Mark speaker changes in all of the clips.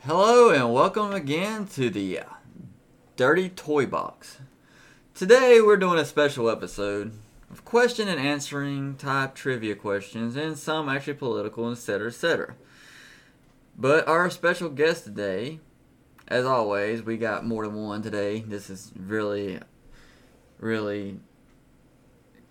Speaker 1: Hello and welcome again to the uh, Dirty Toy Box. Today we're doing a special episode of question and answering type trivia questions and some actually political and etc etc. But our special guest today, as always, we got more than one today. This is really really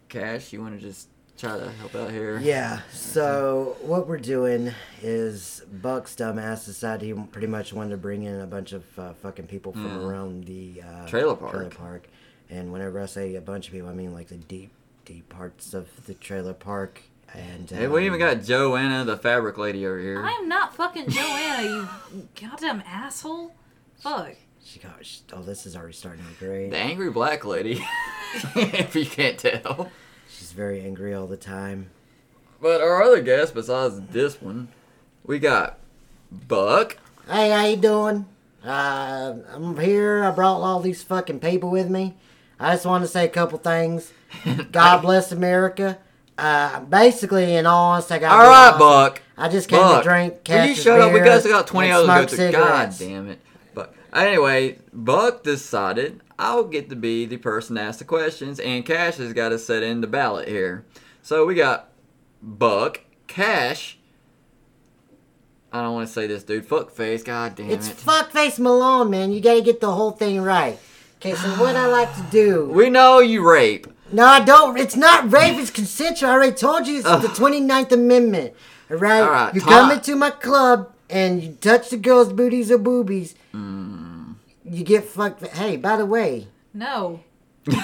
Speaker 1: Cash, you want to just try to help out here?
Speaker 2: Yeah, so what we're doing is Buck's dumbass decided he pretty much wanted to bring in a bunch of uh, fucking people from
Speaker 1: Yeah.
Speaker 2: around the uh,
Speaker 1: Mm. Trailer park.
Speaker 2: park. And whenever I say a bunch of people, I mean like the deep, deep parts of the trailer park. And
Speaker 1: Hey, we
Speaker 2: um,
Speaker 1: even got Joanna, the fabric lady, over here.
Speaker 3: I am not fucking Joanna, you goddamn asshole. Fuck.
Speaker 2: She got. She, oh, this is already starting to great.
Speaker 1: The angry black lady, if you can't tell.
Speaker 2: She's very angry all the time.
Speaker 1: But our other guest, besides this one, we got Buck.
Speaker 2: Hey, how you doing? Uh, I'm here. I brought all these fucking people with me. I just want to say a couple things. God bless America. Uh, basically, in all honesty, I got.
Speaker 1: All right, Buck.
Speaker 2: I just came
Speaker 1: Buck,
Speaker 2: to drink.
Speaker 1: Will you
Speaker 2: Cash's
Speaker 1: shut up? We
Speaker 2: beer
Speaker 1: got still got twenty
Speaker 2: and
Speaker 1: hours
Speaker 2: smoke
Speaker 1: to go. through. God
Speaker 2: cigarettes.
Speaker 1: damn it! But anyway, Buck decided I'll get to be the person to ask the questions, and Cash has got to set in the ballot here. So we got Buck, Cash. I don't want to say this dude. Fuckface. God damn
Speaker 2: It's
Speaker 1: it.
Speaker 2: fuckface Malone, man. You got to get the whole thing right. Okay, so what I like to do?
Speaker 1: we know you rape.
Speaker 2: No, I don't. It's not rape. It's consensual. I already told you. It's the 29th Amendment. All right.
Speaker 1: All right,
Speaker 2: you
Speaker 1: Tom.
Speaker 2: come into my club and you touch the girls' booties or boobies.
Speaker 1: Mm.
Speaker 2: You get fucked. Hey, by the way,
Speaker 3: No.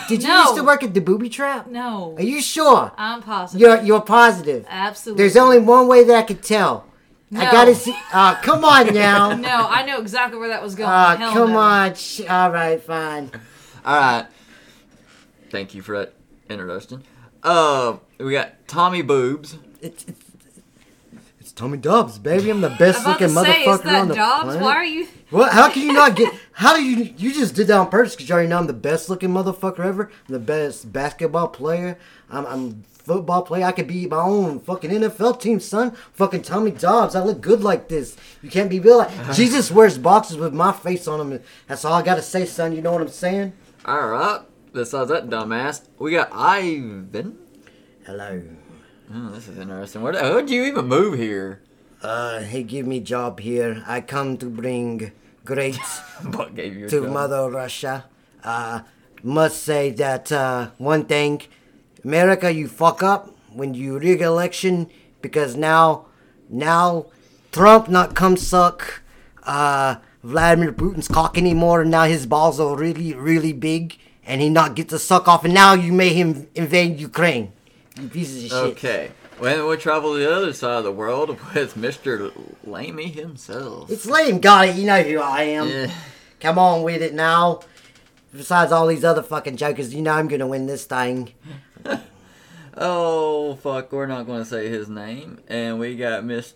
Speaker 2: did you
Speaker 3: No.
Speaker 2: used to work at the booby trap?
Speaker 3: No.
Speaker 2: Are you sure?
Speaker 3: I'm positive.
Speaker 2: You're you're positive.
Speaker 3: Absolutely.
Speaker 2: There's only one way that I could tell. I
Speaker 3: No.
Speaker 2: gotta see. Uh, come on now.
Speaker 3: No, I know exactly where that was going.
Speaker 2: Uh,
Speaker 3: Hell
Speaker 2: come
Speaker 3: no.
Speaker 2: on. Sh- all right, fine.
Speaker 1: All right. Thank you for that introduction. Uh, we got Tommy Boobs.
Speaker 2: It's, it's, it's Tommy Dobbs, baby. I'm the best
Speaker 3: I'm about
Speaker 2: looking
Speaker 3: to say,
Speaker 2: motherfucker
Speaker 3: is that
Speaker 2: on the
Speaker 3: Dobbs?
Speaker 2: planet.
Speaker 3: Why are you?
Speaker 2: What? How can you not get? How do you? You just did that on purpose because you already know I'm the best looking motherfucker ever. I'm the best basketball player. I'm, I'm football player. I could be my own fucking NFL team, son. Fucking Tommy Dobbs. I look good like this. You can't be built like Jesus wears boxes with my face on them. That's all I gotta say, son. You know what I'm saying?
Speaker 1: All right. Besides that dumbass, we got Ivan.
Speaker 2: Hello.
Speaker 1: Oh, this is interesting. Where the how did you even move here?
Speaker 2: Uh, he give me job here. I come to bring great.
Speaker 1: Buck gave you a
Speaker 2: to
Speaker 1: job.
Speaker 2: Mother Russia. Uh, must say that uh, one thing, America, you fuck up when you rig election because now, now, Trump not come suck uh, Vladimir Putin's cock anymore, and now his balls are really, really big, and he not get to suck off, and now you made him invade Ukraine. You pieces of shit.
Speaker 1: Okay. Well, we travel to the other side of the world with Mr. Lamy himself.
Speaker 2: It's um, lame, got it. You know who I am.
Speaker 1: Yeah.
Speaker 2: Come on with it now. Besides all these other fucking jokers, you know I'm gonna win this thing.
Speaker 1: Oh fuck, we're not going to say his name. And we got Miss.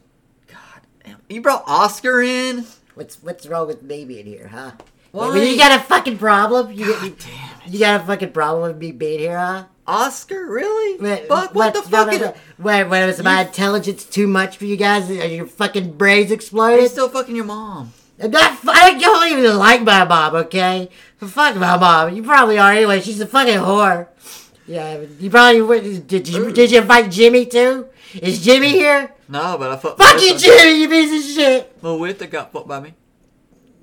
Speaker 1: God damn, you brought Oscar in.
Speaker 2: What's what's wrong with baby in here, huh?
Speaker 1: Why?
Speaker 2: Well, you got a fucking problem? You,
Speaker 1: God damn it,
Speaker 2: you got a fucking problem with me being here, huh?
Speaker 1: Oscar, really?
Speaker 2: Wait,
Speaker 1: Buck, what, the fuck?
Speaker 2: no,
Speaker 1: is-
Speaker 2: no, no. Wait, wait, was my intelligence too much for you guys? Are your fucking
Speaker 1: Are
Speaker 2: brains
Speaker 1: you
Speaker 2: exploded?
Speaker 1: still fucking your mom?
Speaker 2: I'm not, fu- I don't even like my mom, okay? Fuck my mom. You probably are anyway. She's a fucking whore. Yeah, you probably would. Did you, did you invite Jimmy too? Is Jimmy here?
Speaker 1: No, but I fucked.
Speaker 2: Fuck you,
Speaker 1: Melissa.
Speaker 2: Jimmy, you piece of shit!
Speaker 1: Melissa got fucked by me.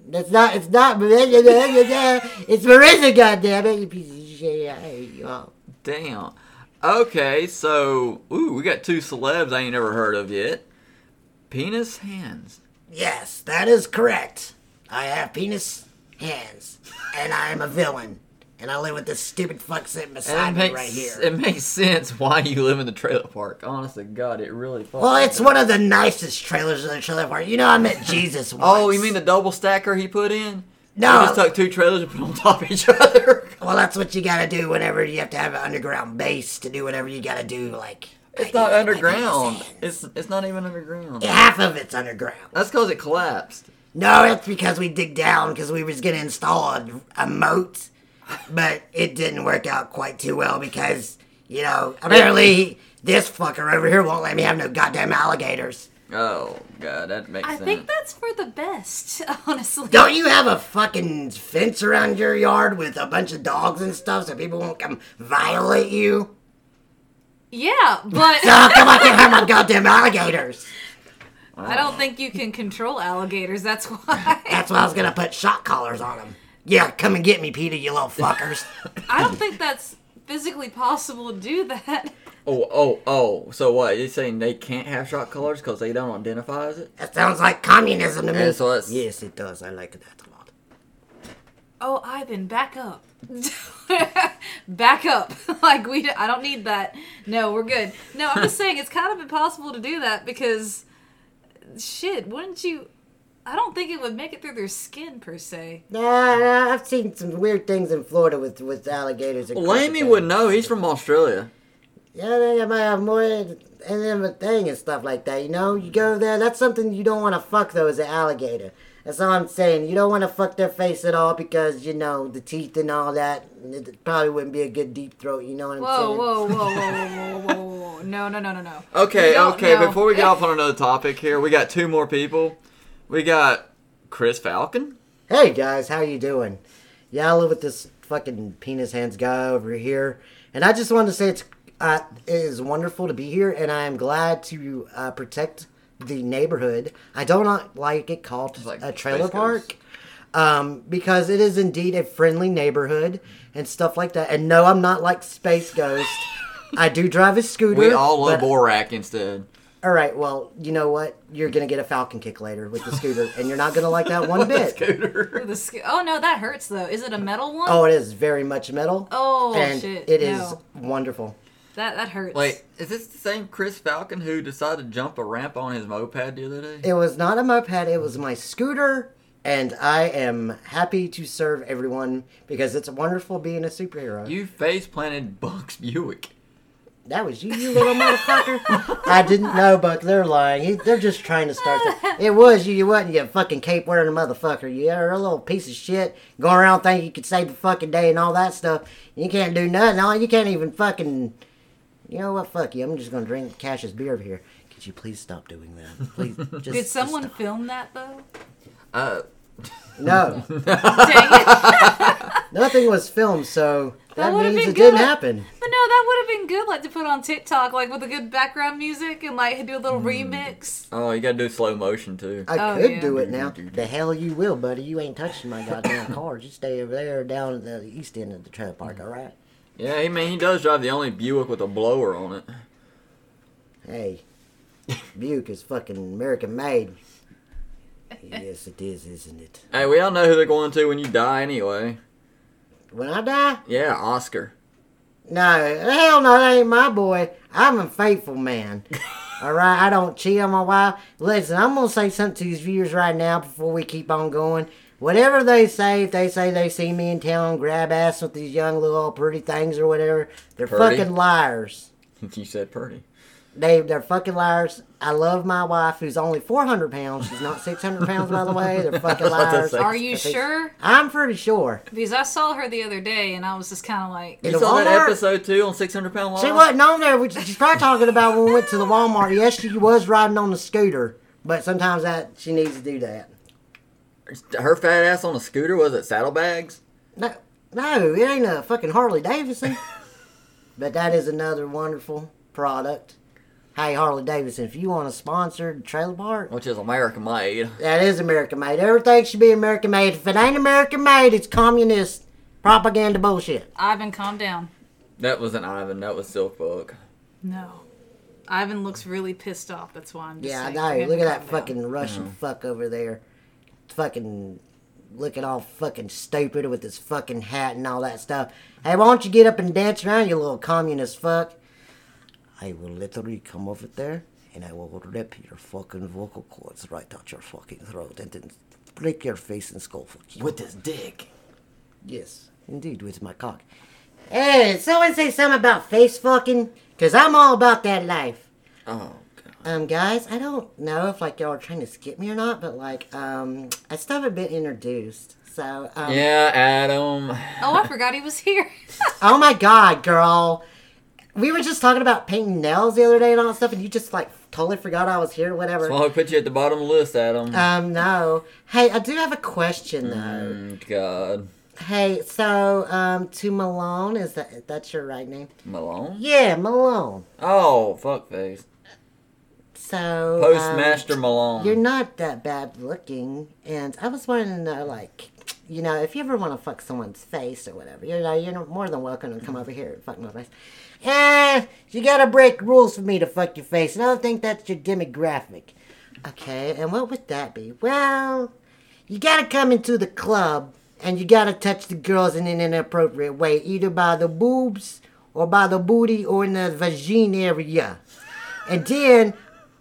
Speaker 2: That's not. It's not. It's Marissa. Goddamn it! You piece of shit. I hate you all.
Speaker 1: Damn. Okay, so ooh, we got two celebs I ain't never heard of yet. Penis hands.
Speaker 2: Yes, that is correct. I have penis hands, and I am a villain, and I live with this stupid fuck sitting beside
Speaker 1: it
Speaker 2: me
Speaker 1: makes
Speaker 2: right here.
Speaker 1: it makes sense why you live in the trailer park. Honest to God, it really. fucking
Speaker 2: well, it's
Speaker 1: does.
Speaker 2: one of the nicest trailers in the trailer park. You know, I met Jesus once.
Speaker 1: Oh, you mean the double stacker he put in?
Speaker 2: No.
Speaker 1: He just took two trailers and put them on top of each other.
Speaker 2: Well, that's what you gotta do whenever you have to have an underground base to do whatever you gotta do. Like, I
Speaker 1: It's
Speaker 2: do
Speaker 1: not
Speaker 2: with my penis
Speaker 1: underground.
Speaker 2: hands.
Speaker 1: It's it's not even underground.
Speaker 2: half of it's underground.
Speaker 1: That's because it collapsed.
Speaker 2: No, it's because we dig down because we was gonna install a, a moat, but it didn't work out quite too well because you know apparently this fucker over here won't let me have no goddamn alligators.
Speaker 1: Oh god, that makes
Speaker 3: I
Speaker 1: sense.
Speaker 3: think that's for the best, honestly.
Speaker 2: Don't you have a fucking fence around your yard with a bunch of dogs and stuff so people won't come violate you?
Speaker 3: Yeah, but
Speaker 2: Oh, come on, can't have my goddamn alligators.
Speaker 3: I don't think you can control alligators. That's why.
Speaker 2: That's why I was gonna put shock collars on them. Yeah, come and get me, Peter, you little fuckers.
Speaker 3: I don't think that's physically possible to do that.
Speaker 1: oh, oh, oh. So what? You're saying they can't have shock collars because they don't identify as it?
Speaker 2: that sounds like communism to me.
Speaker 1: Yeah, so that's-
Speaker 2: Yes, it does. I like that a lot.
Speaker 3: Oh, Ivan, back up. back up. like we I don't need that. No, we're good. No, I'm just saying it's kind of impossible to do that because shit, wouldn't you I don't think it would make it through their skin per se.
Speaker 2: Nah, nah, I've seen some weird things in Florida with with alligators. And
Speaker 1: Lamey
Speaker 2: crocodiles.
Speaker 1: would know. He's from Australia.
Speaker 2: Yeah, they might have more in in them a thing and stuff like that. You know, you go there. That's something you don't want to fuck though, as an alligator. That's all I'm saying. You don't want to fuck their face at all because you know the teeth and all that. It probably wouldn't be a good deep throat. You know what I'm
Speaker 3: Whoa,
Speaker 2: saying?
Speaker 3: whoa, whoa, whoa, whoa, whoa, whoa, whoa, whoa. No, no, no, no, no.
Speaker 1: Okay,
Speaker 3: No,
Speaker 1: okay.
Speaker 3: no.
Speaker 1: Before we get off on another topic here, we got two more people. We got Chris Falcon.
Speaker 2: Hey guys, how you doing? Yeah, I live with this fucking penis hands guy over here, and I just wanted to say it's uh, it is wonderful to be here, and I am glad to uh, protect the neighborhood. I do not like it called
Speaker 1: like
Speaker 2: a trailer
Speaker 1: Space Ghost.
Speaker 2: park um, because it is indeed a friendly neighborhood and stuff like that. And no, I'm not like Space Ghost. I do drive a scooter.
Speaker 1: We all love
Speaker 2: but-
Speaker 1: Borak instead.
Speaker 2: All right, well, you know what? You're gonna get a falcon kick later with the scooter, and you're not gonna like that one bit.
Speaker 1: Scooter.
Speaker 3: The sk- oh no, that hurts though. Is it a metal one?
Speaker 2: Oh, it is very much metal.
Speaker 3: Oh,
Speaker 2: and
Speaker 3: shit,
Speaker 2: It is
Speaker 3: no.
Speaker 2: wonderful.
Speaker 3: That that hurts.
Speaker 1: Wait, is this the same Chris Falcon who decided to jump a ramp on his moped the other day?
Speaker 2: It was not a moped, it was my scooter. And I am happy to serve everyone because it's wonderful being a superhero.
Speaker 1: You face planted Bucks Buick.
Speaker 2: that was you, you little motherfucker. I didn't know, Buck. They're lying. He- They're just trying to start that. It was you. You wasn't, you fucking cape wearing motherfucker. You're a little piece of shit going around thinking you could save the fucking day and all that stuff. You can't do nothing. All You can't even fucking. You know what? Fuck you. I'm just going to drink Cash's beer over here. Could you please stop doing that? Please. Just,
Speaker 3: Did
Speaker 2: just
Speaker 3: someone
Speaker 2: stop.
Speaker 3: film that though?
Speaker 1: Uh,
Speaker 2: No.
Speaker 3: Dang it.
Speaker 2: Nothing was filmed, so that,
Speaker 3: That would've
Speaker 2: means
Speaker 3: been
Speaker 2: it
Speaker 3: good.
Speaker 2: didn't happen.
Speaker 3: But no, that would have been good, like to put on TikTok, like with a good background music and like do a little
Speaker 2: Mm.
Speaker 3: remix.
Speaker 1: oh, you gotta do slow motion too.
Speaker 2: I
Speaker 3: Oh,
Speaker 2: could
Speaker 3: yeah.
Speaker 2: do it now. The hell you will, buddy. You ain't touching my goddamn car. You stay over there down at the east end of the trailer park, all right?
Speaker 1: Yeah, he man, he does drive the only Buick with a blower on it.
Speaker 2: Hey, Buick is fucking American made. Yes, it is, isn't it?
Speaker 1: Hey, we all know who they're going to when you die anyway.
Speaker 2: When I die?
Speaker 1: Yeah, Oscar.
Speaker 2: No, hell no, that ain't my boy. I'm a faithful man. All right, I don't cheat on my wife. Listen, I'm gonna say something to these viewers right now before we keep on going. Whatever they say, if they say they see me in town, grab ass with these young little pretty things or whatever, they're
Speaker 1: Purdy?
Speaker 2: fucking liars.
Speaker 1: you said Purdy.
Speaker 2: They they're fucking liars. I love my wife, who's only 400 pounds. She's not 600 pounds, by the way. They're fucking
Speaker 1: What the
Speaker 2: liars.
Speaker 1: fuck?
Speaker 3: Are you
Speaker 2: I think-
Speaker 3: sure?
Speaker 2: I'm pretty sure
Speaker 3: Because I saw her the other day and I was just kind of like,
Speaker 1: You
Speaker 2: In the
Speaker 1: saw that
Speaker 2: Walmart?
Speaker 1: episode too on 600 Pound Live?
Speaker 2: She wasn't on there. We just started talking about when we went to the Walmart. Yes, she was riding on the scooter, but sometimes that she needs to do that.
Speaker 1: Her fat ass on a scooter, was it saddlebags?
Speaker 2: No, no, it ain't a fucking Harley Davidson. but that is another wonderful product. Hey, Harley Davidson, if you want to sponsor the trailer park,
Speaker 1: Which is American made.
Speaker 2: that is American made. Everything should be American made. If it ain't American made, it's communist propaganda bullshit.
Speaker 3: Ivan, calm down.
Speaker 1: That wasn't Ivan, that was Silkbook.
Speaker 3: No. Ivan looks really pissed off. That's why I'm just
Speaker 2: Yeah, I
Speaker 3: saying.
Speaker 2: know.
Speaker 3: you have
Speaker 2: Look
Speaker 3: to
Speaker 2: at that
Speaker 3: calm down.
Speaker 2: fucking Russian fuck over there. Fucking looking all fucking stupid with his fucking hat and all that stuff. Hey, why don't you get up and dance around, you little communist fuck? I will literally come over there and I will rip your fucking vocal cords right out your fucking throat and then break your face and skull fuck you.
Speaker 1: With his dick.
Speaker 2: Yes, indeed, with my cock. Hey, did someone say something about face fucking? Because I'm all about that life.
Speaker 1: Oh, God.
Speaker 2: Um, guys, I don't know if like y'all are trying to skip me or not, but like, um, I still haven't been introduced. So, um,
Speaker 1: Yeah, Adam.
Speaker 3: Oh, I forgot he was here.
Speaker 2: oh my god, girl, we were just talking about painting nails the other day and all that stuff, and you just like totally forgot I was here. Whatever.
Speaker 1: That's why we put you at the bottom of the list, Adam.
Speaker 2: Um, no. Hey, I do have a question though.
Speaker 1: Mm, God.
Speaker 2: Hey, so um, to Malone is that that's your right name?
Speaker 1: Malone?
Speaker 2: Yeah, Malone.
Speaker 1: Oh, fuckface.
Speaker 2: So um,
Speaker 1: Postmaster Malone.
Speaker 2: you're not that bad looking, and I was wanting to know, like, you know, if you ever want to fuck someone's face or whatever, you know, you're more than welcome to come over here and fuck my face. Eh, you gotta break rules for me to fuck your face, and I don't think that's your demographic. Okay, and what would that be? Well, you gotta come into the club and you gotta touch the girls in an inappropriate way, either by the boobs or by the booty or in the vagina area. And then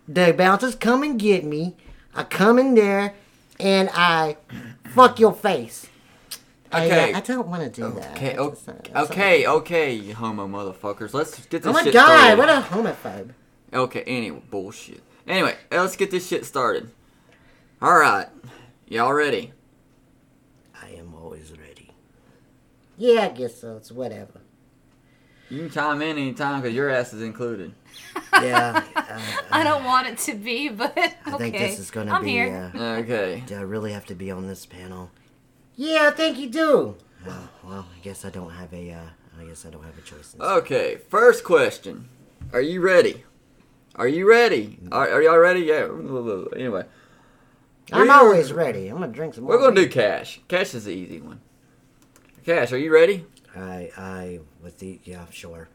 Speaker 2: the bouncers come and get me. I come in there and I fuck your face. And, uh,
Speaker 1: Okay.
Speaker 2: I, don't want to do that.
Speaker 1: Okay,
Speaker 2: That's
Speaker 1: o-
Speaker 2: just not- that's not-
Speaker 1: okay, okay, you homo motherfuckers. Let's get this
Speaker 2: Oh my
Speaker 1: shit
Speaker 2: god,
Speaker 1: started.
Speaker 2: what a homophobe.
Speaker 1: Okay, anyway, bullshit. Anyway, let's get this shit started. Alright. Y'all ready?
Speaker 2: I am always ready. Yeah, I guess so. It's whatever.
Speaker 1: You can chime in anytime because your ass is included.
Speaker 2: Yeah. uh,
Speaker 3: I don't want it to be, but okay.
Speaker 2: I think this is going to
Speaker 3: I'm
Speaker 2: be.
Speaker 3: here.
Speaker 2: Uh,
Speaker 1: Okay.
Speaker 2: do I really have to be on this panel? Yeah, I think you do. Well, well I guess I don't have a. Uh, I guess I don't have a
Speaker 1: Uh,
Speaker 2: choice. in this.
Speaker 1: Okay, first question. Are you ready? Are you ready? Are, are y'all ready? Yeah. Anyway.
Speaker 2: I'm
Speaker 1: We're-
Speaker 2: always ready. I'm gonna drink some.
Speaker 1: We're going to do cash. Cash is the easy one. Cash, are you ready?
Speaker 2: I, I, with the yeah, sure.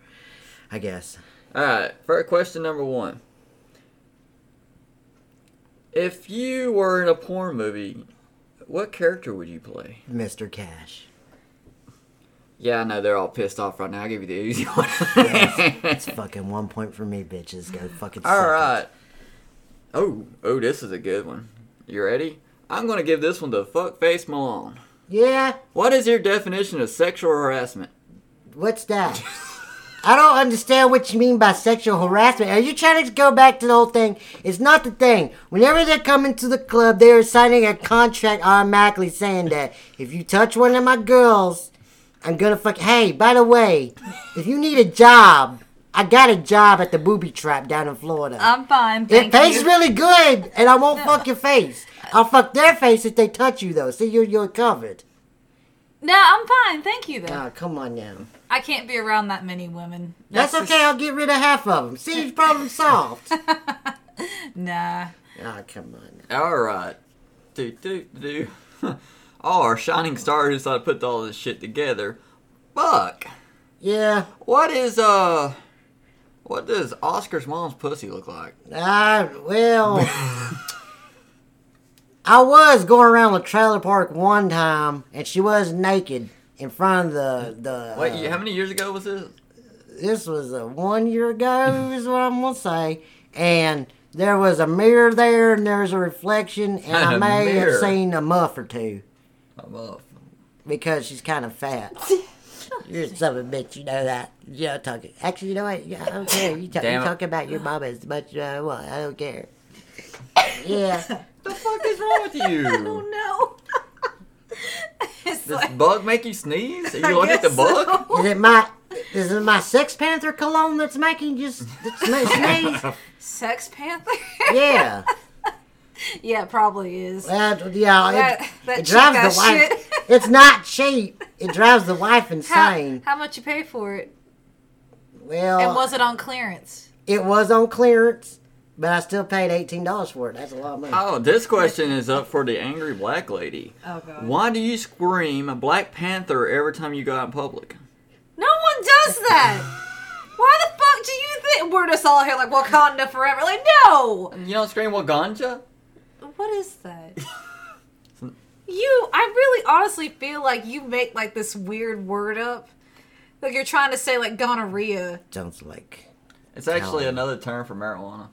Speaker 2: I guess.
Speaker 1: Alright, first question number one. If you were in a porn movie, what character would you play?
Speaker 2: Mr. Cash.
Speaker 1: Yeah, I know they're all pissed off right now. I'll give you the easy one.
Speaker 2: It's fucking one point for me, bitches. Go fucking. suck
Speaker 1: All
Speaker 2: it.
Speaker 1: right. Oh, oh, this is a good one. You ready? I'm gonna give this one to Fuckface Malone.
Speaker 2: Yeah.
Speaker 1: What is your definition of sexual harassment?
Speaker 2: What's that? I don't understand what you mean by sexual harassment. Are you trying to go back to the whole thing? It's not the thing. Whenever they're coming to the club, they are signing a contract automatically saying that if you touch one of my girls, I'm gonna fuck. Hey, by the way, if you need a job, I got a job at the booby trap down in Florida.
Speaker 3: I'm fine.
Speaker 2: it
Speaker 3: Thank
Speaker 2: pays
Speaker 3: you.
Speaker 2: really good, and I won't fuck your face. I'll fuck their face if they touch you, though. See, you're you're covered.
Speaker 3: no, I'm fine. Thank you, though.
Speaker 2: Ah, come on now.
Speaker 3: I can't be around that many women.
Speaker 2: That's,
Speaker 3: just-
Speaker 2: okay. I'll get rid of half of them. See, problem solved.
Speaker 3: Nah.
Speaker 2: Ah, come on.
Speaker 1: All right. Do do do. oh, our shining star who decided to put all this shit together. Fuck.
Speaker 2: Yeah,
Speaker 1: What is uh? What does Oscar's mom's pussy look like?
Speaker 2: I Ah, well, I was going around with Trailer Park one time, and she was naked in front of the the.
Speaker 1: Wait,
Speaker 2: uh,
Speaker 1: you- how many years ago was this?
Speaker 2: this was uh, one year ago, is what I'm gonna say, and. There was a mirror there, and there was a reflection, and I
Speaker 1: A
Speaker 2: may
Speaker 1: mirror.
Speaker 2: have seen a muff or two
Speaker 1: I'm off.
Speaker 2: because she's kind of fat. You're some of a bitch, you know that. You know, talking. Actually, you know what? Yeah, I don't care. You talk, you
Speaker 1: Damn it.
Speaker 2: talk about your mama as much as I want. I don't care. Yeah.
Speaker 1: The fuck is wrong with you?
Speaker 3: Oh no. it's
Speaker 1: Does
Speaker 3: like,
Speaker 1: bug make you sneeze? Are
Speaker 3: I
Speaker 1: you looking at the
Speaker 3: guess
Speaker 1: bug?
Speaker 3: so.
Speaker 2: Is it my is it my Sex Panther cologne that's making you s- that's ma- sneeze?
Speaker 3: Sex Panther?
Speaker 2: Yeah.
Speaker 3: yeah, it probably is.
Speaker 2: That, yeah.
Speaker 3: That-
Speaker 2: It,
Speaker 3: that
Speaker 2: it drives
Speaker 3: cheap-ass
Speaker 2: the wife.
Speaker 3: shit.
Speaker 2: It's not cheap. It drives the wife
Speaker 3: How,
Speaker 2: insane. Uh,
Speaker 3: how much you pay for it?
Speaker 2: well,
Speaker 3: And was it on clearance?
Speaker 2: it was on clearance, but I still paid eighteen dollars for it. That's a lot of money.
Speaker 1: Oh, this question is up for the angry black lady.
Speaker 3: Oh god.
Speaker 1: Why do you scream Black Panther every time you go out in public?
Speaker 3: No one does that. Why the fuck do you think we're just all here like Wakanda forever? Like no.
Speaker 1: You don't scream Waganja?
Speaker 3: What is that? you, I really honestly feel like you make like this weird word up. Like you're trying to say like gonorrhea.
Speaker 2: Sounds like
Speaker 1: It's actually
Speaker 2: No.
Speaker 1: another term for marijuana.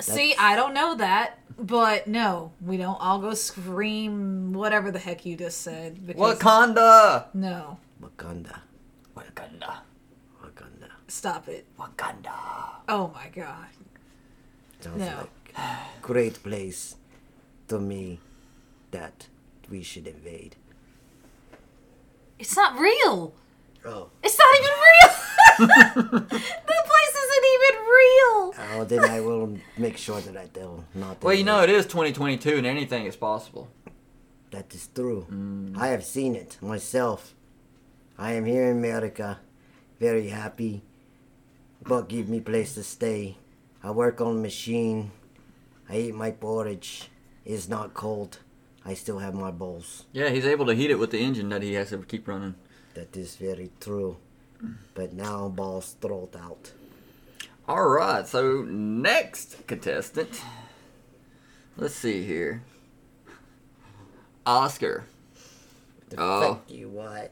Speaker 3: See, I don't know that, but no, we don't all go scream whatever the heck you just said. Because,
Speaker 1: Wakanda!
Speaker 3: No,
Speaker 2: Wakanda.
Speaker 1: Wakanda.
Speaker 2: Wakanda.
Speaker 3: stop it.
Speaker 1: Wakanda.
Speaker 3: Oh my god.
Speaker 2: Sounds
Speaker 3: No.
Speaker 2: like great place to me that we should invade.
Speaker 3: It's not real.
Speaker 2: Oh.
Speaker 3: It's not even real. the place isn't even real. deal.
Speaker 2: Oh, then I will make sure that I do not.
Speaker 1: Well, you know,
Speaker 2: that.
Speaker 1: it is 2022 and anything is possible.
Speaker 2: that is true.
Speaker 1: Mm.
Speaker 2: I have seen it myself. I am here in America, very happy. But give me place to stay. I work on machine. I eat my porridge. It's not cold. I still have my bowls.
Speaker 1: Yeah, he's able to heat it with the engine that he has to keep running.
Speaker 2: That is very true. But now balls throat out.
Speaker 1: All right, so next contestant. Let's see here. Oscar.
Speaker 2: The
Speaker 1: Oh.
Speaker 2: fuck you what?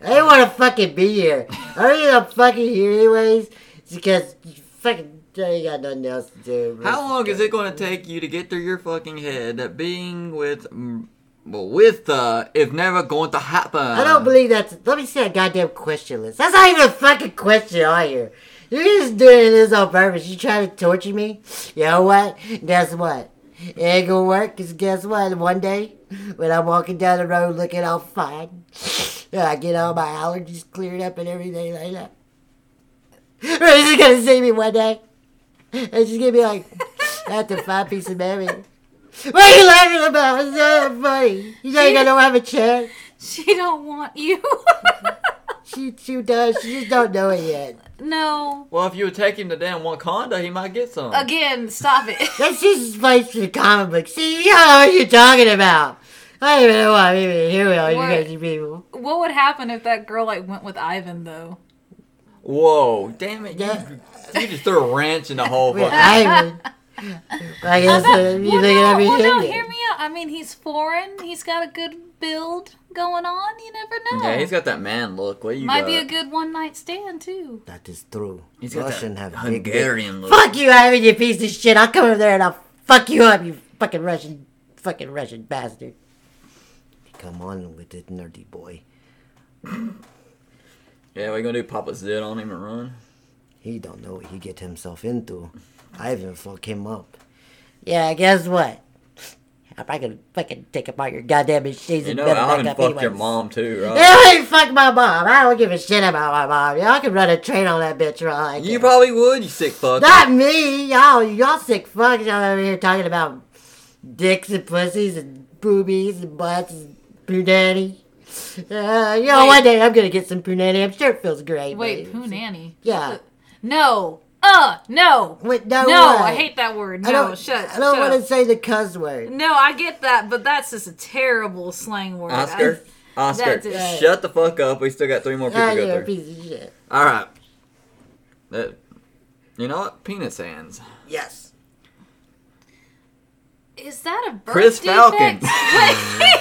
Speaker 2: I didn't want to fucking be here. I didn't want to fucking here anyways. Because you fucking I ain't got nothing else to do.
Speaker 1: How long is it going to take you to get through your fucking head that being with, mm, well, with uh, is never going to happen?
Speaker 2: I don't believe that's. Let me see a goddamn question list. That's not even a fucking question on here. You're just doing this on purpose. You trying to torture me? You know what? Guess what? It ain't gonna work, cause guess what? One day, when I'm walking down the road looking all fine, and I get all my allergies cleared up and everything like that. Rosie's gonna see me one day, and she's gonna be like, "That's a fine piece of memory." What are you laughing about? It's not funny. You know you don't have a chance.
Speaker 3: She don't want you.
Speaker 2: She she does. She just don't know it yet.
Speaker 3: no.
Speaker 1: Well, if you would take him to damn Wakanda, he might get some.
Speaker 3: Again, stop it.
Speaker 2: That's just advice for the comic book. See, you don't know what you're talking about. I don't even know why I'm even here with all you
Speaker 3: What?
Speaker 2: crazy people.
Speaker 3: what would happen if that girl like went with Ivan though?
Speaker 1: Whoa, damn it. You,
Speaker 2: Yeah.
Speaker 1: you just threw a wrench in the whole
Speaker 2: With
Speaker 1: fucking.
Speaker 2: Ivan. I guess uh, you
Speaker 3: well,
Speaker 2: think
Speaker 3: no,
Speaker 2: I'd be
Speaker 3: well, no,
Speaker 2: him
Speaker 3: hear
Speaker 2: then.
Speaker 3: me out. I mean, he's foreign. He's got a good build going on. You never know.
Speaker 1: Yeah, he's got that man look. What you
Speaker 3: Might
Speaker 1: got?
Speaker 3: be a good one night stand too.
Speaker 2: That is true.
Speaker 1: He's got
Speaker 2: Russian
Speaker 1: that
Speaker 2: have big
Speaker 1: Hungarian
Speaker 2: dick.
Speaker 1: look.
Speaker 2: Fuck you, Ivan, you piece of shit. I'll come over there and I'll fuck you up, you fucking Russian, fucking Russian bastard. Come on with it, nerdy boy.
Speaker 1: Yeah, we're gonna do Papa Zid on him and run.
Speaker 2: He don't know what he get himself into. I even fuck him up. Yeah, guess what? I'm not gonna fucking take apart your goddamn machines
Speaker 1: You
Speaker 2: and
Speaker 1: know,
Speaker 2: better
Speaker 1: Alvin
Speaker 2: back up
Speaker 1: fucked your
Speaker 2: anyways.
Speaker 1: mom too, right?
Speaker 2: Yeah, I ain't fuck my mom. I don't give a shit about my mom. Y'all can run a train on that bitch for all I
Speaker 1: You
Speaker 2: care.
Speaker 1: probably would, you sick fuck.
Speaker 2: Not me. Y'all, y'all sick fucks. Y'all over here talking about dicks and pussies and boobies and butts and punani. Uh, you know,
Speaker 3: Wait.
Speaker 2: one day I'm gonna get some punani. I'm sure it feels great.
Speaker 3: Wait, poo
Speaker 2: but-
Speaker 3: nanny.
Speaker 2: Yeah.
Speaker 3: No. Uh, no.
Speaker 2: Wait, no,
Speaker 3: No,
Speaker 2: what?
Speaker 3: I hate that word. No,
Speaker 2: I don't,
Speaker 3: shut.
Speaker 2: I don't
Speaker 3: shut
Speaker 2: want
Speaker 3: up.
Speaker 2: to say the cuss word.
Speaker 3: No, I get that, but that's just a terrible slang word.
Speaker 1: Oscar, Oscar,
Speaker 3: That's it.
Speaker 1: shut the fuck up. We still got three more people
Speaker 2: Ah,
Speaker 1: to
Speaker 2: you're
Speaker 1: go
Speaker 2: a
Speaker 1: through.
Speaker 2: piece of shit.
Speaker 1: All right. That, you know what? Penis hands.
Speaker 2: Yes.
Speaker 3: I- is that a birth
Speaker 1: Chris
Speaker 3: defect?
Speaker 1: Falcon.
Speaker 3: Wait.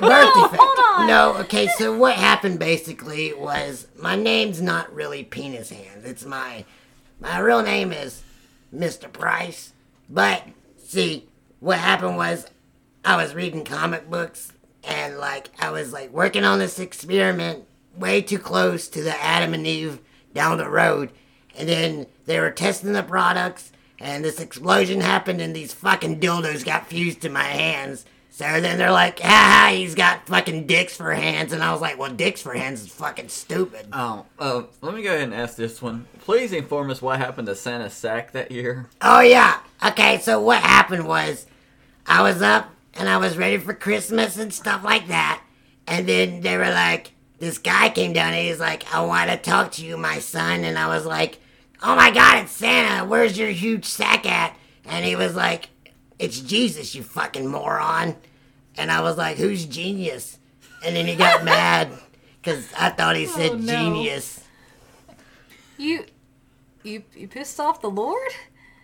Speaker 2: Birth
Speaker 3: no,
Speaker 2: defect.
Speaker 3: hold on.
Speaker 2: No, okay, so what happened basically was my name's not really Penis Hands. It's my my real name is Mr. Price. But see, what happened was I was reading comic books and like I was like working on this experiment way too close to the Adam and Eve down the road. And then they were testing the products and this explosion happened and these fucking dildos got fused to my hands. So then they're like, ha ha, he's got fucking dicks for hands. And I was like, well, dicks for hands is fucking stupid.
Speaker 1: Oh, uh, let me go ahead and ask this one. Please inform us what happened to Santa's sack that year.
Speaker 2: Oh yeah. Okay, so what happened was I was up and I was ready for Christmas and stuff like that. And then they were like, this guy came down and he's like, I want to talk to you, my son. And I was like, oh my God, it's Santa. Where's your huge sack at? And he was like, it's Jesus, you fucking moron. And I was like, who's genius? And then he got mad because I thought he said
Speaker 3: Oh, no.
Speaker 2: genius.
Speaker 3: You, you, you pissed off the Lord?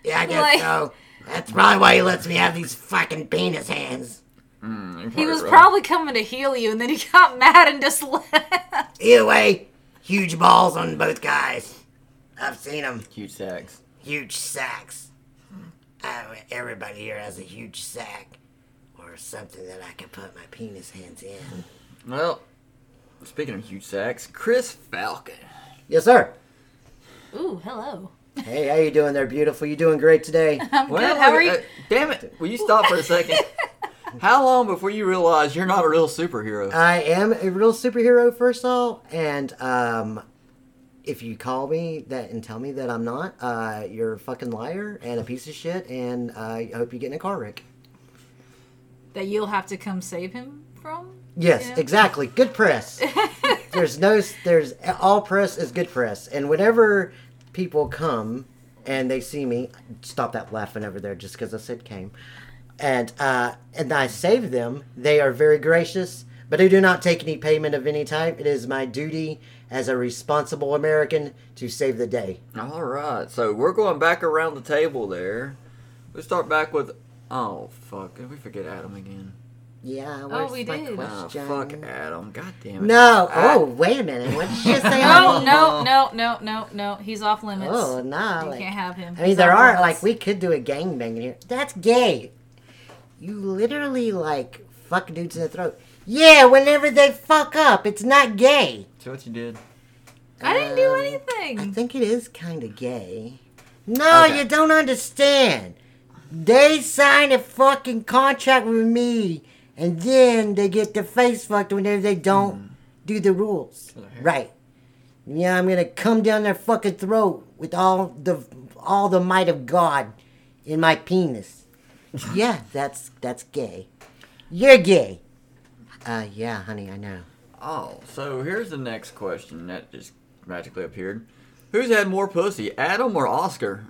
Speaker 2: Yeah, I guess
Speaker 3: Like-
Speaker 2: so. That's probably why he lets me have these fucking penis hands.
Speaker 1: You're
Speaker 3: He
Speaker 1: Hmm, probably
Speaker 3: was
Speaker 1: right.
Speaker 3: probably coming to heal you, and then he got mad and just left.
Speaker 2: Either way, huge balls on both guys. I've seen them.
Speaker 1: huge sacks.
Speaker 2: Huge sacks. I, everybody here has a huge sack. Or something that I can put my penis hands in.
Speaker 1: Well, speaking of huge sacks, Chris Falcon.
Speaker 2: Yes, sir.
Speaker 3: Ooh, hello.
Speaker 2: Hey, how you doing there, beautiful? You doing great today.
Speaker 3: I'm good. How are you?
Speaker 1: uh, damn it! Will you stop for a second? How long before you realize you're not a real superhero?
Speaker 2: I am a real superhero, first of all, and um, if you call me that and tell me that I'm not, uh, you're a fucking liar and a piece of shit, and I hope you get in a car wreck.
Speaker 3: That you'll have to come save him from?
Speaker 2: Yes,
Speaker 3: Yeah.
Speaker 2: exactly. Good press. there's no, there's all press is good press, and whenever people come and they see me, stop that laughing over there, just because I said came, and uh, and I save them. They are very gracious, but I do not take any payment of any type. It is my duty as a responsible American to save the day.
Speaker 1: All right, so we're going back around the table there. We start back with oh fuck, did we forget Adam again?
Speaker 2: Yeah,
Speaker 3: Oh,
Speaker 2: where's
Speaker 3: we
Speaker 2: my
Speaker 3: did.
Speaker 1: Ah,
Speaker 2: question?
Speaker 1: fuck Adam, god damn it.
Speaker 2: No.
Speaker 1: I-
Speaker 2: oh, wait a minute. What did you say?
Speaker 3: Oh, No,
Speaker 2: on me?
Speaker 3: no, no, no, no, no. He's off limits.
Speaker 2: Oh no!
Speaker 3: you
Speaker 2: like-
Speaker 3: can't have him.
Speaker 2: I mean,
Speaker 3: He's
Speaker 2: there
Speaker 3: off
Speaker 2: are
Speaker 3: limits.
Speaker 2: like we could do a gangbang in here. That's gay. You literally like fuck dudes in the throat. Yeah, whenever they fuck up, it's not gay.
Speaker 1: See what you did?
Speaker 3: I didn't do
Speaker 2: Um,
Speaker 3: anything.
Speaker 2: I think it is kind of gay. No,
Speaker 1: Okay.
Speaker 2: you don't understand. They sign a fucking contract with me, and then they get their face fucked whenever they don't do the rules.
Speaker 1: Mm. Their hair.
Speaker 2: Right. Yeah, I'm gonna come down their fucking throat with all the all the might of God in my penis. yeah, that's that's gay. You're gay. Uh, yeah, honey, I know.
Speaker 1: Oh, so here's the next question that just magically appeared. Who's had more pussy, Adam or Oscar?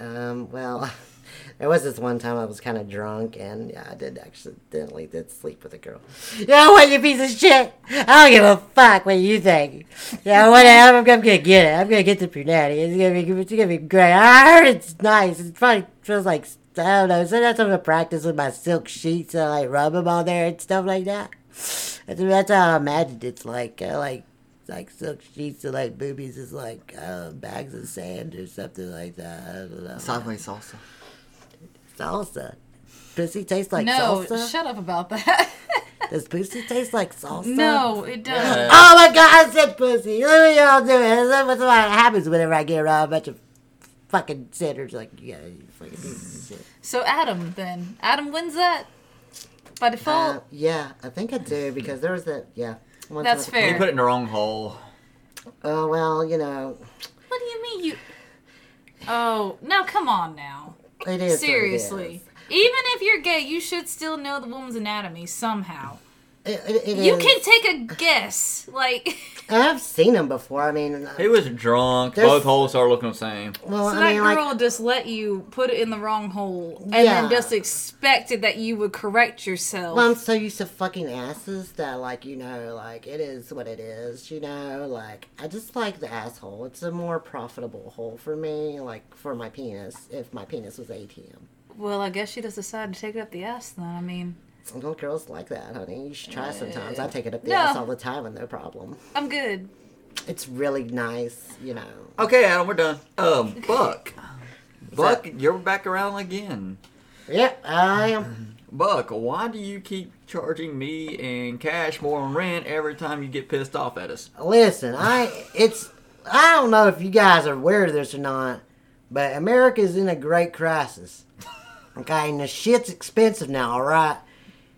Speaker 2: Um, well, there was this one time I was kind of drunk, and yeah, I did accidentally did sleep with a girl. Yeah, what you piece of shit! I don't give a fuck what you think. Yeah, whatever. I'm, I'm gonna get it. I'm gonna get the punani. It's gonna be it's gonna be great. I heard it's nice. It probably feels like I don't know. Sometimes I'm gonna practice with my silk sheets and like rub them on there and stuff like that. That's, that's how I imagined it's like. I like like silk sheets and like boobies is like uh, bags of sand or something like that. I don't know.
Speaker 1: Sideways salsa.
Speaker 2: salsa. Pussy tastes like
Speaker 3: no,
Speaker 2: salsa.
Speaker 3: shut up about that.
Speaker 2: Does pussy taste like salsa?
Speaker 3: no, it doesn't.
Speaker 1: Yeah.
Speaker 2: Oh my god, I said pussy. Let me y'all do it. That's what happens whenever I get around a bunch of fucking sinners. Like, yeah, you fucking pieces of shit.
Speaker 3: So Adam, then Adam wins that by default.
Speaker 2: Uh, yeah, I think I do because there was that. Yeah. Once
Speaker 3: That's
Speaker 2: I-
Speaker 1: You
Speaker 3: fair.
Speaker 1: put it in the wrong hole.
Speaker 2: Oh well, you know,
Speaker 3: what do you mean you? Oh, no! Come on now.
Speaker 2: it is. what it
Speaker 3: Seriously. Even if you're gay, you should still know the woman's anatomy somehow.
Speaker 2: is. It, it, it
Speaker 3: You
Speaker 2: is.
Speaker 3: can take a guess. Like,
Speaker 2: I've seen them before. I mean,
Speaker 1: He was drunk.
Speaker 2: There's-
Speaker 1: Both holes started looking the same.
Speaker 2: well,
Speaker 3: so
Speaker 2: I
Speaker 3: that
Speaker 2: mean,
Speaker 3: girl
Speaker 2: like,
Speaker 3: just let you put it in the wrong hole and
Speaker 2: Yeah.
Speaker 3: then just expected that you would correct yourself.
Speaker 2: Well, I'm so used to fucking asses that, like, you know, like, it is what it is, you know? Like, I just like the asshole. It's a more profitable hole for me, like, for my penis, if my penis was ATM.
Speaker 3: well, I guess she just decided to take it up the ass then. I mean,
Speaker 2: Some little girls like that, honey. You should try sometimes. I take it up the
Speaker 3: No.
Speaker 2: ass all the time with no problem.
Speaker 3: I'm good.
Speaker 2: It's really nice, you know.
Speaker 1: Okay, Adam, we're done. Um, Buck.
Speaker 2: What's
Speaker 1: Buck, you're back around again.
Speaker 2: Yeah, I am.
Speaker 1: Buck, why do you keep charging me in cash more on rent every time you get pissed off at us?
Speaker 2: Listen, I, it's, I don't know if you guys are aware of this or not, but America's in a great crisis. Okay, and the shit's expensive now, all right?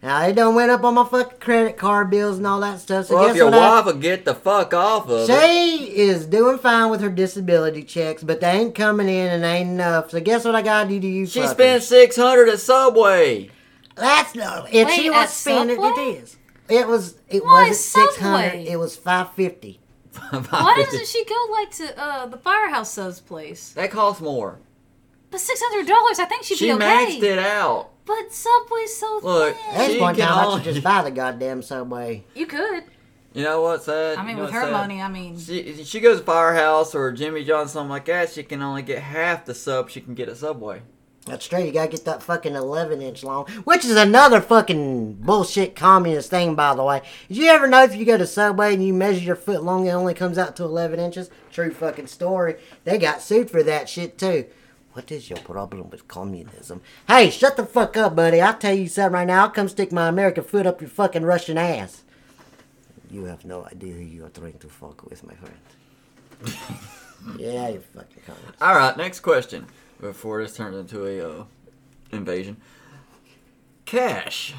Speaker 2: Now, it done went up on my fucking credit card bills and all that stuff. So
Speaker 1: well, if
Speaker 2: guess
Speaker 1: your
Speaker 2: what?
Speaker 1: wife will get the fuck off
Speaker 2: I,
Speaker 1: of it.
Speaker 2: she is doing fine with her disability checks, but they ain't coming in and ain't enough. So guess what I gotta do to you?
Speaker 1: She
Speaker 2: fuckers?
Speaker 1: spent 600 at Subway.
Speaker 2: That's no. If she
Speaker 3: Wait,
Speaker 2: was
Speaker 3: at
Speaker 2: spending it, it
Speaker 3: Subway?
Speaker 2: is. It was. It
Speaker 3: Why
Speaker 2: wasn't six hundred.
Speaker 3: Subway?
Speaker 2: It was five fifty. Ah.
Speaker 3: Why doesn't she go like to uh, the firehouse subs place?
Speaker 1: That costs more.
Speaker 3: But six hundred dollars, I think she'd
Speaker 1: She
Speaker 3: be
Speaker 1: maxed
Speaker 3: okay.
Speaker 1: it out.
Speaker 3: But Subway's so
Speaker 1: Look,
Speaker 3: thin.
Speaker 2: That's
Speaker 1: She
Speaker 2: one
Speaker 1: can
Speaker 2: time I
Speaker 1: only-
Speaker 2: should just buy the goddamn Subway.
Speaker 3: You could.
Speaker 1: You know what's sad?
Speaker 3: I mean,
Speaker 1: You know
Speaker 3: with
Speaker 1: what's
Speaker 3: her
Speaker 1: sad?
Speaker 3: money, I mean,
Speaker 1: She, she goes to Firehouse or Jimmy John's, something like that. She can only get half the sub she can get at Subway.
Speaker 2: That's true. You gotta get that fucking eleven inch long, which is another fucking bullshit communist thing, by the way. Did you ever know if you go to Subway and you measure your foot long, it only comes out to eleven inches? True fucking story. They got sued for that shit too. What is your problem with communism? Hey, shut the fuck up, buddy. I'll tell you something right now. I'll come stick my American foot up your fucking Russian ass. You have no idea who you are trying to fuck with, my friend. yeah, you fucking communist.
Speaker 1: All right, next question. Before this turns into a uh, invasion, cash.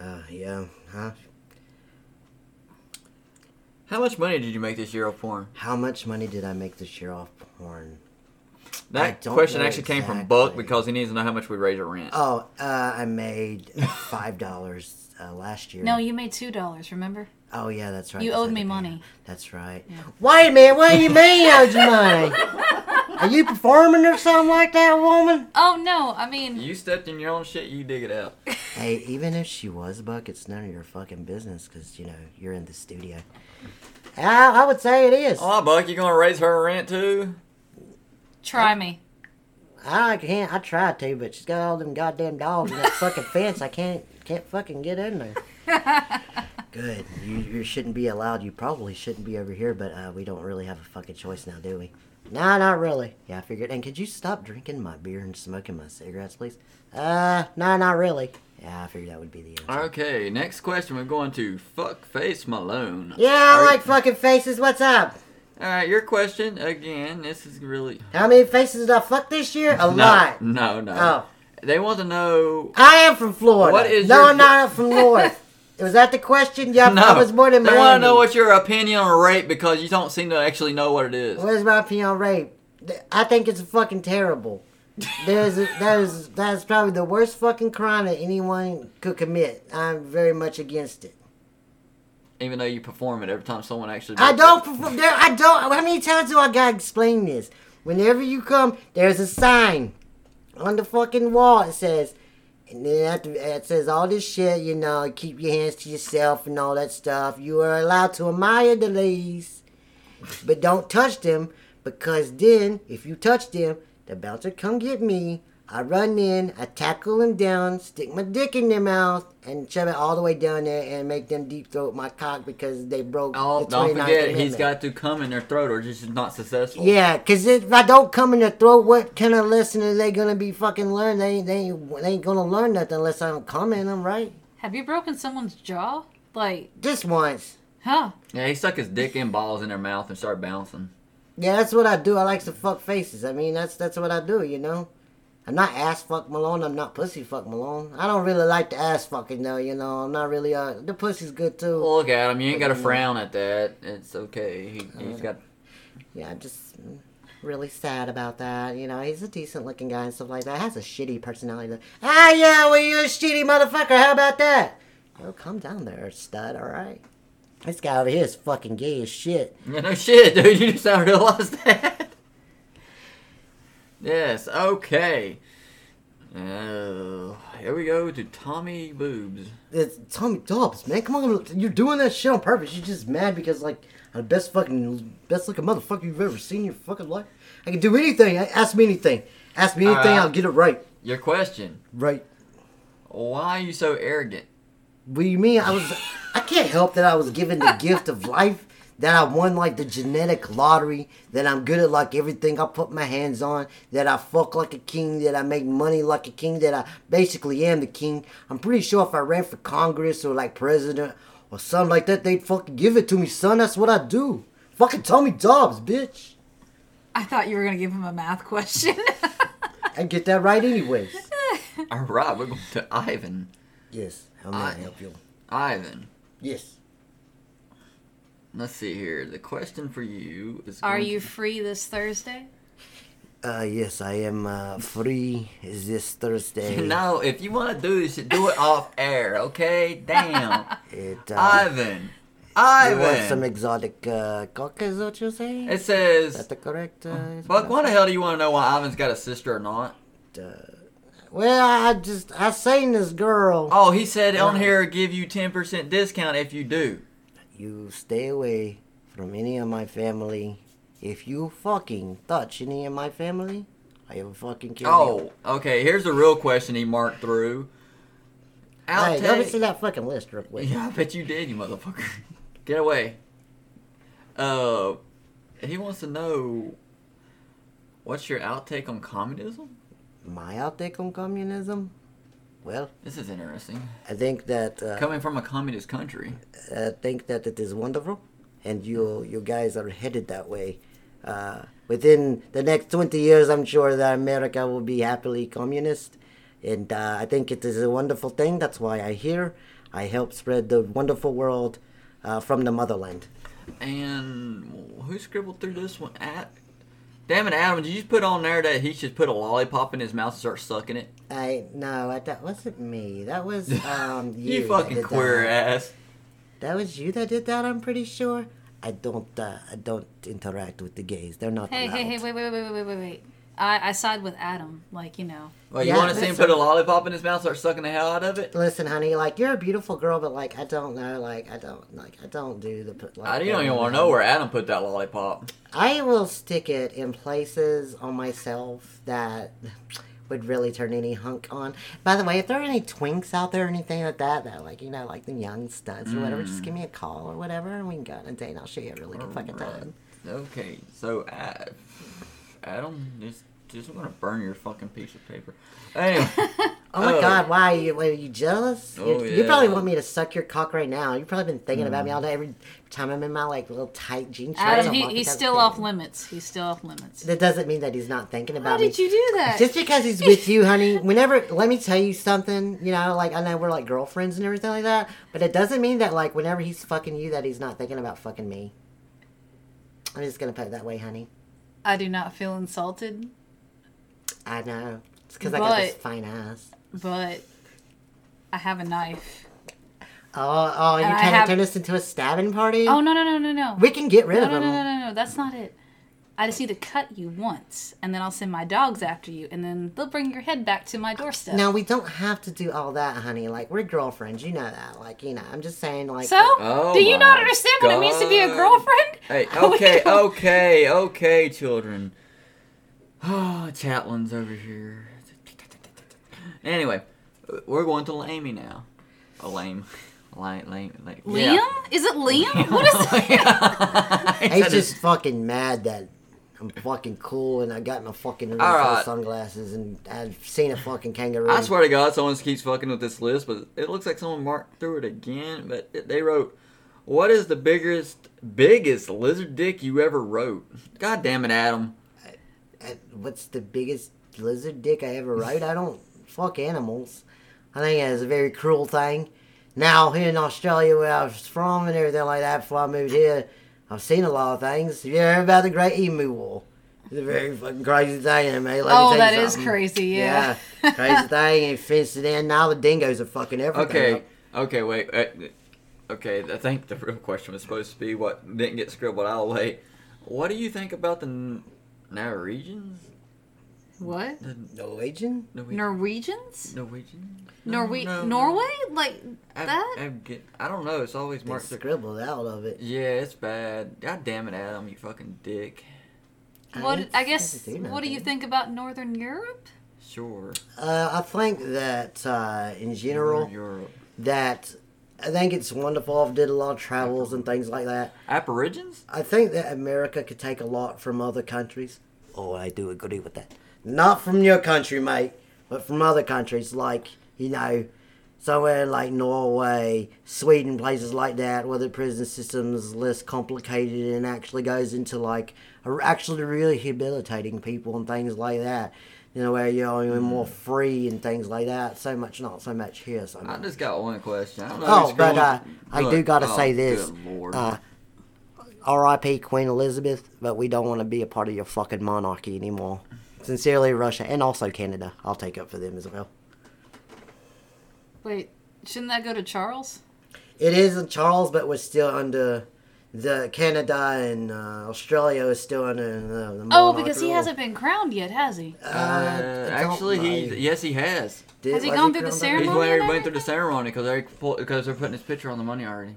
Speaker 2: Uh, yeah, huh?
Speaker 1: How much money did you make this year off porn?
Speaker 2: How much money did I make this year off porn? I
Speaker 1: That
Speaker 2: don't
Speaker 1: question
Speaker 2: know
Speaker 1: actually came from Buck
Speaker 2: exactly.
Speaker 1: because he needs to know how much we raise our rent.
Speaker 2: Oh, uh, I made five dollars uh, last year.
Speaker 3: No, you made two dollars. Remember?
Speaker 2: Oh yeah, that's right.
Speaker 3: You
Speaker 2: 'cause I
Speaker 3: owed
Speaker 2: had
Speaker 3: me
Speaker 2: to pay
Speaker 3: money.
Speaker 2: her. That's right.
Speaker 3: Yeah.
Speaker 2: Wait a minute. What do you mean you owed you money? Are you performing or something like that, woman?
Speaker 3: Oh no, I mean,
Speaker 1: You stepped in your own shit. You dig it out.
Speaker 2: Hey, even if she was Buck, it's none of your fucking business because you know you're in the studio. I, I would say it is.
Speaker 1: Oh, Buck, you gonna raise her rent too?
Speaker 3: try me.
Speaker 2: I can't. I tried to, but she's got all them goddamn dogs and that fucking fence. I can't can't fucking get in there. Good. You, you shouldn't be allowed. You probably shouldn't be over here, but uh, we don't really have a fucking choice now, do we? Nah, not really. Yeah, I figured. And could you stop drinking my beer and smoking my cigarettes, please? Uh, nah, not really. Yeah, I figured that would be the answer.
Speaker 1: Okay, next question. We're going to fuck face Malone.
Speaker 2: Yeah, I
Speaker 1: Are-
Speaker 2: like fucking faces. What's up?
Speaker 1: All right, your question again. This is really
Speaker 2: How many faces did I fuck this year? A lot.
Speaker 1: No, no.
Speaker 2: Oh,
Speaker 1: They want to know.
Speaker 2: I am from Florida.
Speaker 1: What is
Speaker 2: no,
Speaker 1: your-
Speaker 2: I'm not from North. Was that the question? Yeah,
Speaker 1: No,
Speaker 2: I was born in
Speaker 1: they
Speaker 2: Miami.
Speaker 1: want to know what your opinion on rape because you don't seem to actually know what it is.
Speaker 2: What is my opinion on rape? Th- I think it's fucking terrible. There's a, there's that's probably the worst fucking crime that anyone could commit. I'm very much against it.
Speaker 1: Even though you perform it every time someone actually.
Speaker 2: I
Speaker 1: rapes
Speaker 2: don't
Speaker 1: you.
Speaker 2: perform. There, I don't. How many times do I gotta explain this? Whenever you come, there's a sign on the fucking wall. It says, and then after, it says all this shit. You know, keep your hands to yourself and all that stuff. You are allowed to admire the ladies, but don't touch them because then if you touch them, the bouncer come get me. I run in, I tackle them down, stick my dick in their mouth, and shove it all the way down there and make them deep throat my cock because they broke.
Speaker 1: Oh,
Speaker 2: the
Speaker 1: don't
Speaker 2: 29th
Speaker 1: forget, he's
Speaker 2: Amendment.
Speaker 1: got to come in their throat or just not successful.
Speaker 2: Yeah, cause if I don't come in their throat, what kind of lesson are they gonna be fucking learn? They ain't, they ain't, they ain't gonna learn nothing unless I don't come in them, right?
Speaker 3: Have you broken someone's jaw? Like,
Speaker 2: Just once.
Speaker 3: huh?
Speaker 1: Yeah, he stuck his dick and balls in their mouth and started bouncing.
Speaker 2: Yeah, that's what I do. I like to fuck faces. I mean, that's that's what I do. You know, I'm not ass fuck Malone. I'm not pussy fuck Malone. I don't really like the ass fucking though. You know, I'm not really. Uh, the pussy's good too.
Speaker 1: Look at him. You ain't got to frown at that. It's okay. He, he's
Speaker 2: Uh.
Speaker 1: got.
Speaker 2: Yeah, I'm just mm, really sad about that. You know, he's a decent looking guy and stuff like that. Has a shitty personality. though. Ah, yeah, well you're a shitty motherfucker. How about that? Yo, come down there, stud. All right. This guy over here is fucking gay as shit.
Speaker 1: Yeah, no shit, dude. You just not realize that. yes. Okay. Uh, here we go to Tommy Boobs.
Speaker 2: It's Tommy Dobbs, man. Come on, you're doing that shit on purpose. You're just mad because like I'm the best fucking best looking motherfucker you've ever seen in your fucking life. I can do anything. Ask me anything. Ask me anything.
Speaker 1: Alright.
Speaker 2: I'll get it right.
Speaker 1: Your question.
Speaker 2: Right.
Speaker 1: Why are you so arrogant?
Speaker 2: What do you mean? I was. I can't help that I was given the gift of life. That I won like the genetic lottery. That I'm good at like everything I put my hands on. That I fuck like a king. That I make money like a king. That I basically am the king. I'm pretty sure if I ran for Congress or like president or something like that, they'd fucking give it to me, son. That's what I do. Fucking Tommy Dobbs, bitch.
Speaker 3: I thought you were gonna give him a math question.
Speaker 2: I get that right anyways.
Speaker 1: All right, we're going to Ivan.
Speaker 2: Yes. How may
Speaker 1: I-
Speaker 2: I help you?
Speaker 1: Ivan,
Speaker 2: Yes.
Speaker 1: let's see here. The question for you is.
Speaker 3: Are
Speaker 1: going
Speaker 3: you
Speaker 1: to-
Speaker 3: free this Thursday?
Speaker 2: Uh, yes, I am uh, free this Thursday.
Speaker 1: No, if you want to do this, shit, do it off air, okay? Damn.
Speaker 2: It, uh,
Speaker 1: Ivan.
Speaker 2: You want some
Speaker 1: Ivan.
Speaker 2: exotic uh, cock, is what you're saying?
Speaker 1: It
Speaker 2: Is that
Speaker 1: says,
Speaker 2: the correct? Uh,
Speaker 1: Buck, why the hell do you want to know why Ivan's got a sister or not?
Speaker 2: uh, Well, I just I seen this girl.
Speaker 1: Oh, he said on here, give you 10% discount if you do.
Speaker 2: You stay away from any of my family. If you fucking touch any of my family, I will fucking kill you.
Speaker 1: Oh, okay. Here's the real question he marked through.
Speaker 2: Hey, let me
Speaker 1: Outtake-
Speaker 2: see that fucking list real quick.
Speaker 1: Yeah, I bet you did, you motherfucker. Get away. Uh, he wants to know what's your outtake on communism?
Speaker 2: My outtake on communism. Well,
Speaker 1: This is interesting.
Speaker 2: I think that uh,
Speaker 1: Coming from a communist country.
Speaker 2: uh, think that it is wonderful, and you you guys are headed that way. Uh, within the next 20 years, I'm sure that America will be happily communist, and uh, I think it is a wonderful thing. That's why I here. I help spread the wonderful world uh, from the motherland.
Speaker 1: And who scribbled through this one? At damn it, Adam! Did you just put on there that he should put a lollipop in his mouth and start sucking it?
Speaker 2: I no, I, that wasn't me. That was um you.
Speaker 1: You,
Speaker 2: that
Speaker 1: fucking
Speaker 2: did that.
Speaker 1: queer ass.
Speaker 2: That was you that did that. I'm pretty sure. I don't. Uh, I don't interact with the gays. They're not
Speaker 3: Hey,
Speaker 2: allowed.
Speaker 3: hey, hey, wait, wait, wait, wait, wait, wait, wait. I, I side with Adam. Like, you know.
Speaker 1: Well,
Speaker 2: Yeah,
Speaker 1: you want to see him
Speaker 2: that's
Speaker 1: put a
Speaker 2: a-
Speaker 1: lollipop in his mouth, and start sucking the hell out of it?
Speaker 2: Listen, honey. Like you're a beautiful girl, but like I don't know. Like I don't. Like I don't do the. Like,
Speaker 1: I don't even want to know where Adam put that lollipop.
Speaker 2: I will stick it in places on myself that would really turn any hunk on. By the way, if there are any twinks out there or anything like that, that are like, you know, like the young stunts or whatever, just give me a call or whatever and we can go on a date and I'll show you a really good fucking
Speaker 1: Mm. Alright.
Speaker 2: time.
Speaker 1: Okay, so I, Adam just just want to burn your fucking piece of paper. Anyway,
Speaker 2: Oh my
Speaker 1: Oh.
Speaker 2: god, why are you, why, are you jealous?
Speaker 1: Oh,
Speaker 2: You're- You probably
Speaker 1: yeah. Mm.
Speaker 2: want me to suck your cock right now. You've probably been thinking about me all day every time I'm in my like little tight jean shorts.
Speaker 3: Adam,
Speaker 2: I'm
Speaker 3: he,
Speaker 2: walking
Speaker 3: he's
Speaker 2: down the
Speaker 3: still
Speaker 2: street.
Speaker 3: off limits. He's still off limits.
Speaker 2: That doesn't mean that he's not thinking about
Speaker 3: How
Speaker 2: me.
Speaker 3: did you do that?
Speaker 2: Just because he's with you, honey, whenever, let me tell you something, you know, like, I know we're like girlfriends and everything like that, but it doesn't mean that, like, whenever he's fucking you, that he's not thinking about fucking me. I'm just gonna put it that way, honey.
Speaker 3: I do not feel insulted,
Speaker 2: I know. It's because I got this
Speaker 3: But-
Speaker 2: fine ass.
Speaker 3: but I have a knife.
Speaker 2: Oh, oh, you
Speaker 3: And I
Speaker 2: trying
Speaker 3: have-
Speaker 2: to turn this into a stabbing party?
Speaker 3: Oh, no, no, no, no, no.
Speaker 2: We can get rid
Speaker 3: No,
Speaker 2: of
Speaker 3: no,
Speaker 2: him.
Speaker 3: no, no, no, no. That's not it. I just need to cut you once, and then I'll send my dogs after you, and then they'll bring your head back to my doorstep.
Speaker 2: No, we don't have to do all that, honey. Like, we're girlfriends. You know that. Like, you know, I'm just saying, like.
Speaker 3: So,
Speaker 1: Oh
Speaker 3: do you
Speaker 1: my
Speaker 3: not understand what it means to be a
Speaker 1: God.
Speaker 3: girlfriend?
Speaker 1: hey,
Speaker 3: We
Speaker 1: okay,
Speaker 3: don't-
Speaker 1: okay, okay, children. Oh, Chatlin's over here. Anyway, we're going to Lamey now. A lame. Lame, lame, lame.
Speaker 3: Liam? Is it Liam? What is it?
Speaker 2: He's just fucking mad that I'm fucking cool and I got my fucking really
Speaker 1: All
Speaker 2: cool
Speaker 1: right.
Speaker 2: sunglasses and I've seen a fucking kangaroo.
Speaker 1: I swear to God, someone keeps fucking with this list, but it looks like someone marked through it again. But it- they wrote, "What is the biggest, biggest lizard dick you ever wrote?" God damn it, Adam.
Speaker 2: Uh, What's the biggest lizard dick I ever rode? I don't fuck animals. I think it's a very cruel thing. Now here in Australia, where I was from and everything like that, before I moved here, I've seen a lot of things. Have you heard about the Great Emu War? It's a very fucking crazy thing, and mate. Let me
Speaker 3: Oh,
Speaker 2: tell you
Speaker 3: that is
Speaker 2: something.
Speaker 3: crazy, yeah.
Speaker 2: crazy thing, and fenced it in. Now the dingoes are fucking everything. up.
Speaker 1: Okay, okay, wait. wait. Okay, I think the real question was supposed to be what didn't get scribbled out late. What do you think about the N- Norwegians?
Speaker 3: What?
Speaker 1: The
Speaker 2: Norwegian?
Speaker 1: Norwe-
Speaker 3: Norwegians?
Speaker 1: Norwegian?
Speaker 3: Norwe-
Speaker 1: No, no.
Speaker 3: Norway? Like
Speaker 1: I,
Speaker 3: that?
Speaker 1: I, get- I don't know. It's always
Speaker 2: They
Speaker 1: marked. through-
Speaker 2: scribbled out of it.
Speaker 1: Yeah, it's bad. God damn it, Adam, you fucking dick.
Speaker 3: what?
Speaker 2: ain't
Speaker 3: I guess.
Speaker 2: supposed to
Speaker 3: What do you
Speaker 2: nothing.
Speaker 3: think about Northern Europe?
Speaker 1: Sure.
Speaker 2: Uh, I think that uh, in general,
Speaker 1: Europe.
Speaker 2: that I think it's wonderful. I've did a lot of travels and things like that.
Speaker 1: Aborigines?
Speaker 2: I think that America could take a lot from other countries. Oh, I do agree with that. Not from your country, mate, but from other countries like you know, somewhere like Norway, Sweden, places like that, where the prison system is less complicated and actually goes into like are actually rehabilitating people and things like that. You know, where you're even more free and things like that. So much, not so much here. So
Speaker 1: I
Speaker 2: much.
Speaker 1: just got one question. I don't know
Speaker 2: Oh,
Speaker 1: who's
Speaker 2: but
Speaker 1: going-
Speaker 2: uh, I do
Speaker 1: Look,
Speaker 2: gotta
Speaker 1: oh,
Speaker 2: say this.
Speaker 1: Good lord.
Speaker 2: Uh, R.I.P. Queen Elizabeth, but we don't want to be a part of your fucking monarchy anymore. Sincerely, Russia and also Canada. I'll take up for them as well.
Speaker 3: Wait, shouldn't that go to Charles?
Speaker 2: It is Charles, but we're still under the Canada and uh, Australia is still under the, the
Speaker 3: Oh, because he
Speaker 2: monarch
Speaker 3: hasn't been crowned yet, has he?
Speaker 2: rule.
Speaker 1: Uh,
Speaker 2: I don't
Speaker 1: actually,
Speaker 2: know.
Speaker 1: he yes, he has.
Speaker 2: Did-
Speaker 3: Has he
Speaker 2: was
Speaker 3: gone through the
Speaker 2: crowned
Speaker 1: He's
Speaker 2: under-
Speaker 3: Ceremony
Speaker 1: went,
Speaker 3: and
Speaker 1: went through the
Speaker 3: everything?
Speaker 1: ceremony because they're pull- because they're putting his picture on the money already.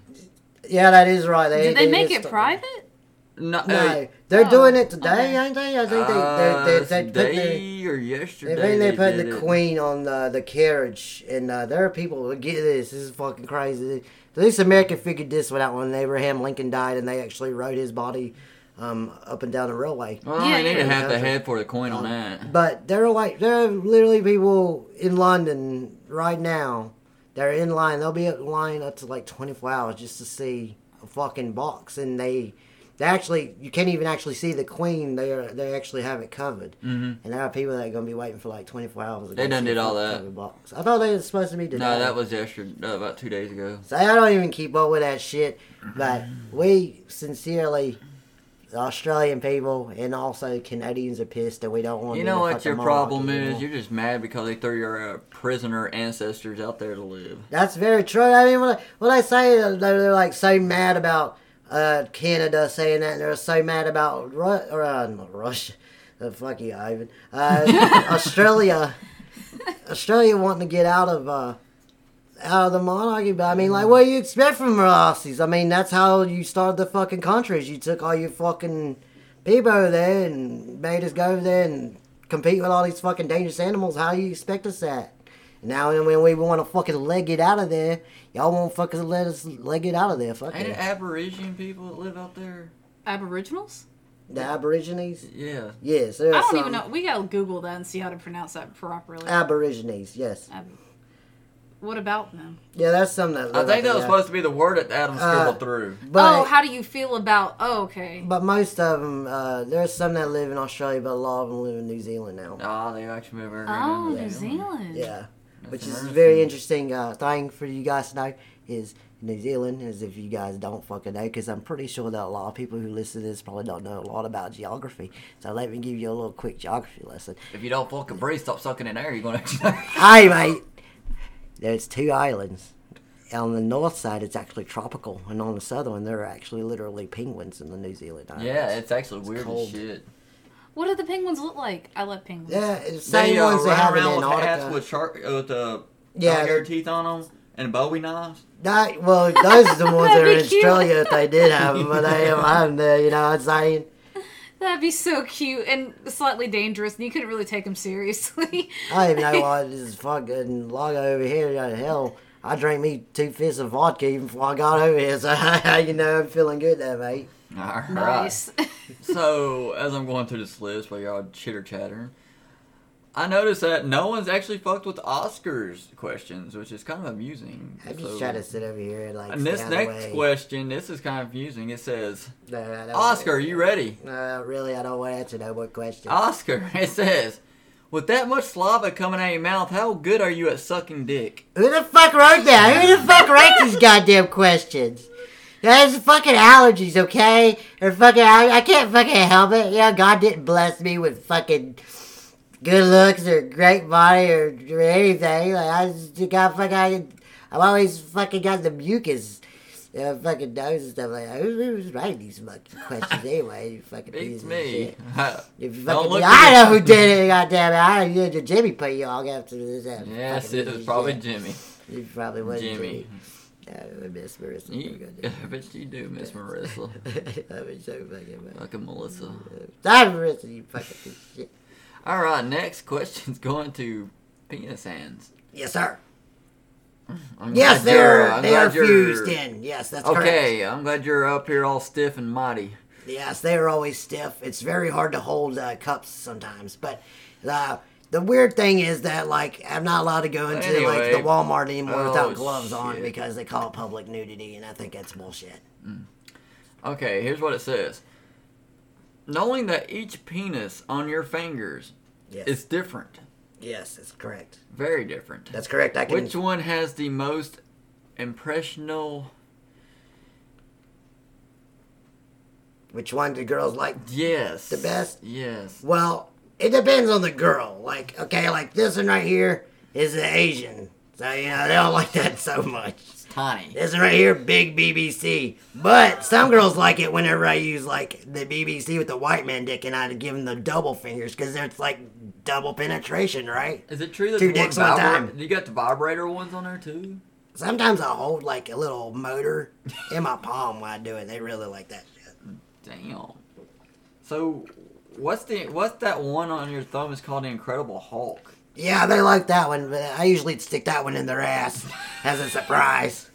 Speaker 2: Yeah, that is right. They,
Speaker 3: Did they
Speaker 2: they
Speaker 3: make
Speaker 2: just-
Speaker 3: it private?
Speaker 1: No,
Speaker 2: No,
Speaker 1: hey,
Speaker 2: they're
Speaker 3: Oh,
Speaker 2: doing it today,
Speaker 3: okay.
Speaker 2: ain't they? I think
Speaker 1: uh,
Speaker 2: they they they, they put the,
Speaker 1: today or
Speaker 2: They
Speaker 1: yesterday.
Speaker 2: think they put
Speaker 1: did
Speaker 2: the
Speaker 1: it.
Speaker 2: queen on the, the carriage, and uh, there are people who get this. This is fucking crazy. At least America figured this one out when Abraham Lincoln died, and they actually rode his body um, up and down the railway.
Speaker 1: Well,
Speaker 3: Yeah,
Speaker 1: I need
Speaker 3: yeah.
Speaker 1: to have the head for the coin on that.
Speaker 2: But there are like there are literally people in London right now. They're in line. They'll be in line up to like twenty four hours just to see a fucking box, and they They actually, you can't even actually see the queen. They are, they actually have it covered,
Speaker 1: Mm-hmm.
Speaker 2: and there are people that are gonna be waiting for like 24 hours. to
Speaker 1: They
Speaker 2: go
Speaker 1: done
Speaker 2: see
Speaker 1: did all
Speaker 2: the
Speaker 1: that.
Speaker 2: covered Box. I thought they was supposed to be today.
Speaker 1: No, that was yesterday, uh, about two days ago.
Speaker 2: So I don't even keep up with that shit. But we sincerely, the Australian people and also Canadians are pissed that we don't want.
Speaker 1: You
Speaker 2: to be
Speaker 1: know what
Speaker 2: the fucking
Speaker 1: your
Speaker 2: monarchy
Speaker 1: problem is?
Speaker 2: anymore.
Speaker 1: You're just mad because they threw your uh, prisoner ancestors out there to live.
Speaker 2: That's very true. I mean, when I, when I say that they're, they're like so mad about uh, Canada saying that, and they're so mad about Ru- or, uh, not Russia, uh, fuck you, Ivan, uh, Australia, Australia wanting to get out of uh, out of the monarchy. But I mean, like, what do you expect from the Aussies? I mean, that's how you started the fucking country. is You took all your fucking people over there and made us go over there and compete with all these fucking dangerous animals. How you expect us at? Now and when we want to fucking leg it out of there, y'all won't fucking let us leg it out of there. Fuck
Speaker 1: Ain't it
Speaker 2: it.
Speaker 1: Aborigine people that live out there?
Speaker 3: Aboriginals?
Speaker 2: The Aborigines?
Speaker 1: Yeah.
Speaker 2: Yes, um, uh, there
Speaker 3: I
Speaker 2: are
Speaker 3: don't
Speaker 2: some
Speaker 3: even know. We gotta Google that and see how to pronounce that properly.
Speaker 2: Aborigines. Yes,
Speaker 3: Ab- what about them?
Speaker 2: yeah, that's some that.
Speaker 1: I think
Speaker 2: live out
Speaker 1: that was
Speaker 2: there.
Speaker 1: supposed to be the word that Adam scribbled
Speaker 2: Uh,
Speaker 1: through.
Speaker 2: But,
Speaker 3: oh, how do you feel about? Oh, okay.
Speaker 2: but most of them, uh, there's some that live in Australia, but a lot of them live in New Zealand now.
Speaker 1: Ah, they actually moved over.
Speaker 3: Oh,
Speaker 1: to
Speaker 3: New Zealand.
Speaker 2: Yeah,
Speaker 1: That's
Speaker 2: which is a
Speaker 1: interesting.
Speaker 2: very interesting uh, thing for you guys to know is New Zealand is if you guys don't fucking know, because I'm pretty sure that a lot of people who listen to this probably don't know a lot about geography. So let me give you a little quick geography lesson.
Speaker 1: If you don't fucking breathe, stop sucking in air, you're going to.
Speaker 2: Hey, mate. There's two islands. On the north side, it's actually tropical, and on the southern one, there are actually literally penguins in the New Zealand islands.
Speaker 1: yeah, it's actually weird
Speaker 2: cold.
Speaker 1: as shit.
Speaker 3: What do the penguins look like? I love penguins.
Speaker 2: yeah, it's the same
Speaker 1: they uh,
Speaker 2: ones they
Speaker 1: run
Speaker 2: have in
Speaker 1: around with hats
Speaker 2: Antarctica.
Speaker 1: with shark uh, with uh,
Speaker 2: Yeah,
Speaker 1: alligator
Speaker 2: they-
Speaker 1: teeth on them and Bowie knives.
Speaker 2: That, well, those are the ones that are in
Speaker 3: That'd be cute.
Speaker 2: Australia if they did have them, but they don't have them there, you know what I'm saying?
Speaker 3: That'd be so cute and slightly dangerous, and you couldn't really take them seriously.
Speaker 2: I don't even know why this is fucking lager over here. you know, Hell, I drank me two fists of vodka even before I got over here, so you know I'm feeling good there, mate.
Speaker 1: All right.
Speaker 3: nice.
Speaker 1: so as I'm going through this list while y'all chitter chattering, I noticed that no one's actually fucked with Oscars questions, which is kind of amusing.
Speaker 2: I'm just
Speaker 1: So-
Speaker 2: trying to sit over here and like.
Speaker 1: and this
Speaker 2: stay out of the
Speaker 1: next
Speaker 2: way.
Speaker 1: question, this is kind of confusing. It says,
Speaker 2: No, I don't-
Speaker 1: "Oscar, are you ready?"
Speaker 2: Uh, really, I don't want to answer no more questions.
Speaker 1: Oh. Oscar, it says, "With that much saliva coming out of your mouth, how good are you at sucking dick?"
Speaker 2: Who the fuck wrote that? Who the fuck wrote these goddamn questions? That's fucking allergies, okay? Or fucking, I, I can't fucking help it. You know, God didn't bless me with fucking good looks or great body or, or anything. Like, I just got fucking, I've always fucking got the mucus. You know, fucking nose and stuff like that. Who, who's writing these fucking questions anyway? You fucking
Speaker 1: Beats
Speaker 2: pieces of
Speaker 1: me.
Speaker 2: shit. If you
Speaker 1: Don't
Speaker 2: fucking,
Speaker 1: look
Speaker 2: I
Speaker 1: at
Speaker 2: know
Speaker 1: me.
Speaker 2: who did it, goddamn it. I know you- Jimmy put you all after this. uh,
Speaker 1: yes,
Speaker 2: fucking
Speaker 1: it
Speaker 2: piece
Speaker 1: was
Speaker 2: of
Speaker 1: probably
Speaker 2: shit.
Speaker 1: Jimmy.
Speaker 2: You probably was
Speaker 1: Jimmy.
Speaker 2: Jimmy. I miss Marissa.
Speaker 1: You, I bet you do, Miss Marissa.
Speaker 2: That was so fucking bad.
Speaker 1: Fucking Melissa.
Speaker 2: Sorry, Marissa, you fucking piece of shit.
Speaker 1: All right, next question's going to penis hands.
Speaker 2: Yes, sir.
Speaker 1: I'm
Speaker 2: Yes,
Speaker 1: glad you're-
Speaker 2: they're,
Speaker 1: I'm
Speaker 2: they're
Speaker 1: glad you're-
Speaker 2: fused in. Yes, that's correct.
Speaker 1: Okay, I'm glad you're up here all stiff and mighty.
Speaker 2: Yes, they are always stiff. It's very hard to hold uh, cups sometimes. But uh, the weird thing is that, like, I'm not allowed to go into, like,
Speaker 1: Anyway.
Speaker 2: the Walmart anymore
Speaker 1: Oh,
Speaker 2: without gloves on
Speaker 1: shit.
Speaker 2: because they call it public nudity, and I think that's bullshit.
Speaker 1: Okay, here's what it says. Knowing that each penis on your fingers
Speaker 2: Yes,
Speaker 1: is different,
Speaker 2: yes, that's correct.
Speaker 1: very different.
Speaker 2: That's correct. I can.
Speaker 1: Which one has the most impressional?
Speaker 2: which one do girls like
Speaker 1: Yes.
Speaker 2: The best?
Speaker 1: Yes.
Speaker 2: Well, it depends on the girl. Like, okay, like this one right here is an Asian. So, you know, they don't like that so much.
Speaker 1: It's tiny.
Speaker 2: This one right here, big BBC. But some girls like it whenever I use, like, the BBC with the white man dick and I give them the double fingers because it's like double penetration, right?
Speaker 1: Is it true that
Speaker 2: Two
Speaker 1: the one
Speaker 2: dicks one
Speaker 1: vibra-
Speaker 2: time.
Speaker 1: You got the vibrator ones on there too.
Speaker 2: Sometimes I hold, like, a little motor in my palm while I do it. They really like that shit.
Speaker 1: Damn. So, what's the what's that one on your thumb is called the Incredible Hulk?
Speaker 2: Yeah, they like that one, but I usually stick that one in their ass as a surprise.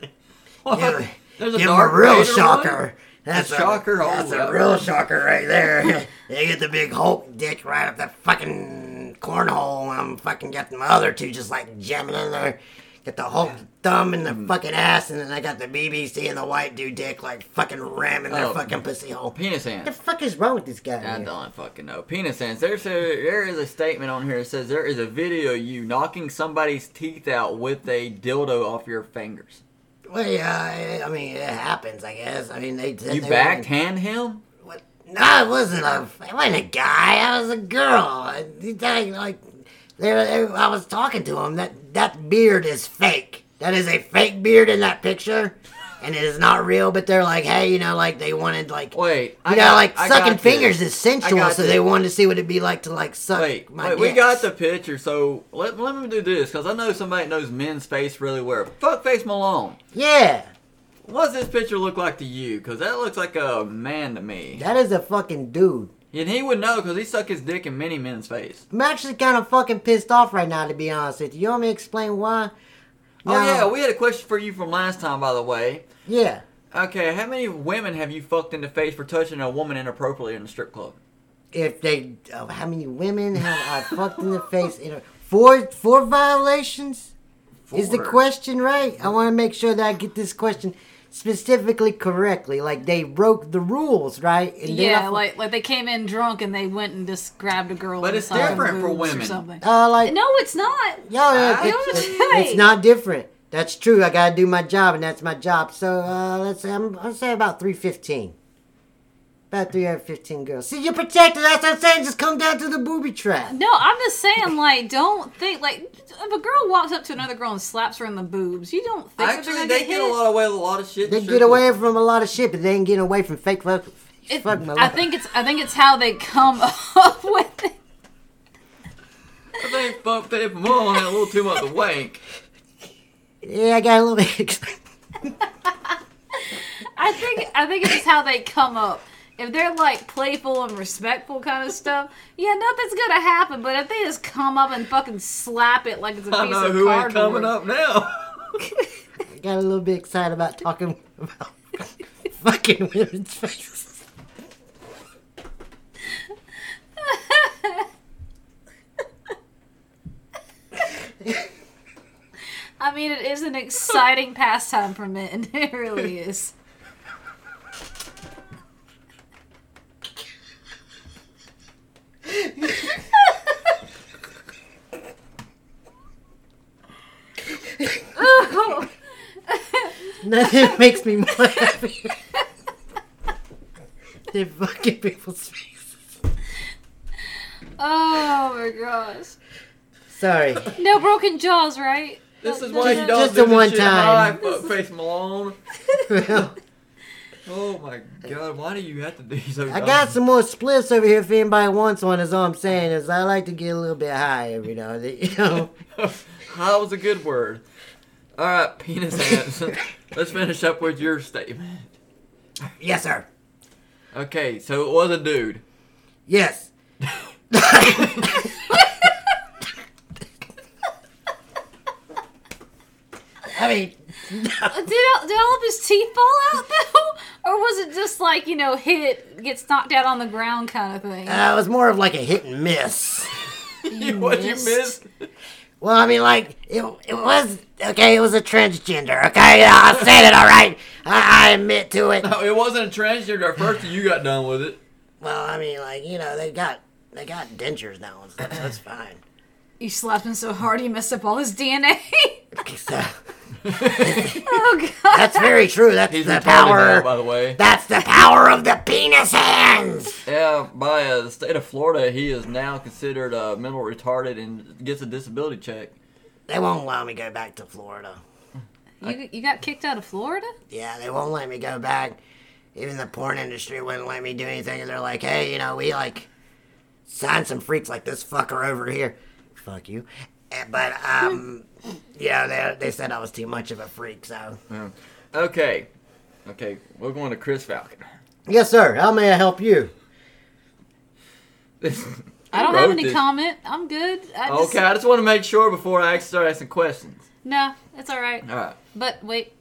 Speaker 2: Yeah,
Speaker 1: There's
Speaker 2: Give 'em a real
Speaker 1: Vader
Speaker 2: shocker.
Speaker 1: one?
Speaker 2: That's
Speaker 1: A shocker? Oh,
Speaker 2: That's
Speaker 1: yeah.
Speaker 2: a real shocker right there. they get the big Hulk dick right up that fucking cornhole, and I'm fucking got my other two just like jamming in there. Got the whole thumb in the
Speaker 1: Hmm.
Speaker 2: fucking ass, and then I got the BBC and the white dude dick like fucking ramming their
Speaker 1: Oh.
Speaker 2: fucking pussy hole.
Speaker 1: Penis
Speaker 2: What
Speaker 1: ants.
Speaker 2: the fuck is wrong with this guy?
Speaker 1: I
Speaker 2: here?
Speaker 1: don't fucking know. Penis ants. There's a, there is a statement on here that says there is a video of you knocking somebody's teeth out with a dildo off your fingers.
Speaker 2: Well, yeah, I- I mean, it happens, I guess. I mean, they said
Speaker 1: You
Speaker 2: they
Speaker 1: backhand him?
Speaker 2: were- What? No, it wasn't a. It wasn't a guy. I was a girl. And he died, like, they were- they- I was talking to him. That that beard is fake. That is a fake beard in that picture, and it is not real. But they're like, hey, you know, like they wanted like.
Speaker 1: Wait,
Speaker 2: You know, like
Speaker 1: I
Speaker 2: sucking
Speaker 1: got
Speaker 2: fingers
Speaker 1: this.
Speaker 2: is sensual,
Speaker 1: got
Speaker 2: so
Speaker 1: this.
Speaker 2: they wanted to see what it'd be like to like suck
Speaker 1: Wait,
Speaker 2: my
Speaker 1: wait we
Speaker 2: dicks.
Speaker 1: got the picture, so let, let me do this, because I know somebody knows men's face really well. Fuckface Malone,
Speaker 2: yeah.
Speaker 1: what does this picture look like to you? Because that looks like a man to me.
Speaker 2: That is a fucking dude.
Speaker 1: And he would know, because he stuck his dick in many men's face.
Speaker 2: I'm actually kind of fucking pissed off right now, to be honest with you. You want me to explain why?
Speaker 1: Oh,
Speaker 2: Now-
Speaker 1: yeah, we had a question for you from last time, by the way.
Speaker 2: yeah.
Speaker 1: Okay, how many women have you fucked in the face for touching a woman inappropriately in a strip club?
Speaker 2: If they, oh, how many women have I fucked in the face? In a, four, four violations is the
Speaker 1: Four.
Speaker 2: question, right? I want to make sure that I get this question specifically correctly. Like they broke the rules, right? And then I
Speaker 3: Yeah,
Speaker 2: fu-
Speaker 3: like like they came in drunk and they went and just grabbed a girl.
Speaker 1: But
Speaker 3: and
Speaker 1: it's
Speaker 3: saw her
Speaker 1: different for
Speaker 3: boobs
Speaker 1: women.
Speaker 3: Or something.
Speaker 2: uh, like
Speaker 3: No, it's not.
Speaker 2: Yo, yeah,
Speaker 1: I
Speaker 2: it's,
Speaker 3: was
Speaker 2: it's-
Speaker 3: right.
Speaker 2: it's not different. That's true. I gotta do my job, and that's my job. So uh, let's say I'm, I'll say about three fifteen. About three hundred fifteen girls. See, you're protected. That's what I'm saying. Just come down to the booby trap.
Speaker 3: No, I'm just saying, like, don't think like if a girl walks up to another girl and slaps her in the boobs, you don't think that
Speaker 1: Actually,
Speaker 3: they're gonna
Speaker 1: they
Speaker 3: get,
Speaker 1: get
Speaker 3: hit.
Speaker 1: a lot away with a lot of shit. in
Speaker 2: They
Speaker 1: strip
Speaker 2: get away
Speaker 1: clubs.
Speaker 2: from a lot of shit, but they ain't getting away from fake fuck.
Speaker 3: It-
Speaker 2: fuck my
Speaker 3: I
Speaker 2: life.
Speaker 3: think it's I think it's how they come up with it.
Speaker 1: I think Fuckface Malone had a little too much to wank.
Speaker 2: yeah, I got a little bit. excited.
Speaker 3: I think I think it's just how they come up. If they're like playful and respectful kind of stuff, yeah, nothing's gonna happen. But if they just come up and fucking slap it like it's a piece
Speaker 1: I know
Speaker 3: of
Speaker 1: who ain't coming
Speaker 3: cardboard,
Speaker 1: up now.
Speaker 2: I got a little bit excited about talking about fucking women's faces.
Speaker 3: I mean, it is an exciting pastime for men. It really is. Ooh.
Speaker 2: Nothing makes me more happy than fucking people's faces.
Speaker 3: Oh my gosh.
Speaker 2: Sorry.
Speaker 3: No broken jaws, right?
Speaker 1: This is
Speaker 3: Just-
Speaker 1: why you don't
Speaker 2: just
Speaker 1: do
Speaker 2: the
Speaker 1: this
Speaker 2: one
Speaker 1: shit.
Speaker 2: time.
Speaker 1: Hi, Fuckface Malone.
Speaker 2: Well,
Speaker 1: Oh my god, why do you have to do so
Speaker 2: I
Speaker 1: dumb?
Speaker 2: got some more splits over here if anybody wants one. Is all I'm saying is I like to get a little bit high every now and then. You know,
Speaker 1: How was a good word? Alright, penis ants. Let's finish up with your statement.
Speaker 2: yes, sir.
Speaker 1: Okay, so it was a dude.
Speaker 2: Yes. I mean,
Speaker 3: Uh, Did all, did all of his teeth fall out though, or was it just like you know hit gets knocked out on the ground kind of thing?
Speaker 2: uh, it was more of like a hit and miss.
Speaker 1: You what you
Speaker 3: missed.
Speaker 1: missed?
Speaker 2: Well, I mean, like it, it was okay. It was a transgender. Okay, yeah, I said it. All right, I, I admit to it.
Speaker 1: No, it wasn't a transgender at first you got done with it.
Speaker 2: Well, I mean, like you know, they got they got dentures now and stuff. So that's fine.
Speaker 3: You slapped him so hard he messed up all his DNA.
Speaker 2: So,
Speaker 3: oh god!
Speaker 2: that's very true. That's
Speaker 1: He's
Speaker 2: the
Speaker 1: retarded now,
Speaker 2: power.
Speaker 1: by the way.
Speaker 2: That's the power of the penis hands.
Speaker 1: Yeah, by uh, the state of Florida, he is now considered uh, mental retarded and gets a disability check.
Speaker 2: They won't allow me go back to Florida.
Speaker 3: You, you got kicked out of Florida?
Speaker 2: Yeah, they won't let me go back. Even the porn industry wouldn't let me do anything. They're like, hey, you know, we like signed some freaks like this fucker over here. Fuck you. Eh, But um, yeah, they they said I was too much of a freak. So
Speaker 1: Okay. Okay, we're going to Chris Falcon.
Speaker 2: yes, sir. How may I help you?
Speaker 3: I don't
Speaker 1: Who
Speaker 3: have
Speaker 1: wrote
Speaker 3: any
Speaker 1: this?
Speaker 3: comment. I'm good. I just,
Speaker 1: Okay, I just want to make sure before I start asking questions.
Speaker 3: No, it's all right.
Speaker 1: All right.
Speaker 3: But wait,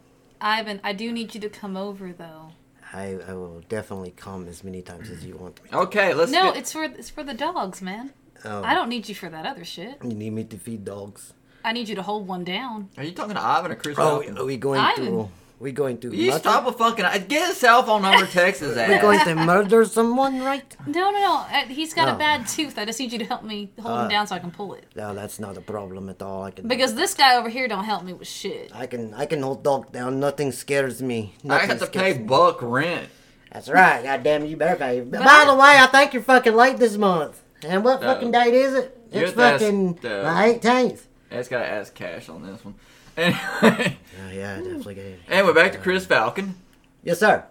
Speaker 3: Ivan, I do need you to come over though.
Speaker 2: I, I will definitely come as many times as you want me.
Speaker 1: Okay, let's.
Speaker 3: No,
Speaker 1: get-
Speaker 3: it's for it's for the dogs, man.
Speaker 2: Oh,
Speaker 3: I don't need you for that other shit.
Speaker 2: You need me to feed dogs.
Speaker 3: I need you to hold one down.
Speaker 1: Are you talking to Ivan or Chris?
Speaker 2: Oh,
Speaker 1: Elton?
Speaker 2: are we going
Speaker 3: Ivan.
Speaker 2: through? We going through?
Speaker 1: you
Speaker 2: murder?
Speaker 1: stop a fucking. uh, Get his cell phone number. Text his
Speaker 2: We
Speaker 1: ass.
Speaker 2: going to murder someone, right?
Speaker 3: No, no, no. uh, He's got
Speaker 2: No.
Speaker 3: a bad tooth. I just need you to help me hold
Speaker 1: Uh.
Speaker 3: him down so I can pull it.
Speaker 2: No, that's not a problem at all. I can.
Speaker 3: Because this guy over here don't help me with shit.
Speaker 2: I can I can hold dog down. Nothing scares me.
Speaker 1: I
Speaker 2: Nothing
Speaker 1: have to pay
Speaker 2: scares me.
Speaker 1: Buck rent.
Speaker 2: That's right. God damn you, better pay. By the way, I think you're fucking late this month. And what
Speaker 1: No.
Speaker 2: fucking date is it?
Speaker 1: You're
Speaker 2: It's
Speaker 1: that's-
Speaker 2: fucking
Speaker 1: no.
Speaker 2: the eighteenth.
Speaker 1: That's gotta ask cash on this one. Anyway,
Speaker 2: Oh yeah, I definitely got it.
Speaker 1: anyway, back to Chris Falcon.
Speaker 2: Yes, sir.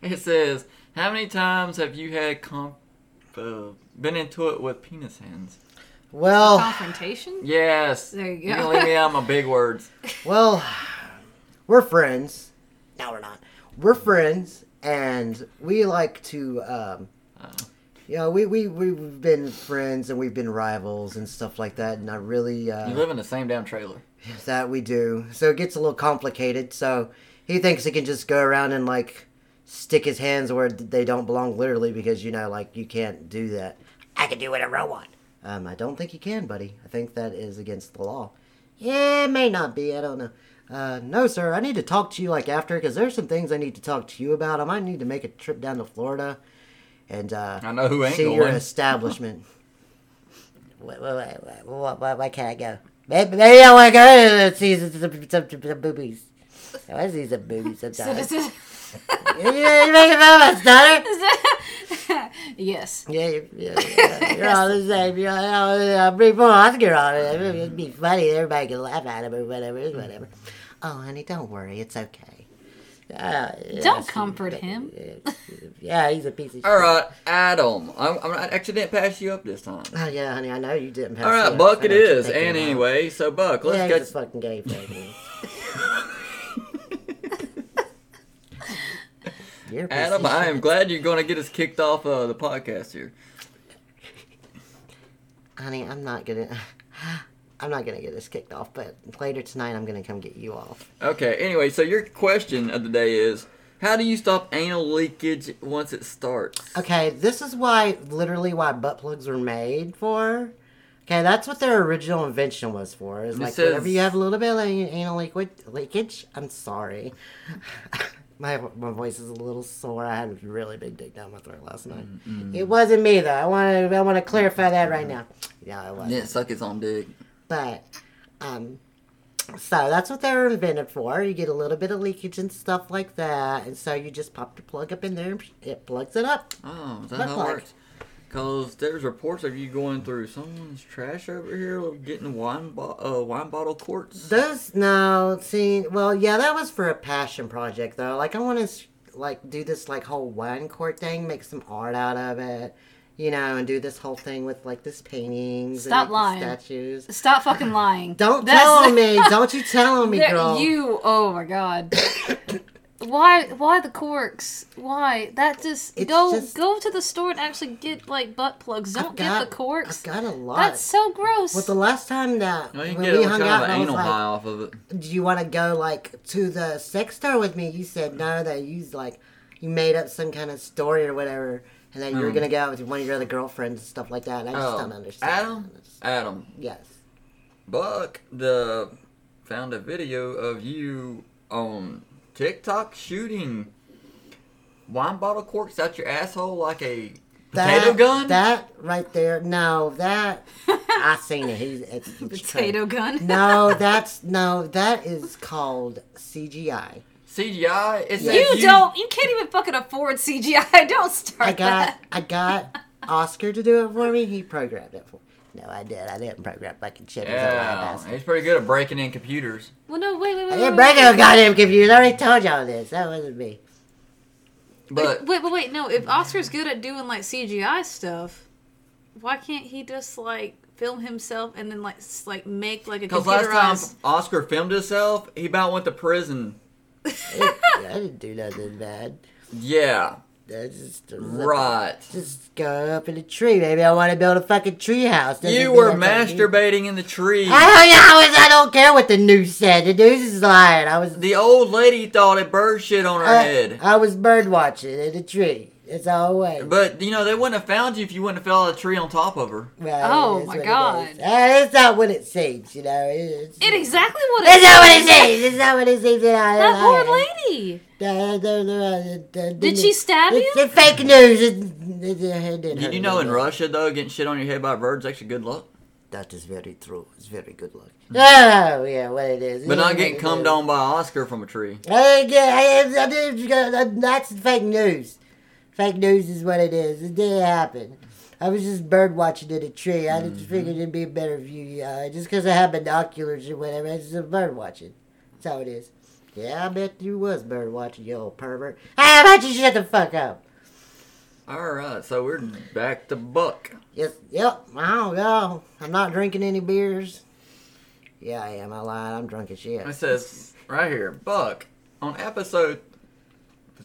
Speaker 1: It says, "How many times have you had comp- uh, been into it with penis hands?"
Speaker 2: Well,
Speaker 3: Confrontation?
Speaker 1: Yes.
Speaker 3: There you
Speaker 1: You're
Speaker 3: go.
Speaker 1: gonna leave me out of my big words.
Speaker 2: well, we're friends. No, we're not. We're friends, and we like to. Um, you know, we, we, we've been friends and we've been rivals and stuff like that. And I really. Uh,
Speaker 1: You live in the same damn trailer.
Speaker 2: That we do. So it gets a little complicated. So he thinks he can just go around and like stick his hands where they don't belong, literally, because you know, like you can't do that. I can do whatever I want. Um, I don't think you can, buddy. I think that is against the law. Yeah, it may not be. I don't know. Uh, no, sir. I need to talk to you like after, because there's some things I need to talk to you about. I might need to make a trip down to Florida, and uh,
Speaker 1: I know who ain't
Speaker 2: see your
Speaker 1: going.
Speaker 2: establishment. Why, why, why, why, why, why can't I go? Maybe, maybe I want to go to see some, some, some, some boobies. I want to see some boobies
Speaker 3: So
Speaker 2: sometimes.
Speaker 3: this is.
Speaker 2: you, you make a fun of us, daughter.
Speaker 3: yes.
Speaker 2: Yeah, you- yeah, yeah, you're all the same. You're oh, all, you're all, bring more Oscar on it. It'd be funny. Everybody can laugh at him or whatever. it's Whatever. Oh, honey, don't worry. It's okay. Uh,
Speaker 3: Don't comfort him.
Speaker 2: Yeah, he's a piece of shit.
Speaker 1: All right, Adam. I'm, I'm I actually didn't pass you up this time.
Speaker 2: Oh, yeah, honey, I know you didn't pass
Speaker 1: All
Speaker 2: me
Speaker 1: right,
Speaker 2: up.
Speaker 1: Buck.
Speaker 2: I
Speaker 1: It
Speaker 2: know what you're
Speaker 1: is.
Speaker 2: thinking
Speaker 1: And
Speaker 2: about.
Speaker 1: anyway, so Buck, let's
Speaker 2: yeah,
Speaker 1: get
Speaker 2: he's a fucking gay baby. You're a piece
Speaker 1: Adam.
Speaker 2: of
Speaker 1: I
Speaker 2: shit.
Speaker 1: am glad you're gonna get us kicked off uh, the podcast here.
Speaker 2: Honey, I'm not gonna. I'm not gonna get this kicked off, but later tonight I'm gonna come get you off.
Speaker 1: Okay. Anyway, so your question of the day is, how do you stop anal leakage once it starts?
Speaker 2: Okay, this is why, literally, why butt plugs were made for. Okay, that's what their original invention was for. Is
Speaker 1: It
Speaker 2: like
Speaker 1: says-
Speaker 2: whenever you have a little bit of anal liquid leakage. I'm sorry, my my voice is a little sore. I had a really big dick down my throat last night. It wasn't me though. I want to I want to clarify that right now. Yeah, it was.
Speaker 1: Didn't suck his own dick.
Speaker 2: But um so that's what they were invented for. You get a little bit of leakage and stuff like that, and so you just pop your plug up in there and it plugs it up.
Speaker 1: Oh, is that
Speaker 2: Butt
Speaker 1: how
Speaker 2: plug.
Speaker 1: it works? Because there's reports of you going through someone's trash over here, getting wine bo- uh, wine bottle quarts.
Speaker 2: Those no, see, well, yeah, that was for a passion project though. Like I want to like do this like whole wine court thing, make some art out of it, you know, and do this whole thing with like this paintings
Speaker 3: Stop
Speaker 2: and like,
Speaker 3: lying.
Speaker 2: these statues.
Speaker 3: Stop fucking lying.
Speaker 2: Don't
Speaker 3: That's-
Speaker 2: tell me, don't you tell me,
Speaker 3: There-
Speaker 2: girl.
Speaker 3: You. Oh my god. Why? Why the corks? Why that? Just
Speaker 2: It's
Speaker 3: go
Speaker 2: just-
Speaker 3: go to the store and actually get like butt plugs. Don't get the corks.
Speaker 2: I've got a lot.
Speaker 3: That's so gross.
Speaker 2: Well, the last time that
Speaker 1: No, you
Speaker 2: when
Speaker 1: can get
Speaker 2: we
Speaker 1: a
Speaker 2: hung
Speaker 1: kind
Speaker 2: out,
Speaker 1: of
Speaker 2: and I
Speaker 1: an
Speaker 2: was
Speaker 1: anal high
Speaker 2: like,
Speaker 1: off of it.
Speaker 2: "Do you want to go like to the sex store with me?" You said no. That you like you made up some kind of story or whatever, and then you were
Speaker 1: Mm.
Speaker 2: gonna go out with one of your other girlfriends and stuff like that. And I just don't
Speaker 1: Oh,
Speaker 2: understand.
Speaker 1: Adam, Adam,
Speaker 2: Yes.
Speaker 1: Buck, the found a video of you on TikTok shooting wine bottle corks out your asshole like a potato
Speaker 2: That-
Speaker 1: gun.
Speaker 2: That right there. No, that I seen it. He's it's, it's
Speaker 3: potato
Speaker 2: crazy.
Speaker 3: gun.
Speaker 2: No, that's no. That is called CGI.
Speaker 1: CGI. It says
Speaker 3: You don't. You can't even fucking afford CGI. Don't start
Speaker 2: I got
Speaker 3: that.
Speaker 2: I got Oscar to do it for me. He programmed it for me. No, I did. I didn't program fucking shit. It was a live
Speaker 1: Yeah,
Speaker 2: ass.
Speaker 1: he's pretty good at breaking in computers.
Speaker 3: Well, no, wait,
Speaker 2: I
Speaker 3: wait, wait.
Speaker 2: didn't
Speaker 3: wait,
Speaker 2: break
Speaker 3: wait.
Speaker 2: out goddamn computer. I already told y'all this. That wasn't me.
Speaker 1: But
Speaker 3: wait, but wait, no. If Oscar's good at doing like CGI stuff, why can't he just like film himself and then like s- like make like a
Speaker 1: because last time
Speaker 3: computerized?
Speaker 1: Oscar filmed himself, he about went to prison.
Speaker 2: I didn't, I didn't do nothing bad.
Speaker 1: Yeah,
Speaker 2: I just
Speaker 1: right.
Speaker 2: Just go up in a tree. Maybe I want to build a fucking tree house. Doesn't
Speaker 1: You
Speaker 2: mean
Speaker 1: were
Speaker 2: I can't do-
Speaker 1: masturbating in the tree.
Speaker 2: I don't know. it's- I don't care what the news said. The news is lying. I was uh,
Speaker 1: The old lady thought a bird shit on her
Speaker 2: I,
Speaker 1: head.
Speaker 2: I was bird watching in a tree. It's always.
Speaker 1: But you know they wouldn't have found you if you wouldn't have fell out of a tree on top of her.
Speaker 2: Well,
Speaker 3: Oh,
Speaker 2: that's
Speaker 3: my
Speaker 2: what it
Speaker 3: God.
Speaker 2: is. Uh, it's not what it seems, you know. It's,
Speaker 3: It exactly what
Speaker 2: It's not what it
Speaker 3: is.
Speaker 2: seems. It's not what it seems.
Speaker 3: That poor lady.
Speaker 2: lady.
Speaker 3: Did she stab
Speaker 2: It's
Speaker 3: you?
Speaker 2: it's fake news. It, it, it
Speaker 1: Did you know in Russia though, getting shit on your head by a bird's actually good luck,
Speaker 2: That is very true. It's very good luck. Oh, yeah, what it is.
Speaker 1: Hmm. but
Speaker 2: Yeah,
Speaker 1: not getting
Speaker 2: what it
Speaker 1: cummed
Speaker 2: is.
Speaker 1: on by Oscar from a tree.
Speaker 2: I, I, I, I, did- that's fake news. Fake news is what it is. It didn't happen. I was just bird watching in a tree. I just
Speaker 1: Mm-hmm.
Speaker 2: figured it'd be a better view. Uh, just because I have binoculars or whatever, it's just bird watching. That's how it is. Yeah, I bet you was bird watching, you old pervert. Hey, how about you shut the fuck up?
Speaker 1: All right, so we're back to Buck.
Speaker 2: Yes, yep, I don't go. I'm not drinking any beers. Yeah, I am. I lied. I'm drunk as shit.
Speaker 1: It says right here, Buck on episode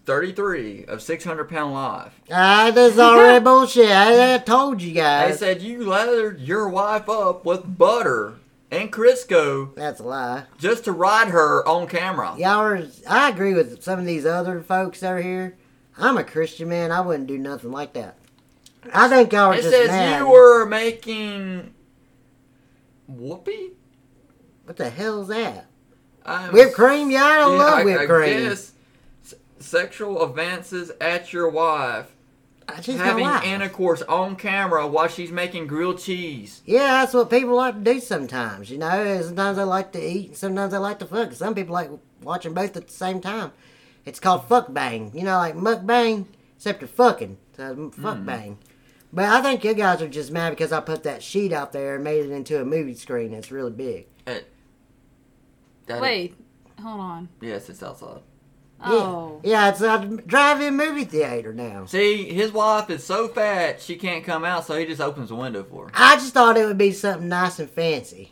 Speaker 1: thirty-three of Six Hundred Pound Life.
Speaker 2: Ah, that's already bullshit. I, I told you
Speaker 1: They
Speaker 2: guys.
Speaker 1: said you lathered your wife up with butter and Crisco
Speaker 2: That's a lie.
Speaker 1: just to ride her on camera.
Speaker 2: y'all are, I agree with some of these other folks that are here. I'm a Christian man. I wouldn't do nothing like that. I think y'all are
Speaker 1: It
Speaker 2: just
Speaker 1: says
Speaker 2: mad.
Speaker 1: you were making whoopee.
Speaker 2: What the hell's that?
Speaker 1: I'm
Speaker 2: Whipped cream? Yeah, I don't
Speaker 1: Um, Yeah,
Speaker 2: love whipped cream.
Speaker 1: guess s- sexual advances at your wife,
Speaker 2: I just
Speaker 1: having
Speaker 2: lie.
Speaker 1: intercourse on camera while she's making grilled cheese.
Speaker 2: yeah, that's what people like to do sometimes. You know, sometimes they like to eat, and sometimes they like to fuck. Some people like watching both at the same time. It's called fuck bang. You know, like mukbang, except you're fucking. So fuck bang. But I think you guys are just mad because I put that sheet out there and made it into a movie screen. It's really big.
Speaker 1: Uh, that-
Speaker 3: Wait, hold on.
Speaker 1: Yes, it's outside.
Speaker 3: Oh.
Speaker 2: Yeah, yeah it's a drive-in movie theater now.
Speaker 1: See, his wife is so fat she can't come out, so he just opens the window for her.
Speaker 2: I just thought it would be something nice and fancy.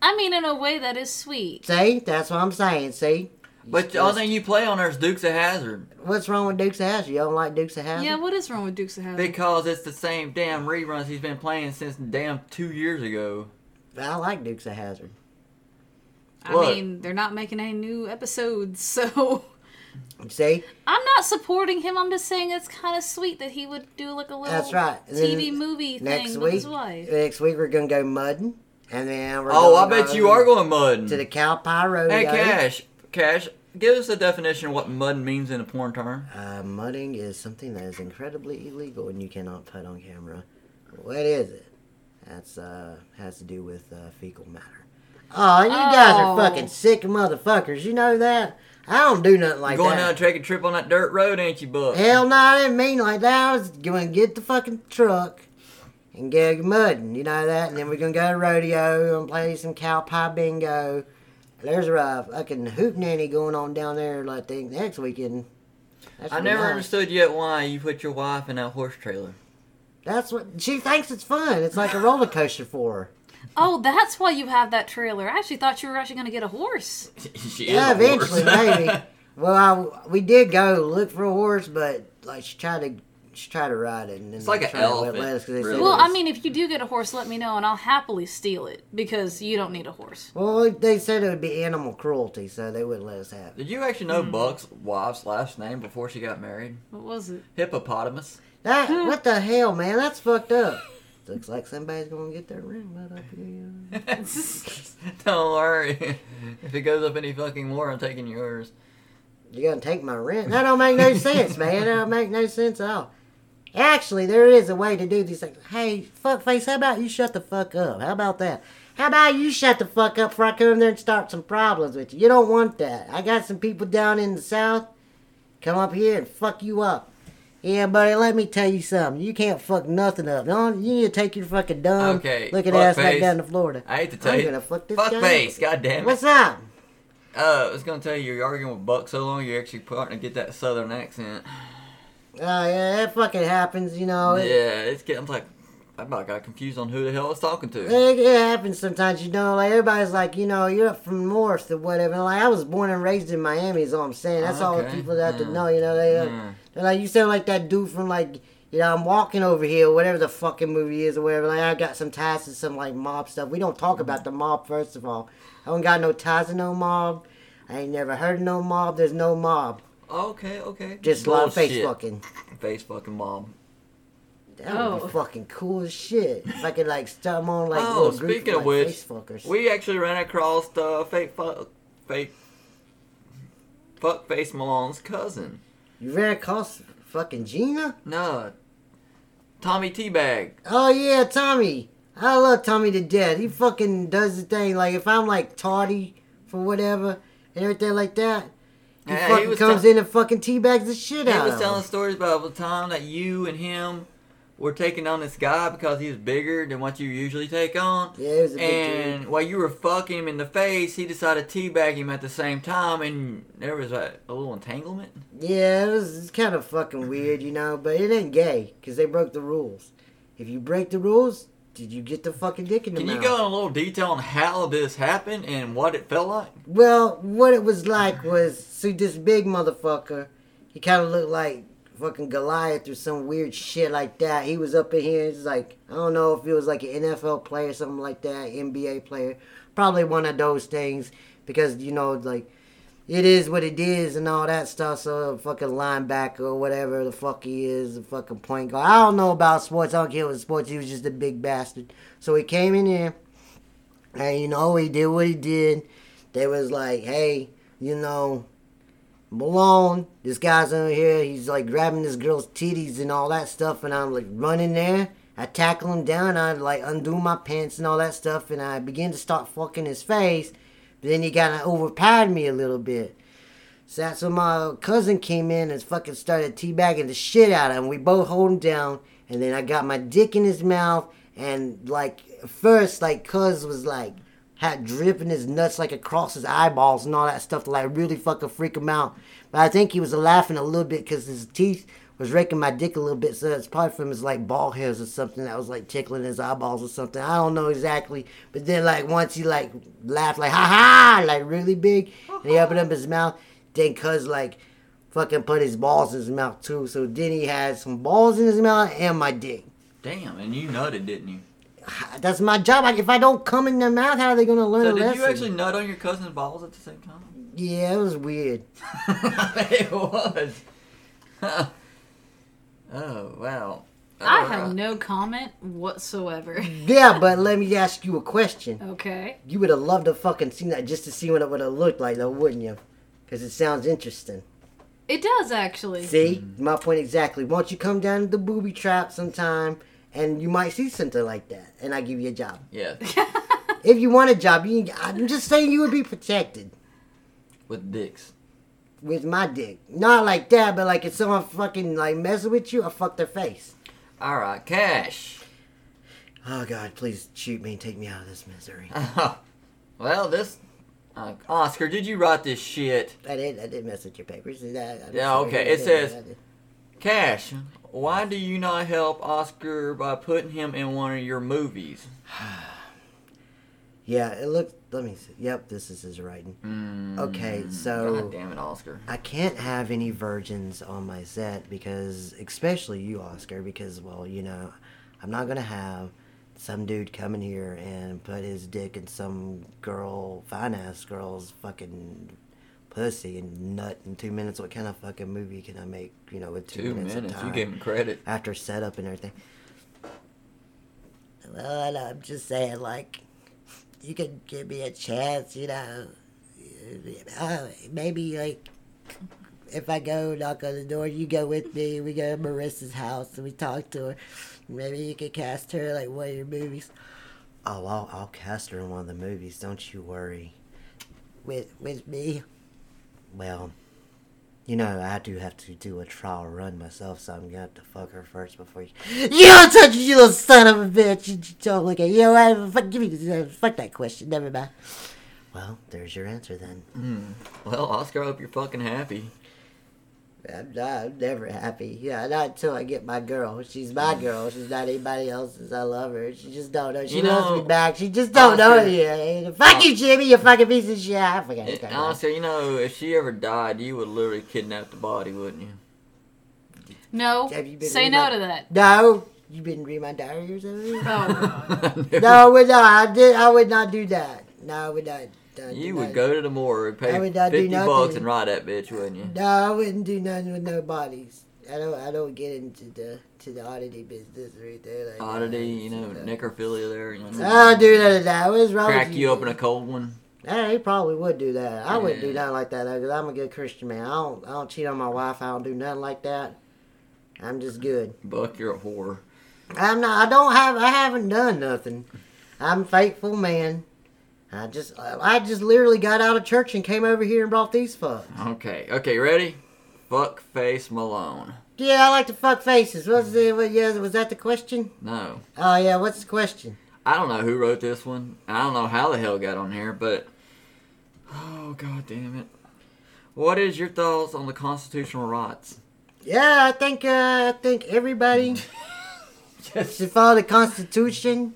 Speaker 3: I mean, in a way that is sweet.
Speaker 2: See, that's what I'm saying. See,
Speaker 1: But the only thing you play on her is Dukes of Hazard
Speaker 2: what's wrong with Duke's House? You don't like Duke's House?
Speaker 3: Yeah, what is wrong with Dukes of Hazzard?
Speaker 1: because it's the same damn reruns he's been playing since damn two years ago.
Speaker 2: I like Duke's Hazard.
Speaker 3: I
Speaker 1: Look.
Speaker 3: mean, they're not making any new episodes, so
Speaker 2: See,
Speaker 3: I'm not supporting him. I'm just saying it's kind of sweet that he would do like a little
Speaker 2: That's right. And then
Speaker 3: TV movie
Speaker 2: next
Speaker 3: thing with
Speaker 2: week,
Speaker 3: his wife.
Speaker 2: next week we're gonna go mudding, and then we're
Speaker 1: Oh, I
Speaker 2: gonna
Speaker 1: bet
Speaker 2: go
Speaker 1: you are going mud.
Speaker 2: to the Cow Pie Rodeo.
Speaker 1: Hey, Cash, Cash, give us a definition of what mud means in a porn term.
Speaker 2: Uh, mudding is something that is incredibly illegal and you cannot put on camera. What is it? That's uh has to do with uh, fecal matter. Oh, you guys
Speaker 3: Oh.
Speaker 2: are fucking sick motherfuckers. You know that? I don't do nothing like
Speaker 1: Going out
Speaker 2: that.
Speaker 1: and taking a trip on that dirt road, ain't you, Buck?
Speaker 2: Hell no, I didn't mean like that. I was going to get the fucking truck and go mudding. You know that? And then we're gonna go to rodeo and play some cow pie bingo. There's a uh, fucking hoop nanny going on down there. I think next weekend. That's
Speaker 1: I
Speaker 2: really
Speaker 1: never
Speaker 2: nice.
Speaker 1: understood yet why you put your wife in that horse trailer.
Speaker 2: That's what she thinks it's fun. It's like a roller coaster for her.
Speaker 3: Oh, that's why you have that trailer. I actually thought you were actually going to get a horse.
Speaker 1: she is
Speaker 2: yeah,
Speaker 1: a horse.
Speaker 2: eventually maybe. Well, I, we did go look for a horse, but like she tried to she tried to ride it, and then
Speaker 1: It's like
Speaker 2: they
Speaker 1: an
Speaker 2: tried to let-
Speaker 1: elephant,
Speaker 2: let us 'cause they said
Speaker 1: really.
Speaker 2: it
Speaker 3: Well, I
Speaker 2: was-
Speaker 3: mean, if you do get a horse, let me know and I'll happily steal it because you don't need a horse.
Speaker 2: well, they said it would be animal cruelty, so they wouldn't let us have it.
Speaker 1: Did you actually know
Speaker 2: Hmm.
Speaker 1: Buck's wife's last name before she got married?
Speaker 3: What was it?
Speaker 1: Hippopotamus.
Speaker 2: That what the hell, man? That's fucked up. Looks like somebody's gonna get their ring right up here.
Speaker 1: Don't worry. If it goes up any fucking more, I'm taking yours.
Speaker 2: You're gonna take my rent? That don't make no sense, man. That don't make no sense at all. Actually, there is a way to do these things. Hey, fuckface, how about you shut the fuck up? How about that? How about you shut the fuck up before I come in there and start some problems with you? You don't want that. I got some people down in the south come up here and fuck you up. Yeah, buddy, let me tell you something. You can't fuck nothing up. No, you need to take your fucking dumb
Speaker 1: Okay,
Speaker 2: looking ass
Speaker 1: fuckface.
Speaker 2: back down to Florida.
Speaker 1: I hate to tell
Speaker 2: I'm
Speaker 1: you.
Speaker 2: gonna fuck this guy up.
Speaker 1: face, god damn it.
Speaker 2: What's up?
Speaker 1: Uh, I was gonna tell you, you're arguing with Buck so long, you're actually starting to get that southern accent.
Speaker 2: Oh, yeah, that fucking happens, you know. It-
Speaker 1: Yeah, it's getting I'm like, I about got confused on who the hell I was talking to.
Speaker 2: It, it happens sometimes, you know. Like everybody's like, you know, you're up from north or whatever. And, like I was born and raised in Miami, is all I'm saying. That's all the
Speaker 1: Okay.
Speaker 2: people that have
Speaker 1: Mm.
Speaker 2: to know, you know. They, uh,
Speaker 1: Mm.
Speaker 2: they're like, you sound like that dude from like, you know, I'm walking over here, whatever the fucking movie is or whatever. Like I got some ties to some like mob stuff. We don't talk
Speaker 1: Hmm.
Speaker 2: about the mob first of all. I don't got no ties to no mob. I ain't never heard of no mob. There's no mob.
Speaker 1: Okay, okay.
Speaker 2: Just a lot of face
Speaker 1: Bullshit.
Speaker 2: fucking.
Speaker 1: Face fucking mom.
Speaker 2: That would
Speaker 3: Oh.
Speaker 2: be fucking cool as shit. If I could like start my own like
Speaker 1: Oh,
Speaker 2: little group
Speaker 1: speaking
Speaker 2: of,
Speaker 1: of
Speaker 2: like,
Speaker 1: which,
Speaker 2: face fuckers.
Speaker 1: We actually ran across the fake fuck, fake fuckface Malone's cousin.
Speaker 2: you ran across fucking Gina?
Speaker 1: No, Tommy Teabag.
Speaker 2: Oh yeah, Tommy. I love Tommy to death. He fucking does the thing. Like if I'm like tardy for whatever and everything like that, he
Speaker 1: Yeah, he
Speaker 2: fucking
Speaker 1: was
Speaker 2: comes
Speaker 1: tell-
Speaker 2: in and fucking teabags the shit
Speaker 1: He
Speaker 2: out
Speaker 1: was
Speaker 2: of
Speaker 1: telling
Speaker 2: him.
Speaker 1: stories about the time that you and him were taking on this guy because he was bigger than what you usually take on.
Speaker 2: Yeah, he was a big
Speaker 1: and while you were fucking him in the face, he decided to teabag him at the same time, and there was a, a little entanglement.
Speaker 2: dude. Yeah, it was, it's kind of fucking weird, you know. But it ain't gay because they broke the rules. If you break the rules, did you get the fucking dick in the
Speaker 1: Can
Speaker 2: mouth?
Speaker 1: you go in a little detail on how this happened and what it felt like?
Speaker 2: Well, what it was like was see this big motherfucker. He kind of looked like fucking Goliath or some weird shit like that. He was up in here. It's like I don't know if he was like an NFL player, something like that, NBA player, probably one of those things. Because you know, like it is what it is and all that stuff. So a fucking linebacker or whatever the fuck he is, a fucking point guard. I don't know about sports. I don't care what sports. He was just a big bastard. So he came in here, and you know he did what he did. They was like, hey, you know, Malone, this guy's over here. He's like grabbing this girl's titties and all that stuff. And I'm like running there. I tackle him down. I like undo my pants and all that stuff. And I begin to start fucking his face. But then he kind of overpowered me a little bit. So that's when my cousin came in and fucking started teabagging the shit out of him. We both hold him down, and then I got my dick in his mouth, and like first, like cuz was like had dripping his nuts like across his eyeballs and all that stuff to like really fucking freak him out. But I think he was laughing a little bit because his teeth was raking my dick a little bit, so it's probably from his like ball hairs or something that was like tickling his eyeballs or something. I don't know exactly. But then like once he like laughed like ha ha like really big, and he opened up his mouth. Then cuz like fucking put his balls in his mouth too. So then he had some balls in his mouth and my dick.
Speaker 1: Damn, and you nutted, didn't you?
Speaker 2: That's my job. Like if I don't come in their mouth, how are they gonna learn
Speaker 1: So
Speaker 2: a
Speaker 1: did
Speaker 2: lesson?
Speaker 1: you actually nut on your cousin's balls at the same time?
Speaker 2: yeah, it was weird.
Speaker 1: it was. oh wow.
Speaker 3: I
Speaker 1: Alright.
Speaker 3: have no comment whatsoever.
Speaker 2: Yeah, but let me ask you a question.
Speaker 3: Okay.
Speaker 2: You would have loved to fucking seen that just to see what it would have looked like, though, wouldn't you? Because it sounds interesting.
Speaker 3: It does actually.
Speaker 2: See,
Speaker 1: Mm-hmm.
Speaker 2: my point exactly. Why don't you come down to the booby trap sometime and you might see something like that and I give you a job.
Speaker 1: Yeah,
Speaker 2: If you want a job, you can, I'm just saying you would be protected
Speaker 1: with dicks.
Speaker 2: with my dick. Not like that, but like if someone fucking like messing with you, I fuck their face.
Speaker 1: All right, cash.
Speaker 2: Oh God, please shoot me and take me out of this misery.
Speaker 1: well, this uh, Oscar, did you write this shit?
Speaker 2: I did I did mess with your papers. I- I'm
Speaker 1: Yeah,
Speaker 2: sorry.
Speaker 1: okay,
Speaker 2: I
Speaker 1: it
Speaker 2: did,
Speaker 1: says-
Speaker 2: I did.
Speaker 1: Cash, why do you not help Oscar by putting him in one of your movies?
Speaker 2: Yeah, it looks let me see. Yep, this is his writing.
Speaker 1: Mm,
Speaker 2: Okay, so-
Speaker 1: God damn it, Oscar.
Speaker 2: I can't have any virgins on my set because, especially you, Oscar, because, well, you know, I'm not going to have some dude come in here and put his dick in some girl, fine ass girl's fucking pussy and nut in two minutes. What kind of fucking movie can I make, you know, with two,
Speaker 1: Two
Speaker 2: minutes,
Speaker 1: minutes.
Speaker 2: of
Speaker 1: You
Speaker 2: time
Speaker 1: gave him credit.
Speaker 2: after setup and everything? Well, I'm just saying, like, you can give me a chance, you know. Uh, maybe like if I go knock on the door, you go with me. We go to Marissa's house and we talk to her. Maybe you could cast her in, like one of your movies. Oh, I'll, I'll cast her in one of the movies. Don't you worry. With with me. Well, you know I do have to do a trial run myself, so I'm gonna have to fuck her first before you. You don't touch me, you little son of a bitch. You don't look at you. Know what? Fuck, give me this. Fuck that question. Never mind. Well, there's your answer then.
Speaker 1: Hmm. Well, Oscar, I hope you're fucking happy.
Speaker 2: I'm, not, I'm never happy. Yeah, not until I get my girl. She's my girl. She's not anybody else's. I love her. She just don't know. She
Speaker 1: You
Speaker 2: loves
Speaker 1: know,
Speaker 2: me back. She just don't know
Speaker 1: Oscar-
Speaker 2: it yet. ain't it? Fuck you, Jimmy. You fucking piece of shit. I forgot.
Speaker 1: It, Oscar, you know, if she ever died, you would literally kidnap the body, wouldn't you?
Speaker 3: No.
Speaker 2: Have you been
Speaker 3: Say
Speaker 2: in
Speaker 3: no
Speaker 2: my-
Speaker 3: to that.
Speaker 2: no, you didn't read my diary or something.
Speaker 3: Oh.
Speaker 2: no, I would not. I did. I would not do that. No, I would not. I
Speaker 1: You
Speaker 2: do
Speaker 1: would
Speaker 2: not-
Speaker 1: go to the morgue, pay
Speaker 2: I would not do
Speaker 1: 50 bucks
Speaker 2: nothing.
Speaker 1: and ride that bitch, wouldn't you?
Speaker 2: No, I wouldn't do nothing with no bodies. I don't. I don't get into the to the oddity business right there. Like that.
Speaker 1: Oddity, you know,
Speaker 2: So-
Speaker 1: necrophilia there. You know,
Speaker 2: I don't do none of Ah, that. What's wrong
Speaker 1: Crack
Speaker 2: with
Speaker 1: you open a cold one.
Speaker 2: Hey, he probably would do that. I wouldn't do
Speaker 1: Yeah.
Speaker 2: nothing like that though, because I'm a good Christian man. I don't. I don't cheat on my wife. I don't do nothing like that. I'm just good.
Speaker 1: Buck, you're a whore.
Speaker 2: I'm not. I don't have. I haven't done nothing. I'm a faithful man. I just. I I just literally got out of church and came over here and brought these fuck.
Speaker 1: Okay, okay, ready? Fuck face Malone.
Speaker 2: Yeah, I like to fuck faces. What's the? What, yeah, was that the question?
Speaker 1: No.
Speaker 2: Oh yeah, what's the question?
Speaker 1: I don't know who wrote this one. and I don't know how the hell it got on here, but oh god damn it! What is your thoughts on the constitutional rights?
Speaker 2: Yeah, I think uh, I think everybody should follow the Constitution.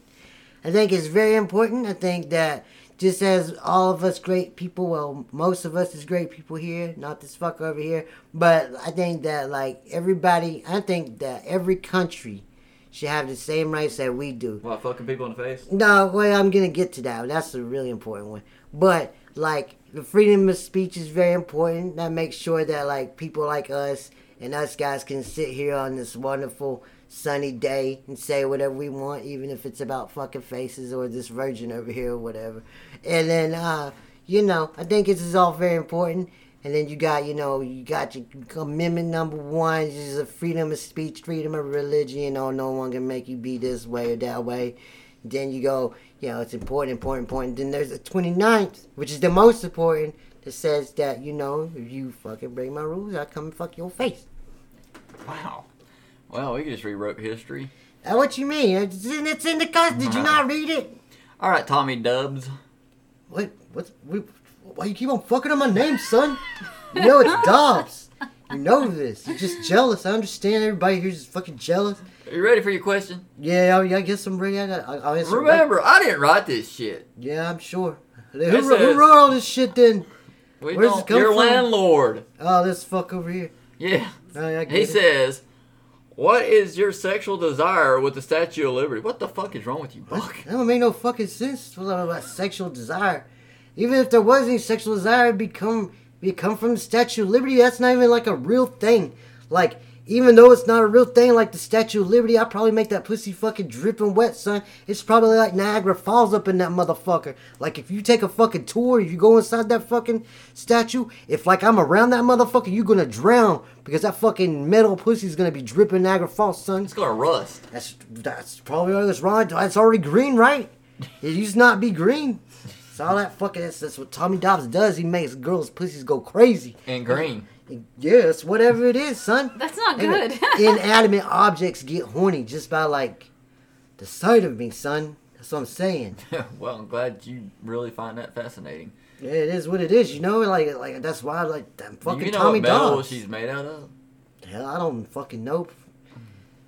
Speaker 2: I think it's very important. I think that just as all of us great people, well, most of us is great people here, not this fucker over here, but I think that like everybody, I think that every country should have the same rights that we do.
Speaker 1: What fucking people in the face?
Speaker 2: No, well, I'm gonna get to that. That's a really important one. But like the freedom of speech is very important. That makes sure that like people like us and us guys can sit here on this wonderful sunny day and say whatever we want, even if it's about fucking faces or this virgin over here or whatever. And then uh, you know, I think this is all very important. And then you got, you know, you got your amendment number one, which is the freedom of speech, freedom of religion. Oh, no one can make you be this way or that way. Then you go, you know, it's important, important, important. Then there's the 29th, which is the most important, that says that, you know, if you fucking break my rules, I come and fuck your face.
Speaker 1: Wow. Well, we just rewrote history.
Speaker 2: Uh, what you mean? It's in, it's in the cus. Did you not read it?
Speaker 1: All right, Tommy Dubs.
Speaker 2: Wait, what's. We, why you keep on fucking on my name, son? You know it's Dobbs. You know this. You're just jealous. I understand everybody here's just fucking jealous.
Speaker 1: Are you ready for your question?
Speaker 2: Yeah, I, I guess I'm ready. I, I, I'll answer.
Speaker 1: Remember, I didn't write this shit.
Speaker 2: Yeah, I'm sure. Who,
Speaker 1: It
Speaker 2: wrote-
Speaker 1: says-
Speaker 2: who wrote all this shit then?
Speaker 1: We
Speaker 2: Where's it
Speaker 1: don't.
Speaker 2: come
Speaker 1: Your
Speaker 2: from?
Speaker 1: landlord.
Speaker 2: Oh, this fuck over here.
Speaker 1: Yeah.
Speaker 2: Oh, yeah, I get
Speaker 1: He
Speaker 2: it.
Speaker 1: says, "What is your sexual desire with the Statue of Liberty?" What the fuck is wrong with you, Buck?
Speaker 2: That don't make no fucking sense What about sexual desire. Even if there was any sexual desire, it'd become become from the Statue of Liberty. That's not even like a real thing. Like even though it's not a real thing, like the Statue of Liberty, I probably make that pussy fucking dripping wet, son. It's probably like Niagara Falls up in that motherfucker. Like if you take a fucking tour, if you go inside that fucking statue, if like I'm around that motherfucker, you're gonna drown because that fucking metal pussy's gonna be dripping Niagara Falls, son.
Speaker 1: It's gonna rust.
Speaker 2: That's that's probably all that's wrong. It's already green, right? It used to not be green. It's all that fucking. That's, that's what Tommy Dobbs does. He makes girls' pussies go crazy.
Speaker 1: And green.
Speaker 2: Yeah, it's whatever it is, son.
Speaker 3: That's not
Speaker 2: Ain't
Speaker 3: good.
Speaker 2: it- inanimate objects get horny just by like the sight of me, son. That's what I'm saying.
Speaker 1: well, I'm glad you really find that fascinating.
Speaker 2: Yeah, it is what it is, you know. Like, like that's why, like, I'm
Speaker 1: Do
Speaker 2: fucking
Speaker 1: you know
Speaker 2: Tommy
Speaker 1: what metal
Speaker 2: Dobbs.
Speaker 1: she's made out of?
Speaker 2: Hell, I don't fucking know.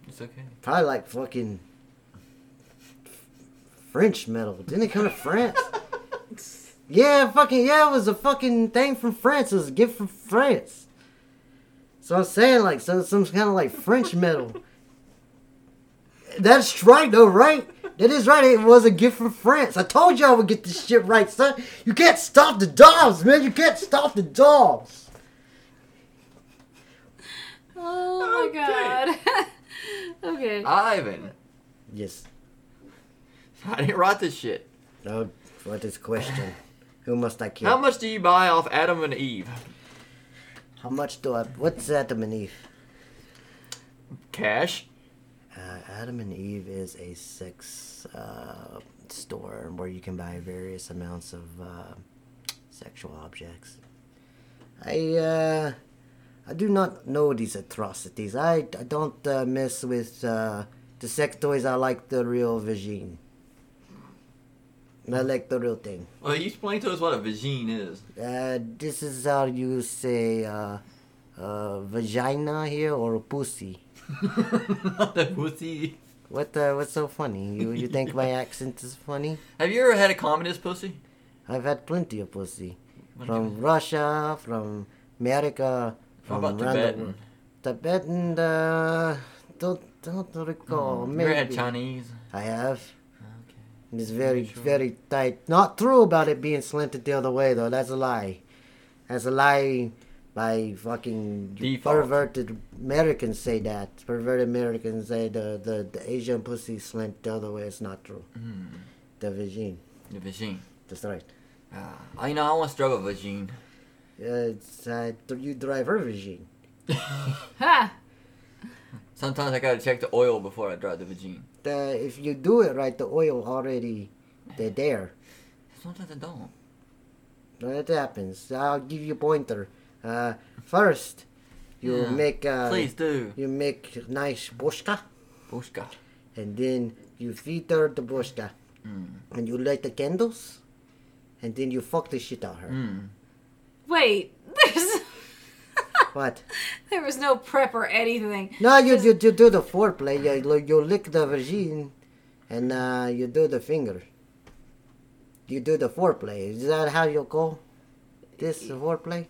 Speaker 1: It's okay.
Speaker 2: Probably like fucking French metal. Didn't it come to France? yeah, fucking yeah, it was a fucking thing from France. It was a gift from France. So I'm saying like so some kind of like French metal. That's right though, right? That is right. It was a gift from France. I told you I would get this shit right, son. You can't stop the dogs, man. You can't stop the dogs.
Speaker 3: oh my god. okay.
Speaker 2: Uh,
Speaker 1: Ivan.
Speaker 2: Yes.
Speaker 1: I didn't write this shit.
Speaker 2: Oh, what is question? Who must I kill?
Speaker 1: How much do you buy off Adam and Eve?
Speaker 2: How much do I? What's Adam and Eve?
Speaker 1: Cash.
Speaker 2: Uh, Adam and Eve is a sex uh, store where you can buy various amounts of uh, sexual objects. I uh, I do not know these atrocities. I, I don't uh, mess with uh, the sex toys. I like the real vagine. I like the real thing.
Speaker 1: Well, you explain to us what a vagine is.
Speaker 2: Uh, this is how you say uh, uh, vagina here or pussy.
Speaker 1: Not a pussy.
Speaker 2: What the, what's so funny? You you think my accent is funny?
Speaker 1: Have you ever had a communist pussy?
Speaker 2: I've had plenty of pussy
Speaker 1: What
Speaker 2: from Russia, from America,
Speaker 1: How
Speaker 2: from
Speaker 1: about
Speaker 2: around the
Speaker 1: Tibetan?
Speaker 2: world. Tibetan, uh, don't don't recall.
Speaker 1: You
Speaker 2: Maybe
Speaker 1: ever had Chinese?
Speaker 2: I have. It's very, very tight. Not true about it being slanted the other way, though. That's a lie. That's a lie by fucking
Speaker 1: Default.
Speaker 2: perverted Americans say that. Perverted Americans say the, the, the Asian pussy slant the other way. It's not true. The vagine.
Speaker 1: The Hmm. vagine.
Speaker 2: That's right.
Speaker 1: Ah, I you know, I once drove a vagine.
Speaker 2: Yeah, It's, uh, you drive her vagine.
Speaker 3: Ha!
Speaker 1: Sometimes I gotta check the oil before I drive the vagine.
Speaker 2: The, if you do it right, the oil already, they're there.
Speaker 1: Sometimes I don't.
Speaker 2: That happens. I'll give you a pointer. Uh, first, you
Speaker 1: Yeah.
Speaker 2: make uh,
Speaker 1: Please do.
Speaker 2: you make nice boshka,
Speaker 1: Bushka.
Speaker 2: and then you feed her the boshka,
Speaker 1: Mm.
Speaker 2: and you light the candles, and then you fuck the shit out of her.
Speaker 1: Mm.
Speaker 3: Wait, there's
Speaker 2: What?
Speaker 3: there was no prep or anything.
Speaker 2: No, you, you you do the foreplay. You you lick the vagina, and uh, you do the finger. You do the foreplay. Is that how you call this foreplay?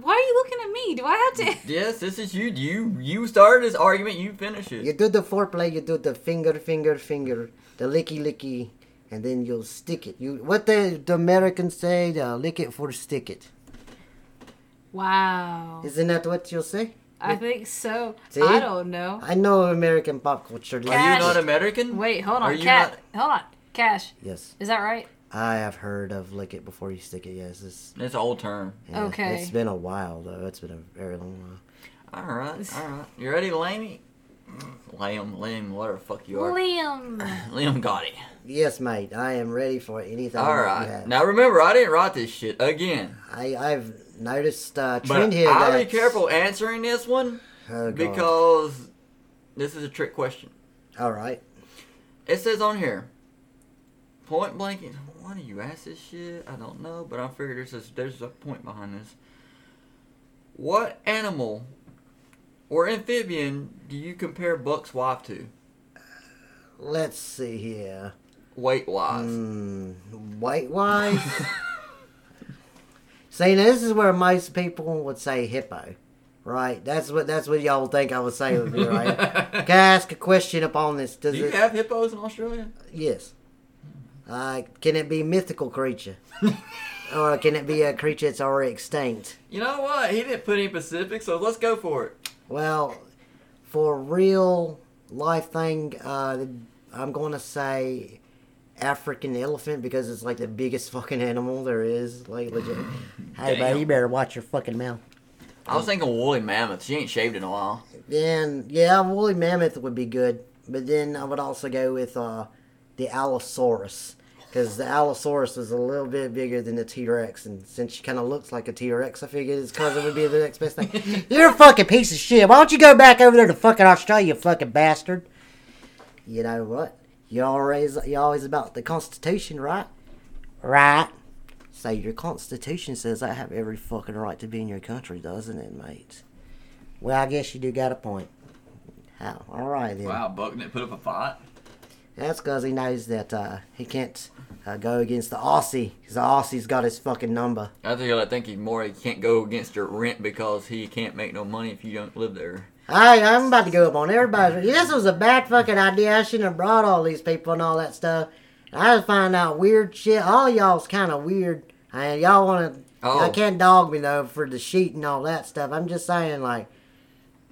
Speaker 3: Why are you looking at me? Do I have to?
Speaker 1: Yes, this is you. You you started this argument. You finish it.
Speaker 2: You do the foreplay, you do the finger, finger, finger, the licky, licky, and then you'll stick it. You what the, the Americans say? The lick it for stick it.
Speaker 1: Oh.
Speaker 3: Wow.
Speaker 2: Isn't that what you'll say?
Speaker 3: I think so.
Speaker 2: See?
Speaker 3: I don't know.
Speaker 2: I know American pop culture.
Speaker 1: Are you
Speaker 3: Cash.
Speaker 1: not American?
Speaker 3: Wait, hold
Speaker 1: Are
Speaker 3: on,
Speaker 1: you
Speaker 3: cat. Hold on, Cash.
Speaker 2: Yes,
Speaker 3: Is that right?
Speaker 2: I have heard of lick it before you stick it. Yes, it's,
Speaker 1: Not, it's an old term.
Speaker 2: yeah,
Speaker 3: Okay.
Speaker 2: It's been a while though. It's been a very long while.
Speaker 1: All right, all right. You ready, Lamey? Lamb, lamb, whatever the fuck you are.
Speaker 3: Liam.
Speaker 1: Liam got it.
Speaker 2: Yes, mate. I am ready for anything.
Speaker 1: All
Speaker 2: that
Speaker 1: right.
Speaker 2: You have.
Speaker 1: Now remember, I didn't write this shit again.
Speaker 2: I I've noticed uh,
Speaker 1: But
Speaker 2: trend here.
Speaker 1: I'll be
Speaker 2: that's-
Speaker 1: careful answering this one
Speaker 2: Oh, God.
Speaker 1: because this is a trick question.
Speaker 2: all right.
Speaker 1: It says on here, point blank. Why do you ask this shit? I don't know, but I figured there's a, there's a point behind this. What animal or amphibian do you compare Buck's wife to,
Speaker 2: Let's see here.
Speaker 1: weight wise?
Speaker 2: Mm, white wise. See, now this is where most people would say hippo, right? That's what that's what y'all think I would say would be right. Can I ask a question upon this? Does
Speaker 1: do you
Speaker 2: it?
Speaker 1: have hippos in Australia?
Speaker 2: yes. Uh, can it be mythical creature, or can it be a creature that's already extinct?
Speaker 1: You know what? He didn't put any Pacific, so let's go for it.
Speaker 2: Well, for real life thing, uh, I'm going to say African elephant because it's like the biggest fucking animal there is. Like legit. hey,
Speaker 1: Damn.
Speaker 2: buddy, you better watch your fucking mouth.
Speaker 1: I
Speaker 2: Mm.
Speaker 1: was thinking woolly mammoth. She ain't shaved in a while.
Speaker 2: Then yeah, woolly mammoth would be good, but then I would also go with uh, the allosaurus because the allosaurus is a little bit bigger than the T Rex, and since she kind of looks like a T Rex, I figured it's because it would be the next best thing. You're a fucking piece of shit. Why don't you go back over there to fucking Australia, you fucking bastard? You know what? You always you always about the Constitution, right? Right. So your Constitution says I have every fucking right to be in your country, doesn't it, mate? Well, I guess you do got a point. How? All right then.
Speaker 1: Buck didn't put up a fight.
Speaker 2: That's because he knows that uh, he can't uh, go against the Aussie, because the Aussie's got his fucking number.
Speaker 1: I think I think he more he can't go against your rent because he can't make no money if you don't live there.
Speaker 2: Hey, I'm about to go up on everybody. This was a bad fucking idea. I shouldn't have brought all these people and all that stuff. I just find out weird shit. All y'all's kind of weird. And y'all want to.
Speaker 1: Oh.
Speaker 2: I can't dog me though for the sheet and all that stuff. I'm just saying, like,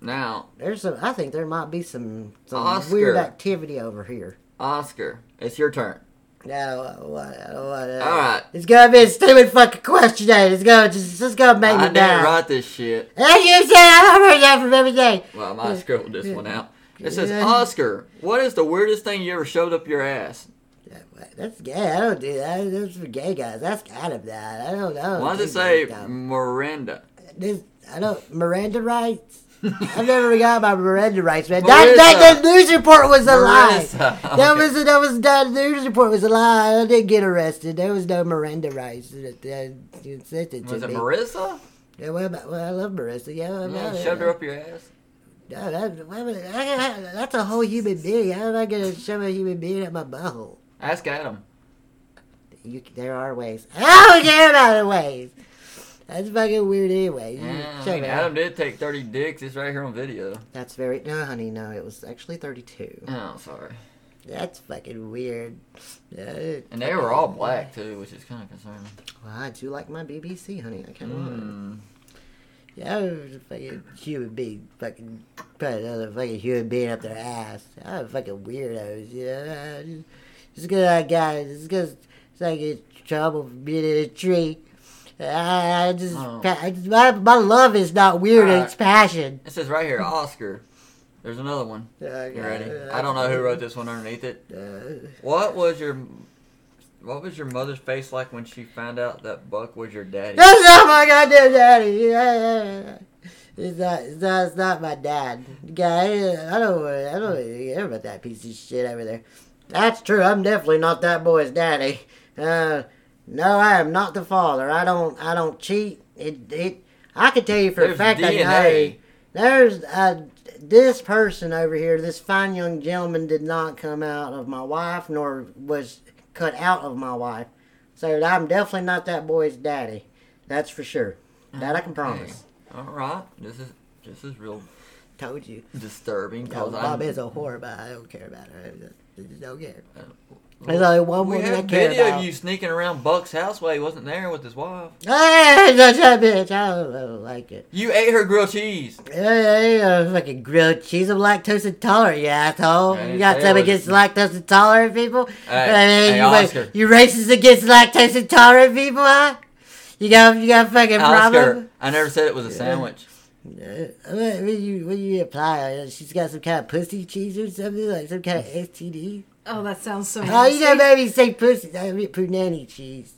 Speaker 1: Now,
Speaker 2: there's some. I think there might be some some
Speaker 1: Oscar.
Speaker 2: weird activity over here.
Speaker 1: Oscar, it's your turn.
Speaker 2: Yeah, what, what, what, uh,
Speaker 1: All right.
Speaker 2: It's gonna be a stupid fucking question. Day. It's gonna just, just gonna make
Speaker 1: I
Speaker 2: me
Speaker 1: didn't
Speaker 2: die.
Speaker 1: write this shit.
Speaker 2: Hey, you say I heard that from every day.
Speaker 1: Well, I might have scribbled this one out. It says,
Speaker 2: Yeah.
Speaker 1: Oscar, what is the weirdest thing you ever showed up your ass?
Speaker 2: That's gay. I don't do that. That's for gay guys. That's kind of bad. I don't know.
Speaker 1: Why does it say Miranda?
Speaker 2: This, I don't. Miranda rights. I've never got my Miranda rights, man.
Speaker 1: Marissa.
Speaker 2: That, that, that news report was a lie.
Speaker 1: Marissa.
Speaker 2: That
Speaker 1: Okay.
Speaker 2: was that was that news report was a lie. I didn't get arrested. There was no Miranda rights that, that you sent it to
Speaker 1: Was it
Speaker 2: me.
Speaker 1: Marissa?
Speaker 2: Yeah, well, but- well, I love Marissa. Yeah, well,
Speaker 1: Yeah,
Speaker 2: yeah.
Speaker 1: shoved her up your ass.
Speaker 2: No, that, wait a minute. I- I- that's a whole human being. How am I gonna shove a human being at my butthole?
Speaker 1: Ask Adam.
Speaker 2: You, there are ways. I don't care about the ways. That's fucking weird anyway. You
Speaker 1: Yeah, I
Speaker 2: check
Speaker 1: mean,
Speaker 2: it
Speaker 1: Adam
Speaker 2: out.
Speaker 1: did take 30 dicks. It's right here on video.
Speaker 2: That's very no, honey. No, it was actually thirty-two.
Speaker 1: Oh, sorry.
Speaker 2: That's fucking weird. Uh,
Speaker 1: And they were all black too, which is kind of concerning.
Speaker 2: Well, I do like my BBC, honey. I can't lie.
Speaker 1: Mm.
Speaker 2: Yeah, I was a fucking human being. Fucking put another fucking human being up their ass. I'm fucking weirdos. Yeah, just, just cause I got it. Just cause it's like in trouble for being in a tree. I I just,
Speaker 1: Oh.
Speaker 2: I just my, my love is not weird.
Speaker 1: Alright.
Speaker 2: It's passion.
Speaker 1: It says right here, Oscar. There's another one. You ready? I don't know who wrote this one underneath it.
Speaker 2: Uh,
Speaker 1: What was your what was your mother's face like when she found out that Buck was your daddy?
Speaker 2: That's not my goddamn daddy. Yeah, yeah, yeah. It's not, it's not, it's not my dad. Guy, I don't, wanna- I don't even care about that piece of shit over there. That's true. I'm definitely not that boy's daddy. Uh, no, I am not the father. I don't, I don't cheat. It, it. I can tell you for
Speaker 1: There's
Speaker 2: a fact that
Speaker 1: DNA.
Speaker 2: I, there's uh, this person over here. This fine young gentleman did not come out of my wife, nor was cut out of my wife. So I'm definitely not that boy's daddy. That's for sure. That I can promise.
Speaker 1: All right, this is this is real
Speaker 2: Told you.
Speaker 1: disturbing
Speaker 2: No,
Speaker 1: because
Speaker 2: Bob
Speaker 1: I'm.
Speaker 2: is a whore, but I don't care about her. I just don't care. There's
Speaker 1: Well,
Speaker 2: only one
Speaker 1: we
Speaker 2: woman I
Speaker 1: had
Speaker 2: care
Speaker 1: video
Speaker 2: about.
Speaker 1: of you sneaking around Buck's house while he wasn't there with his wife.
Speaker 2: Hey, that's that bitch. I don't, I don't like it.
Speaker 1: You ate her grilled cheese.
Speaker 2: Hey, uh, fucking grilled cheese. I'm lactose intolerant, you asshole.
Speaker 1: I
Speaker 2: You
Speaker 1: didn't
Speaker 2: got
Speaker 1: say
Speaker 2: something
Speaker 1: it was-
Speaker 2: against lactose intolerant people?
Speaker 1: Hey,
Speaker 2: I mean,
Speaker 1: hey,
Speaker 2: you,
Speaker 1: Oscar.
Speaker 2: you racist against lactose intolerant people, huh? You got you got a fucking problem?
Speaker 1: Oscar, I never said it was a sandwich.
Speaker 2: Uh, what, what you what you apply? Uh, She's got some kind of pussy cheese or something like some kind of STD.
Speaker 3: Oh, that sounds so.
Speaker 2: Oh, you
Speaker 3: nasty.
Speaker 2: know, maybe say pussy. I mean, punani cheese.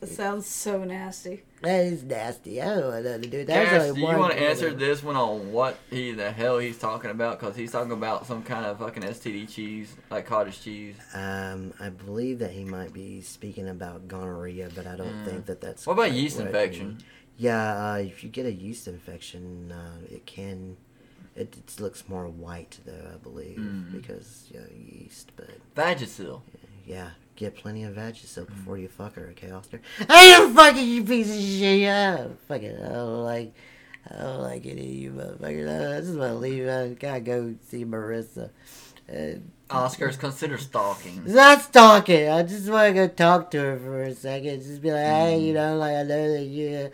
Speaker 3: That sounds so nasty.
Speaker 2: That is nasty. I don't want nothing to do with that. There's
Speaker 1: Cash,
Speaker 2: only
Speaker 1: do you
Speaker 2: one
Speaker 1: want to
Speaker 2: girl
Speaker 1: answer
Speaker 2: that-
Speaker 1: this one on what he the hell he's talking about? Because he's talking about some kind of fucking STD cheese, like cottage cheese.
Speaker 2: Um, I believe that he might be speaking about gonorrhea, but I don't
Speaker 1: Mm.
Speaker 2: think that that's.
Speaker 1: What about
Speaker 2: quite
Speaker 1: yeast
Speaker 2: what-
Speaker 1: infection?
Speaker 2: Yeah, uh, if you get a yeast infection, uh, it can. It, it looks more white though, I believe,
Speaker 1: Mm.
Speaker 2: because you know, yeast, but.
Speaker 1: Vagisil.
Speaker 2: Yeah, get plenty of Vagisil before you fuck her, okay, Oscar? Hey, you fucking you piece of shit! Yeah, fucking, I don't like, I don't like any of you motherfuckers. I, I just want to leave. I gotta go see Marissa. And
Speaker 1: Oscars consider stalking.
Speaker 2: that's talking. I just want to go talk to her for a second. Just be like, hey,
Speaker 1: Mm.
Speaker 2: you know, like I know that you,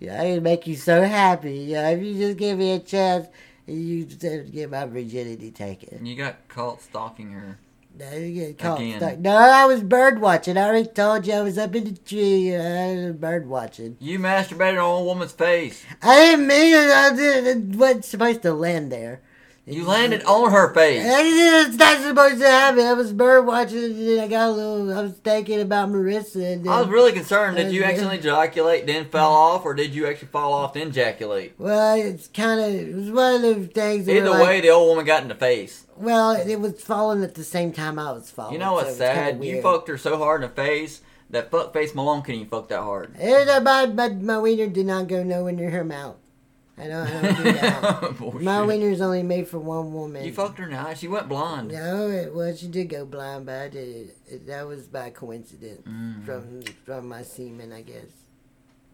Speaker 2: yeah, I can make you so happy. Yeah, if you just give me a chance, you just have to get my virginity taken.
Speaker 1: You got caught stalking her.
Speaker 2: No, you get caught
Speaker 1: Again.
Speaker 2: stuck. No, I was bird watching. I already told you I was up in the tree and I was bird watching.
Speaker 1: You masturbated on a woman's face.
Speaker 2: I didn't mean it. I didn't, it wasn't supposed to land there.
Speaker 1: You landed on her face.
Speaker 2: It's not supposed to happen. I was bird watching and then I got a little. I was thinking about Marissa. And then,
Speaker 1: I was really concerned. Did you accidentally ejaculate, then fell
Speaker 2: Mm-hmm.
Speaker 1: off, or did you actually fall off, then ejaculate?
Speaker 2: well, it's kind of. It was one of those things. where,
Speaker 1: Either
Speaker 2: like,
Speaker 1: way, the old woman got in the face.
Speaker 2: Well, it was falling at the same time I was falling.
Speaker 1: You know
Speaker 2: Oh, so
Speaker 1: what's
Speaker 2: it was kinda
Speaker 1: sad? You
Speaker 2: weird.
Speaker 1: fucked her so hard in the face that fuckface Malone couldn't even fuck that hard.
Speaker 2: And, uh, my, my, my wiener did not go nowhere near her mouth. I don't, I don't do that.
Speaker 1: Bullshit.
Speaker 2: My wiener's only made for one woman.
Speaker 1: Oh, You fucked her in the eye. She went blonde.
Speaker 2: No, it, well, she did go blind, but I did it. That was by coincidence
Speaker 1: Mm-hmm. Mm.
Speaker 2: from from my semen, I guess.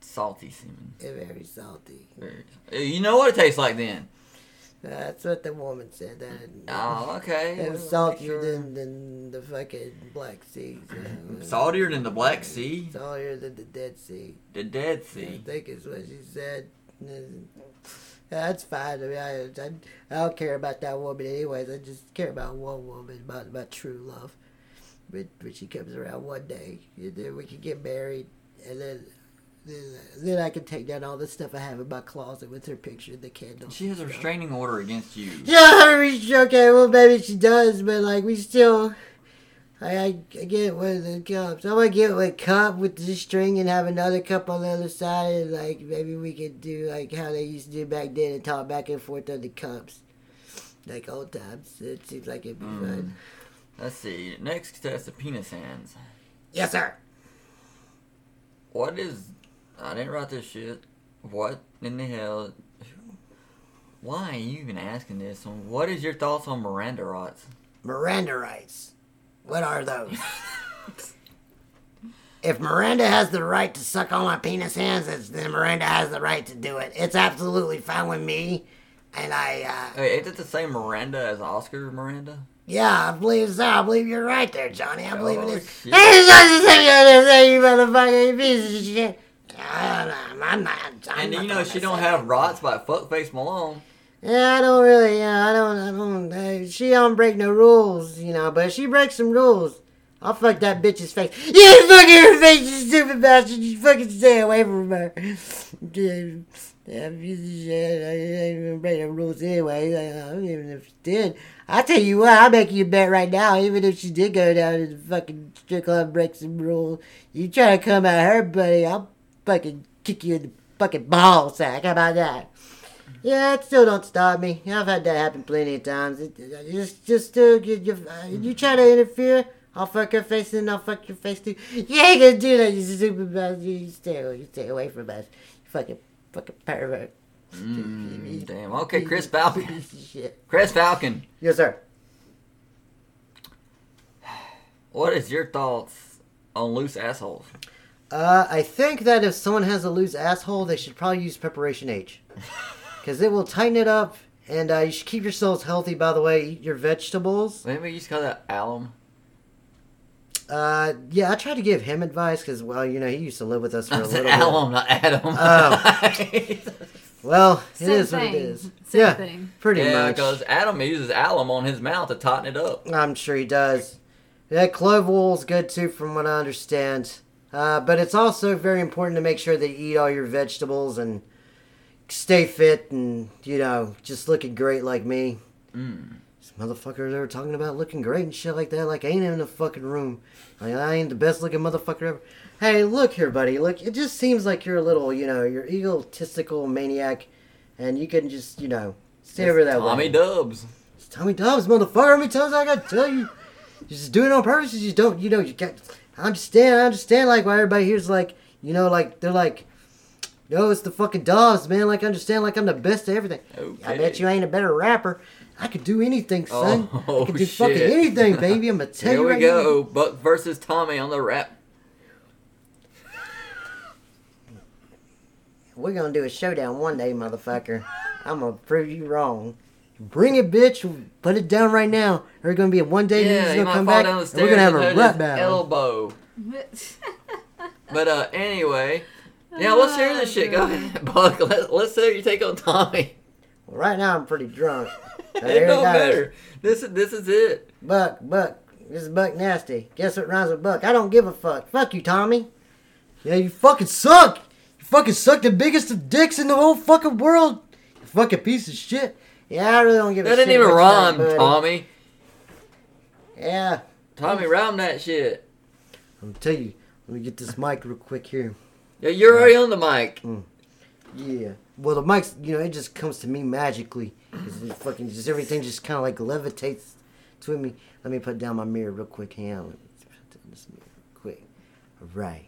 Speaker 1: Salty semen.
Speaker 2: They're very salty.
Speaker 1: Very- You know what it tastes like then?
Speaker 2: That's what the woman said. That
Speaker 1: Oh, okay.
Speaker 2: it
Speaker 1: Well,
Speaker 2: was
Speaker 1: make
Speaker 2: saltier
Speaker 1: sure.
Speaker 2: than, than the fucking Black Sea. so-
Speaker 1: Saltier than the Black Sea?
Speaker 2: Saltier than the Dead Sea.
Speaker 1: The Dead
Speaker 2: I
Speaker 1: Sea.
Speaker 2: think is what she said. That's fine. I, mean, I, I, I don't care about that woman, anyways. I just care about one woman, about my true love. When, when she comes around one day, and then we can get married, and then then, then I can take down all the stuff I have in my closet with her picture, and the candle.
Speaker 1: She has a restraining order against you.
Speaker 2: Yeah, I mean, okay, well, maybe she does, but like, we still. I, I, I get one of the cups. I'm gonna get one cup with the string and have another cup on the other side, and like, maybe we could do like how they used to do back then and talk back and forth on the cups. Like old times. It seems like it'd be
Speaker 1: Mm.
Speaker 2: fun.
Speaker 1: Let's see. Next test of penis hands.
Speaker 2: Yes, sir.
Speaker 1: What is? I didn't write this shit. What in the hell? Why are you even asking this? And What is your thoughts on Miranda rights?
Speaker 2: Miranda rights. What are those? if Miranda has the right to suck on my penis hands, it's, then Miranda has the right to do it. It's absolutely fine with me. And I, uh,
Speaker 1: Hey, is it the same Miranda as Oscar Miranda?
Speaker 2: Yeah, I believe so. I believe you're right there, Johnny. I believe it
Speaker 1: Oh,
Speaker 2: is.
Speaker 1: shit.
Speaker 2: It's not the same as that, you motherfucker, you piece of shit. I don't know. I'm not. I'm
Speaker 1: And
Speaker 2: not
Speaker 1: you
Speaker 2: the
Speaker 1: know
Speaker 2: one
Speaker 1: she
Speaker 2: that
Speaker 1: don't
Speaker 2: said
Speaker 1: have
Speaker 2: that.
Speaker 1: rights by fuckface Malone.
Speaker 2: Yeah, Eh, I don't really. Yeah, I don't. I don't. Uh, she don't break no rules, you know. But if she breaks some rules, I'll fuck that bitch's face. You fucking her face, you stupid bastard. You fucking stay away from her. Dude, yeah, piece of shit. I didn't even break no rules anyway. Uh, Even if she did, I tell you what, I'll make you a bet right now. Even if she did go down to the fucking strip club and break some rules, you try to come at her, buddy, I'll fucking kick you in the fucking ball sack. How about that? Yeah, it still don't stop me. I've had that happen plenty of times. It, it- just, just still, you, you, uh, you try to interfere, I'll fuck your face and I'll fuck your face too. You ain't gonna do that, you stupid bastard. You stay, away- you stay away from us. You fucking, fucking pervert.
Speaker 1: Mm, damn. Okay, Chris Falcon.
Speaker 2: Piece of Shit.
Speaker 1: Chris Falcon.
Speaker 2: Yes, sir.
Speaker 1: What is your thoughts on loose assholes?
Speaker 2: Uh, I think that if someone has a loose asshole, they should probably use preparation H, because it will tighten it up. And uh, you should keep yourselves healthy. By the way, eat your vegetables.
Speaker 1: Maybe you just call that alum.
Speaker 2: Uh, yeah, I tried to give him advice because, well, you know, he used to live with us for
Speaker 1: I
Speaker 2: a
Speaker 1: said
Speaker 2: little bit.
Speaker 1: alum, not Adam.
Speaker 2: Oh. Well, it
Speaker 3: Same
Speaker 2: is
Speaker 3: thing.
Speaker 2: what it is.
Speaker 3: Same
Speaker 2: yeah,
Speaker 3: thing.
Speaker 2: pretty
Speaker 1: yeah,
Speaker 2: much.
Speaker 1: because Adam uses alum on his mouth to tighten it up.
Speaker 2: I'm sure he does. Yeah, clove wool's good too, from what I understand. Uh, but it's also very important to make sure that you eat all your vegetables and stay fit and, you know, just looking great like me.
Speaker 1: Mm.
Speaker 2: These motherfuckers are talking about looking great and shit like that. Like I ain't in the fucking room. Like I ain't the best looking motherfucker ever. Hey, look here, buddy. Look, it just seems like you're a little, you know, you're egotistical maniac, and you can just, you know, stay over that
Speaker 1: Tommy
Speaker 2: way.
Speaker 1: Dubs.
Speaker 2: It's Tommy Dobbs, motherfucker. How many times I gotta tell you? You just do it on purpose. You just don't, you know, you got. I understand. I understand. Like why everybody here's like, you know, like they're like, no, it's the fucking Dobbs, man. Like I understand. Like I'm the best at everything. I bet
Speaker 1: Okay.
Speaker 2: you ain't a better rapper. I could do anything, son.
Speaker 1: Oh,
Speaker 2: I could do
Speaker 1: shit.
Speaker 2: fucking anything, baby. I'm gonna tell
Speaker 1: Here
Speaker 2: you
Speaker 1: we
Speaker 2: right now.
Speaker 1: go. Buck versus Tommy on the rap.
Speaker 2: We're gonna do a showdown one day, motherfucker. I'm gonna prove you wrong. Bring it, bitch. Put it down right now. There's gonna be a one day
Speaker 1: Yeah,
Speaker 2: he's
Speaker 1: he
Speaker 2: gonna
Speaker 1: might
Speaker 2: come
Speaker 1: fall
Speaker 2: back.
Speaker 1: down the
Speaker 2: and
Speaker 1: stairs.
Speaker 2: we're gonna have
Speaker 1: and
Speaker 2: a
Speaker 1: hurt
Speaker 2: rap
Speaker 1: his
Speaker 2: battle.
Speaker 1: Elbow. But uh, anyway, yeah, let's hear this shit. Go ahead, Buck. Let's, let's hear your take on Tommy.
Speaker 2: Well, right now, I'm pretty drunk. But
Speaker 1: it
Speaker 2: here
Speaker 1: don't
Speaker 2: goes.
Speaker 1: matter. This is this is it.
Speaker 2: Buck, Buck. This is Buck Nasty. Guess what rhymes with Buck? I don't give a fuck. Fuck you, Tommy. Yeah, you fucking suck. You fucking suck the biggest of dicks in the whole fucking world. You fucking piece of shit. Yeah, I really don't give
Speaker 1: That
Speaker 2: a shit.
Speaker 1: didn't even
Speaker 2: what you
Speaker 1: rhyme,
Speaker 2: think, buddy.
Speaker 1: Tommy.
Speaker 2: Yeah,
Speaker 1: Tommy, rhyme that shit.
Speaker 2: I'm tell you. Let me get this mic real quick here.
Speaker 1: Yeah, you're already on the mic.
Speaker 2: Yeah. Well, the mic's, you know, it just comes to me magically. 'Cause it fucking just everything just kind of like levitates to me. Let me put down my mirror real quick. Hang on. Let me put down this mirror real quick. All right.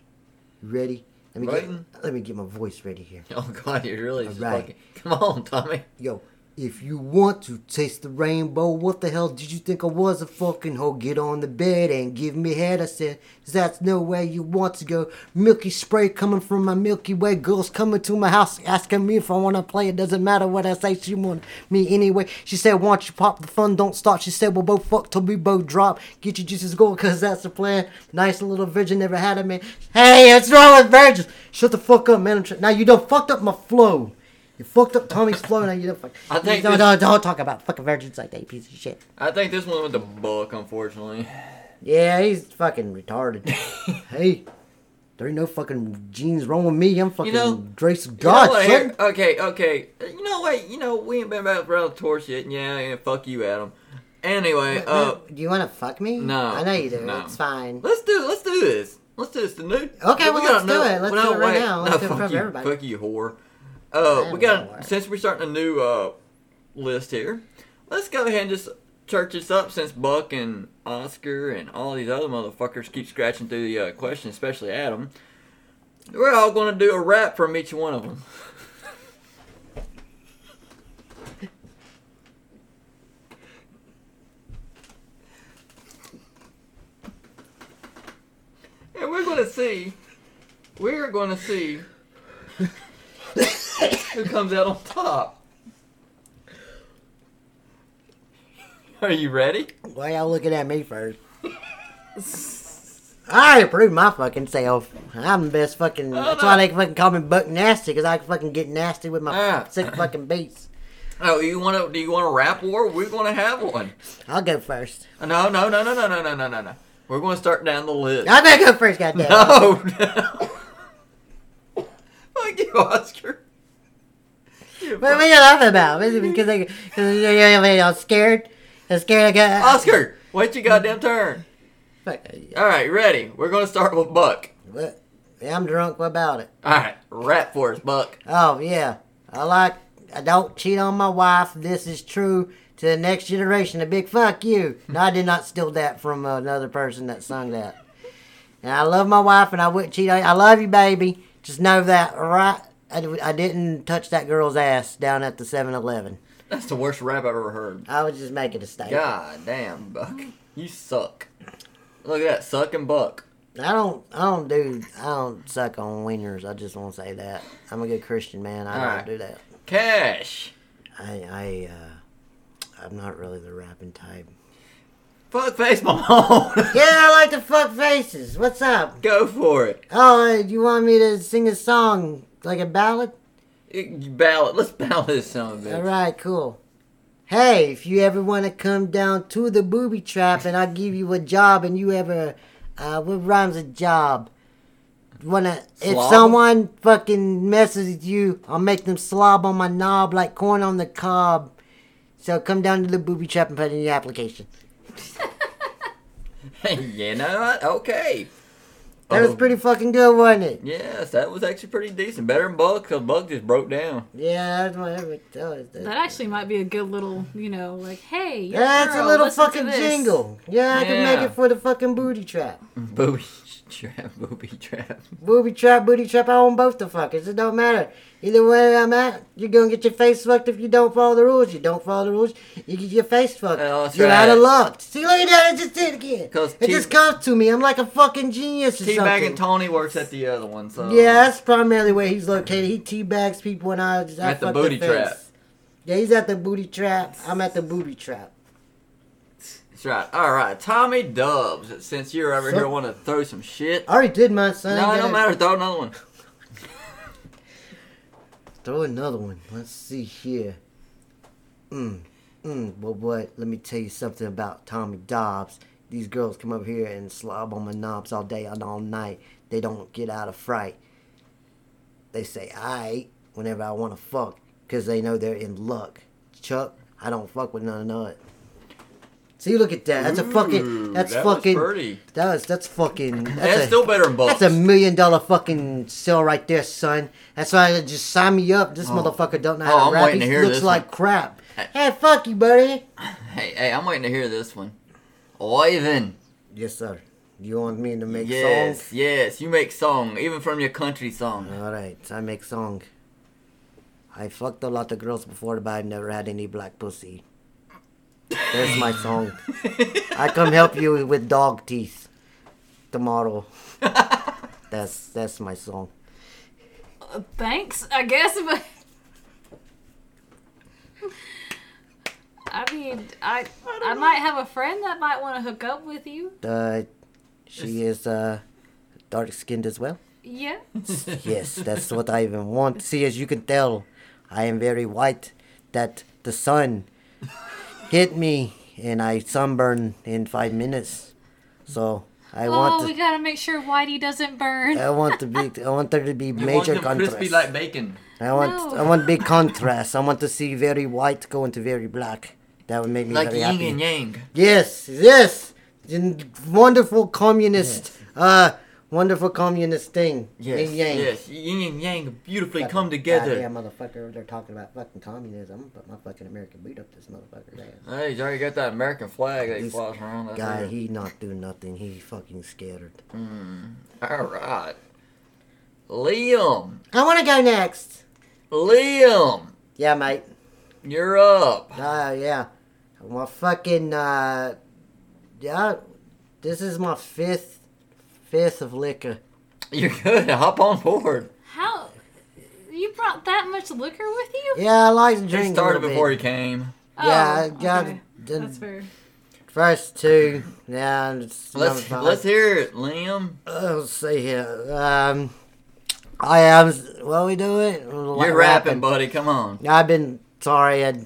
Speaker 2: You Ready? Let me
Speaker 1: Writing.
Speaker 2: get let me get my voice ready here.
Speaker 1: Oh God, you're really just
Speaker 2: Alright.
Speaker 1: fucking. Come on, Tommy.
Speaker 2: Yo, if you want to taste the rainbow, what the hell did you think I was a fucking hoe? Get on the bed and give me head. I said, that's no way you want to go. Milky spray coming from my Milky Way. Girls coming to my house asking me if I want to play. It doesn't matter what I say. She want me anyway. She said, why don't you pop the fun? Don't stop. She said, we'll both fuck till we both drop. Get your juices going because that's the plan. Nice little virgin never had a man. Hey, what's wrong with virgins? Shut the fuck up, man. I'm try- now you done fucked up my flow. You fucked up Tommy's flow now. You don't fuck.
Speaker 1: I think
Speaker 2: no,
Speaker 1: this-
Speaker 2: no, don't talk about fucking virgins like that, you piece of shit.
Speaker 1: I think this one went to Buck, unfortunately.
Speaker 2: Yeah, he's fucking retarded. hey, there ain't no fucking genes wrong with me. I'm fucking
Speaker 1: know-
Speaker 2: Drake's
Speaker 1: You know
Speaker 2: God,
Speaker 1: what,
Speaker 2: son.
Speaker 1: Eric? Okay, okay. You know what? You know we ain't been back around the tour shit. Yeah, yeah. Fuck you, Adam. Anyway, uh,
Speaker 2: Do you want to fuck me?
Speaker 1: No,
Speaker 2: I know you do.
Speaker 1: no.
Speaker 2: It's fine.
Speaker 1: let's do let's do this. Let's do this. The new.
Speaker 2: Okay, well,
Speaker 1: gotta
Speaker 2: let's do
Speaker 1: know-
Speaker 2: it.
Speaker 1: well,
Speaker 2: Let's do
Speaker 1: no,
Speaker 2: it right
Speaker 1: Oh, wait.
Speaker 2: now.
Speaker 1: No,
Speaker 2: Let's do it in
Speaker 1: fuck
Speaker 2: front of
Speaker 1: you,
Speaker 2: everybody.
Speaker 1: fuck you, whore. Uh, we
Speaker 2: I am
Speaker 1: got
Speaker 2: a whore.
Speaker 1: since we're starting a new uh list here. Let's go ahead and just church this up since Buck and Oscar and all these other motherfuckers keep scratching through the uh, question, especially Adam. We're all gonna do a rap from each one of them. And we're going to see. We're going to see who comes out on top. Are you ready?
Speaker 2: Why y'all looking at me first? I approve my fucking self. I'm the best fucking. that's why they fucking call me Buck Nasty because I fucking get nasty with my
Speaker 1: Ah.
Speaker 2: sick fucking beats.
Speaker 1: Oh, you want to? Do you want a rap war? We're going to have one.
Speaker 2: I'll go first.
Speaker 1: No, no, no, no, no, no, no, no, no, no. We're going to start down the list.
Speaker 2: I'm gonna go first, goddamn.
Speaker 1: No, no. Fuck you, Oscar. You
Speaker 2: What
Speaker 1: fuck-
Speaker 2: are you laughing about? Is it because I, because you know, I'm scared? Oh, I'm scared. I got
Speaker 1: Oscar, wait your goddamn turn.
Speaker 2: Fuck.
Speaker 1: All right, ready. We're going to start with Buck.
Speaker 2: What? Yeah, I'm drunk. What about it?
Speaker 1: All right, rap for us, Buck.
Speaker 2: Oh yeah, I like. I don't cheat on my wife. This is true to the next generation. A big fuck you. No, I did not steal that from another person that sung that. And I love my wife, and I wouldn't cheat on you. I love you, baby. Just know that, right? I, I didn't touch that girl's ass down at the 7-Eleven.
Speaker 1: That's the worst rap I've ever heard.
Speaker 2: I was just making a statement.
Speaker 1: God damn, Buck. You suck. Look at that, sucking Buck.
Speaker 2: I don't. I don't do. I don't suck on wieners. I just want to say that. I'm a good Christian man. I don't
Speaker 1: Alright.
Speaker 2: do that.
Speaker 1: Cash.
Speaker 2: I. I. Uh, I'm not really the rapping type.
Speaker 1: Fuckface Malone.
Speaker 2: Yeah, I like to fuck faces. What's up?
Speaker 1: Go for it.
Speaker 2: Oh, uh, you want me to sing a song like a ballad?
Speaker 1: It- Ballad. Let's ballad this song, bitch.
Speaker 2: All right, cool. Hey, if you ever want to come down to the booby trap and I give you a job and you ever, uh, what rhymes with job? Wanna, if
Speaker 1: Slob?
Speaker 2: someone fucking messes with you, I'll make them slob on my knob like corn on the cob. So come down to the booby trap and put in your application.
Speaker 1: you know what? Okay.
Speaker 2: That was
Speaker 1: Oh,
Speaker 2: pretty fucking good, wasn't it?
Speaker 1: Yes, that was actually pretty decent. Better than Buck, because Buck just broke down.
Speaker 2: Yeah, that's whatever. That was, that
Speaker 3: That actually might be a good little, you know, like, hey, your
Speaker 2: That's a
Speaker 3: girl,
Speaker 2: little
Speaker 3: listen to
Speaker 2: fucking
Speaker 3: this.
Speaker 2: jingle. Yeah, I can make
Speaker 1: Yeah.
Speaker 2: it for the fucking booty trap.
Speaker 1: Booby trap, booby trap.
Speaker 2: Booby trap, booty trap, I own both the fuckers. It don't matter. Either way I'm at, you're gonna get your face fucked if you don't follow the rules. You don't follow the rules, you get your face fucked.
Speaker 1: Oh, that's
Speaker 2: you're
Speaker 1: right.
Speaker 2: out of luck. See, look at that, I just did it again.
Speaker 1: 'Cause
Speaker 2: it
Speaker 1: T-
Speaker 2: just comes to me. I'm like a fucking genius or
Speaker 1: Teabag
Speaker 2: something.
Speaker 1: and Tony works at the other one, so.
Speaker 2: yeah, that's primarily where he's located. He teabags people and I just I
Speaker 1: At the
Speaker 2: fuck
Speaker 1: booty
Speaker 2: their face.
Speaker 1: trap.
Speaker 2: Yeah, he's at the booty trap. I'm at the booby trap.
Speaker 1: That's right. All right, Tommy Dubs. Since you're over
Speaker 2: So-
Speaker 1: here, want to throw some shit?
Speaker 2: I already did my son.
Speaker 1: No, it
Speaker 2: Gotta-
Speaker 1: don't matter. Throw another one.
Speaker 2: Throw another one. Let's see here. Mm. Mm. Well, what? Let me tell you something about Tommy Dobbs. These girls come up here and slob on my knobs all day and all night. They don't get out of fright. They say I whenever I want to fuck because they know they're in luck. Chuck, I don't fuck with none of that. See, look at that. That's a
Speaker 1: Ooh,
Speaker 2: fucking. That's
Speaker 1: that was
Speaker 2: fucking.
Speaker 1: pretty.
Speaker 2: That was that's fucking. That's,
Speaker 1: That's
Speaker 2: a-
Speaker 1: still better than Bucks.
Speaker 2: That's a million dollar fucking sell right there, son. That's why I just sign me up. This motherfucker don't know how
Speaker 1: Oh,
Speaker 2: to
Speaker 1: I'm
Speaker 2: rap.
Speaker 1: waiting
Speaker 2: He
Speaker 1: to hear
Speaker 2: looks
Speaker 1: this
Speaker 2: like
Speaker 1: one.
Speaker 2: crap. Hey, fuck you, buddy.
Speaker 1: Hey, hey, I'm waiting to hear this one. Ivan.
Speaker 2: Yes, sir. You want me to make
Speaker 1: Yes,
Speaker 2: songs? Uh,
Speaker 1: yes, you make song, even from your country song.
Speaker 2: All right, I make song. I fucked a lot of girls before, but I've never had any black pussy. There's my song. I come help you with dog teeth tomorrow. That's that's my song.
Speaker 3: Uh, thanks, I guess, but. I mean, I I, might have a friend that might want to hook up with you.
Speaker 2: Uh, she is uh, dark skinned as well.
Speaker 3: Yeah.
Speaker 2: Yes, that's what I even want. See, as you can tell, I am very white. That the sun hit me and I sunburn in five minutes. So I want
Speaker 3: oh,
Speaker 2: to.
Speaker 3: we gotta make sure Whitey doesn't burn.
Speaker 2: I want to be. I want there to be
Speaker 1: You
Speaker 2: major
Speaker 1: want them
Speaker 2: contrast.
Speaker 1: crispy like bacon.
Speaker 2: I want.
Speaker 3: No.
Speaker 2: I want big contrast. I want to see very white go into very black. That would make me
Speaker 1: Like
Speaker 2: very
Speaker 1: yin
Speaker 2: happy.
Speaker 1: and yang.
Speaker 2: Yes, yes, And wonderful communist, uh, wonderful communist thing.
Speaker 1: Yes,
Speaker 2: Yin yang.
Speaker 1: yes, yin and yang beautifully
Speaker 2: Fucking
Speaker 1: come together.
Speaker 2: Goddamn motherfucker, they're talking about fucking communism. I'm gonna put my fucking American boot up this motherfucker's ass.
Speaker 1: Hey, he's already got that American flag that he
Speaker 2: This
Speaker 1: flies around. up
Speaker 2: Guy,
Speaker 1: there.
Speaker 2: he not do nothing. He fucking scared.
Speaker 1: Hmm, All right, Liam,
Speaker 2: I want to go next.
Speaker 1: Liam,
Speaker 2: Yeah, mate.
Speaker 1: you're up.
Speaker 2: Uh, yeah. My fucking uh, yeah. This is my fifth, fifth of liquor.
Speaker 1: You're good. Hop on board.
Speaker 3: How? You brought that much liquor with you?
Speaker 2: Yeah, I like to drink.
Speaker 1: He
Speaker 2: a
Speaker 1: started
Speaker 2: little
Speaker 1: before
Speaker 2: bit.
Speaker 1: he came.
Speaker 2: Yeah, I
Speaker 3: Oh,
Speaker 2: got
Speaker 3: okay.
Speaker 2: the
Speaker 3: That's fair.
Speaker 2: first two. Yeah, it's number
Speaker 1: Let's
Speaker 2: five.
Speaker 1: let's hear it, Liam.
Speaker 2: Uh, Let's see here. Um, I am. What we doing?
Speaker 1: You're rapping, buddy. Come on.
Speaker 2: I've been sorry. I'd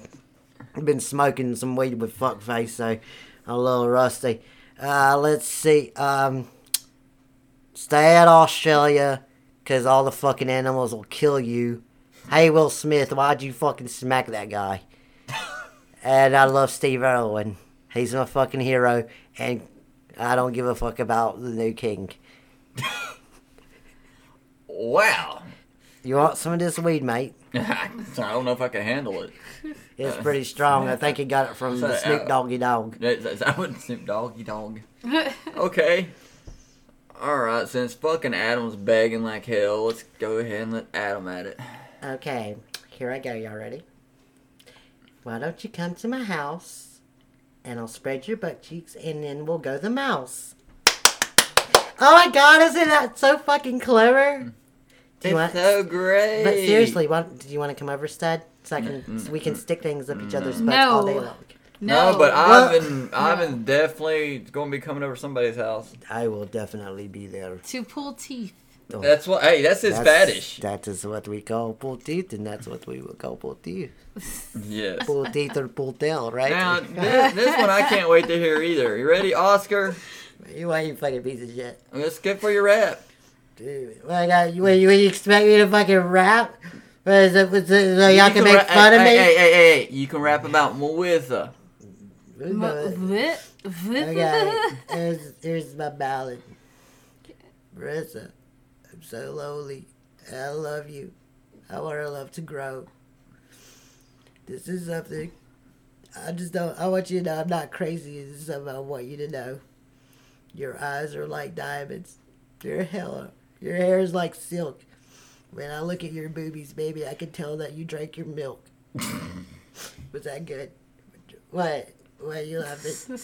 Speaker 2: I've been smoking some weed with fuckface, so I'm a little rusty. Uh, let's see. Um, stay at Australia, cause all the fucking animals will kill you. Hey, Will Smith, why'd you fucking smack that guy? and I love Steve Irwin. He's my fucking hero, and I don't give a fuck about the new king.
Speaker 1: Wow.
Speaker 2: You want some of this weed, mate?
Speaker 1: I don't know if I can handle it.
Speaker 2: It's pretty strong. I think he got it from the
Speaker 1: So, uh,
Speaker 2: Snoop Doggy Dog.
Speaker 1: Is is that what Snoop Doggy Dog?
Speaker 2: Oh,
Speaker 1: Okay. Alright, since fucking Adam's begging like hell, let's go ahead and let Adam at it.
Speaker 2: Okay, here I go. Y'all ready? Why don't you come to my house and I'll spread your butt cheeks and then we'll go the mouse. Oh my god, isn't that so fucking clever? Do
Speaker 1: It's
Speaker 2: you want,
Speaker 1: so great.
Speaker 2: but seriously, want, do you want to come over, stud? So, I can, so we can stick things up each other's butts all day
Speaker 3: No.
Speaker 2: long.
Speaker 1: No,
Speaker 3: No,
Speaker 1: but
Speaker 2: Well-
Speaker 1: Ivan, Ivan definitely going to be coming over to somebody's house.
Speaker 2: I will definitely be there.
Speaker 3: to pull teeth.
Speaker 2: Oh,
Speaker 1: That's what. Hey, that's his fetish.
Speaker 2: That is what we call pull teeth, and that's what we will call pull teeth.
Speaker 1: Yes.
Speaker 2: Pull teeth or pull tail, right?
Speaker 1: Now this, this one I can't wait to hear either. You ready, Oscar?
Speaker 2: you ain't fucking piece of shit.
Speaker 1: Let's get for your rap.
Speaker 2: Dude, what, I got, what, you, what you expect me to fucking rap? What is it, what's it, so y'all
Speaker 1: You
Speaker 2: can, make
Speaker 1: ra-
Speaker 2: fun of
Speaker 1: hey,
Speaker 2: me?
Speaker 1: Hey, hey, hey, hey, you can rap about Melissa.
Speaker 2: Who knows? Okay,
Speaker 3: Okay.
Speaker 2: here's, here's my ballad. Marissa, I'm so lonely. I love you. I want our love to grow. This is something I just don't. I want you to know I'm not crazy. This is something I want you to know. Your eyes are like diamonds. Your hair, your hair is like silk. When I look at your boobies, baby, I can tell that you drank your milk. Was that good? What? What you laughing?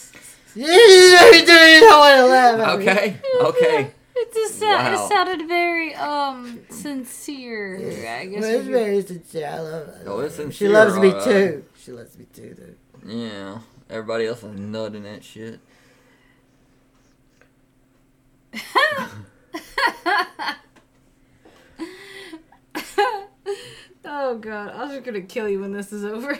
Speaker 2: Yeah, I want to laugh. at
Speaker 3: Oh,
Speaker 2: me.
Speaker 1: Okay, okay.
Speaker 3: It just sou-
Speaker 1: Wow.
Speaker 3: it sounded very um sincere. I guess.
Speaker 2: Well,
Speaker 3: we
Speaker 2: it's
Speaker 3: could-
Speaker 2: very sincere. I love her.
Speaker 1: Oh, it's
Speaker 2: She
Speaker 1: sincere,
Speaker 2: loves me
Speaker 1: alright.
Speaker 2: too. She loves me too, though.
Speaker 1: Yeah, everybody else is nutting that shit.
Speaker 3: oh god, I was just gonna kill you when this is over.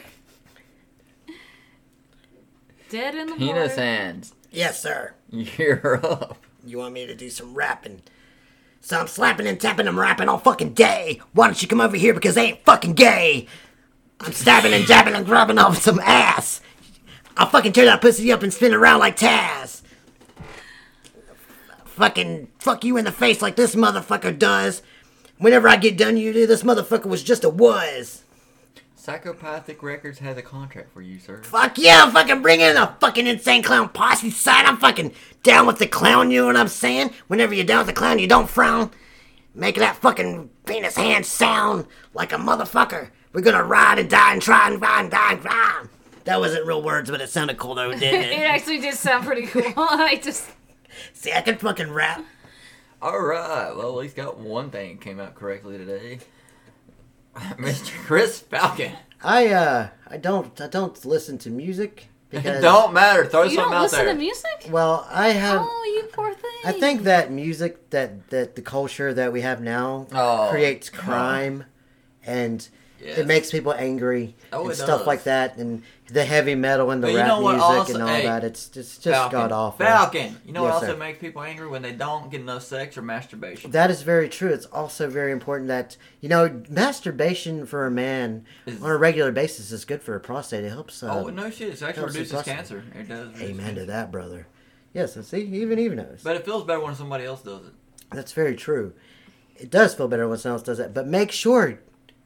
Speaker 3: Dead in the
Speaker 1: Penis
Speaker 3: water.
Speaker 1: hands.
Speaker 2: Yes, sir.
Speaker 1: You're up.
Speaker 2: You want me to do some rapping? So I'm slapping and tapping and rapping all fucking day. Why don't you come over here because they ain't fucking gay? I'm stabbing and jabbing and grabbing off some ass. I'll fucking tear that pussy up and spin around like Taz. Fucking fuck you in the face like this motherfucker does. Whenever I get done, you do this motherfucker was just a was.
Speaker 1: Psychopathic Records has a contract for you, sir.
Speaker 2: Fuck yeah, fucking bring in the fucking insane clown posse side. I'm fucking down with the clown, you know what I'm saying? Whenever you're down with the clown, you don't frown. Make that fucking penis hand sound like a motherfucker. We're gonna ride and die and try and ride and die and ride. That wasn't real words, but it sounded cool though, didn't
Speaker 3: It
Speaker 2: it?
Speaker 3: actually did sound pretty cool. I just
Speaker 2: See, I can fucking rap.
Speaker 1: All right. Well, at least got one thing came out correctly today. Mr. Chris Falcon.
Speaker 2: I uh, I don't, I don't listen to music
Speaker 1: It don't matter. Throw
Speaker 3: you
Speaker 1: something
Speaker 3: don't
Speaker 1: out
Speaker 3: listen
Speaker 1: there.
Speaker 3: to music.
Speaker 2: Well, I have.
Speaker 3: Oh, you poor thing.
Speaker 2: I think that music that that the culture that we have now
Speaker 1: Oh.
Speaker 2: creates crime and
Speaker 1: Yes.
Speaker 2: it makes people angry
Speaker 1: Oh,
Speaker 2: and
Speaker 1: it
Speaker 2: stuff
Speaker 1: does.
Speaker 2: like that and the heavy metal and the
Speaker 1: But you
Speaker 2: rap
Speaker 1: know what
Speaker 2: music
Speaker 1: also-
Speaker 2: and all
Speaker 1: hey,
Speaker 2: that it's it's just
Speaker 1: Falcon.
Speaker 2: god awful.
Speaker 1: Falcon. You know what
Speaker 2: Yes,
Speaker 1: also
Speaker 2: sir.
Speaker 1: makes people angry when they don't get enough sex or masturbation.
Speaker 2: That is very true. It's also very important that you know masturbation for a man
Speaker 1: Is-
Speaker 2: on a regular basis is good for a prostate. It helps. Uh,
Speaker 1: oh no shit! It actually
Speaker 2: helps with
Speaker 1: reduces
Speaker 2: prostate.
Speaker 1: cancer. It does. Reduce
Speaker 2: amen to
Speaker 1: cancer.
Speaker 2: that, brother. Yes, I see. Even even knows.
Speaker 1: But it feels better when somebody else does it.
Speaker 2: That's very true. It does feel better when someone else does that, but make sure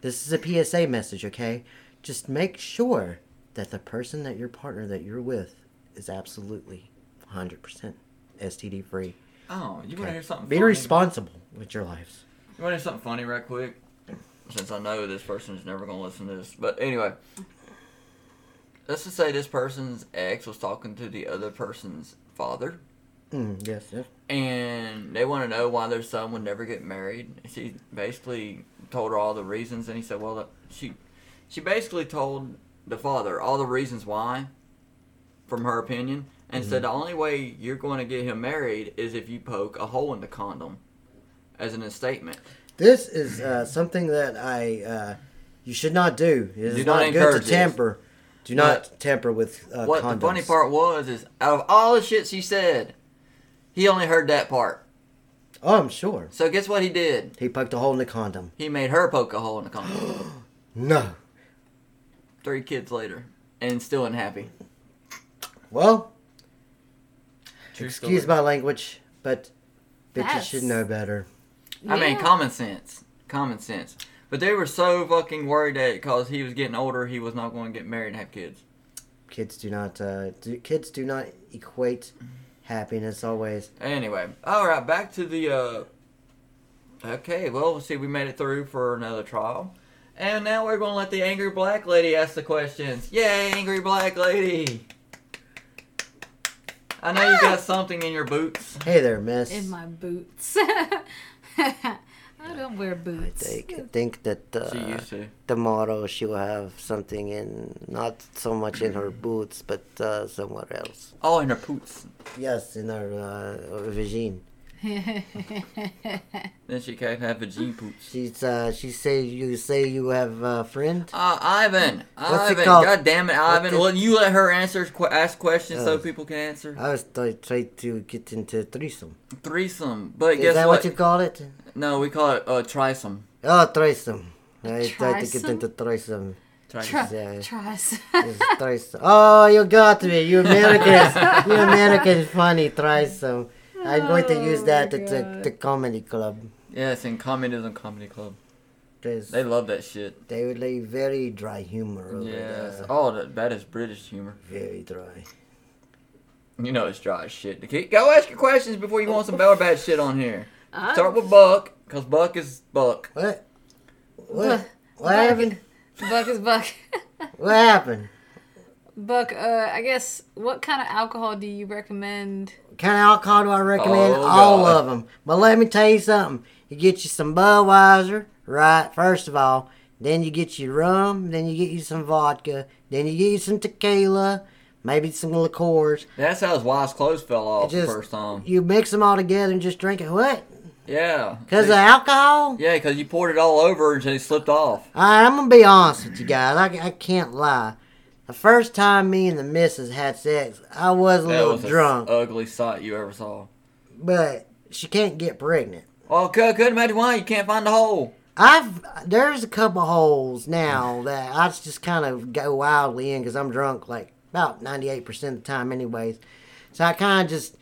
Speaker 2: this is a PSA message, okay? Just make sure that the person that your partner that you're with is absolutely 100% STD free.
Speaker 1: Oh, you want to hear something?
Speaker 2: Be
Speaker 1: funny?
Speaker 2: responsible with your lives.
Speaker 1: You want to hear something funny, right quick? Since I know this person's never gonna listen to this, but anyway, let's just say this person's ex was talking to the other person's father,
Speaker 2: Mm, yes, yes.
Speaker 1: and they want to know why their son would never get married. She basically told her all the reasons, and he said, "Well, she, she basically told the father all the reasons why." from her opinion, and
Speaker 2: Mm-hmm.
Speaker 1: said the only way you're going to get him married is if you poke a hole in the condom as an statement.
Speaker 2: This is uh, something that I uh, you should not do. It is
Speaker 1: Do not
Speaker 2: not, good
Speaker 1: encourage
Speaker 2: to
Speaker 1: this.
Speaker 2: tamper. Do not tamper with uh,
Speaker 1: what
Speaker 2: condoms.
Speaker 1: the funny part was is out of all the shit she said, he only heard that part.
Speaker 2: Oh, I'm sure.
Speaker 1: So guess what he did?
Speaker 2: He poked a hole in the condom.
Speaker 1: He made her poke a hole in the condom.
Speaker 2: No.
Speaker 1: Three kids later, and still unhappy.
Speaker 2: Well,
Speaker 4: True
Speaker 2: excuse my language, but bitches
Speaker 3: That's-
Speaker 2: should know better.
Speaker 1: I mean,
Speaker 3: Yeah.
Speaker 1: common sense. Common sense. But they were so fucking worried that because he was getting older, he was not going to get married and have kids.
Speaker 2: Kids do not. Uh, do, kids do not equate happiness always.
Speaker 1: Anyway, all right, back to the. Uh, okay, well, see, we made it through for another trial, and now we're going to let the angry black lady ask the questions. Yay, angry black lady! I know you got something in your boots.
Speaker 2: Hey there, miss.
Speaker 3: in my boots. I don't wear
Speaker 2: I
Speaker 3: boots.
Speaker 2: think, I think that
Speaker 1: She
Speaker 2: uh,
Speaker 1: used to.
Speaker 2: tomorrow she will have something in, not so much in her boots, but uh, somewhere else.
Speaker 1: Oh, in her boots.
Speaker 2: Yes, in her uh, vagine.
Speaker 1: Then she can't have the jean boots.
Speaker 2: She's uh, she say you say you have a friend.
Speaker 1: Uh, Ivan,
Speaker 2: What's it
Speaker 1: Ivan,
Speaker 2: called?
Speaker 1: god damn it, Ivan!
Speaker 2: the-
Speaker 1: Will you let her answer qu- ask questions so
Speaker 2: Oh.
Speaker 1: people can answer?
Speaker 2: I was t- trying to get into threesome.
Speaker 1: Threesome, but
Speaker 2: Is
Speaker 1: guess
Speaker 2: that
Speaker 1: what?
Speaker 2: what you call it?
Speaker 1: No, we call it uh, trisome.
Speaker 2: Oh, threesome. I tried to get
Speaker 3: trisome?
Speaker 2: into threesome.
Speaker 1: Trisome.
Speaker 3: Try,
Speaker 2: Yeah.
Speaker 3: tries.
Speaker 2: It's threesome. Oh, you got me. You Americans. you Americans funny threesome. I'm going to use
Speaker 3: Oh
Speaker 2: that
Speaker 3: my
Speaker 2: at the,
Speaker 3: God.
Speaker 2: the comedy club.
Speaker 1: Yes, in communism comedy club.
Speaker 2: 'Cause
Speaker 1: They love that shit.
Speaker 2: They would lay very dry humor over
Speaker 1: Yes.
Speaker 2: there.
Speaker 1: Oh, that, that is British humor.
Speaker 2: Very dry.
Speaker 1: You know it's dry as shit. Okay, Go ask your questions before you want some bad bad shit on here.
Speaker 3: I'm-
Speaker 1: Start with Buck, because Buck is Buck.
Speaker 2: What?
Speaker 3: Buh.
Speaker 2: What? What happened?
Speaker 3: Buck is Buck.
Speaker 2: What happened?
Speaker 3: Buck, uh, I guess, what kind of alcohol do you recommend?
Speaker 2: Kind of alcohol do I recommend?
Speaker 1: Oh,
Speaker 2: all
Speaker 1: God.
Speaker 2: of 'em. of them. But let me tell you something. You get you some Budweiser, right? First of all, then you get you rum, then you get you some vodka, then you get you some tequila, maybe some liqueurs.
Speaker 1: That's how his wife's clothes fell off
Speaker 2: Just-
Speaker 1: the first time.
Speaker 2: You mix them all together and just drink it. What?
Speaker 1: Yeah.
Speaker 2: Cause of
Speaker 1: See?
Speaker 2: alcohol?
Speaker 1: Yeah, because you poured it all over and it slipped off.
Speaker 2: Alright, I'm gonna be honest with you guys. I, I can't lie. The first time me and the missus had sex, I was a
Speaker 1: That
Speaker 2: little
Speaker 1: was the
Speaker 2: drunk,
Speaker 1: ugly sight you ever saw.
Speaker 2: but she can't get pregnant.
Speaker 1: Oh, could could imagine why you can't find the hole.
Speaker 2: I've there's a couple holes now that I just kind of go wildly in because I'm drunk like about 98 percent of the time, anyways. So I kind of just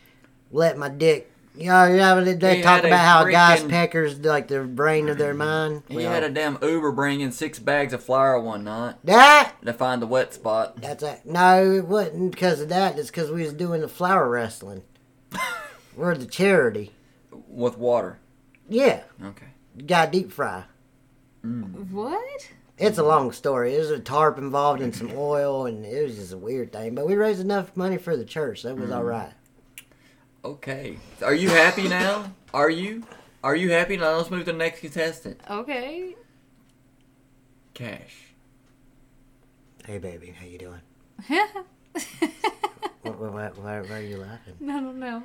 Speaker 2: let my dick. You know, you know they- they
Speaker 1: He
Speaker 2: talk
Speaker 1: had a
Speaker 2: about how guys
Speaker 1: freaking-
Speaker 2: peckers like their brain of their mind.
Speaker 1: He
Speaker 2: Well,
Speaker 1: had a damn Uber bringing six bags of flour one night
Speaker 2: that
Speaker 1: to find the wet spot.
Speaker 2: That's it. No, it wasn't because of that. It's because we was doing the flower wrestling. We're the charity.
Speaker 1: with water.
Speaker 2: Yeah,
Speaker 1: Okay. Mm.
Speaker 2: got deep fry.
Speaker 3: What?
Speaker 2: It's a long story. There's a tarp involved and some oil, and it was just a weird thing. But we raised enough money for the church. That was all right.
Speaker 1: Okay. Are you happy now? Are you? Are you happy now? Let's move to the next contestant.
Speaker 3: Okay.
Speaker 1: Cash.
Speaker 2: Hey, baby, how you doing?
Speaker 3: I
Speaker 2: Why, why, why, why are you laughing?
Speaker 3: don't know.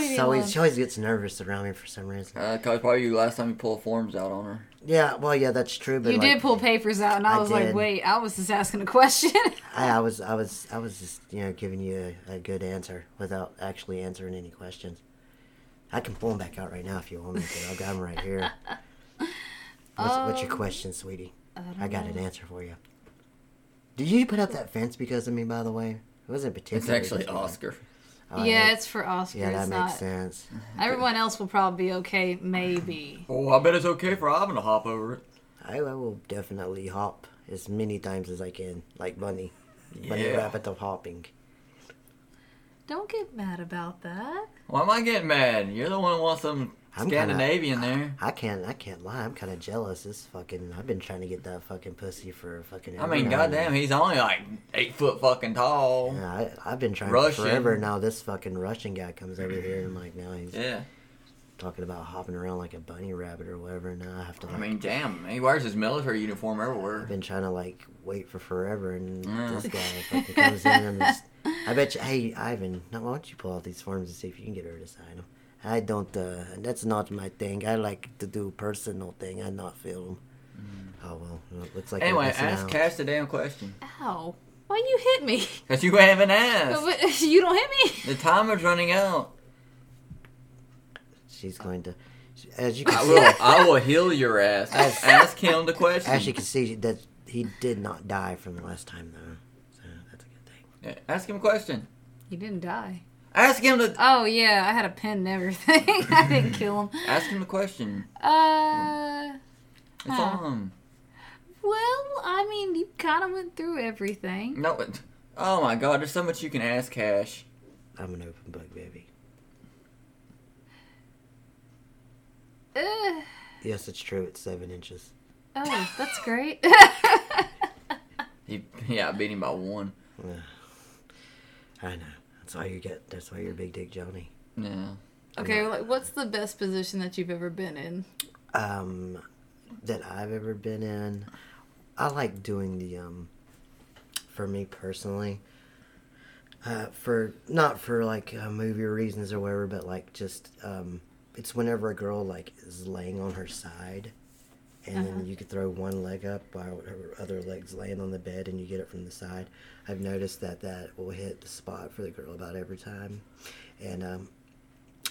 Speaker 2: She always, she always gets nervous around me for some reason.
Speaker 1: Uh, cause probably the last time you pulled forms out on her.
Speaker 2: Yeah, well, yeah, that's true. But
Speaker 3: you
Speaker 2: like,
Speaker 3: did pull papers out, and I,
Speaker 2: I
Speaker 3: was
Speaker 2: did.
Speaker 3: like, wait, I was just asking a question.
Speaker 2: I, I was, I was, I was just, you know, giving you a, a good answer without actually answering any questions. I can pull them back out right now if you want me to. I've got them right here. What's, what's
Speaker 3: Oh.
Speaker 2: your question, sweetie? I, got
Speaker 3: Mm.
Speaker 2: an answer for you. Did you put up that fence because of me? By the way, it wasn't particular.
Speaker 1: It's actually Oscar.
Speaker 3: yeah, it's for Oscar.
Speaker 2: oh, Yeah, that
Speaker 3: it's
Speaker 2: makes
Speaker 3: not.
Speaker 2: sense.
Speaker 3: Everyone else will probably be okay, maybe.
Speaker 1: Oh, I bet it's okay for Ivan to hop over it.
Speaker 2: I, I will definitely hop as many times as I can, like bunny, bunny
Speaker 1: Yeah.
Speaker 2: rabbit of hopping.
Speaker 3: Don't get mad about that.
Speaker 1: Why am I getting mad? You're the one who wants some
Speaker 2: I'm kinda-
Speaker 1: Scandinavian there.
Speaker 2: I can't. I can't lie. I'm kind of jealous. This fucking. I've been trying to get that fucking pussy for fucking.
Speaker 1: I mean,
Speaker 2: ever now.
Speaker 1: goddamn, he's only like eight foot fucking tall.
Speaker 2: Yeah, I, I've been trying
Speaker 1: Russian.
Speaker 2: forever. Now this fucking Russian guy comes over here and like now he's
Speaker 1: Yeah.
Speaker 2: talking about hopping around like a bunny rabbit or whatever. Now I have to. Like,
Speaker 1: I mean, damn, he wears his military uniform
Speaker 2: I've
Speaker 1: everywhere.
Speaker 2: been trying to like wait for forever, and
Speaker 1: Mm.
Speaker 2: this guy fucking comes in and just I bet you. Hey, Ivan, now why don't you pull out these forms and see if you can get her to sign them? I don't. Uh, that's not my thing. I like to do personal thing. I not feel them. Oh well, well, it looks like. we're
Speaker 1: Mm. Anyway,
Speaker 2: missing
Speaker 1: ask
Speaker 2: out.
Speaker 1: Cash the damn question.
Speaker 3: Ow. Why you hit me?
Speaker 1: Because you haven't asked.
Speaker 3: But you don't hit me.
Speaker 1: The timer's running out.
Speaker 2: She's going to. As you can
Speaker 1: I
Speaker 2: see,
Speaker 1: will, I will heal your ass.
Speaker 2: Ask-
Speaker 1: Ask him the question.
Speaker 2: as you can see that he did not die from the last time though. So that's a good thing.
Speaker 1: Yeah, Ask him a question.
Speaker 3: You didn't die.
Speaker 1: Ask him the.
Speaker 3: Oh yeah, I had a pen and everything. I didn't kill him.
Speaker 1: Ask him the question.
Speaker 3: Uh.
Speaker 1: It's
Speaker 3: Huh.
Speaker 1: on him.
Speaker 3: Well, I mean, you kind of went through everything.
Speaker 1: No. it- Oh my God! There's so much you can ask Cash.
Speaker 2: I'm an open book, baby.
Speaker 3: Ugh.
Speaker 2: Yes, it's true. It's seven inches.
Speaker 3: Oh, that's great.
Speaker 1: He, yeah, I beat him by one.
Speaker 2: Ugh. I know. That's why you get. That's why you're Big Dick Johnny.
Speaker 1: Yeah.
Speaker 3: okay, like, what's the best position that you've ever been in?
Speaker 2: Um, that I've ever been in. I like doing the um. For me personally. Uh, for not for like uh, movie reasons or whatever, but like just um, it's whenever a girl like is laying on her side, and
Speaker 3: Uh-huh.
Speaker 2: then you could throw one leg up while her other leg's laying on the bed, and you get it from the side. I've noticed that that will hit the spot for the girl about every time, and um,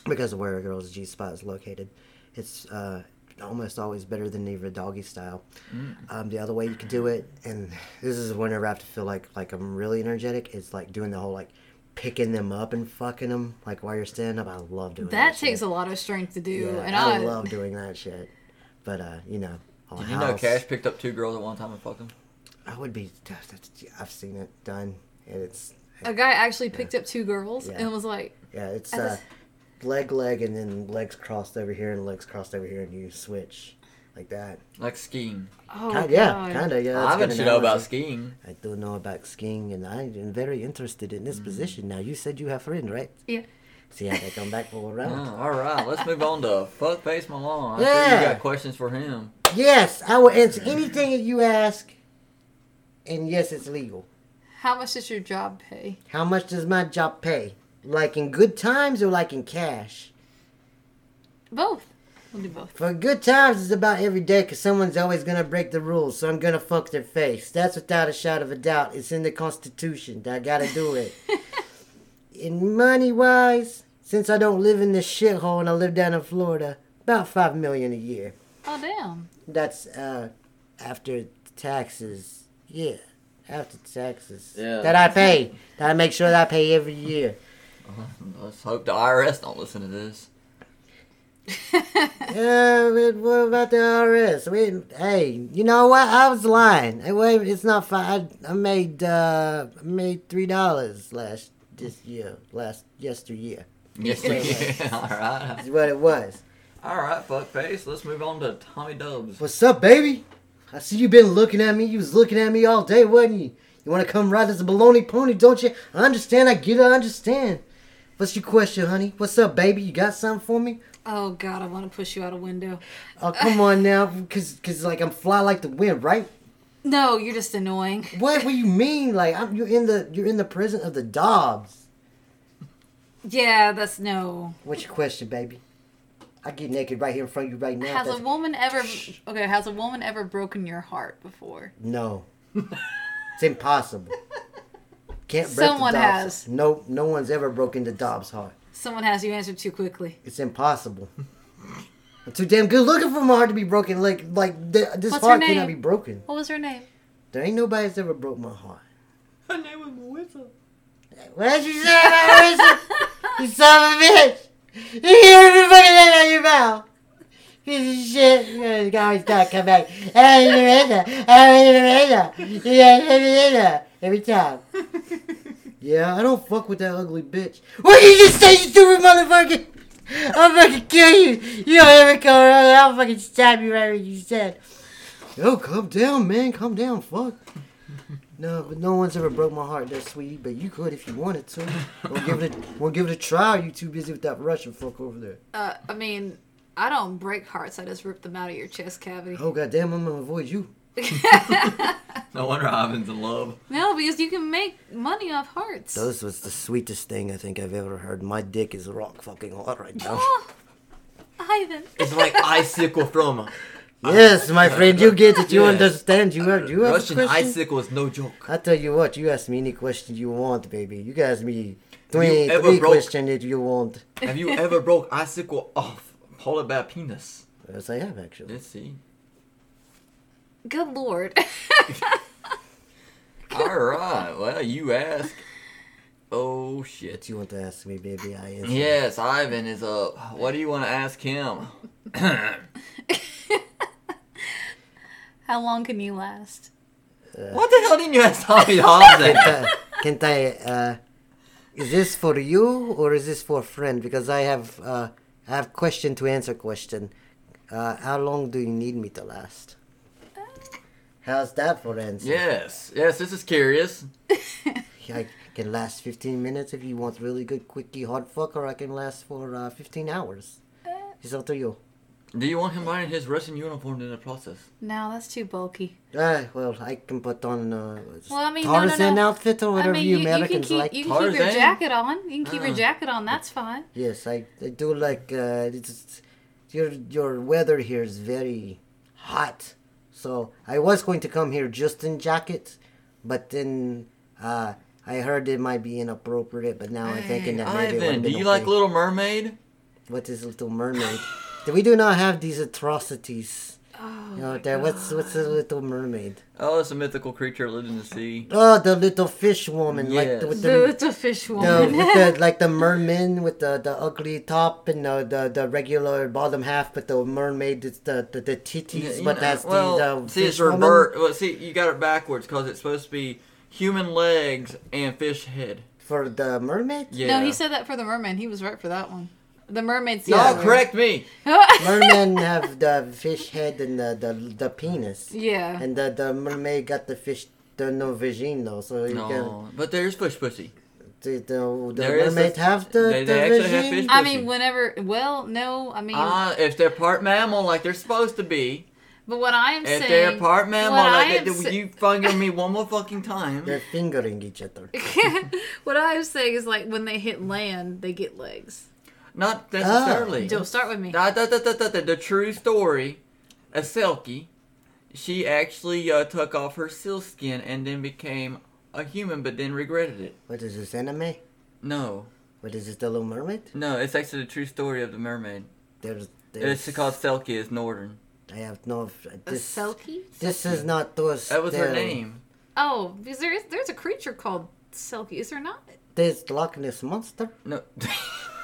Speaker 2: because of where a girl's G spot is located, it's uh, almost always better than even a doggy style.
Speaker 1: Mm.
Speaker 2: Um, the other way you could do it, and this is whenever I have to feel like like I'm really energetic, is like doing the whole like picking them up and fucking them like while you're standing up. I love doing that.
Speaker 3: That takes a lot of strength to do,
Speaker 2: yeah,
Speaker 3: and
Speaker 2: I,
Speaker 3: I,
Speaker 2: love doing that shit. But uh, you know, on
Speaker 1: Did
Speaker 2: a
Speaker 1: you know
Speaker 2: house,
Speaker 1: Cash picked up two girls at one time and fucked them?
Speaker 2: I would be. that's- I've seen it done, and it's
Speaker 3: a guy actually picked up two girls
Speaker 2: Yeah.
Speaker 3: and was like,
Speaker 2: yeah, it's
Speaker 3: I
Speaker 2: uh,
Speaker 3: just-
Speaker 2: leg leg, and then legs crossed over here and legs crossed over here, and you switch like that.
Speaker 1: Like skiing.
Speaker 3: "Oh
Speaker 2: Kind-
Speaker 3: God.
Speaker 2: yeah, kind of. Yeah, that's
Speaker 1: I
Speaker 2: good
Speaker 1: bet you know about
Speaker 2: analogy.
Speaker 1: skiing.
Speaker 2: I do know about skiing, and I am very interested in this position. Now, you said you have friend, right?
Speaker 3: Yeah.
Speaker 2: See how they come back all
Speaker 1: Yeah,
Speaker 2: around.
Speaker 1: all right, let's move on to fuck face Malone. I'm sure you
Speaker 2: Yeah.
Speaker 1: got questions for him.
Speaker 2: Yes, I will answer anything that you ask, and yes, it's legal.
Speaker 3: How much does your job pay?
Speaker 2: How much does my job pay? Like in good times or like in cash?
Speaker 3: Both. We'll do both.
Speaker 2: For good times, it's about every day because someone's always going to break the rules, so I'm going to fuck their face. That's without a shadow of a doubt. It's in the Constitution. I got to do it. in money wise, since I don't live in this shithole and I live down in Florida, about five million a year.
Speaker 3: Oh damn.
Speaker 2: That's uh, after taxes. Yeah, after taxes.
Speaker 1: Yeah.
Speaker 2: That I pay. That I make sure that I pay every year.
Speaker 1: Let's hope the IRS don't listen to this.
Speaker 2: Yeah, but what about the IRS? We, hey, you know what? I was lying. Hey, wait, it's not fine. I, I made uh, I made three dollars last this year, last yesteryear.
Speaker 1: Yes, yeah. all right,
Speaker 2: Is what it was.
Speaker 1: all right, fuck face. Let's move on to Tommy Dubs.
Speaker 2: What's up, baby? I see you been looking at me. You was looking at me all day, wasn't you? You want to come ride as a baloney pony, don't you? I understand. I get it. I understand. What's your question, honey? What's up, baby? You got something for me?
Speaker 3: Oh God, I want to push you out a window.
Speaker 2: Oh, come on now, cause, cause like I'm fly like the wind, right?
Speaker 3: No, you're just annoying.
Speaker 2: What? What do you mean? Like I'm, you're in the you're in the prison of the Dobbs.
Speaker 3: Yeah, that's no.
Speaker 2: What's your question, baby? I get naked right here in front of you right now.
Speaker 3: Has a
Speaker 2: That's-
Speaker 3: woman ever okay? Has a woman ever broken your heart before?
Speaker 2: no, it's impossible. Can't break
Speaker 3: Someone
Speaker 2: the Dobbs.
Speaker 3: has.
Speaker 2: No, no one's ever broken the Dobbs heart.
Speaker 3: Someone has you answered too quickly.
Speaker 2: It's impossible. I'm too damn good looking for my heart to be broken. Like like th- this
Speaker 3: What's her
Speaker 2: heart cannot be
Speaker 3: name?
Speaker 2: broken.
Speaker 3: What was her name?
Speaker 2: There ain't nobody that's ever broke my heart.
Speaker 1: Her name was Whistle.
Speaker 2: What'd you say, Marissa? you son of a bitch! You hear every fucking thing out of your mouth! Piece of shit! You know, you always gotta come back. Hey, Marissa! Hey, Marissa! You gotta say Marissa! Every time. yeah, I don't fuck with that ugly bitch. What did you just say, you stupid motherfucker? I'll fucking kill you! You don't ever come around, I'll fucking stab you right where you said. Yo, calm down, man. Calm down, fuck. No, but no one's ever broke my heart, there, sweetie. But you could if you wanted to. We'll give it. A, we'll give it a try. You too busy with that Russian fuck over there.
Speaker 3: Uh, I mean, I don't break hearts. I just rip them out of your chest cavity.
Speaker 2: Oh goddamn, I'm gonna avoid you.
Speaker 1: No wonder Ivan's in love.
Speaker 3: No, because you can make money off hearts.
Speaker 2: Those was the sweetest thing I think I've ever heard. My dick is rock fucking hot right now.
Speaker 3: Oh, Ivan.
Speaker 1: It's like icicle from a
Speaker 2: yes, my friend, you get it. You
Speaker 1: Yes.
Speaker 2: understand. You have you have
Speaker 1: Russian
Speaker 2: a question.
Speaker 1: icicle is no joke.
Speaker 2: I tell you what, you ask me any question you want, baby. You ask me three,
Speaker 1: ever
Speaker 2: three
Speaker 1: broke-
Speaker 2: questions if you want.
Speaker 1: Have you ever broke icicle off? Call it bad penis.
Speaker 2: Yes, I have actually.
Speaker 1: Let's see.
Speaker 3: Good lord.
Speaker 1: All right. Well, you ask. Oh
Speaker 2: What
Speaker 1: shit.
Speaker 2: you want to ask me, baby? I answer.
Speaker 1: Yes, Ivan is up. What do you want to ask him?
Speaker 3: How long can you last?
Speaker 1: What the hell didn't you ask Tommy Hobbs? that?
Speaker 2: Uh, can I? Uh, is this for you or is this for friend? Because I have uh, I have question to answer question. Uh, how long do you need me to last? How's that for answer?
Speaker 1: Yes, yes. This is curious.
Speaker 2: I can last 15 minutes if you want really good quickie hard fuck, or I can last for uh, 15 hours. It's up to you.
Speaker 1: Do you want him wearing his Russian uniform in the process?
Speaker 3: No, that's too bulky.
Speaker 2: Ah, well, I can put on uh,
Speaker 3: Well, I mean, no, no,
Speaker 2: Tarzan
Speaker 3: no.
Speaker 2: outfit or whatever
Speaker 3: I mean,
Speaker 2: you,
Speaker 3: can
Speaker 2: Americans
Speaker 3: keep,
Speaker 2: like.
Speaker 3: you can keep your
Speaker 1: Tarzan?
Speaker 3: jacket on. You can keep your
Speaker 1: Uh.
Speaker 3: jacket on. That's fine.
Speaker 2: Yes, I, I do like uh, it's, your your weather here is very hot. So I was going to come here just in jacket, but then uh, I heard it might be inappropriate. But now I'm thinking that maybe it
Speaker 1: Ivan,
Speaker 2: would've
Speaker 1: do
Speaker 2: been
Speaker 1: you
Speaker 2: okay.
Speaker 1: like Little Mermaid?
Speaker 2: what is Little Mermaid? we do not have these atrocities.
Speaker 3: Oh,
Speaker 1: Ah.
Speaker 2: You know, there, what's what's a Little Mermaid?
Speaker 1: Oh, it's a mythical creature that lives in the sea.
Speaker 2: Oh, the little fish woman, like the,
Speaker 1: Yes.
Speaker 2: with
Speaker 3: the,
Speaker 2: the
Speaker 3: it's a fish
Speaker 2: the,
Speaker 3: woman.
Speaker 2: with the like the merman with the, the ugly top and the, the the regular bottom half, but the mermaid it's the the, the titties,
Speaker 1: You
Speaker 2: but
Speaker 1: know,
Speaker 2: that's
Speaker 1: well,
Speaker 2: the, the
Speaker 1: see,
Speaker 2: fish
Speaker 1: it's
Speaker 2: woman.
Speaker 1: revert. Well, see, you got it backwards because it's supposed to be human legs and fish head.
Speaker 2: for the mermaid.
Speaker 1: Yeah.
Speaker 3: No, he said that for the merman. He was right for that one. The mermaid's the
Speaker 1: No,
Speaker 3: other one.
Speaker 1: correct me.
Speaker 2: Mermen have the fish head and the the, the penis,
Speaker 3: yeah.
Speaker 2: and the, the mermaid got the fish. The no vagina, though, so you
Speaker 1: No, but there's fish pussy.
Speaker 2: can, the, the, the
Speaker 1: There is
Speaker 2: mermaid
Speaker 1: a-
Speaker 2: have the,
Speaker 1: they-
Speaker 2: the
Speaker 1: they actually have
Speaker 2: vagina?
Speaker 1: fish
Speaker 3: I
Speaker 1: pussy.
Speaker 3: mean, whenever. Well, no, I mean,
Speaker 1: Ah, if they're part mammal like they're supposed to be,
Speaker 3: but what I am
Speaker 1: if
Speaker 3: saying.
Speaker 1: they're part mammal
Speaker 3: what I
Speaker 1: like
Speaker 3: am
Speaker 1: that,
Speaker 3: sa-
Speaker 1: you finger me one more fucking time.
Speaker 2: They're fingering each other.
Speaker 3: what I am saying is like when they hit land, they get legs.
Speaker 1: Not necessarily.
Speaker 3: Ah. Don't start with me.
Speaker 1: Da- da- da- da- da- da- the true story of Selkie, she actually uh, took off her seal skin and then became a human, but then regretted it.
Speaker 2: What is this anime?
Speaker 1: No,
Speaker 2: What is this? The Little Mermaid?
Speaker 1: no, it's actually the true story of the mermaid.
Speaker 2: There's, there's
Speaker 1: It's called Selkie, it's northern.
Speaker 2: I have no.
Speaker 3: A
Speaker 2: This,
Speaker 3: selkie?
Speaker 2: this is not those.
Speaker 1: That was her
Speaker 2: the-
Speaker 1: name.
Speaker 3: Oh, because there is there's a creature called selkie. Is there not?
Speaker 2: This Loch Ness monster.
Speaker 1: No.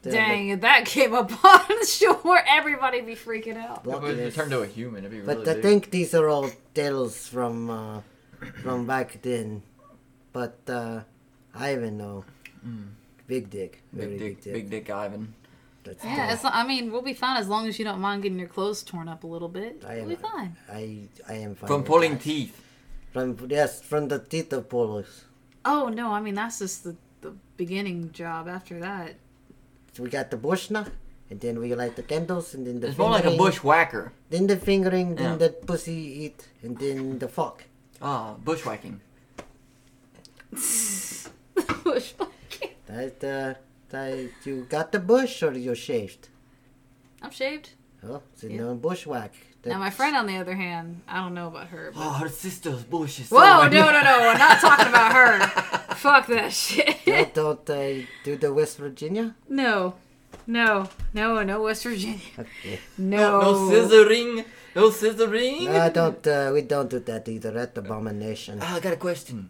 Speaker 2: The-
Speaker 3: Dang, if that came up on shore, everybody be freaking out.
Speaker 2: the Loch
Speaker 1: If it
Speaker 2: Ness-
Speaker 1: turned to a human, it'd be
Speaker 2: But
Speaker 1: really
Speaker 2: I
Speaker 1: big.
Speaker 2: think these are all tales from uh, from back then. But uh, I even know. Big dick. Very
Speaker 1: Mm. Big dick, big dick Ivan.
Speaker 2: That's
Speaker 3: Yeah,
Speaker 2: the-
Speaker 3: it's, I mean, we'll be fine as long as you don't mind getting your clothes torn up a little bit.
Speaker 2: I am-
Speaker 3: We'll be fine.
Speaker 2: I I am fine
Speaker 1: From
Speaker 2: with
Speaker 1: pulling
Speaker 2: that.
Speaker 1: teeth.
Speaker 2: From yes, from the teeth of polos.
Speaker 3: Oh no, I mean that's just the, the beginning job. After that,
Speaker 2: So we got the bush now, and then we light the candles, and then the
Speaker 1: It's more like a
Speaker 2: fingering,
Speaker 1: bushwhacker.
Speaker 2: Then the fingering,
Speaker 1: Yeah.
Speaker 2: then the pussy eat, and then the fuck.
Speaker 1: Ah, bushwhacking.
Speaker 3: bush fucking.
Speaker 2: That, uh, that you got the bush or you shaved?
Speaker 3: I'm shaved.
Speaker 2: Oh, it's
Speaker 3: Yeah.
Speaker 2: no bushwhack. That,
Speaker 3: Now my friend, on the other hand, I don't know about her. But...
Speaker 1: Oh, her sister's bush is
Speaker 3: Whoa,
Speaker 1: so-
Speaker 3: no, no, no, we're not talking about her. Fuck that shit.
Speaker 2: That don't uh, do the West Virginia.
Speaker 3: No, no, no, no, West Virginia.
Speaker 2: Okay.
Speaker 3: No,
Speaker 1: No, no scissoring. No scissoring.
Speaker 2: No, I don't. Uh, we don't do that either. That's abomination.
Speaker 1: Ah, I got a question.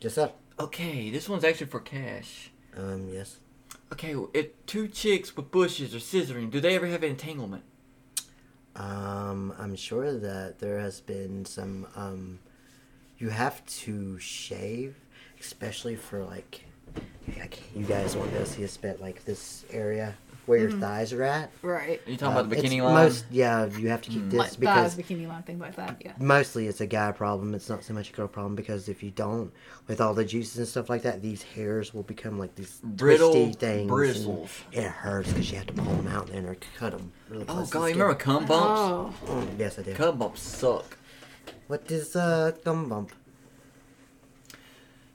Speaker 2: Yes, sir.
Speaker 1: Okay, this one's actually for cash.
Speaker 2: Um, yes.
Speaker 1: Okay, if two chicks with bushes are scissoring, do they ever have entanglement?
Speaker 2: Um, I'm sure that there has been some. Um, you have to shave, especially for like, like you guys want to see us bet like this area where
Speaker 3: Mm-hmm.
Speaker 2: your thighs are at.
Speaker 3: Right.
Speaker 1: Are you talking
Speaker 2: Um,
Speaker 1: about the
Speaker 2: it's
Speaker 1: bikini line?
Speaker 2: Most, yeah, you have to keep this
Speaker 3: Mm. Like
Speaker 2: because
Speaker 3: thighs, bikini line, things like that. Yeah.
Speaker 2: mostly it's a guy problem. It's not so much a girl problem because if you don't, with all the juices and stuff like that, these hairs will become like these
Speaker 1: Brittle
Speaker 2: twisty things. and
Speaker 1: bristles.
Speaker 2: It hurts because you have to pull them out and or cut them.
Speaker 1: Oh god, you remember cum bumps?
Speaker 3: Oh,
Speaker 2: yes, I did.
Speaker 1: Cum bumps suck.
Speaker 2: What is uh thumb bump?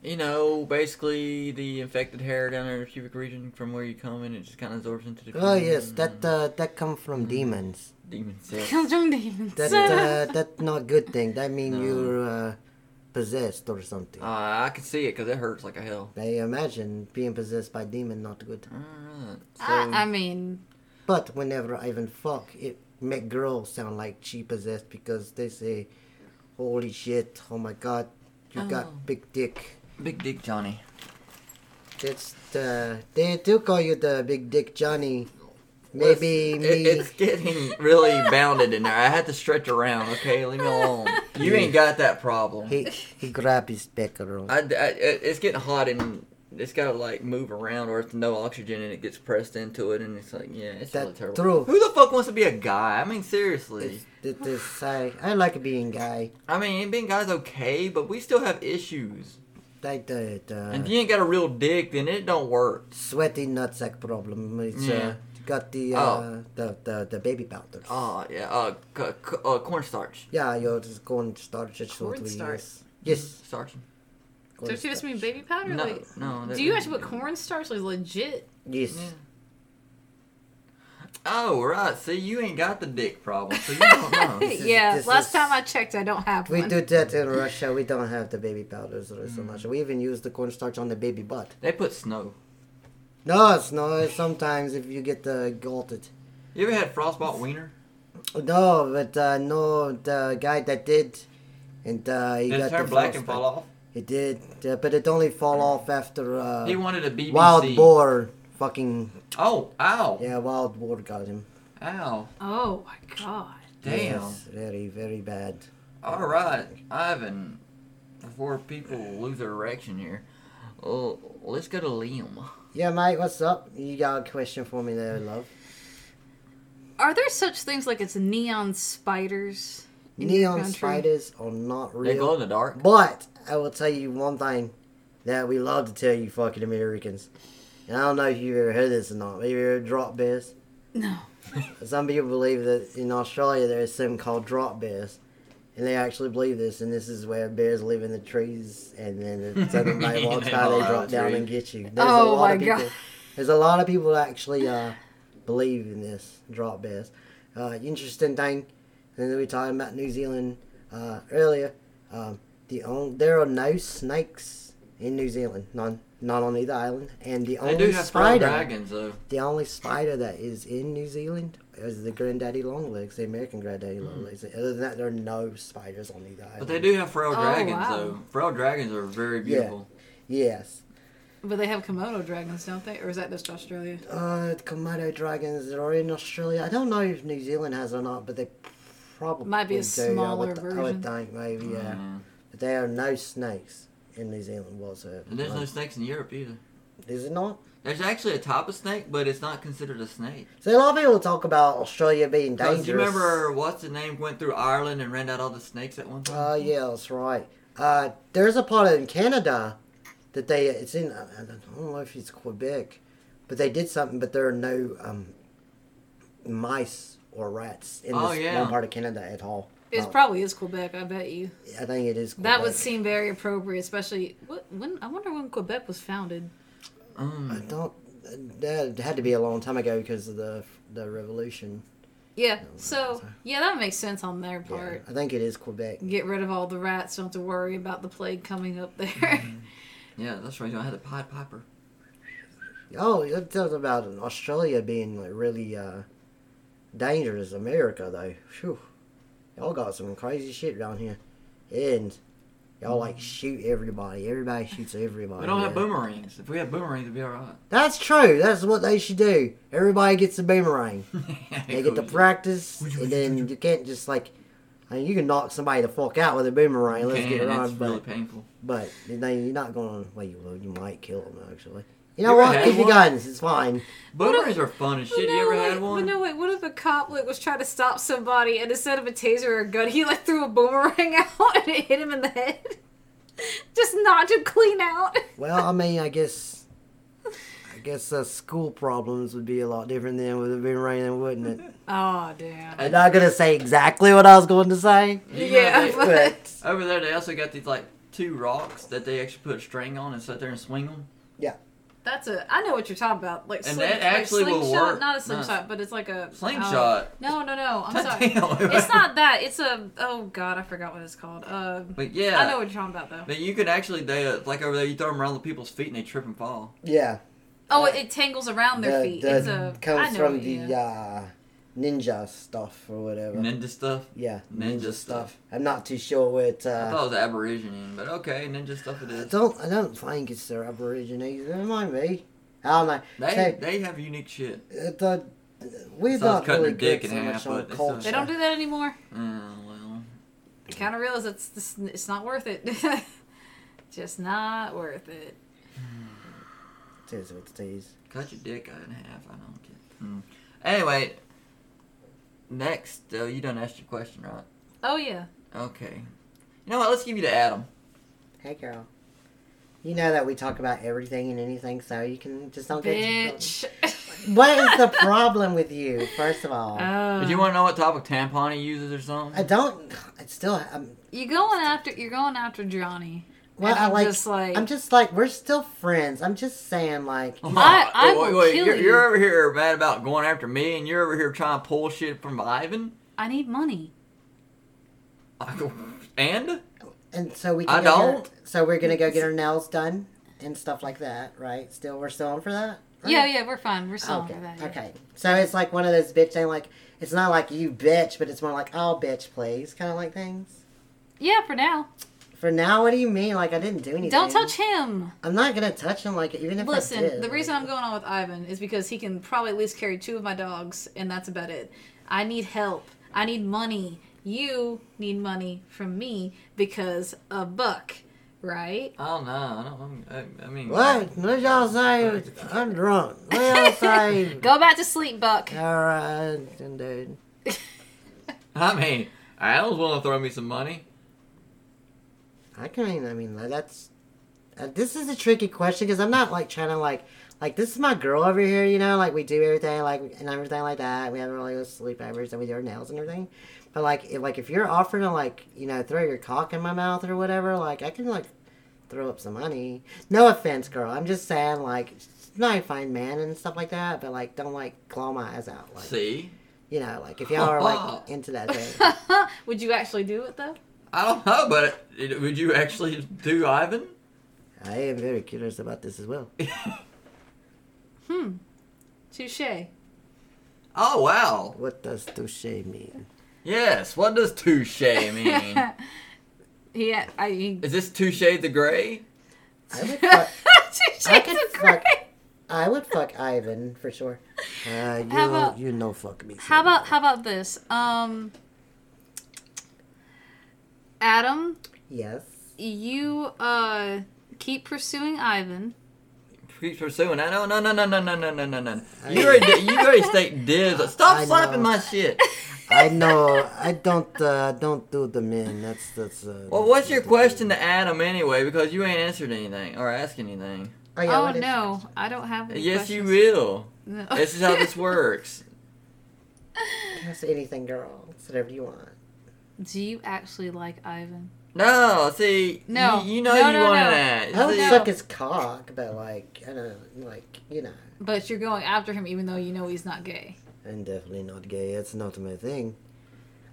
Speaker 1: You know, basically the infected hair down there in the pubic region from where you come in, it just kind of absorbs into the.
Speaker 2: Oh
Speaker 1: pubic
Speaker 2: yes,
Speaker 1: and
Speaker 2: that uh, that come from demons.
Speaker 1: demon sex.
Speaker 3: Comes from demons.
Speaker 2: That uh, that's not a good thing. That mean
Speaker 1: No.
Speaker 2: you're uh, possessed or something.
Speaker 1: Uh, I can see it because it hurts like a hell.
Speaker 2: I imagine being possessed by demon not good.
Speaker 1: Alright, so
Speaker 3: I, I mean,
Speaker 2: But whenever I even fuck, it make girls sound like she possessed because they say, "Holy shit! Oh my god, you
Speaker 1: Oh.
Speaker 2: got big dick."
Speaker 1: big dick Johnny.
Speaker 2: That's the they do call you the big dick Johnny. Maybe
Speaker 1: Listen,
Speaker 2: me.
Speaker 1: it- it's getting really bounded in there. I had to stretch around. Okay, leave me alone. You ain't got that problem.
Speaker 2: he he grabbed his peckerel.
Speaker 1: I, I, it- it's getting hot and it's got to like move around or it's no oxygen and it gets pressed into it and it's like yeah it's really
Speaker 2: That's
Speaker 1: terrible.
Speaker 2: true.
Speaker 1: Who the fuck wants to be a guy? I mean seriously.
Speaker 2: It's, it is, I, I like being guy.
Speaker 1: I mean being guys okay, but we still have issues.
Speaker 2: Like the, the
Speaker 1: and if you ain't got a real dick, then it don't work.
Speaker 2: sweaty nutsack problem. It's
Speaker 1: Yeah.
Speaker 2: uh, got the, uh,
Speaker 1: Oh.
Speaker 2: the the the baby powder.
Speaker 1: Oh yeah, uh, c- c- uh cornstarch.
Speaker 2: Yeah, you're just corn starch. That's what we
Speaker 3: Cornstarch.
Speaker 2: use. Yes.
Speaker 1: Starch.
Speaker 3: don't you just mean baby powder?
Speaker 1: No,
Speaker 3: like,
Speaker 1: no. that-
Speaker 3: do you actually put cornstarch like legit?
Speaker 2: Yes.
Speaker 1: Yeah. Oh right, see you ain't got the dick problem, so you don't know.
Speaker 2: This is-
Speaker 3: yeah,
Speaker 2: this
Speaker 3: last
Speaker 2: is-
Speaker 3: time I checked, I don't have
Speaker 2: We
Speaker 3: one. Mm.
Speaker 2: do that in Russia. We don't have the baby powders or so much. We even use the cornstarch on the baby butt.
Speaker 1: They put snow.
Speaker 2: No, it's not. Sometimes if you get uh, galted.
Speaker 1: You ever had frostbite wiener?
Speaker 2: No, but uh, no, the guy that did, and uh, he
Speaker 1: Did
Speaker 2: got
Speaker 1: it turn
Speaker 2: the
Speaker 1: black and
Speaker 2: frostbite.
Speaker 1: fall off? Mm.
Speaker 2: It did, uh, but it only fall off after uh,
Speaker 1: He wanted a BBC.
Speaker 2: wild boar. Fucking
Speaker 1: Oh, ow.
Speaker 2: yeah, wild boar got him.
Speaker 1: Ow.
Speaker 3: oh my god.
Speaker 1: Damn.
Speaker 2: Yes, very very bad.
Speaker 1: All right, Ivan, before people lose their erection here, oh, let's go to Liam.
Speaker 2: Yeah, mate, what's up? You got a question for me there, love?
Speaker 3: Are there such things like as neon spiders? in your
Speaker 2: Neon
Speaker 3: country?
Speaker 2: spiders are not
Speaker 1: They glow
Speaker 2: real,
Speaker 1: in the dark.
Speaker 2: but I will tell you one thing that we love to tell you fucking Americans. And I don't know if you've ever heard this or not. Have you ever heard drop bears?
Speaker 3: No.
Speaker 2: Some people believe that in Australia there is something called drop bears, and they actually believe this. And this is where bears live in the trees, and then if somebody walks
Speaker 1: They
Speaker 2: by,
Speaker 1: fall
Speaker 2: they
Speaker 1: out
Speaker 2: drop
Speaker 1: of the
Speaker 2: down
Speaker 1: tree.
Speaker 2: and get you. There's a lot
Speaker 3: Oh,
Speaker 2: of
Speaker 3: my
Speaker 2: people,
Speaker 3: God.
Speaker 2: There's a lot of people that actually uh, believe in this drop bears. Uh, interesting thing, and then we talking about New Zealand uh, earlier. Um, the on, there are no snakes in New Zealand, none, not on either island, and the
Speaker 1: They
Speaker 2: only
Speaker 1: do have spider
Speaker 2: spider.
Speaker 1: dragons, though.
Speaker 2: The only spider that is in New Zealand is the granddaddy longlegs, the American granddaddy longlegs. Other than that, there are no spiders on the island.
Speaker 1: Hmm. But they do have feral
Speaker 3: Oh,
Speaker 1: dragons,
Speaker 3: wow.
Speaker 1: though. Feral dragons are very beautiful.
Speaker 2: Yes.
Speaker 3: But they have Komodo dragons, don't they? Or is that just Australia?
Speaker 2: Uh, Komodo dragons are in Australia. I don't know if New Zealand has or not, but they probably
Speaker 3: Might be a
Speaker 2: do. I
Speaker 3: smaller
Speaker 2: would, I
Speaker 3: version.
Speaker 2: would think maybe, yeah.
Speaker 1: Hmm.
Speaker 2: But there are no snakes in New Zealand whatsoever.
Speaker 1: And there's no
Speaker 2: Like,
Speaker 1: snakes in Europe either.
Speaker 2: Is it not?
Speaker 1: There's actually a type of snake, but it's not considered a snake.
Speaker 2: So a lot of people talk about Australia being dangerous.
Speaker 1: Because you remember what's the name went through Ireland and ran out all the snakes at one time?
Speaker 2: Oh yeah, that's right. Uh, there's a part in Canada that they it's in I don't know if it's Quebec, but they did something. But there are no um, mice or rats in
Speaker 1: Oh,
Speaker 2: this
Speaker 1: yeah.
Speaker 2: one part of Canada at all.
Speaker 3: It
Speaker 2: Oh.
Speaker 3: probably is Quebec. I bet you
Speaker 2: I think it is.
Speaker 3: that would
Speaker 2: Quebec.
Speaker 3: seem very appropriate, especially what when I wonder when Quebec was founded.
Speaker 2: I
Speaker 1: Um,
Speaker 2: don't. That had to be a long time ago because of the the revolution.
Speaker 3: Yeah, so yeah, that makes sense on their
Speaker 2: Yeah,
Speaker 3: part.
Speaker 2: I think it is Quebec.
Speaker 3: Get rid of all the rats. Don't have to worry about the plague coming up there.
Speaker 1: Mm-hmm. yeah, that's right. I had the Pied Piper.
Speaker 2: Oh, it tells about Australia being like really uh, dangerous. America though, Phew. y'all got some crazy shit down here, and y'all like shoot everybody. Everybody shoots everybody.
Speaker 1: We don't have
Speaker 2: man.
Speaker 1: boomerangs. If we had boomerangs, it'd be alright.
Speaker 2: That's true. That's what they should do. Everybody gets a boomerang. They get to practice,
Speaker 1: Would you-
Speaker 2: and
Speaker 1: would you- would
Speaker 2: then you can't just like. I mean, you can knock somebody the fuck out with a boomerang. Let's
Speaker 1: Can,
Speaker 2: get it
Speaker 1: and
Speaker 2: on,
Speaker 1: it's
Speaker 2: but
Speaker 1: really painful.
Speaker 2: but you know, you're not going. Well, you will. You might kill them actually. You
Speaker 1: You
Speaker 2: know
Speaker 1: ever
Speaker 2: what?
Speaker 1: had
Speaker 2: Keep your
Speaker 1: one?
Speaker 2: guns. It's fine.
Speaker 1: Boomerangs are fun as shit.
Speaker 3: But
Speaker 1: you ever
Speaker 3: wait,
Speaker 1: had one?
Speaker 3: But no, wait. What if a cop like was trying to stop somebody, and instead of a taser or a gun, he like threw a boomerang out and it hit him in the head, just knocked him clean out.
Speaker 2: Well, I mean, I guess, I guess uh, school problems would be a lot different than it would have been raining, wouldn't it?
Speaker 3: Oh damn.
Speaker 2: I'm not gonna say exactly what I was going to say,
Speaker 1: You know,
Speaker 3: yeah,
Speaker 1: they-
Speaker 3: but
Speaker 1: Over there, they also got these like two rocks that they actually put a string on and sit there and swing them.
Speaker 3: that's a. I know what you're talking about. Like,
Speaker 1: And
Speaker 3: sling-
Speaker 1: that actually
Speaker 3: like
Speaker 1: will
Speaker 3: slingshot,
Speaker 1: work.
Speaker 3: Not a
Speaker 1: No.
Speaker 3: slingshot, but it's like a
Speaker 1: Slingshot.
Speaker 3: oh, no, no, no. I'm sorry.
Speaker 1: Damn.
Speaker 3: It's not that. It's a. Oh god, I forgot what it's called. Uh,
Speaker 1: But yeah,
Speaker 3: I know what you're talking about though.
Speaker 1: But you could actually, they uh, like over there, you throw them around the people's feet and they trip and fall.
Speaker 2: Yeah,
Speaker 3: Oh, it, it tangles around their feet. it's a. I know it, yeah.
Speaker 2: uh, ninja stuff or whatever.
Speaker 1: Ninja stuff.
Speaker 2: yeah,
Speaker 1: Ninja stuff.
Speaker 2: I'm not too sure what. uh,
Speaker 1: I thought it was Aborigine, but okay, ninja stuff it
Speaker 2: I
Speaker 1: is.
Speaker 2: don't. I don't think it's their Aborigines. It might be. I don't know.
Speaker 1: They
Speaker 2: Say-
Speaker 1: they have unique shit.
Speaker 2: Uh, the, we're
Speaker 1: So I was
Speaker 2: not
Speaker 1: cutting
Speaker 2: really
Speaker 1: a dick
Speaker 2: good
Speaker 1: in
Speaker 2: so
Speaker 1: half,
Speaker 2: much on
Speaker 1: but it's still-
Speaker 2: culture.
Speaker 3: They don't do that anymore.
Speaker 1: Mm, well,
Speaker 3: I kind of realize it's this, it's not worth it. Just not worth it.
Speaker 2: It is what it is.
Speaker 1: cut your dick in half. I don't get. Mm. Anyway, next, uh, you done asked your question, right?
Speaker 3: Oh yeah.
Speaker 1: Okay. You know what? Let's give you to Adam.
Speaker 2: Hey, girl. You know that we talk about everything and anything, so you can just don't get.
Speaker 3: Bitch.
Speaker 2: What is the problem with you? First of all,
Speaker 1: Did
Speaker 3: Oh.
Speaker 1: you want to know what type of tampon he uses or something?
Speaker 2: I don't. I still. um, I'm,
Speaker 3: You going after you're going after Johnny.
Speaker 2: well,
Speaker 3: And
Speaker 2: I
Speaker 3: I'm
Speaker 2: like.
Speaker 3: just like- Oh.
Speaker 2: I'm just like. We're still friends. I'm just saying, like.
Speaker 3: I- I
Speaker 1: wait,
Speaker 3: will
Speaker 1: wait,
Speaker 3: kill
Speaker 1: you're,
Speaker 3: you.
Speaker 1: you're over here mad about going after me, and you're over here trying to pull shit from Ivan.
Speaker 3: I need money.
Speaker 1: And
Speaker 2: And so we. Can
Speaker 1: I
Speaker 2: go get her-
Speaker 1: don't.
Speaker 2: so we're gonna go get our nails done and stuff like that, right? Still, we're still on for that. right?
Speaker 3: Yeah, yeah, we're fine. We're still
Speaker 2: Okay.
Speaker 3: for that. yeah.
Speaker 2: Okay. So it's like one of those bitch thing. Like it's not like you bitch, but it's more like oh bitch, please, kind of like things.
Speaker 3: Yeah, for now.
Speaker 2: For now, what do you mean? Like I didn't do anything.
Speaker 3: Don't touch him.
Speaker 2: I'm not gonna touch him. Like even if I
Speaker 3: Listen,
Speaker 2: did,
Speaker 3: the
Speaker 2: like-
Speaker 3: reason I'm going on with Ivan is because he can probably at least carry two of my dogs, and that's about it. I need help. I need money. You need money from me because a buck, right?
Speaker 1: I don't know. I don't. I'm- I, I mean,
Speaker 2: What? What y'all say? I'm drunk. What y'all say?
Speaker 3: Go back to sleep, buck.
Speaker 2: Alright, then, dude.
Speaker 1: I mean, Adam's willing to throw me some money.
Speaker 2: I can't. I mean, like, that's. Uh, this is a tricky question because I'm not like trying to like like this is my girl over here. You know, like we do everything like and everything like that. We have really good sleepovers and we do our nails and everything. But like if, like if you're offering to like you know throw your cock in my mouth or whatever, like I can like throw up some money. No offense, girl. I'm just saying like. she's Not a fine man and stuff like that, but like don't like claw my eyes out, like
Speaker 1: See,
Speaker 2: you know, like if y'all are like into that thing.
Speaker 3: Would you actually do it though?
Speaker 1: I don't know, but it, would you actually do Ivan?
Speaker 2: I am very curious about this as well.
Speaker 3: Hmm. Touche.
Speaker 1: Oh wow!
Speaker 2: What does touche mean?
Speaker 1: Yes. What does touche mean?
Speaker 3: yeah, I. He,
Speaker 1: Is this two shades of gray?
Speaker 2: I would fuck,
Speaker 3: Touche
Speaker 2: I could
Speaker 3: is
Speaker 2: fuck-
Speaker 3: great.
Speaker 2: I would fuck Ivan for sure. Uh, you,
Speaker 3: How about-
Speaker 2: you know, fuck me.
Speaker 3: How
Speaker 2: Sam.
Speaker 3: about how about this? Um Adam,
Speaker 2: Yes.
Speaker 3: you uh keep pursuing Ivan.
Speaker 1: Keep pursuing. I know. No, no, no, no, no, no, no, no, no. You already, did- you already state dibs. Stop
Speaker 2: I
Speaker 1: slapping
Speaker 2: know.
Speaker 1: my shit.
Speaker 2: I know. I don't. Uh, don't do the men. That's that's. Uh,
Speaker 1: Well, what's your question to Adam anyway? Because you ain't answered anything or asking anything.
Speaker 2: Oh, yeah,
Speaker 3: oh
Speaker 2: what is-
Speaker 3: no, I don't have any
Speaker 1: Yes, you
Speaker 3: questions.
Speaker 1: will.
Speaker 3: No.
Speaker 1: This is how this works.
Speaker 2: Ask anything, girl. It's whatever you want.
Speaker 3: Do you actually like Ivan?
Speaker 1: No, see,
Speaker 3: No.
Speaker 1: you, you know
Speaker 3: No,
Speaker 1: you
Speaker 3: no,
Speaker 1: want
Speaker 3: no.
Speaker 1: that.
Speaker 2: I would
Speaker 1: See,
Speaker 2: suck his cock, but like I don't know, like you know.
Speaker 3: But you're going after him even though you know he's not gay.
Speaker 2: I'm definitely not gay. It's not my thing.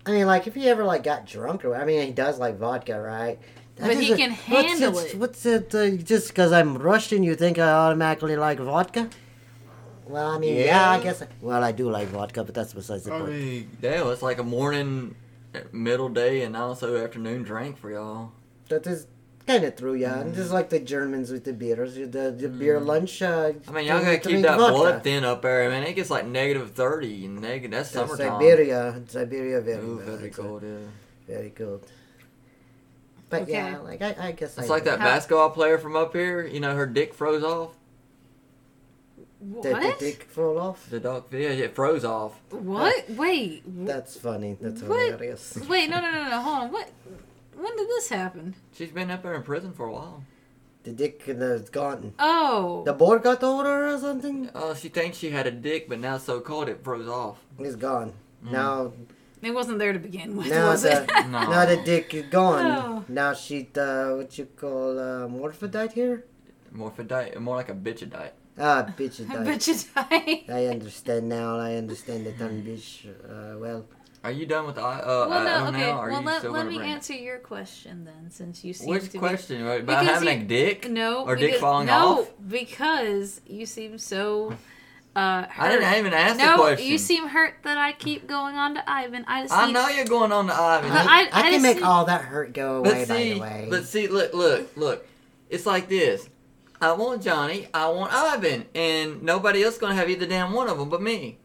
Speaker 2: I mean, like if he ever like got drunk or I mean, he does like vodka, right?
Speaker 3: But he
Speaker 2: isn't-
Speaker 3: can
Speaker 2: what's
Speaker 3: handle
Speaker 2: it-
Speaker 3: it.
Speaker 2: What's it? Uh, just because I'm Russian, you think I automatically like vodka? Well, I mean, yeah, I
Speaker 1: Yeah.
Speaker 2: guess. Well, I do like vodka, but that's besides the
Speaker 1: I
Speaker 2: point.
Speaker 1: mean, damn, it's like a morning, eh, middle day, and also afternoon drink for y'all.
Speaker 2: That is kind of true, yeah.
Speaker 1: Mm.
Speaker 2: And just like the Germans with the beers, the, the beer lunch. Uh,
Speaker 1: I mean, y'all gotta
Speaker 2: drink
Speaker 1: keep that
Speaker 2: vodka.
Speaker 1: blood thin up there. I mean, it gets like negative thirty and negative. That's
Speaker 2: So
Speaker 1: summertime.
Speaker 2: Siberia, Siberia, very,
Speaker 1: Ooh,
Speaker 2: bad.
Speaker 1: very cold. Yeah.
Speaker 2: Very cold. But
Speaker 3: Okay.
Speaker 2: yeah, like I, I guess I
Speaker 1: It's like
Speaker 2: do.
Speaker 1: that
Speaker 3: How-
Speaker 1: basketball player from up here. You know, her dick froze off.
Speaker 3: What?
Speaker 2: Did the dick fall off?
Speaker 1: The dog, yeah, it froze off.
Speaker 3: What? Wait. wh-
Speaker 2: That's funny. That's
Speaker 3: What?
Speaker 2: hilarious.
Speaker 3: Wait, no no no no, hold on. What when did this happen?
Speaker 1: She's been up there in prison for a while.
Speaker 2: The dick and the gone.
Speaker 3: Oh.
Speaker 2: The board got older or something?
Speaker 1: Oh, she thinks she had a dick, but now so cold it froze off.
Speaker 2: It's gone. Now,
Speaker 3: it wasn't there to begin with,
Speaker 2: now
Speaker 3: was
Speaker 2: the,
Speaker 3: it?
Speaker 1: Mm. No.
Speaker 2: now the dick is gone.
Speaker 3: No.
Speaker 2: Now she, uh, what you call, uh, morphodite here?
Speaker 1: Morphodite, more like a bitchodite.
Speaker 2: Ah, bitch is
Speaker 3: I
Speaker 2: died.
Speaker 3: bet you die.
Speaker 2: I understand now. I understand the term bitch. Uh, well,
Speaker 1: Are you done with the I- uh,
Speaker 3: Well,
Speaker 1: I,
Speaker 3: no,
Speaker 1: oh
Speaker 3: okay.
Speaker 1: now? Are
Speaker 3: well,
Speaker 1: you
Speaker 3: let,
Speaker 1: still
Speaker 3: let
Speaker 1: gonna
Speaker 3: me
Speaker 1: bring it?
Speaker 3: answer your question then, since you seem
Speaker 1: Which
Speaker 3: to
Speaker 1: question? Right, About
Speaker 3: Because
Speaker 1: having
Speaker 3: you-
Speaker 1: a dick?
Speaker 3: be no
Speaker 1: Or dick
Speaker 3: because-
Speaker 1: falling
Speaker 3: no,
Speaker 1: off?
Speaker 3: because you seem so. Uh, hurt.
Speaker 1: I didn't even ask
Speaker 3: no,
Speaker 1: the question.
Speaker 3: you seem hurt that I keep going on to Ivan. I just
Speaker 1: I
Speaker 3: need-
Speaker 1: know you're going on to Ivan.
Speaker 3: But I- I
Speaker 2: can
Speaker 3: just
Speaker 2: make
Speaker 3: see-
Speaker 2: all that hurt go
Speaker 1: But
Speaker 2: away,
Speaker 1: see,
Speaker 2: by the way.
Speaker 1: but see, look, look, look. It's like this. I want Johnny. I want Ivan, and nobody else gonna have either damn one of them but me.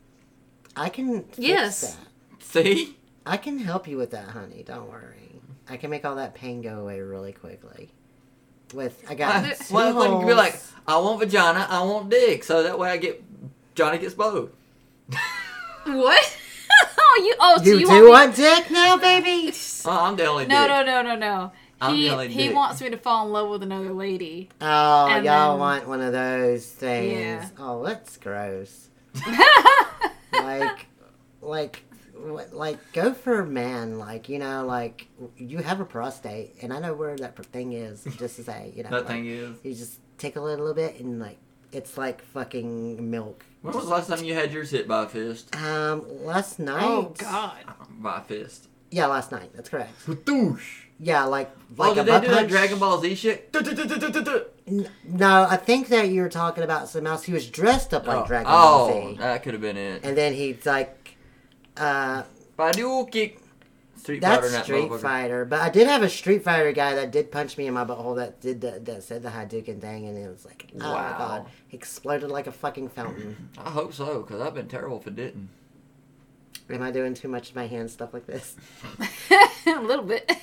Speaker 2: I can. Fix
Speaker 3: Yes.
Speaker 2: That.
Speaker 1: See?
Speaker 2: I can help you with that, honey. Don't worry. I can make all that pain go away really quickly. With I got
Speaker 1: I,
Speaker 2: two
Speaker 1: well, I could be
Speaker 2: holes.
Speaker 1: like, I want vagina. I want dick. So that way I get Johnny gets both.
Speaker 3: What? oh, you. Oh, so
Speaker 2: you,
Speaker 3: you
Speaker 2: do
Speaker 3: want?
Speaker 2: want dick now, baby?
Speaker 1: Oh, I'm the only
Speaker 3: No,
Speaker 1: dick.
Speaker 3: no, no, no, no.
Speaker 1: I'm
Speaker 3: he
Speaker 1: the only
Speaker 3: he
Speaker 1: dick.
Speaker 3: wants me to fall in love with another lady.
Speaker 2: Oh,
Speaker 3: And
Speaker 2: y'all
Speaker 3: then-
Speaker 2: want one of those things?
Speaker 3: Yeah.
Speaker 2: Oh, that's gross. like, like, what- like, go for a man. Like, you know, like you have a prostate, and I know where that thing is. Just to say, you know,
Speaker 1: That
Speaker 2: like,
Speaker 1: thing is.
Speaker 2: you just tickle it a little bit, and like it's like fucking milk.
Speaker 1: When was the last time you had yours hit by a fist?
Speaker 2: Um, last night.
Speaker 3: Oh God.
Speaker 1: By a fist.
Speaker 2: Yeah, last night. That's correct.
Speaker 1: Badoosh.
Speaker 2: Yeah, like like
Speaker 1: Oh, did
Speaker 2: a
Speaker 1: they
Speaker 2: butt
Speaker 1: do that
Speaker 2: punch.
Speaker 1: Dragon Ball Z shit? Du-du-du-du-du-du-du.
Speaker 2: N- No, I think that you were talking about someone else who was dressed up like
Speaker 1: Oh,
Speaker 2: Dragon Ball
Speaker 1: oh,
Speaker 2: Z,
Speaker 1: that could have been it.
Speaker 2: and then he's like, uh,
Speaker 1: Badu kick. Street Fighter,
Speaker 2: that's
Speaker 1: not
Speaker 2: Street
Speaker 1: motherfucker.
Speaker 2: Fighter. But I did have a Street Fighter guy that did punch me in my butthole that did that, that said the Hadouken thing, and it was like, oh
Speaker 1: Wow.
Speaker 2: my god, exploded like a fucking fountain.
Speaker 1: I hope so, because I've been terrible if it didn't.
Speaker 2: Am I doing too much with my hand stuff like this?
Speaker 3: a little bit.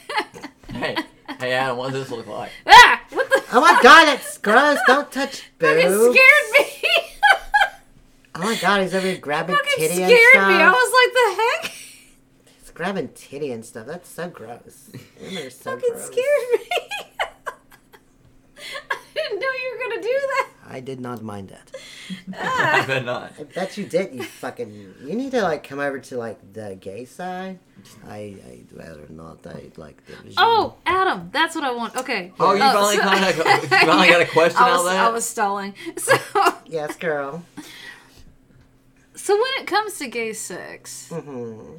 Speaker 1: Hey, hey, Adam, what does this look like?
Speaker 3: ah! What the?
Speaker 2: Oh my god, it's gross! Don't touch boobs.
Speaker 3: Fucking scared me.
Speaker 2: Oh my god, he's over here grabbing
Speaker 3: Fucking
Speaker 2: titty
Speaker 3: scared
Speaker 2: and stuff.
Speaker 3: me. I was like, the heck?
Speaker 2: It's grabbing titty and stuff. That's so gross. Women are so
Speaker 3: fucking
Speaker 2: gross.
Speaker 3: scared me. I didn't know you were gonna do that.
Speaker 2: I did not mind that.
Speaker 3: Ah.
Speaker 1: I bet not.
Speaker 2: I bet you did. You fucking. You need to like come over to like the gay side. I I'd rather not. I like the. Vision.
Speaker 3: Oh, Adam, that's what I want. Okay. Uh,
Speaker 1: Oh, you finally kinda got- you finally got a question
Speaker 3: I was,
Speaker 1: out of that?
Speaker 3: I was stalling. So,
Speaker 2: Yes, girl.
Speaker 3: so when it comes to gay sex,
Speaker 1: Mm.
Speaker 2: Mm-hmm.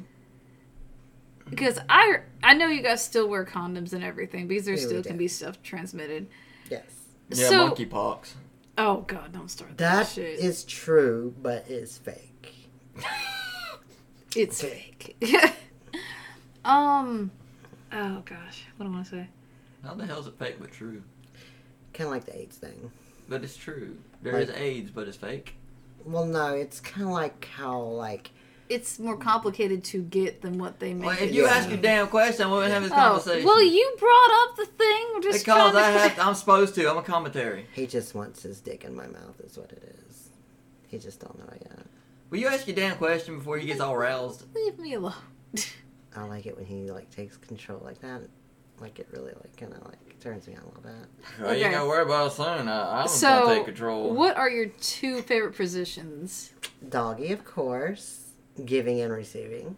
Speaker 3: because I I know you guys still wear condoms and everything because there
Speaker 2: Yeah, we
Speaker 3: still
Speaker 2: do.
Speaker 3: can be stuff transmitted.
Speaker 2: Yes.
Speaker 1: Yeah,
Speaker 3: so,
Speaker 1: monkeypox.
Speaker 3: Oh God, don't start that,
Speaker 2: That
Speaker 3: shit.
Speaker 2: is true, but it's fake.
Speaker 3: It's fake. um. Oh gosh, what am I say?
Speaker 1: How the hell is it fake but true?
Speaker 2: Kind of like the AIDS thing.
Speaker 1: But it's true. There is AIDS, but it's fake.
Speaker 2: Well, no, it's kind of like how like
Speaker 3: It's more complicated to get than what they make.
Speaker 1: Well,
Speaker 3: it
Speaker 1: if you
Speaker 2: Yeah.
Speaker 1: ask your damn question, we'll have this
Speaker 3: Oh,
Speaker 1: conversation.
Speaker 3: well, you brought up the thing. We're just
Speaker 1: because I
Speaker 3: trying to-
Speaker 1: have, I'm supposed to. I'm a commentary.
Speaker 2: he just wants his dick in my mouth is what it is. He just don't know it yet.
Speaker 1: Will you ask your damn question before he gets all roused?
Speaker 3: Leave me alone.
Speaker 2: I like it when he like takes control like that. Like it really like kind of like turns me on a little bit.
Speaker 1: Well, you
Speaker 3: Okay.
Speaker 1: gonna worry about it soon. I, I'm
Speaker 3: So,
Speaker 1: gonna take control.
Speaker 3: What are your two favorite positions?
Speaker 2: Doggy, of course, giving and receiving.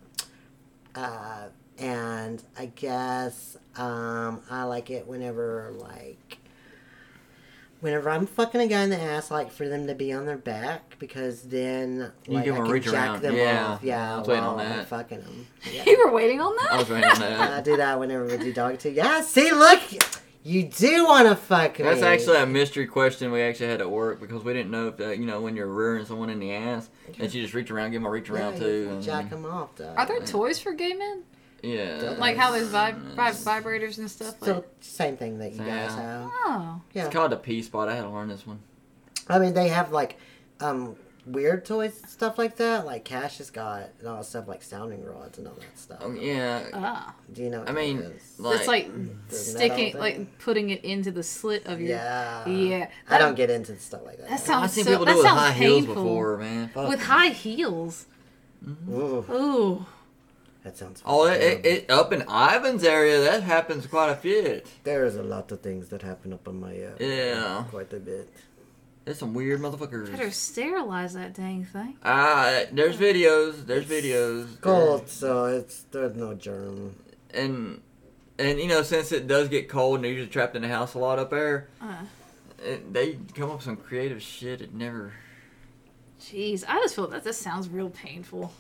Speaker 2: Uh, and I guess um, I like it whenever like whenever I'm fucking a guy in the ass, I like for them to be on their back because then
Speaker 1: You
Speaker 2: like,
Speaker 1: give 'em
Speaker 2: I
Speaker 1: a
Speaker 2: can
Speaker 1: reach
Speaker 2: jack
Speaker 1: around.
Speaker 2: them
Speaker 1: Yeah.
Speaker 2: off. Yeah,
Speaker 1: I was waiting
Speaker 2: while
Speaker 1: on
Speaker 2: I'm
Speaker 1: that. Uh,
Speaker 2: fucking them.
Speaker 3: You were waiting on that.
Speaker 1: I was waiting on that.
Speaker 2: I do that whenever we do doggy too. Yeah, see, look, you do want to fuck me.
Speaker 1: That's actually a mystery question we actually had at work because we didn't know if that, you know, when you're rearing someone in the ass, that you just reach around, give them a reach around
Speaker 2: Yeah,
Speaker 1: too.
Speaker 2: you
Speaker 1: and-
Speaker 2: Jack them off, though.
Speaker 3: Are there toys for gay men?
Speaker 1: yeah.
Speaker 2: Don't
Speaker 3: Like how there's vib-
Speaker 1: Uh,
Speaker 3: vib- vibrators and stuff.
Speaker 2: Still,
Speaker 3: Like,
Speaker 2: same thing that you guys
Speaker 1: Yeah.
Speaker 2: have.
Speaker 3: oh,
Speaker 2: Yeah.
Speaker 1: It's called a P spot. I had to learn this one.
Speaker 2: I mean, they have like um weird toys and stuff like that. Like Cash has got and all stuff like sounding rods and all that stuff.
Speaker 1: Oh, yeah.
Speaker 3: ah,
Speaker 2: Do you know? What
Speaker 1: I mean,
Speaker 2: that is?
Speaker 1: like,
Speaker 3: it's like sticking,
Speaker 2: thing?
Speaker 3: like putting it into the slit of your.
Speaker 2: yeah,
Speaker 3: Yeah.
Speaker 2: I don't get into stuff like that.
Speaker 3: That
Speaker 1: I've
Speaker 3: sounds
Speaker 1: seen
Speaker 3: so.
Speaker 1: people do it
Speaker 3: That
Speaker 1: with
Speaker 3: sounds
Speaker 1: high heels
Speaker 3: painful.
Speaker 1: before, man. Fuck.
Speaker 3: With high heels.
Speaker 2: Ooh.
Speaker 3: Ooh.
Speaker 2: That sounds.
Speaker 1: Oh, it,
Speaker 2: fucking
Speaker 1: it,
Speaker 2: terrible.
Speaker 1: it, up in Ivan's area, that happens quite a bit.
Speaker 2: There is a lot of things that happen up on my uh,
Speaker 1: Yeah.
Speaker 2: quite a bit.
Speaker 1: There's some weird
Speaker 3: Better
Speaker 1: motherfuckers.
Speaker 3: sterilize that dang thing.
Speaker 1: Ah, there's videos. There's videos.
Speaker 2: Cold, so it's there's no germ.
Speaker 1: And and you know, since it does get cold and they're usually trapped in the house a lot up there,
Speaker 3: Uh,
Speaker 1: it, they come up with some creative shit. It never.
Speaker 3: Jeez, I just feel that this sounds real painful.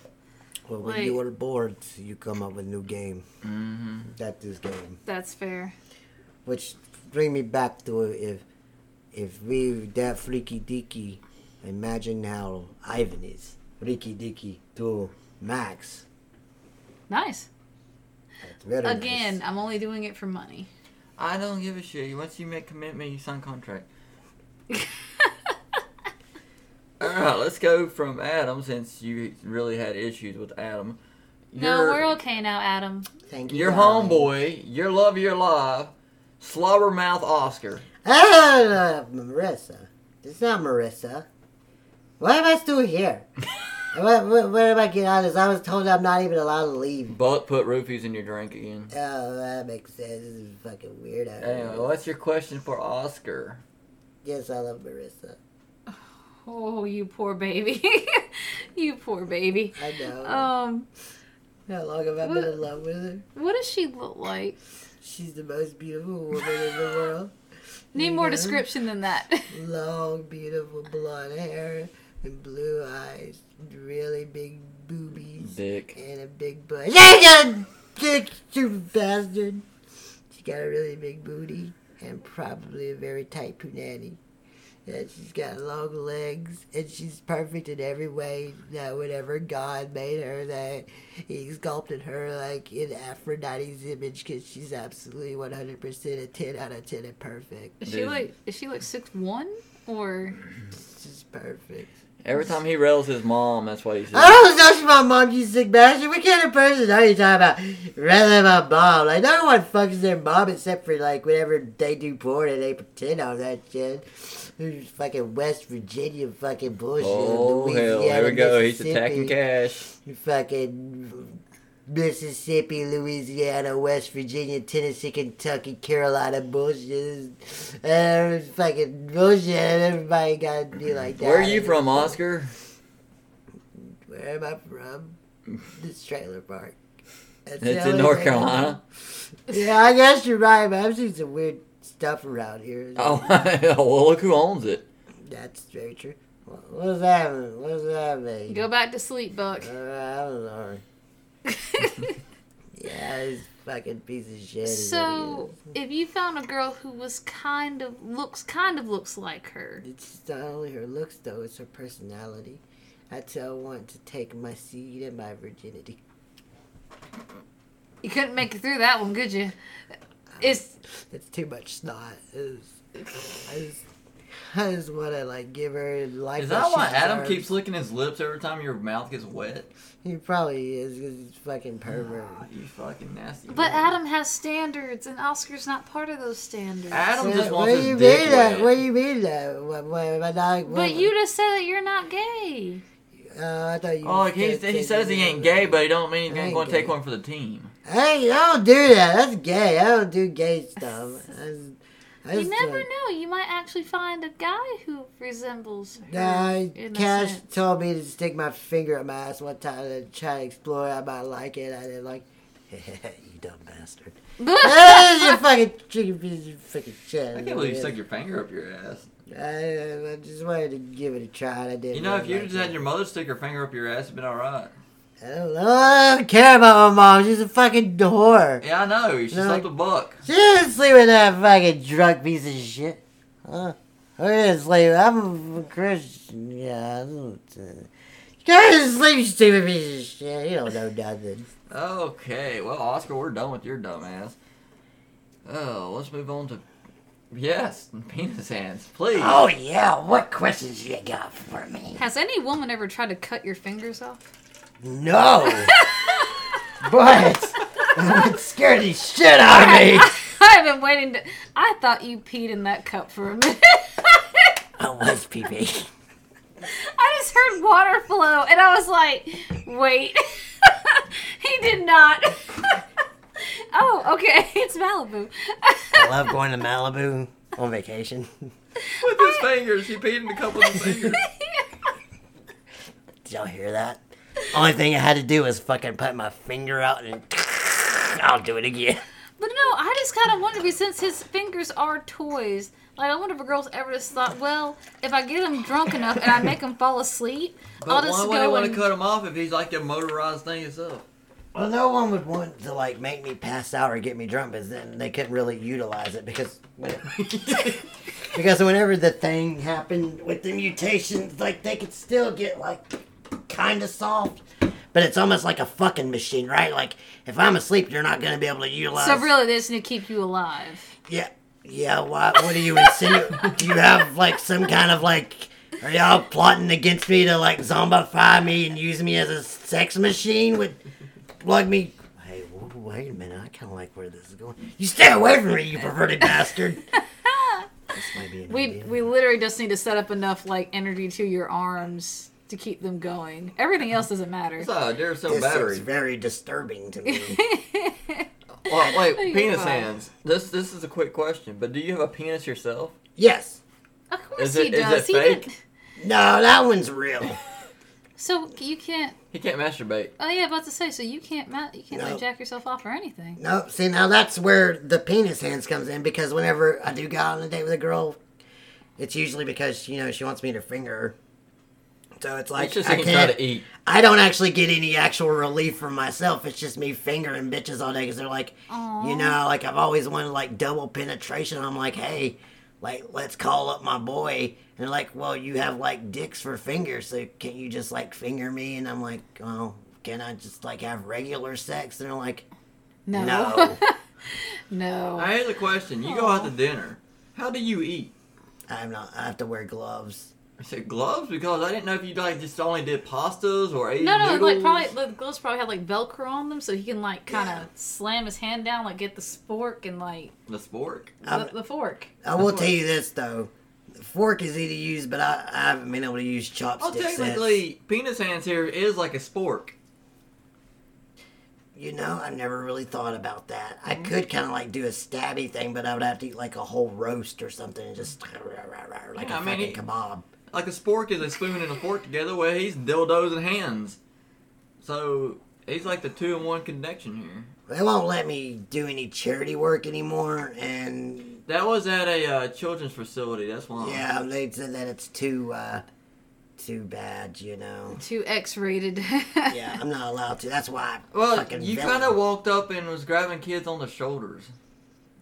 Speaker 2: Well, when you
Speaker 3: Wait.
Speaker 2: are bored, you come up with new game.
Speaker 1: hmm
Speaker 2: That is game,
Speaker 3: That's fair.
Speaker 2: which bring me back to if if we that freaky deaky. Imagine how Ivan is freaky deaky to Max.
Speaker 3: Nice.
Speaker 2: That's very nice.
Speaker 3: Again, I'm only doing it for money.
Speaker 1: I don't give a shit. Once you make commitment, you sign contract. All right, let's go from Adam since you really had issues with Adam.
Speaker 3: no,
Speaker 1: You're-
Speaker 3: we're okay now, Adam.
Speaker 2: Thank you.
Speaker 1: Your
Speaker 2: darling.
Speaker 1: homeboy, your love of your life, Slobbermouth Oscar.
Speaker 2: Ah, Marissa. It's not Marissa. Why am I still here? where, where, where am I getting out of this? I was told I'm not even allowed to leave.
Speaker 1: Buck put roofies in your drink again.
Speaker 2: Oh, that makes sense. This is fucking weird. out here.
Speaker 1: Anyway, what's your question for Oscar?
Speaker 2: Yes, I love Marissa.
Speaker 3: Oh, you poor baby. you poor baby.
Speaker 2: I know.
Speaker 3: Um,
Speaker 2: How long have I been
Speaker 3: what-
Speaker 2: in love with her?
Speaker 3: what does she look like?
Speaker 2: She's the most beautiful woman in the world.
Speaker 3: Need more
Speaker 2: Yeah.
Speaker 3: description than that.
Speaker 2: Long, beautiful blonde hair and blue eyes. Really big boobies.
Speaker 1: Dick.
Speaker 2: and a big butt. Shake a dick, you bastard! She got a really big booty and probably a very tight punani. And she's got long legs, and she's perfect in every way that whatever God made her, that He sculpted her like in Aphrodite's image, because she's absolutely 100% a 10 out of 10 and perfect.
Speaker 3: Is she like is she like six one or
Speaker 2: She's perfect.
Speaker 1: Every time he rails his mom, that's why he says.
Speaker 2: I was talking about mom, you sick bastard. What kind of person are you talking about? Rather my mom. Like, no one fucks their mom except for, like, whenever they do porn and they pretend all that shit. Who's fucking West Virginia fucking bullshit.
Speaker 1: Oh hell, here we go. He's attacking
Speaker 2: Mississippi,
Speaker 1: Cash.
Speaker 2: Fucking Mississippi, Louisiana, West Virginia, Tennessee, Kentucky, Carolina bullshit. Uh, fucking bullshit. Everybody gotta be like that.
Speaker 1: Where are you from, Oscar?
Speaker 2: Where am I from? this trailer park. That's the
Speaker 1: It's in
Speaker 2: only
Speaker 1: North
Speaker 2: thing-
Speaker 1: Carolina.
Speaker 2: Yeah, I guess you're right, but I've seen some weird stuff around here.
Speaker 1: Oh, well, look who owns it.
Speaker 2: That's very true. What what does that mean? What does that mean?
Speaker 3: go back to sleep, Buck?
Speaker 2: Uh, I'm sorry. Yeah, this fucking piece of shit. is
Speaker 3: so
Speaker 2: idiot.
Speaker 3: if you found a girl who was kind of looks kind of looks like her.
Speaker 2: It's not only her looks, though, it's her personality. I tell one to take my seed and my virginity.
Speaker 3: You couldn't make it through that one, could you? It's
Speaker 2: That's too much snot. It was- I just, I just want to, like, give her life.
Speaker 1: Is that
Speaker 2: she
Speaker 1: why Adam
Speaker 2: deserves.
Speaker 1: keeps licking his lips every time your mouth gets wet? Ah,
Speaker 2: He probably is 'cause he's fucking pervert.
Speaker 1: You fucking nasty. man.
Speaker 3: but Adam has standards and Oscar's not part of those standards.
Speaker 1: Adam just
Speaker 2: What-
Speaker 1: wants
Speaker 2: what
Speaker 1: his
Speaker 2: do you
Speaker 1: dick
Speaker 2: mean
Speaker 1: wet.
Speaker 2: that? What do you mean that? What, what, am I not, what,
Speaker 3: But you just said that you're not gay.
Speaker 2: Uh, I thought you.
Speaker 1: Oh, he,
Speaker 2: said-
Speaker 1: he says he ain't gay, but he don't mean he's
Speaker 2: I ain't
Speaker 1: going to take
Speaker 2: gay.
Speaker 1: one for the team.
Speaker 2: Hey, I don't do that. That's gay. I don't do gay stuff. I just- I
Speaker 3: You
Speaker 2: just
Speaker 3: never
Speaker 2: don't-
Speaker 3: know. You might actually find a guy who resembles her.
Speaker 2: Nah,
Speaker 3: in a
Speaker 2: Cash
Speaker 3: sense.
Speaker 2: told me to stick my finger up my ass one time and try to explore. it. I might like it. I didn't like. you dumb bastard. That's your fucking chicken piece of fucking shit.
Speaker 1: I can't believe you stuck your finger up your ass.
Speaker 2: I, I just wanted to give it a try. And I didn't.
Speaker 1: You know, if
Speaker 2: really
Speaker 1: you
Speaker 2: like
Speaker 1: just
Speaker 2: it.
Speaker 1: had your mother stick her finger up your ass, it'd been all right.
Speaker 2: I don't, know. I don't care about my mom. She's a fucking whore.
Speaker 1: Yeah, I know. She
Speaker 2: No.
Speaker 1: slept a buck.
Speaker 2: She didn't sleep with that fucking drunk piece of shit. Huh? I didn't sleep. I'm a Christian. Yeah, I don't. Uh, you guys sleep, you stupid piece of shit. You don't know nothing.
Speaker 1: Okay, well, Oscar, we're done with your dumb ass. Oh, let's move on to yes, penis hands, please.
Speaker 2: Oh yeah, what questions you got for me?
Speaker 3: Has any woman ever tried to cut your fingers off?
Speaker 2: No. but it scared the shit out of me.
Speaker 3: I've been waiting to. I thought you peed in that cup for a minute.
Speaker 2: I was PB.
Speaker 3: I just heard water flow, and I was like, "Wait." he did not. oh, okay. It's Malibu.
Speaker 2: I love going to Malibu on vacation.
Speaker 1: With his fingers, he peed in a couple of his fingers.
Speaker 2: Did y'all hear that? Only thing I had to do was fucking put my finger out and I'll do it again.
Speaker 3: But no, I just kind of wonder because since his fingers are toys, like I wonder if a girl's ever just thought, well, if I get him drunk enough and I make him fall asleep,
Speaker 1: But
Speaker 3: I'll
Speaker 1: why
Speaker 3: just
Speaker 1: would they
Speaker 3: go
Speaker 1: want
Speaker 3: and
Speaker 1: to cut him off if he's like a motorized thing itself?
Speaker 2: Well, no one would want to like make me pass out or get me drunk, but then they couldn't really utilize it because because whenever the thing happened with the mutations, like they could still get like kind of soft, but it's almost like a fucking machine, right? Like if I'm asleep, you're not gonna be able to utilize.
Speaker 3: So really, they just need to keep you alive.
Speaker 2: Yeah, yeah. Why, what do you insinuate? do you have like some kind of like? Are y'all plotting against me to like zombify me and use me as a sex machine? Would plug me? Hey, w- wait a minute. I kind of like where this is going. You stay away from me, you perverted bastard. This might be an
Speaker 3: We
Speaker 2: idea.
Speaker 3: we literally just need to set up enough like energy to your arms to keep them going. Everything else doesn't matter.
Speaker 1: It's a there's
Speaker 2: This
Speaker 1: some
Speaker 2: is
Speaker 1: battery.
Speaker 2: very disturbing to me.
Speaker 1: Well,
Speaker 3: You're
Speaker 1: wait, penis
Speaker 3: fine.
Speaker 1: hands. This this is a quick question, but do you have a penis yourself?
Speaker 2: yes.
Speaker 3: Of course
Speaker 1: Is it-
Speaker 3: he
Speaker 1: is it
Speaker 3: does. He
Speaker 1: fake?
Speaker 3: didn't-
Speaker 2: No, that one's real.
Speaker 3: So you can't.
Speaker 1: He can't masturbate.
Speaker 3: Oh yeah, about to say. So you can't. ma- You can't
Speaker 2: No.
Speaker 3: like jack yourself off or anything.
Speaker 2: No, see now that's where the penis hands comes in because whenever I do go on a date with a girl, it's usually because you know she wants me to finger her. So it's like
Speaker 1: It's just
Speaker 2: I
Speaker 1: he can try
Speaker 2: can't.
Speaker 1: to eat.
Speaker 2: I don't actually get any actual relief from myself. It's just me fingering bitches all day because they're like, you
Speaker 3: Aw.
Speaker 2: know, like I've always wanted like double penetration. I'm like, hey, like let's call up my boy. And they're like, well, you have like dicks for fingers, so can't you just like finger me? And I'm like, oh, can I just like have regular sex? And they're like,
Speaker 3: No.
Speaker 2: no.
Speaker 3: No.
Speaker 1: I here's a question. You go out to dinner. How do you eat?
Speaker 2: I'm not. I have to wear gloves.
Speaker 1: I said gloves because I didn't know if you like just only did pastas or ate
Speaker 3: No, no, like
Speaker 1: noodles.
Speaker 3: probably the gloves probably had like Velcro on them, so he can like kind of slam his hand down, like get the fork and like
Speaker 1: the spork.
Speaker 2: I'm-
Speaker 3: the, the fork.
Speaker 2: I will tell you this though, fork is easy to use, but I, I haven't been able to use
Speaker 1: Well,
Speaker 2: chopsticks. since.
Speaker 1: technically, penis hands here is like a spork.
Speaker 2: you know, I've never really thought about that.
Speaker 1: Mm-hmm.
Speaker 2: I could kind of like do a stabby thing, but I would have to eat like a whole roast or something and just like
Speaker 1: Yeah,
Speaker 2: a
Speaker 1: I mean,
Speaker 2: fucking
Speaker 1: it-
Speaker 2: kebab.
Speaker 1: Like a spork is a spoon and a fork together. Where he's dildos and hands. So he's like the two in one connection here.
Speaker 2: They won't let me do any charity work anymore, and
Speaker 1: That was at a uh, children's facility. That's why.
Speaker 2: yeah, they said that it's too uh, too bad. You know,
Speaker 3: Too X-rated.
Speaker 2: yeah, I'm not allowed to. That's why. I
Speaker 1: Well,
Speaker 2: fucking
Speaker 1: you
Speaker 2: villain.
Speaker 1: kind of walked up and was grabbing kids on the shoulders.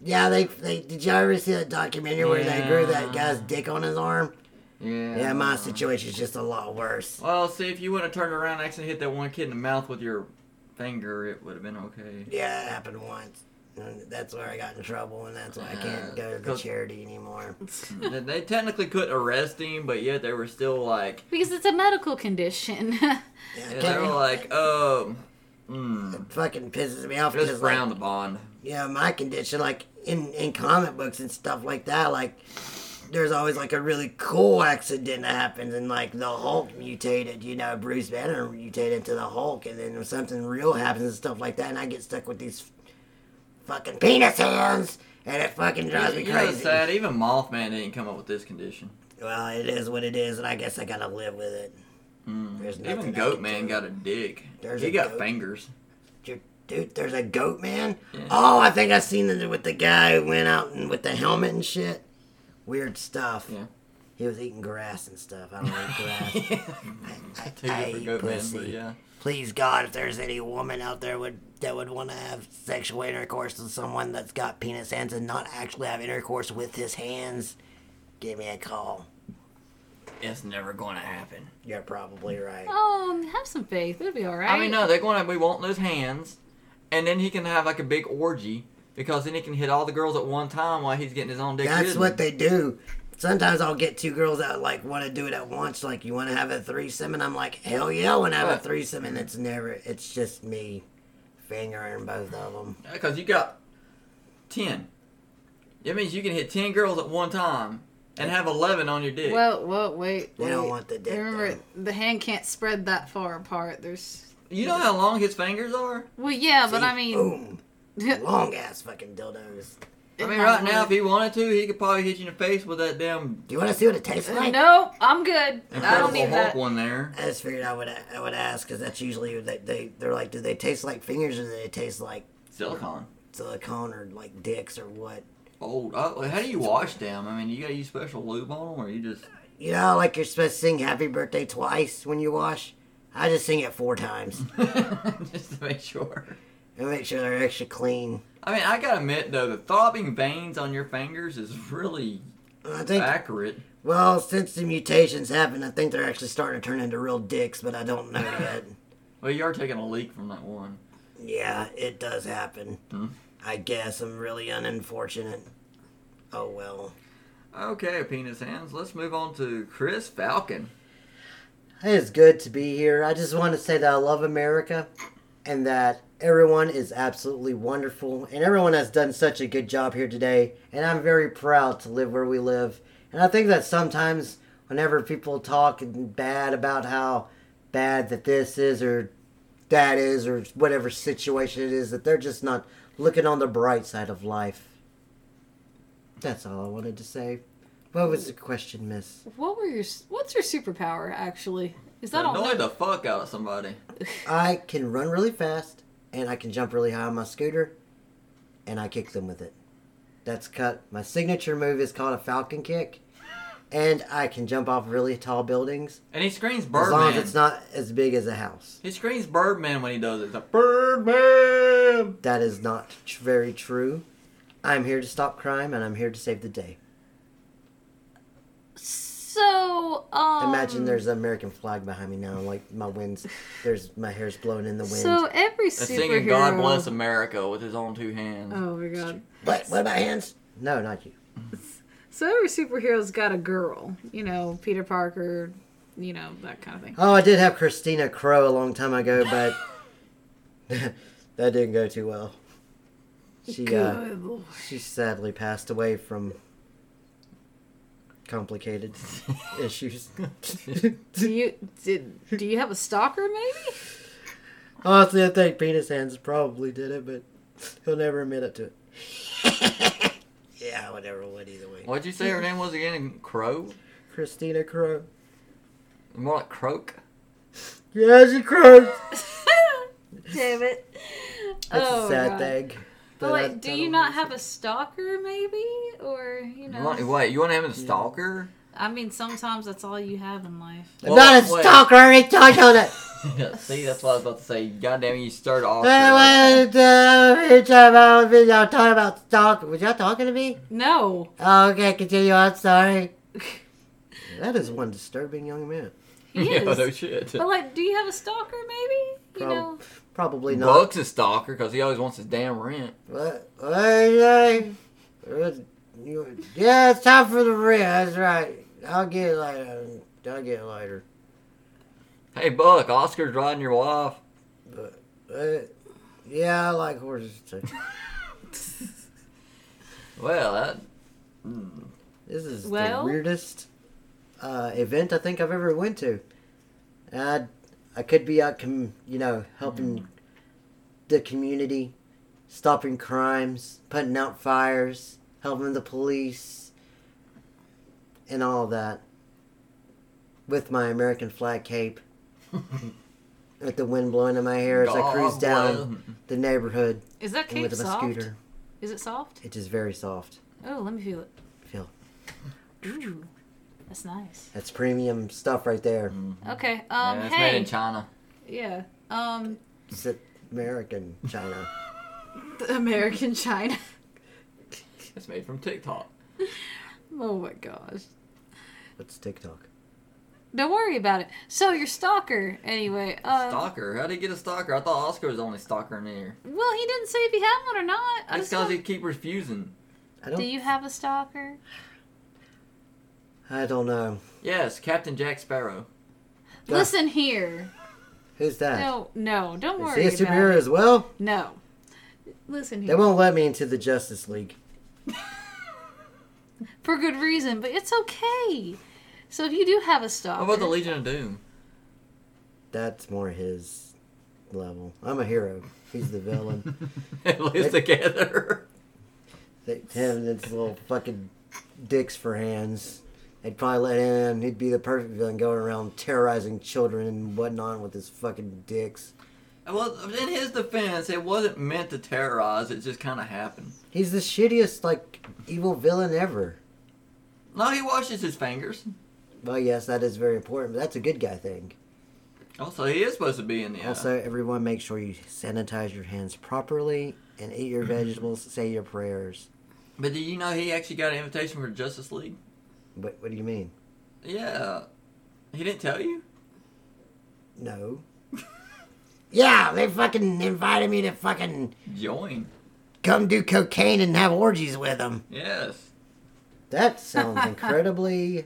Speaker 2: Yeah, they, they did you ever see that documentary where they grew that
Speaker 1: Yeah.
Speaker 2: guy's dick on his arm?
Speaker 1: Yeah.
Speaker 2: Yeah, my situation's just a lot worse.
Speaker 1: Well, see, if you would have turned around and accidentally hit that one kid in the mouth with your finger, it would have been okay.
Speaker 2: Yeah, it happened once. And that's where I got in trouble, and that's why I can't go to the
Speaker 1: Because-
Speaker 2: charity anymore.
Speaker 1: They- they technically could arrest him, but yet they were still like,
Speaker 3: because it's a medical condition.
Speaker 2: Yeah,
Speaker 1: they
Speaker 2: can't-
Speaker 1: were like, um, mm,
Speaker 2: fucking pisses me off.
Speaker 1: just
Speaker 2: because, like,
Speaker 1: round the bond.
Speaker 2: yeah, my condition, like in in comic books and stuff like that, like there's always like a really cool accident that happens, and like the Hulk mutated, you know, Bruce Banner mutated to the Hulk, and then something real happens and stuff like that, and I get stuck with these fucking penis hands, and it fucking drives me
Speaker 1: You know, it's
Speaker 2: crazy.
Speaker 1: sad. Even Mothman didn't come up with this condition.
Speaker 2: Well, it is what it is, and I guess I gotta live with it.
Speaker 1: Mm.
Speaker 2: There's nothing I
Speaker 1: Even
Speaker 2: can
Speaker 1: Goatman
Speaker 2: do.
Speaker 1: got a dick.
Speaker 2: There's
Speaker 1: he
Speaker 2: a
Speaker 1: got
Speaker 2: goat.
Speaker 1: fingers.
Speaker 2: Dude, dude, there's a goat man.
Speaker 1: Yeah.
Speaker 2: Oh, I think I seen it with the guy who went out and with the helmet and shit. Weird stuff.
Speaker 1: Yeah.
Speaker 2: He was eating grass and stuff. I don't eat grass. I,
Speaker 1: Two
Speaker 2: I
Speaker 1: different
Speaker 2: eat
Speaker 1: Goatman,
Speaker 2: pussy.
Speaker 1: but yeah.
Speaker 2: Please God, if there's any woman out there would that would want to have sexual intercourse with someone that's got penis hands and not actually have intercourse with his hands, give me a call.
Speaker 1: It's never gonna happen.
Speaker 2: You're probably right.
Speaker 3: oh, have some faith. It'll be all right.
Speaker 1: I mean, no, they're going to be wanting those hands, and then he can have like a big orgy because then he can hit all the girls at one time while he's getting his own dick.
Speaker 2: That's
Speaker 1: ridden.
Speaker 2: what they do. Sometimes I'll get two girls that like want to do it at once. Like, you want to have a threesome, and I'm like, hell yeah, I want to have a
Speaker 1: Right.
Speaker 2: threesome, and it's never. It's just me fingering both of them.
Speaker 1: Because you got ten. That means you can hit ten girls at one time and have eleven on your dick.
Speaker 3: Well, well, wait.
Speaker 2: They don't
Speaker 3: wait.
Speaker 2: want the dick,
Speaker 3: Remember, the hand can't spread that far apart. There's
Speaker 1: You know how long his fingers are?
Speaker 3: Well, yeah, but
Speaker 2: See?
Speaker 3: I mean,
Speaker 2: boom, long ass fucking dildos.
Speaker 1: I mean, right now, if he wanted to, he could probably hit you in the face with that damn
Speaker 2: Do you want to see what it tastes like?
Speaker 3: no, I'm good. I
Speaker 1: Incredible
Speaker 3: don't need
Speaker 1: Hulk
Speaker 3: that.
Speaker 1: one there.
Speaker 2: I just figured I would I would ask because that's usually what they, they they're like, do they taste like fingers or do they taste like
Speaker 1: Silicone.
Speaker 2: silicone or like dicks or what?
Speaker 1: Old. Oh, how do you wash them? I mean, you gotta use special lube on them, or you just
Speaker 2: You know, like you're supposed to sing "Happy Birthday" twice when you wash. I just sing it four times
Speaker 1: just to make sure.
Speaker 2: and make sure they're extra clean.
Speaker 1: I mean, I gotta admit though, the throbbing veins on your fingers is really
Speaker 2: And I think
Speaker 1: accurate.
Speaker 2: well, since the mutations happened, I think they're actually starting to turn into real dicks, but I don't know yet.
Speaker 1: Well, you are taking a leak from that one.
Speaker 2: Yeah, it does happen.
Speaker 1: Hmm.
Speaker 2: I guess I'm really unfortunate. Oh well.
Speaker 1: Okay, penis hands. Let's move on to Chris Falcon.
Speaker 2: It is good to be here. I just want to say that I love America and that everyone is absolutely wonderful and everyone has done such a good job here today and I'm very proud to live where we live. And I think that sometimes whenever people talk bad about how bad that this is or that is or whatever situation it is that they're just not looking on the bright side of life. That's all I wanted to say. What was the question, miss?
Speaker 3: What were your? What's your superpower actually? Is that all?
Speaker 1: Annoy the fuck out of somebody.
Speaker 2: I can run really fast, and I can jump really high on my scooter, and I kick them with it. That's cut. My signature move is called a falcon kick, and I can jump off really tall buildings
Speaker 1: And he screams
Speaker 2: as long
Speaker 1: Birdman.
Speaker 2: as it's not as big as a house.
Speaker 1: he screams Birdman when he does it. It's like, Birdman.
Speaker 2: That is not tr- very true. I'm here to stop crime, and I'm here to save the day.
Speaker 3: So, um.
Speaker 2: Imagine there's an American flag behind me now, like my winds. There's my hair's blowing in the wind.
Speaker 3: So every
Speaker 1: And
Speaker 3: superhero.
Speaker 1: singing "God Bless America" with his own two hands.
Speaker 3: Oh my god.
Speaker 2: what? What about hands? No, not you.
Speaker 3: So every superhero's got a girl, you know, Peter Parker, you know, that kind of thing.
Speaker 2: Oh, I did have Christina Crow a long time ago, but that didn't go too well. She uh,
Speaker 3: Good lord.
Speaker 2: she sadly passed away from complicated issues.
Speaker 3: Do you did, do you have a stalker maybe?
Speaker 2: Honestly, I think Penis Hands probably did it, but he'll never admit it to it. yeah, I would never would either way.
Speaker 1: What'd you say her name was again? Crow?
Speaker 2: Christina Crow.
Speaker 1: More like croak.
Speaker 2: Yeah, she crows.
Speaker 3: Damn it.
Speaker 2: That's a
Speaker 3: Oh
Speaker 2: sad
Speaker 3: God.
Speaker 2: thing.
Speaker 3: But
Speaker 2: I-
Speaker 3: like, do
Speaker 2: I
Speaker 3: you
Speaker 2: don't
Speaker 3: not
Speaker 2: know.
Speaker 3: have a stalker maybe? Or, you
Speaker 1: You want,
Speaker 3: know.
Speaker 1: wait, you want to have a stalker?
Speaker 3: I mean, sometimes that's all you have in life.
Speaker 2: I'm not a
Speaker 1: Well, wait.
Speaker 2: stalker. I already told you that.
Speaker 1: Yeah, See, that's what I was about to say. God damn it, you started off.
Speaker 2: Hey, what the bitch uh, about me? Y'all talking about stalk? Was y'all talking to me?
Speaker 3: No.
Speaker 2: Oh, okay, continue. I'm sorry. That is one disturbing young man.
Speaker 3: He
Speaker 1: yeah,
Speaker 3: is.
Speaker 1: no shit.
Speaker 3: But like, do you have a stalker maybe? You
Speaker 2: Prob-
Speaker 3: know.
Speaker 2: Probably not.
Speaker 1: Buck's a stalker because he always wants his damn rent.
Speaker 2: What? Hey, hey, uh, you- Yeah, it's time for the rent. That's right. I'll get it later. I'll get it later.
Speaker 1: Hey, Buck, Oscar's riding your wife.
Speaker 2: Uh, yeah, I like horses too.
Speaker 1: Well, that, hmm.
Speaker 2: This is
Speaker 3: Well?
Speaker 2: the weirdest uh, event I think I've ever went to. I I could be out, com- you know, helping the community, stopping crimes, putting out fires, helping the police, and all that. With my American flag cape,
Speaker 1: Hmm.
Speaker 2: with the wind blowing in my hair as I
Speaker 1: God
Speaker 2: cruise down
Speaker 1: bless.
Speaker 2: the neighborhood
Speaker 3: Is that cape
Speaker 2: with my
Speaker 3: soft?
Speaker 2: scooter.
Speaker 3: Is it soft?
Speaker 2: It is very soft.
Speaker 3: Oh, let me feel it.
Speaker 2: Feel
Speaker 3: Ooh, that's nice.
Speaker 2: that's premium stuff right there.
Speaker 3: Okay. Um.
Speaker 1: hmm. Yeah, it's made
Speaker 3: hey.
Speaker 1: in China.
Speaker 3: Yeah. Um.
Speaker 2: It's American China.
Speaker 3: The American China.
Speaker 1: It's made from TikTok.
Speaker 3: oh my gosh.
Speaker 2: What's TikTok?
Speaker 3: Don't worry about it. So your stalker, anyway. Uh.
Speaker 1: Stalker? How'd he get a stalker? I thought Oscar was the only stalker in here.
Speaker 3: Well, he didn't say if he had one or not. I
Speaker 1: That's
Speaker 3: just
Speaker 1: because
Speaker 3: want-
Speaker 1: he keep refusing.
Speaker 2: I don't.
Speaker 3: Do you have a stalker?
Speaker 2: I don't know.
Speaker 1: Yes, Captain Jack Sparrow.
Speaker 2: Yeah.
Speaker 3: Listen here.
Speaker 2: Who's that?
Speaker 3: No, no, don't
Speaker 2: Is
Speaker 3: worry
Speaker 2: he a
Speaker 3: about
Speaker 2: superhero
Speaker 3: it.
Speaker 2: as well?
Speaker 3: No. Listen
Speaker 2: They
Speaker 3: here.
Speaker 2: won't let me into the Justice League.
Speaker 3: For good reason, but it's okay. So if you do have a stalker,
Speaker 1: How about the Legion of Doom?
Speaker 2: That's more his. level. I'm a hero. He's the villain.
Speaker 1: It lives together.
Speaker 2: they, him and his little fucking dicks for hands. They'd probably let him. He'd be the perfect villain, going around terrorizing children and whatnot with his fucking dicks.
Speaker 1: Well, in his defense, it wasn't meant to terrorize. It just kind of happened.
Speaker 2: He's the shittiest, like, evil villain ever.
Speaker 1: No, he washes his fingers.
Speaker 2: Well, yes, that is very important, but that's a good guy thing.
Speaker 1: Also, he is supposed to be in the. uh,
Speaker 2: Also, everyone make sure you sanitize your hands properly and eat your vegetables, say your prayers.
Speaker 1: but do you know he actually got an invitation for Justice League?
Speaker 2: But what do you mean?
Speaker 1: Yeah. He didn't tell you?
Speaker 2: No. yeah, they fucking invited me to fucking
Speaker 1: Join.
Speaker 2: come do cocaine and have orgies with them.
Speaker 1: Yes.
Speaker 2: That sounds incredibly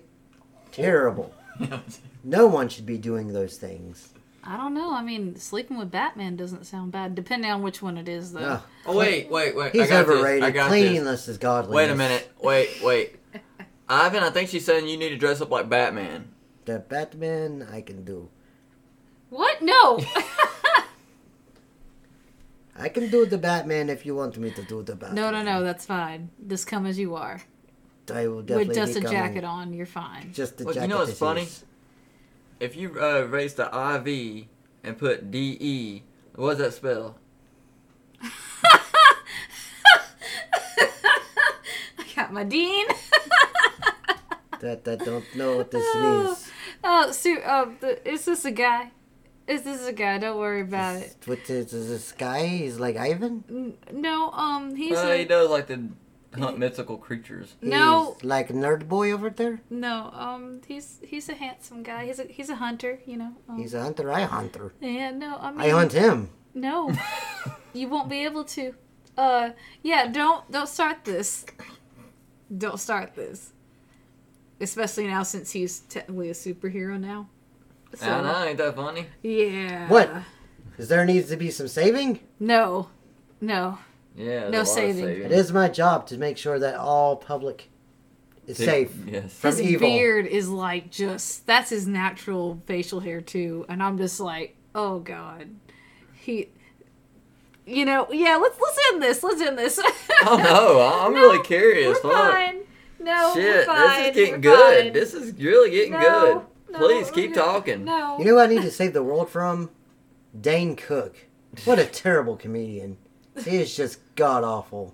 Speaker 2: terrible.
Speaker 1: yeah,
Speaker 2: No one should be doing those things.
Speaker 3: I don't know. I mean, sleeping with Batman doesn't sound bad, depending on which one it is, though.
Speaker 2: Ugh.
Speaker 1: Oh wait, wait, wait. I
Speaker 2: He's
Speaker 1: got this.
Speaker 2: overrated.
Speaker 1: I got this.
Speaker 2: Cleanliness is godliness.
Speaker 1: Wait a minute. Wait, wait. Ivan, I think she's saying you need to dress up like Batman.
Speaker 2: The Batman I can do.
Speaker 3: What? No.
Speaker 2: I can do the Batman if you want me to do the Batman.
Speaker 3: no, no, no. That's fine. Just come as you are.
Speaker 2: I will definitely
Speaker 3: With just
Speaker 2: be
Speaker 3: a
Speaker 2: coming.
Speaker 3: jacket on, you're fine.
Speaker 2: Just the
Speaker 1: Well,
Speaker 2: jacket.
Speaker 1: you know what's
Speaker 2: this
Speaker 1: funny?
Speaker 2: is.
Speaker 1: If you uh, raise the IV and put DE, what does that spell?
Speaker 3: I got my dean.
Speaker 2: That I don't know what this
Speaker 1: Ah,
Speaker 2: means.
Speaker 3: oh, so, uh, the, is this a guy? Is this a guy? Don't worry about it.
Speaker 2: What is, is this guy? He's like Ivan.
Speaker 3: N- No, um, he's
Speaker 1: Well,
Speaker 3: a,
Speaker 1: Uh, he does like to hunt mythical creatures.
Speaker 3: No.
Speaker 2: He's like nerd boy over there.
Speaker 3: no, um, he's he's a handsome guy. He's a he's a hunter, you know. Um,
Speaker 2: He's a hunter. I hunter.
Speaker 3: yeah, no, I mean,
Speaker 2: I hunt him.
Speaker 3: no, you won't be able to. Uh, yeah, don't don't start this. Don't start this, especially now since he's technically a superhero now.
Speaker 1: I don't know, ain't that funny?
Speaker 3: Yeah.
Speaker 2: What? Is there needs to be some saving?
Speaker 3: No, no.
Speaker 1: Yeah. there's
Speaker 3: No
Speaker 1: a lot of
Speaker 3: saving.
Speaker 2: It is my job to make sure that all public is
Speaker 1: Dude,
Speaker 2: safe.
Speaker 1: Yes.
Speaker 2: From
Speaker 3: his
Speaker 2: evil.
Speaker 3: beard is like just that's his natural facial hair too, and I'm just like, oh god, he. You know, yeah. Let's let's end this. Let's end this.
Speaker 1: Oh no, I- I'm
Speaker 3: No,
Speaker 1: really curious.
Speaker 3: We're
Speaker 1: Fuck.
Speaker 3: fine. No, we're
Speaker 1: Shit,
Speaker 3: fine.
Speaker 1: this is getting
Speaker 3: We're
Speaker 1: good.
Speaker 3: fine.
Speaker 1: This is really getting
Speaker 3: No,
Speaker 1: good.
Speaker 3: no,
Speaker 1: Please
Speaker 3: we're
Speaker 1: keep
Speaker 3: good.
Speaker 1: talking.
Speaker 3: No.
Speaker 2: You know what I need to save the world from? Dane Cook. What a terrible comedian. He is just god awful.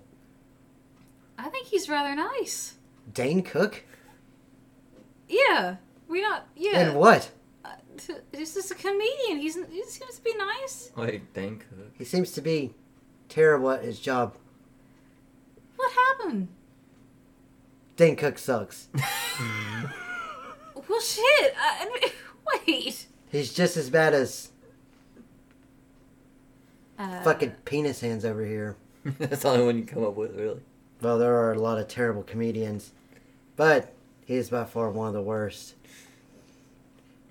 Speaker 3: I think he's rather nice.
Speaker 2: Dane Cook?
Speaker 3: Yeah. We not. Yeah.
Speaker 2: And what?
Speaker 3: Uh, t- he's just a comedian. He's he seems to be nice.
Speaker 1: Wait, thank Cook.
Speaker 2: He seems to be terrible at his job.
Speaker 3: What happened?
Speaker 2: Dane Cook sucks.
Speaker 3: Mm-hmm. Well, shit. I, I mean, wait.
Speaker 2: He's just as bad as
Speaker 3: Uh,
Speaker 2: fucking penis hands over here.
Speaker 1: That's the only one you come up with, really.
Speaker 2: Well, there are a lot of terrible comedians, but he is by far one of the worst.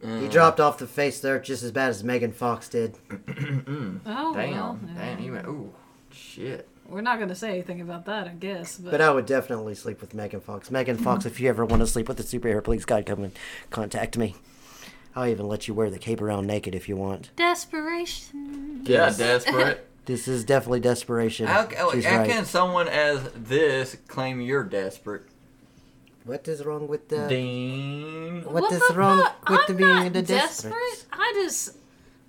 Speaker 2: He
Speaker 1: Mm.
Speaker 2: dropped off the face there just as bad as Megan Fox did.
Speaker 1: Mm.
Speaker 3: Oh,
Speaker 1: damn,
Speaker 3: well,
Speaker 1: damn,
Speaker 3: yeah.
Speaker 1: he went. Ooh, shit.
Speaker 3: We're not gonna say anything about that, I guess. But,
Speaker 2: But uh, I would definitely sleep with Megan Fox. Megan Fox, if you ever want to sleep with a superhero, please God come and contact me. I'll even let you wear the cape around naked if you want.
Speaker 3: desperation.
Speaker 1: Yeah, desperate.
Speaker 2: This is definitely desperation.
Speaker 1: how, how,
Speaker 3: oh,
Speaker 2: She's
Speaker 1: how
Speaker 2: right.
Speaker 1: can someone as this claim you're desperate?
Speaker 2: What is wrong with the?
Speaker 1: Dean.
Speaker 2: What is wrong
Speaker 3: fuck?
Speaker 2: with
Speaker 3: I'm
Speaker 2: being
Speaker 3: not
Speaker 2: the desperate?
Speaker 3: desperate? I just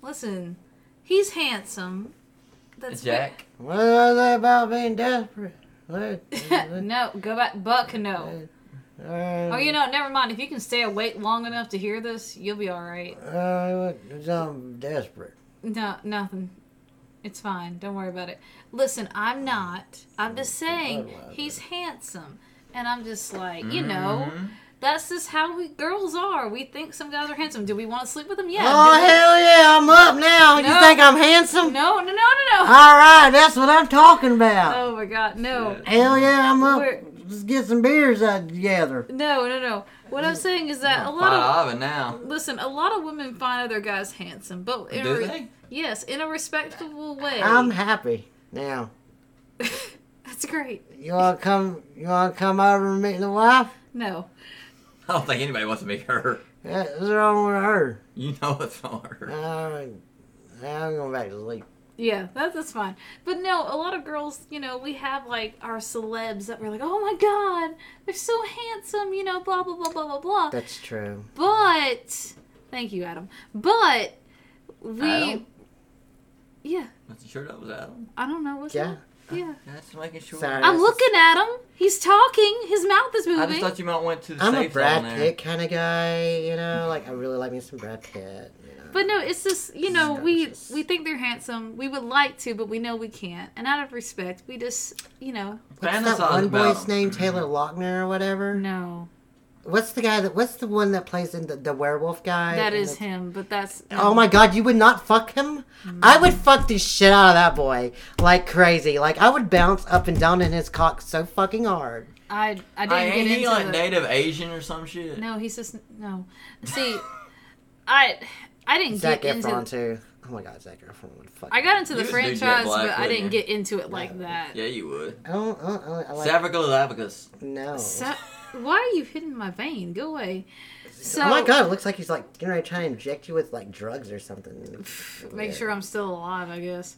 Speaker 3: listen. He's handsome. That's
Speaker 1: Jack.
Speaker 2: What was that about being desperate? What?
Speaker 3: what- no, go back. Buck, no.
Speaker 2: Uh,
Speaker 3: Oh, you know, never mind. If you can stay awake long enough to hear this, you'll be all right.
Speaker 2: Uh, I'm desperate.
Speaker 3: No, nothing. It's fine. Don't worry about it. Listen, I'm not. I'm just saying he's handsome, and I'm just like you know.
Speaker 1: Mhm.
Speaker 3: That's just how we girls are. We think some guys are handsome. Do we want to sleep with them? Yeah.
Speaker 2: oh
Speaker 3: Do we-
Speaker 2: hell yeah! I'm up now. You
Speaker 3: No.
Speaker 2: think I'm handsome?
Speaker 3: No, no, no, no, no.
Speaker 2: All right, that's what I'm talking about.
Speaker 3: Oh my god, no.
Speaker 1: Shit.
Speaker 2: Hell yeah, I'm up.
Speaker 3: We're-
Speaker 2: Let's get some beers out together.
Speaker 3: No, no, no. What I'm saying is that a lot
Speaker 1: Mm-hmm. Five Ivan now.
Speaker 3: of listen, a lot of women find other guys handsome, but in a,
Speaker 1: Do
Speaker 3: re-
Speaker 1: they?
Speaker 3: yes, in a respectable way.
Speaker 2: I'm happy now.
Speaker 3: That's great.
Speaker 2: You wanna come? You wanna come over and meet the wife?
Speaker 3: No,
Speaker 1: I don't think anybody wants to meet her.
Speaker 2: Yeah, What's wrong with her?
Speaker 1: You know what's wrong with her.
Speaker 2: Uh, I'm going back to sleep.
Speaker 3: Yeah, that, that's fine. But no, a lot of girls, you know, we have like our celebs that we're like, oh my god, they're so handsome, you know, blah, blah, blah, blah, blah, blah.
Speaker 2: That's true.
Speaker 3: But, thank you, Adam. But, we.
Speaker 1: Adam?
Speaker 3: Yeah,
Speaker 1: That's sure that was Adam.
Speaker 3: I don't know what's
Speaker 2: Yeah.
Speaker 3: that. Yeah.
Speaker 1: That's making sure.
Speaker 2: Sorry.
Speaker 3: I'm looking at him. He's talking. His mouth is
Speaker 1: I just
Speaker 3: moving.
Speaker 1: thought you might went to the
Speaker 2: I'm a
Speaker 1: safe zone
Speaker 2: Brad
Speaker 1: there.
Speaker 2: Pitt kind of guy, you know. Like I really like me some Brad Pitt. You know?
Speaker 3: But no, it's just you know we
Speaker 2: Scrumptious.
Speaker 3: we think they're handsome. We would like to, but we know we can't. And out of respect, we just you know
Speaker 2: What's that
Speaker 1: Fantasize
Speaker 2: one
Speaker 1: about
Speaker 2: boy's
Speaker 1: him.
Speaker 2: name? Taylor Lochner or whatever.
Speaker 3: no
Speaker 2: What's the guy that? What's the one that plays in the, the werewolf guy?
Speaker 3: that
Speaker 2: in
Speaker 3: is
Speaker 2: the-
Speaker 3: him. Mm. But that's
Speaker 2: Oh my god, you would not fuck him? I would fuck the shit out of that boy like crazy. Like I would bounce up and down in his cock so fucking hard.
Speaker 3: I I didn't
Speaker 1: I ain't
Speaker 3: get
Speaker 1: he
Speaker 3: into
Speaker 1: like
Speaker 3: the-
Speaker 1: native Asian or some shit?
Speaker 3: No, he's just no. See, I I didn't
Speaker 2: Zac
Speaker 3: get
Speaker 2: Efron
Speaker 3: into.
Speaker 2: too. Oh my god, Zac Efron would fuck.
Speaker 3: I got into the
Speaker 1: You would do Jet
Speaker 3: franchise,
Speaker 1: Black,
Speaker 3: but I
Speaker 1: wouldn't
Speaker 3: didn't
Speaker 1: you?
Speaker 3: get into it like that.
Speaker 1: Yeah, you would.
Speaker 2: I don't. I, don't, Oh, uh, I, don't- I like.
Speaker 1: Savagalalavicus.
Speaker 2: no.
Speaker 3: So, why are you hitting my vein? Go away. So,
Speaker 2: oh my god, it looks like he's like getting ready to try and inject you with like drugs or something.
Speaker 3: make sure I'm still alive, I guess.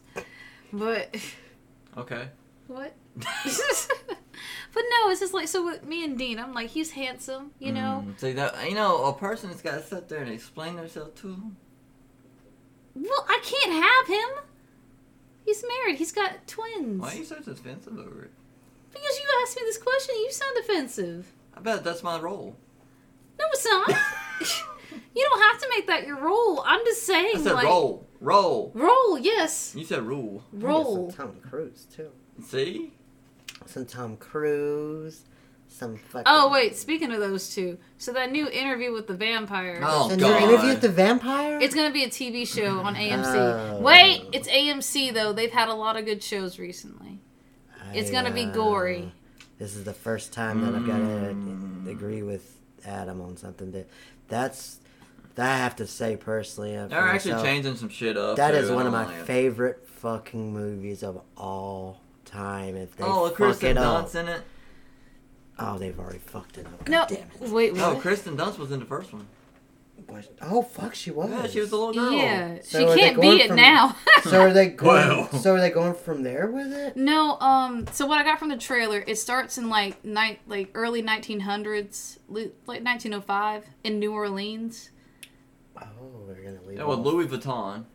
Speaker 3: But
Speaker 1: Okay.
Speaker 3: what? but no, it's just like so. With me and Dean, I'm like he's handsome, you know.
Speaker 1: Mm, see that you know a person that's got to sit there and explain themselves to him.
Speaker 3: Well, I can't have him. He's married. He's got twins.
Speaker 1: Why are you so defensive over it?
Speaker 3: Because you asked me this question, you sound defensive.
Speaker 1: I bet that's my role.
Speaker 3: No, it's not. you don't have to make that your role. I'm just saying,
Speaker 1: I said
Speaker 3: like
Speaker 1: roll, roll.
Speaker 3: role, yes,
Speaker 1: You said rule.
Speaker 2: I'm gonna get some
Speaker 3: role.
Speaker 2: Tom Cruise too.
Speaker 1: See?
Speaker 2: Some Tom Cruise. Some fucking.
Speaker 3: Oh wait, speaking of those two, so that new interview with the vampire.
Speaker 1: Oh
Speaker 2: And your
Speaker 1: god.
Speaker 2: interview with the vampire.
Speaker 3: It's gonna be a TV show on AMC.
Speaker 2: Oh.
Speaker 3: Wait, it's AMC though. They've had a lot of good shows recently. It's
Speaker 2: I,
Speaker 3: gonna be
Speaker 2: uh,
Speaker 3: gory.
Speaker 2: This is the first time that I've got
Speaker 1: Mm.
Speaker 2: to agree with Adam on something that that's that I have to say personally. uh, for
Speaker 1: They're actually
Speaker 2: myself,
Speaker 1: changing some shit up.
Speaker 2: That
Speaker 1: too,
Speaker 2: is
Speaker 1: and
Speaker 2: one of
Speaker 1: I'm
Speaker 2: my
Speaker 1: like,
Speaker 2: favorite fucking movies of all time. If they
Speaker 1: Oh,
Speaker 2: fuck
Speaker 1: Kristen
Speaker 2: it up,
Speaker 1: Dunst in it.
Speaker 2: oh, they've already fucked it up.
Speaker 3: No,
Speaker 2: God damn it.
Speaker 3: wait,
Speaker 1: Oh,
Speaker 3: what?
Speaker 1: Kristen Dunst was in the first one.
Speaker 2: Was- Oh fuck, she was.
Speaker 1: Yeah, she was a little girl.
Speaker 3: yeah,
Speaker 2: So are
Speaker 3: she
Speaker 2: they
Speaker 3: can't
Speaker 2: going
Speaker 3: be it
Speaker 2: from-
Speaker 3: now.
Speaker 2: So are they going?
Speaker 1: Wow.
Speaker 2: So are they going from there with it?
Speaker 3: No, um. So what I got from the trailer, it starts in like night, like early 1900s, li- like 1905 in New Orleans.
Speaker 2: Oh, they're gonna leave.
Speaker 1: Yeah, with
Speaker 2: off-
Speaker 1: Louis Vuitton.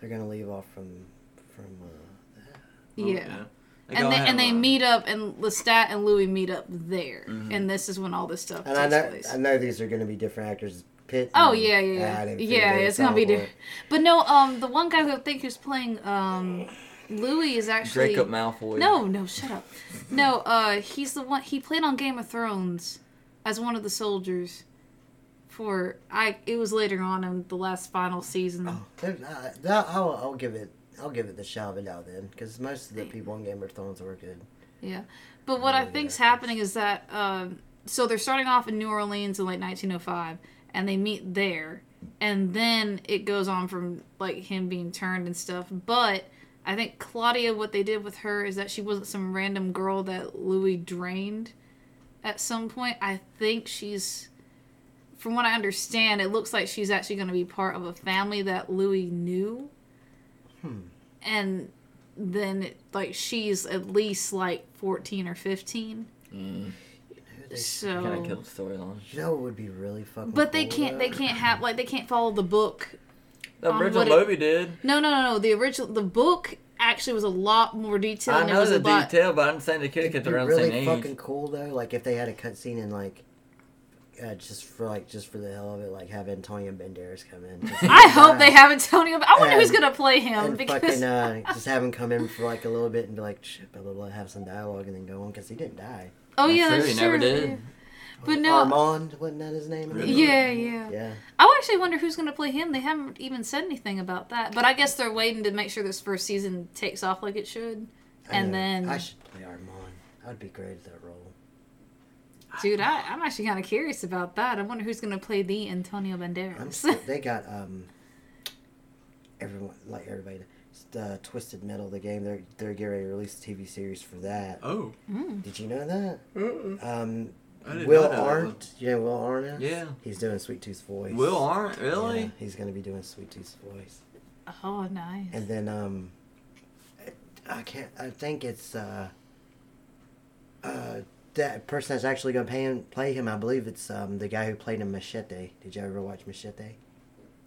Speaker 2: They're gonna leave off from from. Uh,
Speaker 1: Oh,
Speaker 3: yeah.
Speaker 1: They go
Speaker 3: And they
Speaker 1: ahead
Speaker 3: and they
Speaker 1: on.
Speaker 3: meet up, and Lestat and Louis meet up there,
Speaker 1: Mm-hmm.
Speaker 3: and this is when all this stuff
Speaker 2: And I
Speaker 3: takes
Speaker 2: know,
Speaker 3: place.
Speaker 2: I know these are going to be different actors. Pitt.
Speaker 3: Oh
Speaker 2: and-
Speaker 3: yeah,
Speaker 2: Ah,
Speaker 3: yeah,
Speaker 2: I
Speaker 3: yeah.
Speaker 2: didn't figure
Speaker 3: yeah
Speaker 2: that
Speaker 3: it's
Speaker 2: out
Speaker 3: gonna be
Speaker 2: for it.
Speaker 3: different. But no, um, the one guy who I think who's playing um, Louis is actually
Speaker 1: Jacob Malfoy.
Speaker 3: No, no, shut up. No, uh, he's the one. He played on Game of Thrones as one of the soldiers. For I, it was later on in the last final season.
Speaker 2: Oh, there's- uh, that- I'll, I'll give it. I'll give it the shout of a doubt then, because most of the people on Game of Thrones were good.
Speaker 3: Yeah, but what I think's happening is that um, so they're starting off in New Orleans in like 1905, and they meet there, and then it goes on from like him being turned and stuff. But I think Claudia, what they did with her is that she wasn't some random girl that Louis drained at some point. I think she's. From what I understand, it looks like she's actually going to be part of a family that Louis knew. And then it, like she's at least like 14 or 15
Speaker 2: Mm.
Speaker 1: Kind of
Speaker 3: so
Speaker 1: killed the storyline.
Speaker 2: You know, it would be really fucking.
Speaker 3: but they
Speaker 2: cool,
Speaker 3: can't they
Speaker 2: though?
Speaker 3: can't have like they can't follow the book
Speaker 1: The
Speaker 3: Um,
Speaker 1: original
Speaker 3: what it-
Speaker 1: movie did.
Speaker 3: no no no no the original the book actually was a lot more detailed
Speaker 1: I
Speaker 3: and it
Speaker 1: know
Speaker 3: was
Speaker 1: the
Speaker 3: a lot
Speaker 1: detail, but I'm saying the kid
Speaker 2: It'd
Speaker 1: gets
Speaker 2: be
Speaker 1: around the
Speaker 2: really
Speaker 1: same age.
Speaker 2: fucking cool though. Like if they had a cutscene and like, uh, just for like just for the hell of it, like have Antonio Banderas come in. Just-
Speaker 3: i hope they have antonio i wonder who's
Speaker 2: And-
Speaker 3: gonna play him
Speaker 2: and
Speaker 3: because
Speaker 2: fucking uh, just have him come in for like a little bit and be like, shit, blah blah blah, have some dialogue and then go on because he didn't die.
Speaker 3: oh
Speaker 1: That's
Speaker 3: yeah
Speaker 1: true,
Speaker 3: that's
Speaker 1: he never
Speaker 3: true,
Speaker 1: did.
Speaker 3: yeah. but no
Speaker 2: Armand, wasn't that his name?
Speaker 3: yeah yeah
Speaker 2: Yeah.
Speaker 3: i actually wonder who's gonna play him they haven't even said anything about that but i guess they're waiting to make sure this first season takes off like it should
Speaker 2: I
Speaker 3: and
Speaker 2: know.
Speaker 3: then
Speaker 2: I should play Armand. I'd be great at that role.
Speaker 3: Dude, I, I'm actually kind of curious about that. I wonder who's going to play the Antonio
Speaker 2: I'm
Speaker 3: Banderas.
Speaker 2: sure they got um everyone like everybody uh, Twisted Metal, the game they're they're getting ready to release a TV series for that.
Speaker 1: Oh,
Speaker 2: Did you know that? Um,
Speaker 1: I did
Speaker 2: Will
Speaker 1: not know that one.
Speaker 2: Arndt, you know Will Arndt? is?
Speaker 1: Yeah.
Speaker 2: he's doing Sweet Tooth's voice.
Speaker 1: Will Arndt,
Speaker 2: Yeah,
Speaker 1: really?
Speaker 2: he's gonna be doing Sweet Tooth's voice.
Speaker 3: Oh, nice.
Speaker 2: and then um, I can't. I think it's uh, uh, that person that's actually gonna pay him, play him. I believe it's um the guy who played in Machete. Did you ever watch Machete?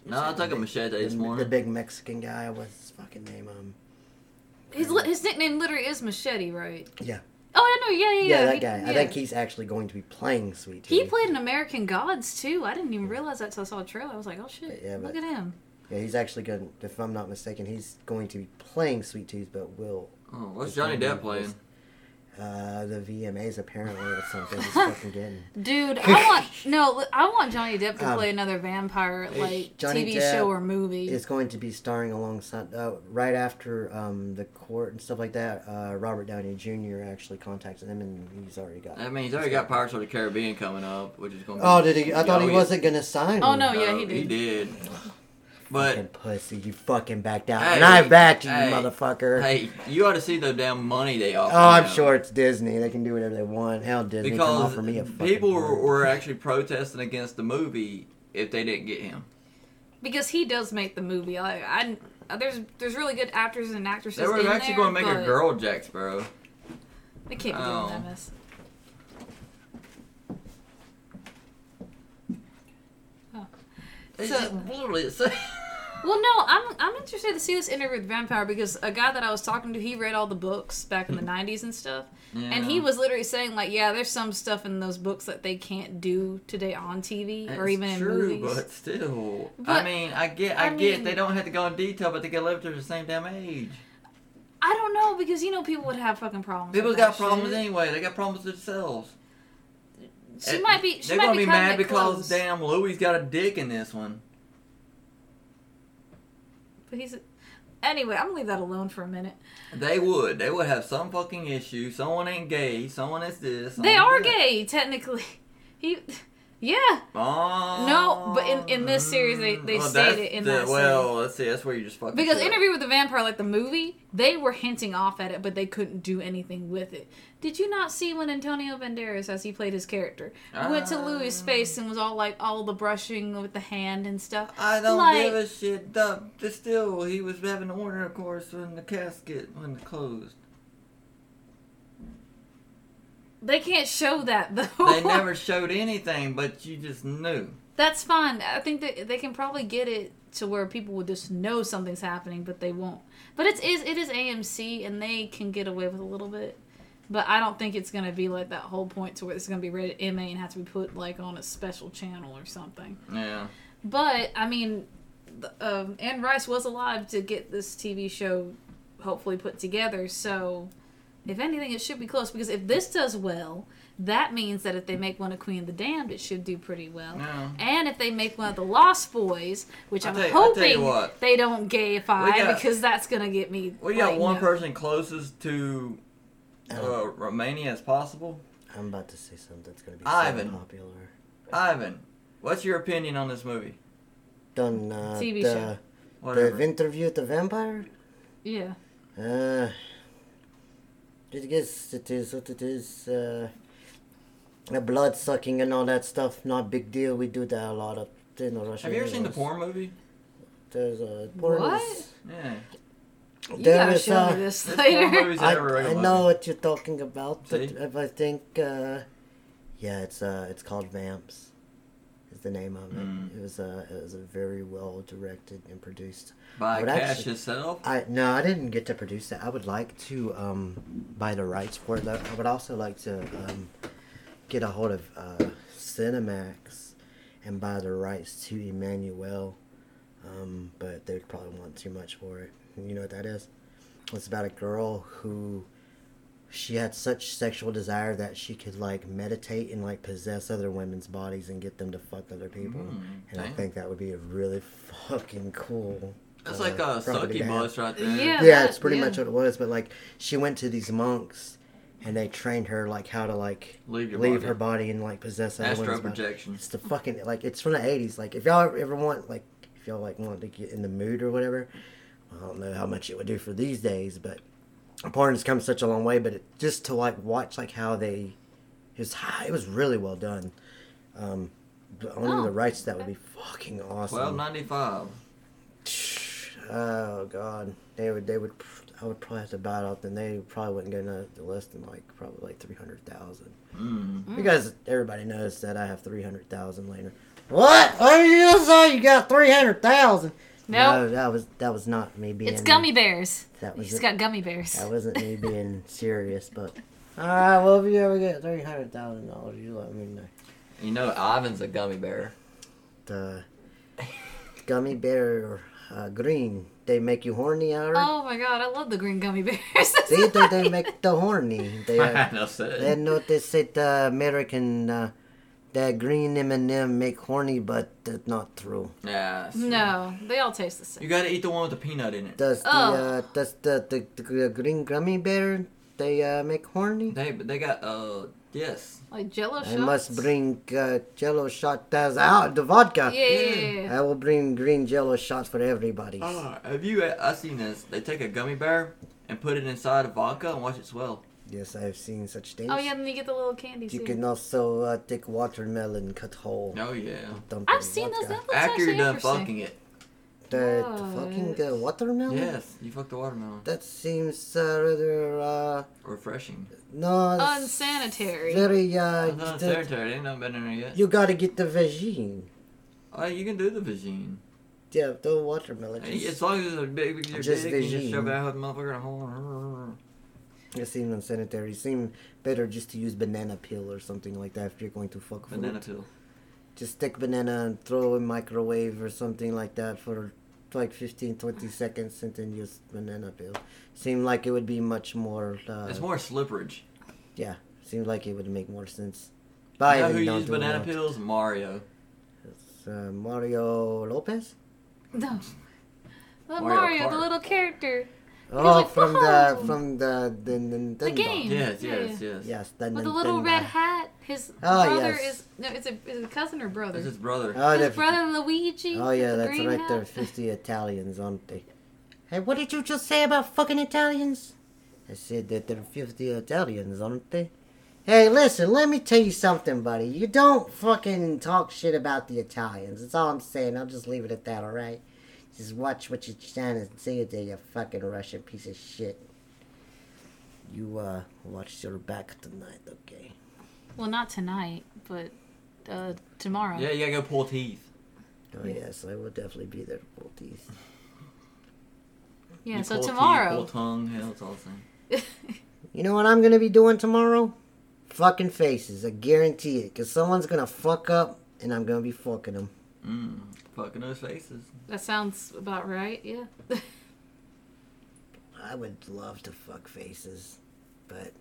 Speaker 1: No, I took a
Speaker 2: The-
Speaker 1: machete
Speaker 2: the,
Speaker 1: this morning.
Speaker 2: The big Mexican guy. What's his fucking name? Um,
Speaker 3: His li- his nickname literally is Machete, right?
Speaker 2: yeah,
Speaker 3: Oh, I know. Yeah, yeah,
Speaker 2: yeah,
Speaker 3: yeah.
Speaker 2: that
Speaker 3: He-
Speaker 2: guy. I
Speaker 3: yeah.
Speaker 2: think he's actually going to be playing Sweet.
Speaker 3: He
Speaker 2: Tooth.
Speaker 3: played in American Gods too. I didn't even realize that till I saw a trailer. I was like, oh shit,
Speaker 2: Yeah,
Speaker 3: look
Speaker 2: but-
Speaker 3: at him.
Speaker 2: Yeah, he's actually going. to If I'm not mistaken, he's going to be playing Sweet Tooth, but will
Speaker 1: oh, what's
Speaker 2: the
Speaker 1: Johnny
Speaker 2: Conjuring
Speaker 1: Depp playing?
Speaker 2: uh, the VMAs apparently or something. He's fucking getting.
Speaker 3: Dude, I want no, I want Johnny Depp to
Speaker 2: Um,
Speaker 3: play another vampire like
Speaker 2: Johnny
Speaker 3: TV
Speaker 2: Depp
Speaker 3: show or movie.
Speaker 2: It's going to be starring alongside uh, right after um, the court and stuff like that. Uh, Robert Downey Jr. actually contacts him, and he's already got.
Speaker 1: I mean, he's already got Pirates of the Caribbean coming up, which is going. to
Speaker 2: Oh, did he? I thought he
Speaker 1: yeah.
Speaker 2: wasn't gonna sign.
Speaker 3: Oh, no. Oh, yeah,
Speaker 1: No,
Speaker 3: he
Speaker 1: He
Speaker 3: did.
Speaker 1: did.
Speaker 2: Fucking
Speaker 1: But
Speaker 2: pussy! You fucking backed out,
Speaker 1: Hey,
Speaker 2: and I backed you,
Speaker 1: hey,
Speaker 2: motherfucker.
Speaker 1: hey, you ought to see the damn money they offered.
Speaker 2: oh, I'm
Speaker 1: him.
Speaker 2: sure it's Disney. They can do whatever they want. Hell, Disney come
Speaker 1: Because
Speaker 2: offer me a fucking
Speaker 1: people were,
Speaker 2: bird.
Speaker 1: were actually protesting against the movie if they didn't get him.
Speaker 3: because he does make the movie. I, I- there's there's really good actors and actresses.
Speaker 1: They were
Speaker 3: in
Speaker 1: actually
Speaker 3: there,
Speaker 1: going to make a
Speaker 3: but
Speaker 1: girl Jack Sparrow.
Speaker 3: They can't be
Speaker 1: Oh.
Speaker 3: doing that mess.
Speaker 1: It's
Speaker 3: So-
Speaker 1: just literally it's so-
Speaker 3: Well, no, I'm I'm interested to see this interview with Vampire because a guy that I was talking to, he read all the books back in the '90s and stuff, and he
Speaker 1: Hmm. Yeah.
Speaker 3: was literally saying like, yeah, there's some stuff in those books that they can't do today on TV or
Speaker 1: That's
Speaker 3: even
Speaker 1: true,
Speaker 3: in movies.
Speaker 1: but still, I
Speaker 3: But-
Speaker 1: mean, I get, I,
Speaker 3: I
Speaker 1: get,
Speaker 3: mean-
Speaker 1: they don't have to go in detail, but they get left to the same damn age.
Speaker 3: I don't know because you know people would have fucking problems.
Speaker 1: People's got
Speaker 3: People's
Speaker 1: problems anyway. They got problems themselves.
Speaker 3: She
Speaker 1: And
Speaker 3: might be. She
Speaker 1: They're
Speaker 3: might
Speaker 1: gonna be
Speaker 3: cutting
Speaker 1: mad
Speaker 3: it
Speaker 1: because
Speaker 3: close,
Speaker 1: damn Louis got a dick in this one.
Speaker 3: But he's. Anyway, I'm gonna leave that alone for a minute.
Speaker 1: They would. They would have some fucking issue. Someone ain't gay. Someone is this.
Speaker 3: They
Speaker 1: someone
Speaker 3: are
Speaker 1: is that.
Speaker 3: gay technically. He. Yeah.
Speaker 1: Oh,
Speaker 3: No, but in- in this series, they- they
Speaker 1: well,
Speaker 3: state
Speaker 1: Oh, that's
Speaker 3: it in
Speaker 1: the-
Speaker 3: that
Speaker 1: Well, let's see. That's where you just fucking.
Speaker 3: Because
Speaker 1: took.
Speaker 3: Interview with the Vampire, like the movie, they were hinting off at it, but they couldn't do anything with it. Did you not see when Antonio Banderas, as he played his character, went to
Speaker 1: Ah.
Speaker 3: Louis' face and was all like all the brushing with the hand and stuff?
Speaker 1: I don't
Speaker 3: like,
Speaker 1: give a shit. The, the still, he was having an order, of course, when the casket when it closed.
Speaker 3: They can't show that though.
Speaker 1: They never showed anything, but you just knew.
Speaker 3: That's fine. I think that they can probably get it to where people will just know something's happening, but they won't. But it's is it is AMC, and they can get away with a little bit. But I don't think it's gonna be like that whole point to where it's gonna be rated MA and have to be put like on a special channel or something.
Speaker 1: Yeah.
Speaker 3: But I mean, th- um, Anne Rice was alive to get this TV show hopefully put together. So, if anything, it should be close because if this does well, that means that if they make one of Queen of the Damned, it should do pretty well.
Speaker 1: Yeah.
Speaker 3: And if they make one of the Lost Boys, which
Speaker 1: I'll
Speaker 3: I'm
Speaker 1: tell you- I'll tell you
Speaker 3: hoping
Speaker 1: what.
Speaker 3: they don't gayify
Speaker 1: We got-
Speaker 3: because that's gonna get me.
Speaker 1: We got
Speaker 3: like,
Speaker 1: one
Speaker 3: no.
Speaker 1: person closest to
Speaker 2: Oh,
Speaker 1: uh, Romania as possible.
Speaker 2: I'm about to say something that's gonna be
Speaker 1: Ivan.
Speaker 2: so popular.
Speaker 1: Ivan, what's your opinion on this movie?
Speaker 2: Done uh,
Speaker 3: TV
Speaker 2: the,
Speaker 3: show.
Speaker 1: Whatever.
Speaker 2: the interview with the vampire.
Speaker 3: Yeah.
Speaker 2: Uh, I guess it is what it is. Uh, the blood sucking and all that stuff, not big deal. We do that a lot of in the Russian.
Speaker 1: Have you ever seen the
Speaker 2: videos.
Speaker 1: porn movie?
Speaker 2: There's a porn.
Speaker 3: What?
Speaker 2: is-
Speaker 1: Yeah.
Speaker 3: You
Speaker 2: There
Speaker 3: gotta
Speaker 2: is
Speaker 3: show
Speaker 2: a.
Speaker 3: me this
Speaker 1: This porn
Speaker 3: later.
Speaker 1: movie's
Speaker 2: I,
Speaker 1: never
Speaker 2: I
Speaker 1: really
Speaker 2: know
Speaker 1: loved
Speaker 2: what you're talking about, but
Speaker 1: See?
Speaker 2: if I think, uh, yeah, it's uh, it's called Vamps. Is the name of it?
Speaker 1: Mm.
Speaker 2: It was uh, it was a very well directed and produced.
Speaker 1: it. by
Speaker 2: But
Speaker 1: Cash
Speaker 2: actually-
Speaker 1: itself.
Speaker 2: I no, I didn't get to produce that. I would like to um, buy the rights for it. though. I would also like to um, get a hold of uh, Cinemax and buy the rights to Emmanuel, um, but they would probably want too much for it. You know what that is? It's about a girl who she had such sexual desire that she could like meditate and like possess other women's bodies and get them to fuck other people.
Speaker 1: Mm,
Speaker 2: and I
Speaker 1: damn.
Speaker 2: think that would be a really fucking cool.
Speaker 1: That's
Speaker 2: uh,
Speaker 1: like a
Speaker 2: property to have
Speaker 1: succubus right there.
Speaker 3: Yeah.
Speaker 2: yeah,
Speaker 3: that-
Speaker 2: it's pretty
Speaker 3: yeah.
Speaker 2: much what it was. But like, she went to these monks, and they trained her like how to like
Speaker 1: Leave your
Speaker 2: leave
Speaker 1: body.
Speaker 2: her body and like possess other
Speaker 1: Astro
Speaker 2: women's body.
Speaker 1: projection.
Speaker 2: It's the fucking like it's from the eighties. Like if y'all ever want like if y'all like want to get in the mood or whatever, I don't know how much it would do for these days, but porn has come such a long way. But it, just to like watch like how they, it was high, it was really well done. Um, but owning
Speaker 3: Oh,
Speaker 2: the rights to that would
Speaker 3: okay.
Speaker 2: be fucking awesome.
Speaker 1: Twelve ninety five.
Speaker 2: Tch, Oh God, they would they would. I would probably have to buy it off, and they probably wouldn't go no less than like probably like three hundred thousand.
Speaker 1: Mm.
Speaker 3: Hmm.
Speaker 2: Because everybody knows that I have three hundred thousand later. What? Oh, you just said you got three hundred thousand.
Speaker 3: No,
Speaker 2: no, that was that was not me being.
Speaker 3: it's gummy bears.
Speaker 2: That was
Speaker 3: He's
Speaker 2: it.
Speaker 3: got gummy bears.
Speaker 2: That wasn't me being serious, but. All right. Well, if you ever get three hundred thousand dollars, you let me know.
Speaker 1: You know, Ivan's a gummy bear.
Speaker 2: The gummy bear uh, green. They make you horny, I heard.
Speaker 3: Oh my god, I love the green gummy bears. That's
Speaker 2: See, they, they
Speaker 3: right.
Speaker 2: make the horny. They are,
Speaker 1: Enough said.
Speaker 2: they notice that the American uh, the green M and M make horny, but that's not true.
Speaker 1: Yeah. see.
Speaker 3: No, they all taste the same.
Speaker 1: You gotta eat the one with the peanut in it.
Speaker 2: Does the uh,
Speaker 3: Ugh.
Speaker 2: does the, the, the green gummy bear they uh, make horny?
Speaker 1: They they got uh yes.
Speaker 3: Like Jello shots.
Speaker 2: I must bring uh, Jello shot that's out the vodka.
Speaker 3: Yeah, yeah, yeah, yeah.
Speaker 2: I will bring green Jello shots for everybody.
Speaker 1: Oh, have you? I seen this. They take a gummy bear and put it inside a vodka and watch it swell.
Speaker 2: Yes, I have seen such things.
Speaker 3: Oh yeah, then you get the little candies.
Speaker 2: You
Speaker 3: too.
Speaker 2: can also uh, take watermelon cut whole.
Speaker 1: Oh yeah.
Speaker 2: dump
Speaker 3: I've
Speaker 2: in
Speaker 3: seen those.
Speaker 2: vodka.
Speaker 3: That looks
Speaker 1: After
Speaker 3: actually
Speaker 1: you're done
Speaker 3: interesting.
Speaker 1: fucking it.
Speaker 2: The, the
Speaker 3: No,
Speaker 2: fucking
Speaker 3: it's-
Speaker 2: uh, watermelon?
Speaker 1: Yes, you fucked the watermelon.
Speaker 2: That seems uh, rather uh
Speaker 1: Refreshing.
Speaker 2: no it's
Speaker 3: Unsanitary.
Speaker 2: Very uh,
Speaker 1: That's not
Speaker 2: the-
Speaker 1: sanitary. Ain't nothing better than it yet.
Speaker 2: you gotta get the vagine.
Speaker 1: Oh, you can do the vagine.
Speaker 2: Yeah, the watermelon.
Speaker 1: As long as it's a big, big your
Speaker 2: Just
Speaker 1: dick, you just
Speaker 2: vagine.
Speaker 1: shove it out of the motherfucker in a hole.
Speaker 2: It seems unsanitary. It seems better just to use banana peel or something like that if you're going to fuck fruit.
Speaker 1: Banana peel.
Speaker 2: Just stick banana and throw in microwave or something like that for like 15, 20 seconds and then use banana peel. Seemed like it would be much more. Uh,
Speaker 1: It's more slipperage.
Speaker 2: Yeah, seemed like it would make more sense. But
Speaker 1: You know who
Speaker 2: even don't
Speaker 1: used
Speaker 2: do it
Speaker 1: banana
Speaker 2: now.
Speaker 1: peels? Mario.
Speaker 2: It's, uh, Mario Lopez.
Speaker 3: No. The
Speaker 1: Mario
Speaker 3: Mario,
Speaker 1: Kart.
Speaker 3: the little character
Speaker 2: Oh,
Speaker 3: like,
Speaker 2: from the
Speaker 3: "Whoa!"
Speaker 2: from the the, Nintendo.
Speaker 3: The game.
Speaker 1: Yes,
Speaker 3: Yeah.
Speaker 1: yes, yes.
Speaker 2: Yes, the
Speaker 3: with the little
Speaker 2: Nintendo.
Speaker 3: red hat. His
Speaker 2: Oh,
Speaker 3: brother
Speaker 2: yes.
Speaker 3: is no, it's a, it's a cousin or brother.
Speaker 1: That's
Speaker 3: His
Speaker 1: his brother.
Speaker 2: Oh, the-
Speaker 3: brother Luigi.
Speaker 2: oh yeah,
Speaker 3: with the
Speaker 2: that's
Speaker 3: green
Speaker 2: right.
Speaker 3: hat.
Speaker 2: There are fifty Italians, aren't they? Hey, what did you just say about fucking Italians? I said that there are fifty Italians, aren't they? Hey, listen, let me tell you something, buddy. You don't fucking talk shit about the Italians. That's all I'm saying. I'll just leave it at that, alright? Just watch what you're trying to say there, you fucking Russian piece of shit. You, uh, watch your back tonight, okay?
Speaker 3: Well, not tonight, but uh, tomorrow.
Speaker 1: Yeah, you gotta go pull teeth.
Speaker 2: Oh, yes, I will definitely be there to pull teeth.
Speaker 3: Yeah,
Speaker 1: You
Speaker 3: so
Speaker 1: pull teeth,
Speaker 3: tomorrow.
Speaker 1: pull tongue, hell, it's all the same.
Speaker 2: You know what I'm gonna be doing tomorrow? Fucking faces. I guarantee it. Cause someone's gonna fuck up and I'm gonna be fucking them.
Speaker 1: Mm, fucking those faces.
Speaker 3: that sounds about right. Yeah.
Speaker 2: I would love to fuck faces. But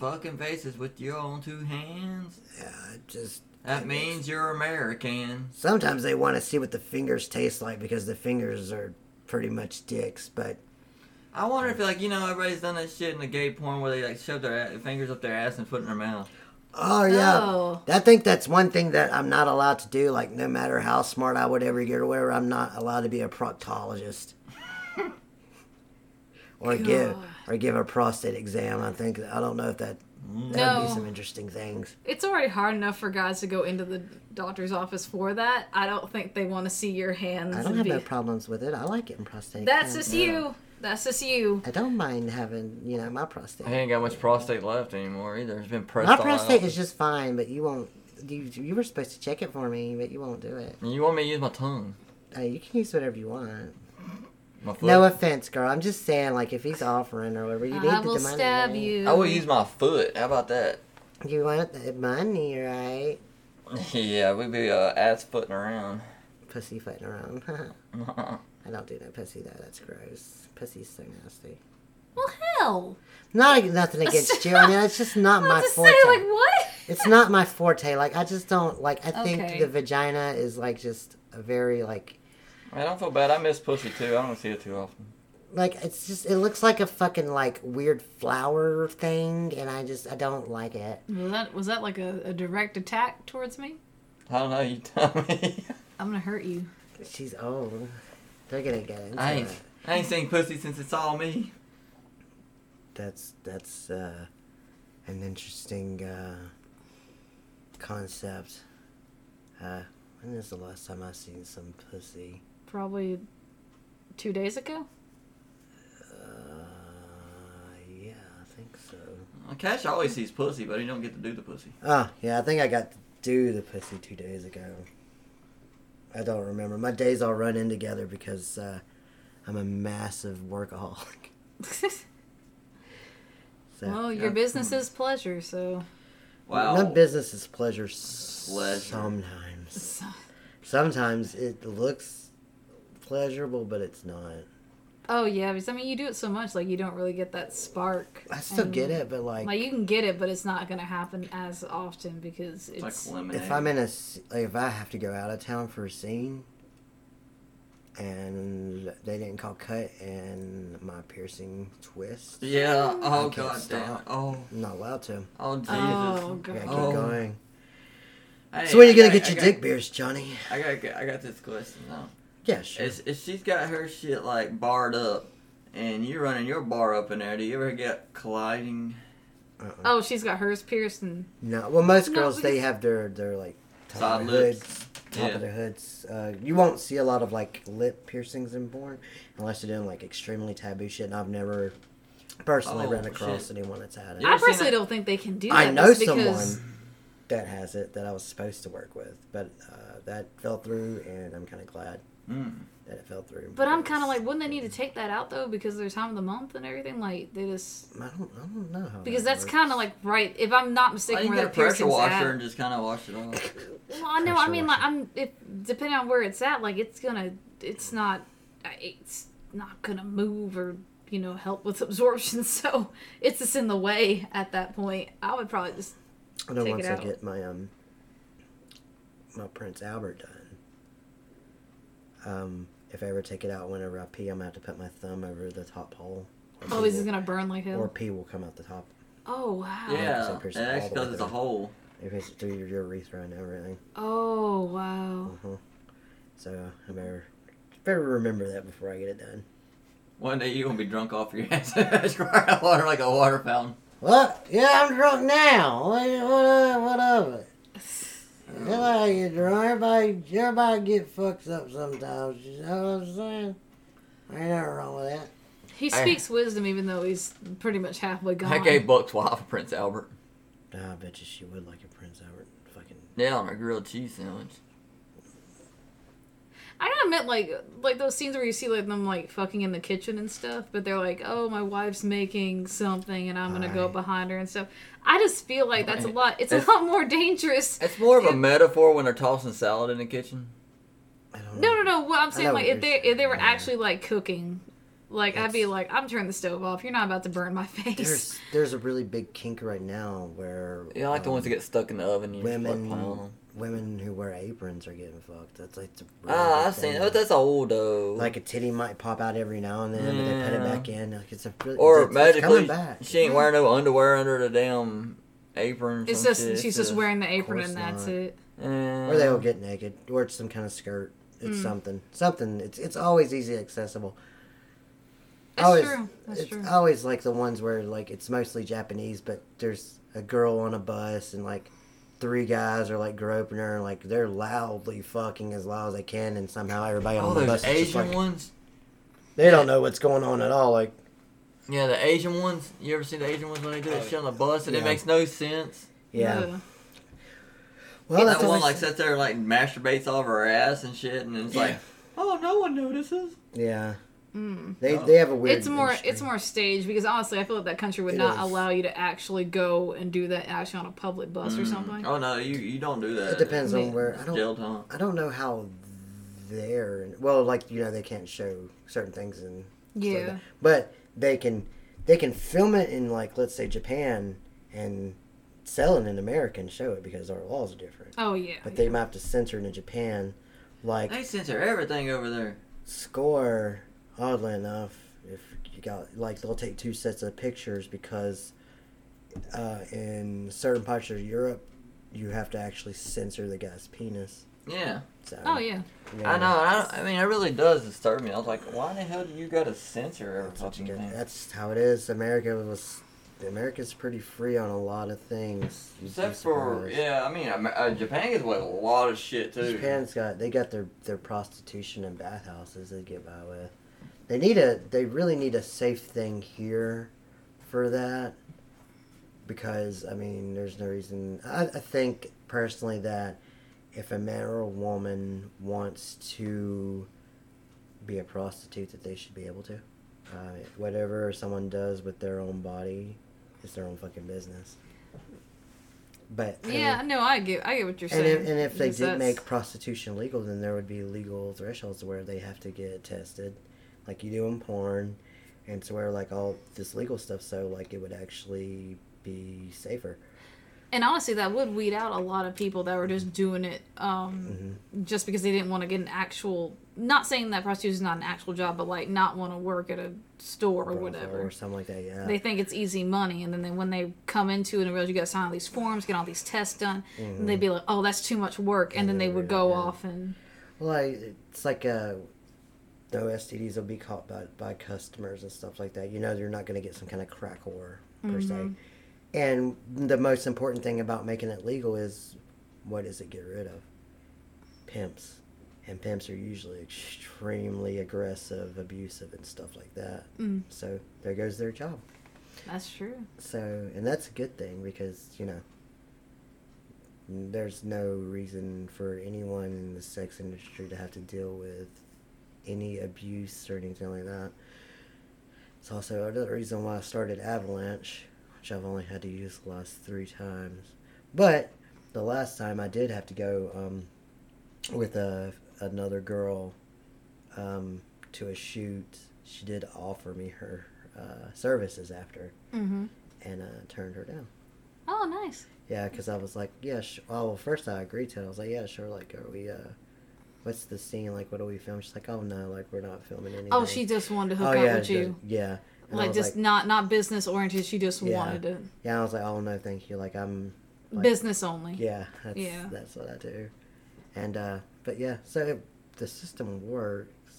Speaker 1: Fucking faces with your own two hands.
Speaker 2: yeah, I just
Speaker 1: That means you're American.
Speaker 2: sometimes they wanna see what the fingers taste like because the fingers are pretty much dicks, but
Speaker 1: I wonder if, like, you know, everybody's done that shit in the gay porn where they, like, shove their a- fingers up their ass and put it in their mouth.
Speaker 2: Oh yeah.
Speaker 3: Oh.
Speaker 2: I think that's one thing that I'm not allowed to do, like no matter how smart I would ever get or whatever, I'm not allowed to be a proctologist. or give
Speaker 3: God.
Speaker 2: or give a prostate exam. I think I don't know if that
Speaker 1: Mm.
Speaker 2: that would be
Speaker 3: No.
Speaker 2: some interesting things.
Speaker 3: It's already hard enough for guys to go into the doctor's office for that. I don't think they want to see your hands.
Speaker 2: I don't
Speaker 3: and
Speaker 2: have
Speaker 3: be-
Speaker 2: no problems with it. I like getting prostate.
Speaker 3: That's
Speaker 2: exams.
Speaker 3: just you. That's just you.
Speaker 2: I don't mind having, you know, my prostate.
Speaker 1: I ain't got much prostate left anymore either. It's been pressed
Speaker 2: My
Speaker 1: all
Speaker 2: prostate
Speaker 1: out.
Speaker 2: is just fine, but you won't you, you were supposed to check it for me, but you won't do it.
Speaker 1: You want me to use my tongue?
Speaker 2: Uh, you can use whatever you want.
Speaker 1: My foot?
Speaker 2: No offense, girl. I'm just saying, like, if he's offering or whatever, you need
Speaker 3: I
Speaker 2: the
Speaker 3: will
Speaker 2: money.
Speaker 3: stab
Speaker 2: right?
Speaker 3: you.
Speaker 1: I would use my foot. How about that?
Speaker 2: You want the money, right?
Speaker 1: yeah, we'd be uh, ass footing around.
Speaker 2: Pussy fighting around. I don't do that pussy though. That's gross. Pussy's so nasty.
Speaker 3: Well, hell.
Speaker 2: Not nothing against you. I mean, it's just not
Speaker 3: I
Speaker 2: my
Speaker 3: was
Speaker 2: forte.
Speaker 3: to say, like, what?
Speaker 2: it's not my forte. Like, I just don't like. I think
Speaker 3: Okay.
Speaker 2: the vagina is like just a very like
Speaker 1: I don't feel bad. I miss pussy too. I don't see it too often.
Speaker 2: like it's just it looks like a fucking like weird flower thing, and I just I don't like it.
Speaker 3: Was that, was that like a, a direct attack towards me?
Speaker 1: I don't know. You tell me.
Speaker 3: I'm gonna hurt you.
Speaker 2: She's old. They're gonna get into
Speaker 1: I
Speaker 2: it.
Speaker 1: ain't, I ain't seen pussy since it's all me.
Speaker 2: that's that's uh, an interesting uh, concept. Uh, when is the last time I seen some pussy?
Speaker 3: Probably two days ago.
Speaker 2: Uh, yeah, I think so.
Speaker 1: Well, Cash always sees pussy, but he don't get to do the pussy.
Speaker 2: Ah, yeah, I think I got to do the pussy two days ago. I don't remember. My days all run in together because uh, I'm a massive workaholic. So
Speaker 3: well, your
Speaker 1: yeah.
Speaker 3: business is pleasure, so
Speaker 1: Wow.
Speaker 2: my business is pleasure. s-
Speaker 1: Pleasure.
Speaker 2: Sometimes, sometimes it looks pleasurable, but it's not.
Speaker 3: oh yeah, because I mean you do it so much, like you don't really get that spark.
Speaker 2: I still
Speaker 3: and-
Speaker 2: get it, but like,
Speaker 3: Like you can get it, but it's not gonna happen as often because
Speaker 1: It's
Speaker 3: it's
Speaker 1: like lemonade.
Speaker 2: if I'm in a s- like, if I have to go out of town for a scene, and they didn't call cut, and my piercing twist,
Speaker 1: yeah. Oh
Speaker 2: can't
Speaker 1: god damn.
Speaker 2: stop.
Speaker 1: Oh.
Speaker 2: I'm not allowed to.
Speaker 1: Oh Jesus.
Speaker 3: Oh,
Speaker 2: I gotta
Speaker 3: God.
Speaker 2: keep
Speaker 1: Oh.
Speaker 2: going.
Speaker 1: Hey,
Speaker 2: so when are you gonna
Speaker 1: I got-
Speaker 2: get your
Speaker 1: I got-
Speaker 2: dick beers, Johnny?
Speaker 1: I got, I got. I got this question now.
Speaker 2: Yeah, sure.
Speaker 1: If, if she's got her shit like barred up, and you're running your bar up in there, do you ever get colliding?
Speaker 2: Uh-uh.
Speaker 3: Oh, she's got hers pierced and
Speaker 2: No, well, most
Speaker 3: No,
Speaker 2: girls they
Speaker 3: because-
Speaker 2: have their their like top
Speaker 1: Side
Speaker 2: of their
Speaker 1: lips.
Speaker 2: hoods, top
Speaker 1: Yeah.
Speaker 2: of their hoods. Uh, you won't see a lot of like lip piercings in porn unless you're doing like extremely taboo shit. And I've never personally
Speaker 1: Oh,
Speaker 2: run across
Speaker 1: shit.
Speaker 2: anyone that's had it.
Speaker 1: You
Speaker 3: I
Speaker 1: ever seen
Speaker 3: personally
Speaker 1: that-
Speaker 3: don't think they can do that.
Speaker 2: I know
Speaker 3: just
Speaker 2: someone
Speaker 3: because
Speaker 2: that has it that I was supposed to work with, but uh, that fell through, and I'm kind of glad
Speaker 1: Mm.
Speaker 2: that it fell through.
Speaker 3: But I'm kind
Speaker 2: because-
Speaker 3: of like, wouldn't they need to take that out though because of their time of the month and everything? Like they just
Speaker 2: I don't, I don't know how
Speaker 3: because
Speaker 2: that
Speaker 3: that's
Speaker 2: works.
Speaker 3: kind of like right. If I'm not
Speaker 1: I
Speaker 3: mistaken,
Speaker 1: can
Speaker 3: where
Speaker 1: get a
Speaker 3: that
Speaker 1: pressure
Speaker 3: piercing's
Speaker 1: washer
Speaker 3: at.
Speaker 1: and just kind of wash it off.
Speaker 3: Well, I know. I
Speaker 2: pressure
Speaker 3: mean, like
Speaker 2: washer.
Speaker 3: I'm if depending on where it's at, like it's gonna, it's not, it's not gonna move or you know help with absorption. So it's just in the way at that point. I would probably just
Speaker 2: I know
Speaker 3: Take
Speaker 2: once
Speaker 3: it
Speaker 2: I
Speaker 3: out.
Speaker 2: get my um my Prince Albert done. Um, if I ever take it out whenever I pee, I'm gonna have to put my thumb over the top hole. Or pee
Speaker 3: oh, this is
Speaker 2: will-
Speaker 3: gonna burn like
Speaker 2: or
Speaker 3: hell.
Speaker 2: pee will come out the top.
Speaker 3: Oh wow.
Speaker 1: yeah,
Speaker 2: some
Speaker 1: and
Speaker 2: piercing all
Speaker 1: that's
Speaker 2: the way
Speaker 1: because it's a
Speaker 2: through.
Speaker 1: hole.
Speaker 2: It passes through your urethra and everything.
Speaker 3: Oh wow.
Speaker 2: Uh-huh. So I better better remember that before I get it done.
Speaker 1: One day you're gonna be drunk off your ass, crying out water like a water fountain.
Speaker 2: What? Yeah, I'm drunk now. What? What? What of it? Everybody get drunk. Everybody, everybody get fucked up sometimes. You know what I'm saying? Ain't nothing wrong with that.
Speaker 3: He
Speaker 1: I-
Speaker 3: speaks wisdom, even though he's pretty much halfway gone.
Speaker 1: I gave Buck's wife Prince Albert.
Speaker 2: Nah, I bet you she would like a Prince Albert fucking.
Speaker 1: Yeah, on a grilled cheese sandwich.
Speaker 3: I gotta admit, like like those scenes where you see like them like fucking in the kitchen and stuff, but they're like, oh, my wife's making something, and I'm gonna go
Speaker 2: Right.
Speaker 3: behind her and stuff. I just feel like that's a
Speaker 1: Right.
Speaker 3: lot. It's
Speaker 1: It's-
Speaker 3: a lot more dangerous.
Speaker 1: It's more of a
Speaker 3: It-
Speaker 1: metaphor when they're tossing salad in the kitchen.
Speaker 2: I don't
Speaker 3: No, no, no. What I'm
Speaker 2: know
Speaker 3: saying, like
Speaker 2: what
Speaker 3: if
Speaker 2: you're
Speaker 3: they if they were
Speaker 2: saying, yeah.
Speaker 3: actually like cooking, like I'd be
Speaker 2: That's-
Speaker 3: like, I'm turning the stove off. You're not about to burn my face.
Speaker 2: There's there's a really big kink right now where
Speaker 1: Yeah, I like the
Speaker 2: um,
Speaker 1: ones that get stuck in the oven. You just like
Speaker 2: women
Speaker 1: pile on.
Speaker 2: women who wear aprons are getting fucked. That's like the
Speaker 1: Ah,
Speaker 2: big
Speaker 1: I've seen.
Speaker 2: thing.
Speaker 1: Oh, that's old though.
Speaker 2: like a titty might pop out every now and then, but they put it
Speaker 1: Yeah.
Speaker 2: back in. Like it's a really,
Speaker 1: Mm. or
Speaker 2: it's, it's
Speaker 1: magically,
Speaker 2: coming back.
Speaker 1: she ain't wearing no underwear under the damn apron. or
Speaker 3: It's
Speaker 1: some
Speaker 3: just
Speaker 1: shit. Eh.
Speaker 3: she's just wearing the apron
Speaker 2: course
Speaker 3: and that's
Speaker 2: not.
Speaker 3: it.
Speaker 1: Yeah.
Speaker 2: or they'll get naked, or it's some kind of skirt. It's
Speaker 3: Mm.
Speaker 2: something, something. It's it's always easy accessible.
Speaker 3: That's
Speaker 2: always,
Speaker 3: true. That's
Speaker 2: Oh, it's
Speaker 3: true.
Speaker 2: always like the ones where like it's mostly Japanese, but there's a girl on a bus and like three guys are like groping her and like they're loudly fucking as loud as they can, and somehow everybody
Speaker 1: Oh,
Speaker 2: on the bus
Speaker 1: those
Speaker 2: is just
Speaker 1: Asian
Speaker 2: like
Speaker 1: ones.
Speaker 2: they don't know what's going on at all. Like
Speaker 1: Yeah, the Asian ones. You ever see the Asian ones when they do that shit on the bus and it
Speaker 2: Oh, Yeah.
Speaker 1: makes no sense?
Speaker 2: yeah,
Speaker 3: Ugh.
Speaker 2: well Oh, that's
Speaker 1: that one
Speaker 2: always,
Speaker 1: like sits there like masturbates all of her ass and shit, and it's like,
Speaker 2: Yeah.
Speaker 1: oh, no one notices.
Speaker 2: yeah.
Speaker 3: Mm.
Speaker 2: They
Speaker 1: Oh.
Speaker 2: they have a weird.
Speaker 3: It's more
Speaker 2: industry.
Speaker 3: it's more staged because honestly, I feel like that country would
Speaker 2: It
Speaker 3: not
Speaker 2: is.
Speaker 3: allow you to actually go and do that actually on a public bus or
Speaker 1: Mm.
Speaker 3: something.
Speaker 1: Oh no, you you don't do that.
Speaker 2: It depends on
Speaker 3: Yeah.
Speaker 2: where. I
Speaker 1: It's
Speaker 2: don't
Speaker 1: jail time.
Speaker 2: I don't know how they're well, like you know, they can't show certain things and stuff like
Speaker 3: Yeah.
Speaker 2: that. but they can they can film it in like let's say Japan and sell it in America and show it because our laws are different.
Speaker 3: Oh yeah.
Speaker 2: But they uh, might have to censor it in Japan, like
Speaker 1: They censor everything over there.
Speaker 2: score. Oddly enough, if you got like they'll take two sets of pictures because uh, in certain parts of Europe you have to actually censor the guy's penis.
Speaker 1: Yeah,
Speaker 2: So,
Speaker 3: Oh yeah.
Speaker 1: I know. and I, don't- I mean, it really does disturb me. I was like, why the hell do you gotta censor every
Speaker 2: That's, what you
Speaker 1: fucking
Speaker 2: get.
Speaker 1: thing?
Speaker 2: That's how it is. America was. America's pretty free on a lot of things. You'd be
Speaker 1: Except for
Speaker 2: surprised.
Speaker 1: yeah, I mean, Amer- uh, Japan is with a lot of shit too.
Speaker 2: Japan's got they got their their prostitution and bathhouses they get by with. They need a. They really need a safe thing here for that because I mean, there's no reason. I, I think personally that if a man or a woman wants to be a prostitute, that they should be able to. Uh, whatever someone does with their own body, it's their own fucking business. But I
Speaker 3: Yeah,
Speaker 2: mean,
Speaker 3: no, I get, I get what you're
Speaker 2: and
Speaker 3: saying.
Speaker 2: if, and if they
Speaker 3: Because
Speaker 2: did
Speaker 3: that's-
Speaker 2: make prostitution legal, then there would be legal thresholds where they have to get tested, like you do in porn, and so where like all this legal stuff. So like it would actually be safer.
Speaker 3: and honestly, that would weed out a lot of people that were just doing it um,
Speaker 2: hmm
Speaker 3: just because they didn't want to get an actual. Not saying that prostitution is not an actual job, but like not want to work at a store or whatever.
Speaker 2: or something like that. Yeah.
Speaker 3: They think it's easy money, and then they, when they come into it and realize you got to sign all these forms, get all these tests done,
Speaker 2: Mm-hmm.
Speaker 3: and they'd be like, "Oh, that's too much work," and then they would go
Speaker 2: Yeah.
Speaker 3: off and
Speaker 2: well, I, it's like uh, no STDs will be caught by, by customers and stuff like that. You know, you're not going to get some kind of crack whore per se. And the most important thing about making it legal is what does it get rid of? Pimps. And pimps are usually extremely aggressive, abusive, and stuff like that.
Speaker 3: Mm.
Speaker 2: So there goes their job.
Speaker 3: That's true.
Speaker 2: So, and that's a good thing because, you know, there's no reason for anyone in the sex industry to have to deal with any abuse or anything like that. It's also another reason why I started Avalanche, which I've only had to use the last three times. But the last time I did have to go um, with a, another girl um, to a shoot. She did offer me her uh, services after
Speaker 3: Mm-hmm.
Speaker 2: and uh, turned her down.
Speaker 3: Oh, nice.
Speaker 2: Yeah, because I was like, yeah, sh- oh, well, first I agreed to it. I was like, yeah, sure. Like, are we, uh, what's the scene? Like, what do we film? She's like, oh, no, like, we're not filming anything.
Speaker 3: Oh, she just wanted to hook
Speaker 2: Oh,
Speaker 3: up
Speaker 2: yeah,
Speaker 3: with
Speaker 2: ju-
Speaker 3: you.
Speaker 2: yeah. And I
Speaker 3: Like
Speaker 2: was
Speaker 3: just not not business oriented. She just
Speaker 2: Yeah.
Speaker 3: wanted to
Speaker 2: yeah, I was like, oh, no, thank you. Like, I'm, Like-
Speaker 3: business only.
Speaker 2: yeah, that's,
Speaker 3: Yeah.
Speaker 2: that's what I do. And, uh, but yeah, so it, the system works,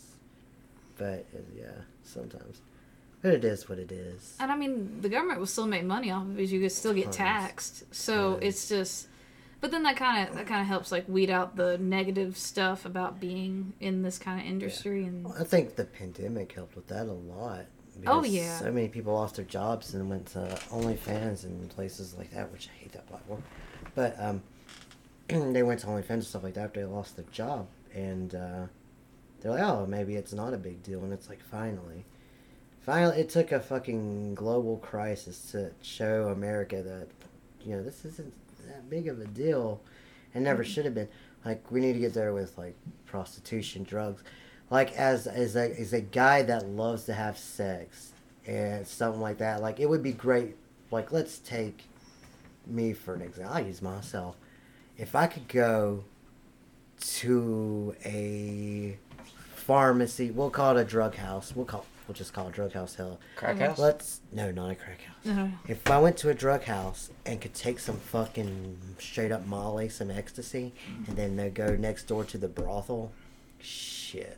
Speaker 2: but uh, yeah, sometimes. But it is what it is.
Speaker 3: And I mean, the government will still make money off of it. You could still get
Speaker 2: Tons.
Speaker 3: taxed. So
Speaker 2: Tons.
Speaker 3: it's just. But then that kind of that kind of helps like weed out the negative stuff about being in this kind of industry and
Speaker 2: Well, I think the pandemic helped with that a lot.
Speaker 3: Oh,
Speaker 2: because
Speaker 3: yeah.
Speaker 2: So many people lost their jobs and went to OnlyFans and places like that, which I hate that platform. But um, they went to OnlyFans and stuff like that after they lost their job, and uh, they're like, "Oh, maybe it's not a big deal." And it's like, finally, finally, it took a fucking global crisis to show America that you know this isn't that big of a deal, and never should have been. Like, we need to get there with like prostitution, drugs like as as a as a guy that loves to have sex and something like that like it would be great like let's take me for an example i use myself if i could go to a pharmacy we'll call it a drug house we'll call we'll just call it drug house hell
Speaker 4: Crack house?
Speaker 2: let's no not a crack house
Speaker 3: I don't know.
Speaker 2: if I went to a drug house and could take some fucking straight up Molly, some ecstasy, and then they go next door to the brothel, shit.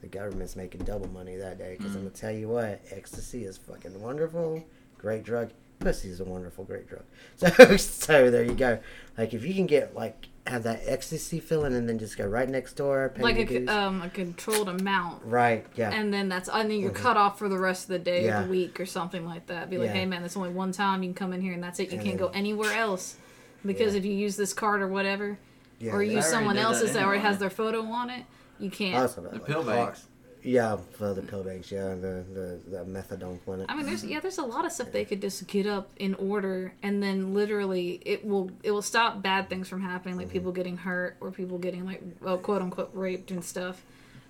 Speaker 2: The government's making double money that day because I'm
Speaker 3: Mm.
Speaker 2: going to tell you what, ecstasy is fucking wonderful. Great drug. Pussy is a wonderful, great drug. So, so there you go. Like, if you can get, like, have that ecstasy feeling and then just go right next door, pay
Speaker 3: like
Speaker 2: your
Speaker 3: a c-
Speaker 2: dues.
Speaker 3: um, a controlled amount.
Speaker 2: right, yeah.
Speaker 3: And then that's I think you're cut off for the rest of the day or
Speaker 2: Yeah.
Speaker 3: the week or something like that. Be like,
Speaker 2: Yeah.
Speaker 3: hey man, that's only one time you can come in here and that's it. You
Speaker 2: And
Speaker 3: can't go
Speaker 2: then-
Speaker 3: anywhere else because
Speaker 2: Yeah.
Speaker 3: if you use this card or whatever,
Speaker 2: yeah,
Speaker 3: or
Speaker 2: that-
Speaker 3: use
Speaker 1: already
Speaker 3: someone
Speaker 1: did that
Speaker 3: else's that already
Speaker 1: anyway.
Speaker 3: has their photo on it, you can't.
Speaker 2: I also about,
Speaker 1: The
Speaker 2: like,
Speaker 1: pill
Speaker 2: hard-
Speaker 1: banks.
Speaker 2: Yeah, for the pill banks, yeah, the, the, the methadone clinic.
Speaker 3: I mean, there's yeah, there's a lot of stuff they could just get up in order, and then literally it will it will stop bad things from happening,
Speaker 2: Mm-hmm.
Speaker 3: like people getting hurt or people getting like well, quote unquote raped and stuff.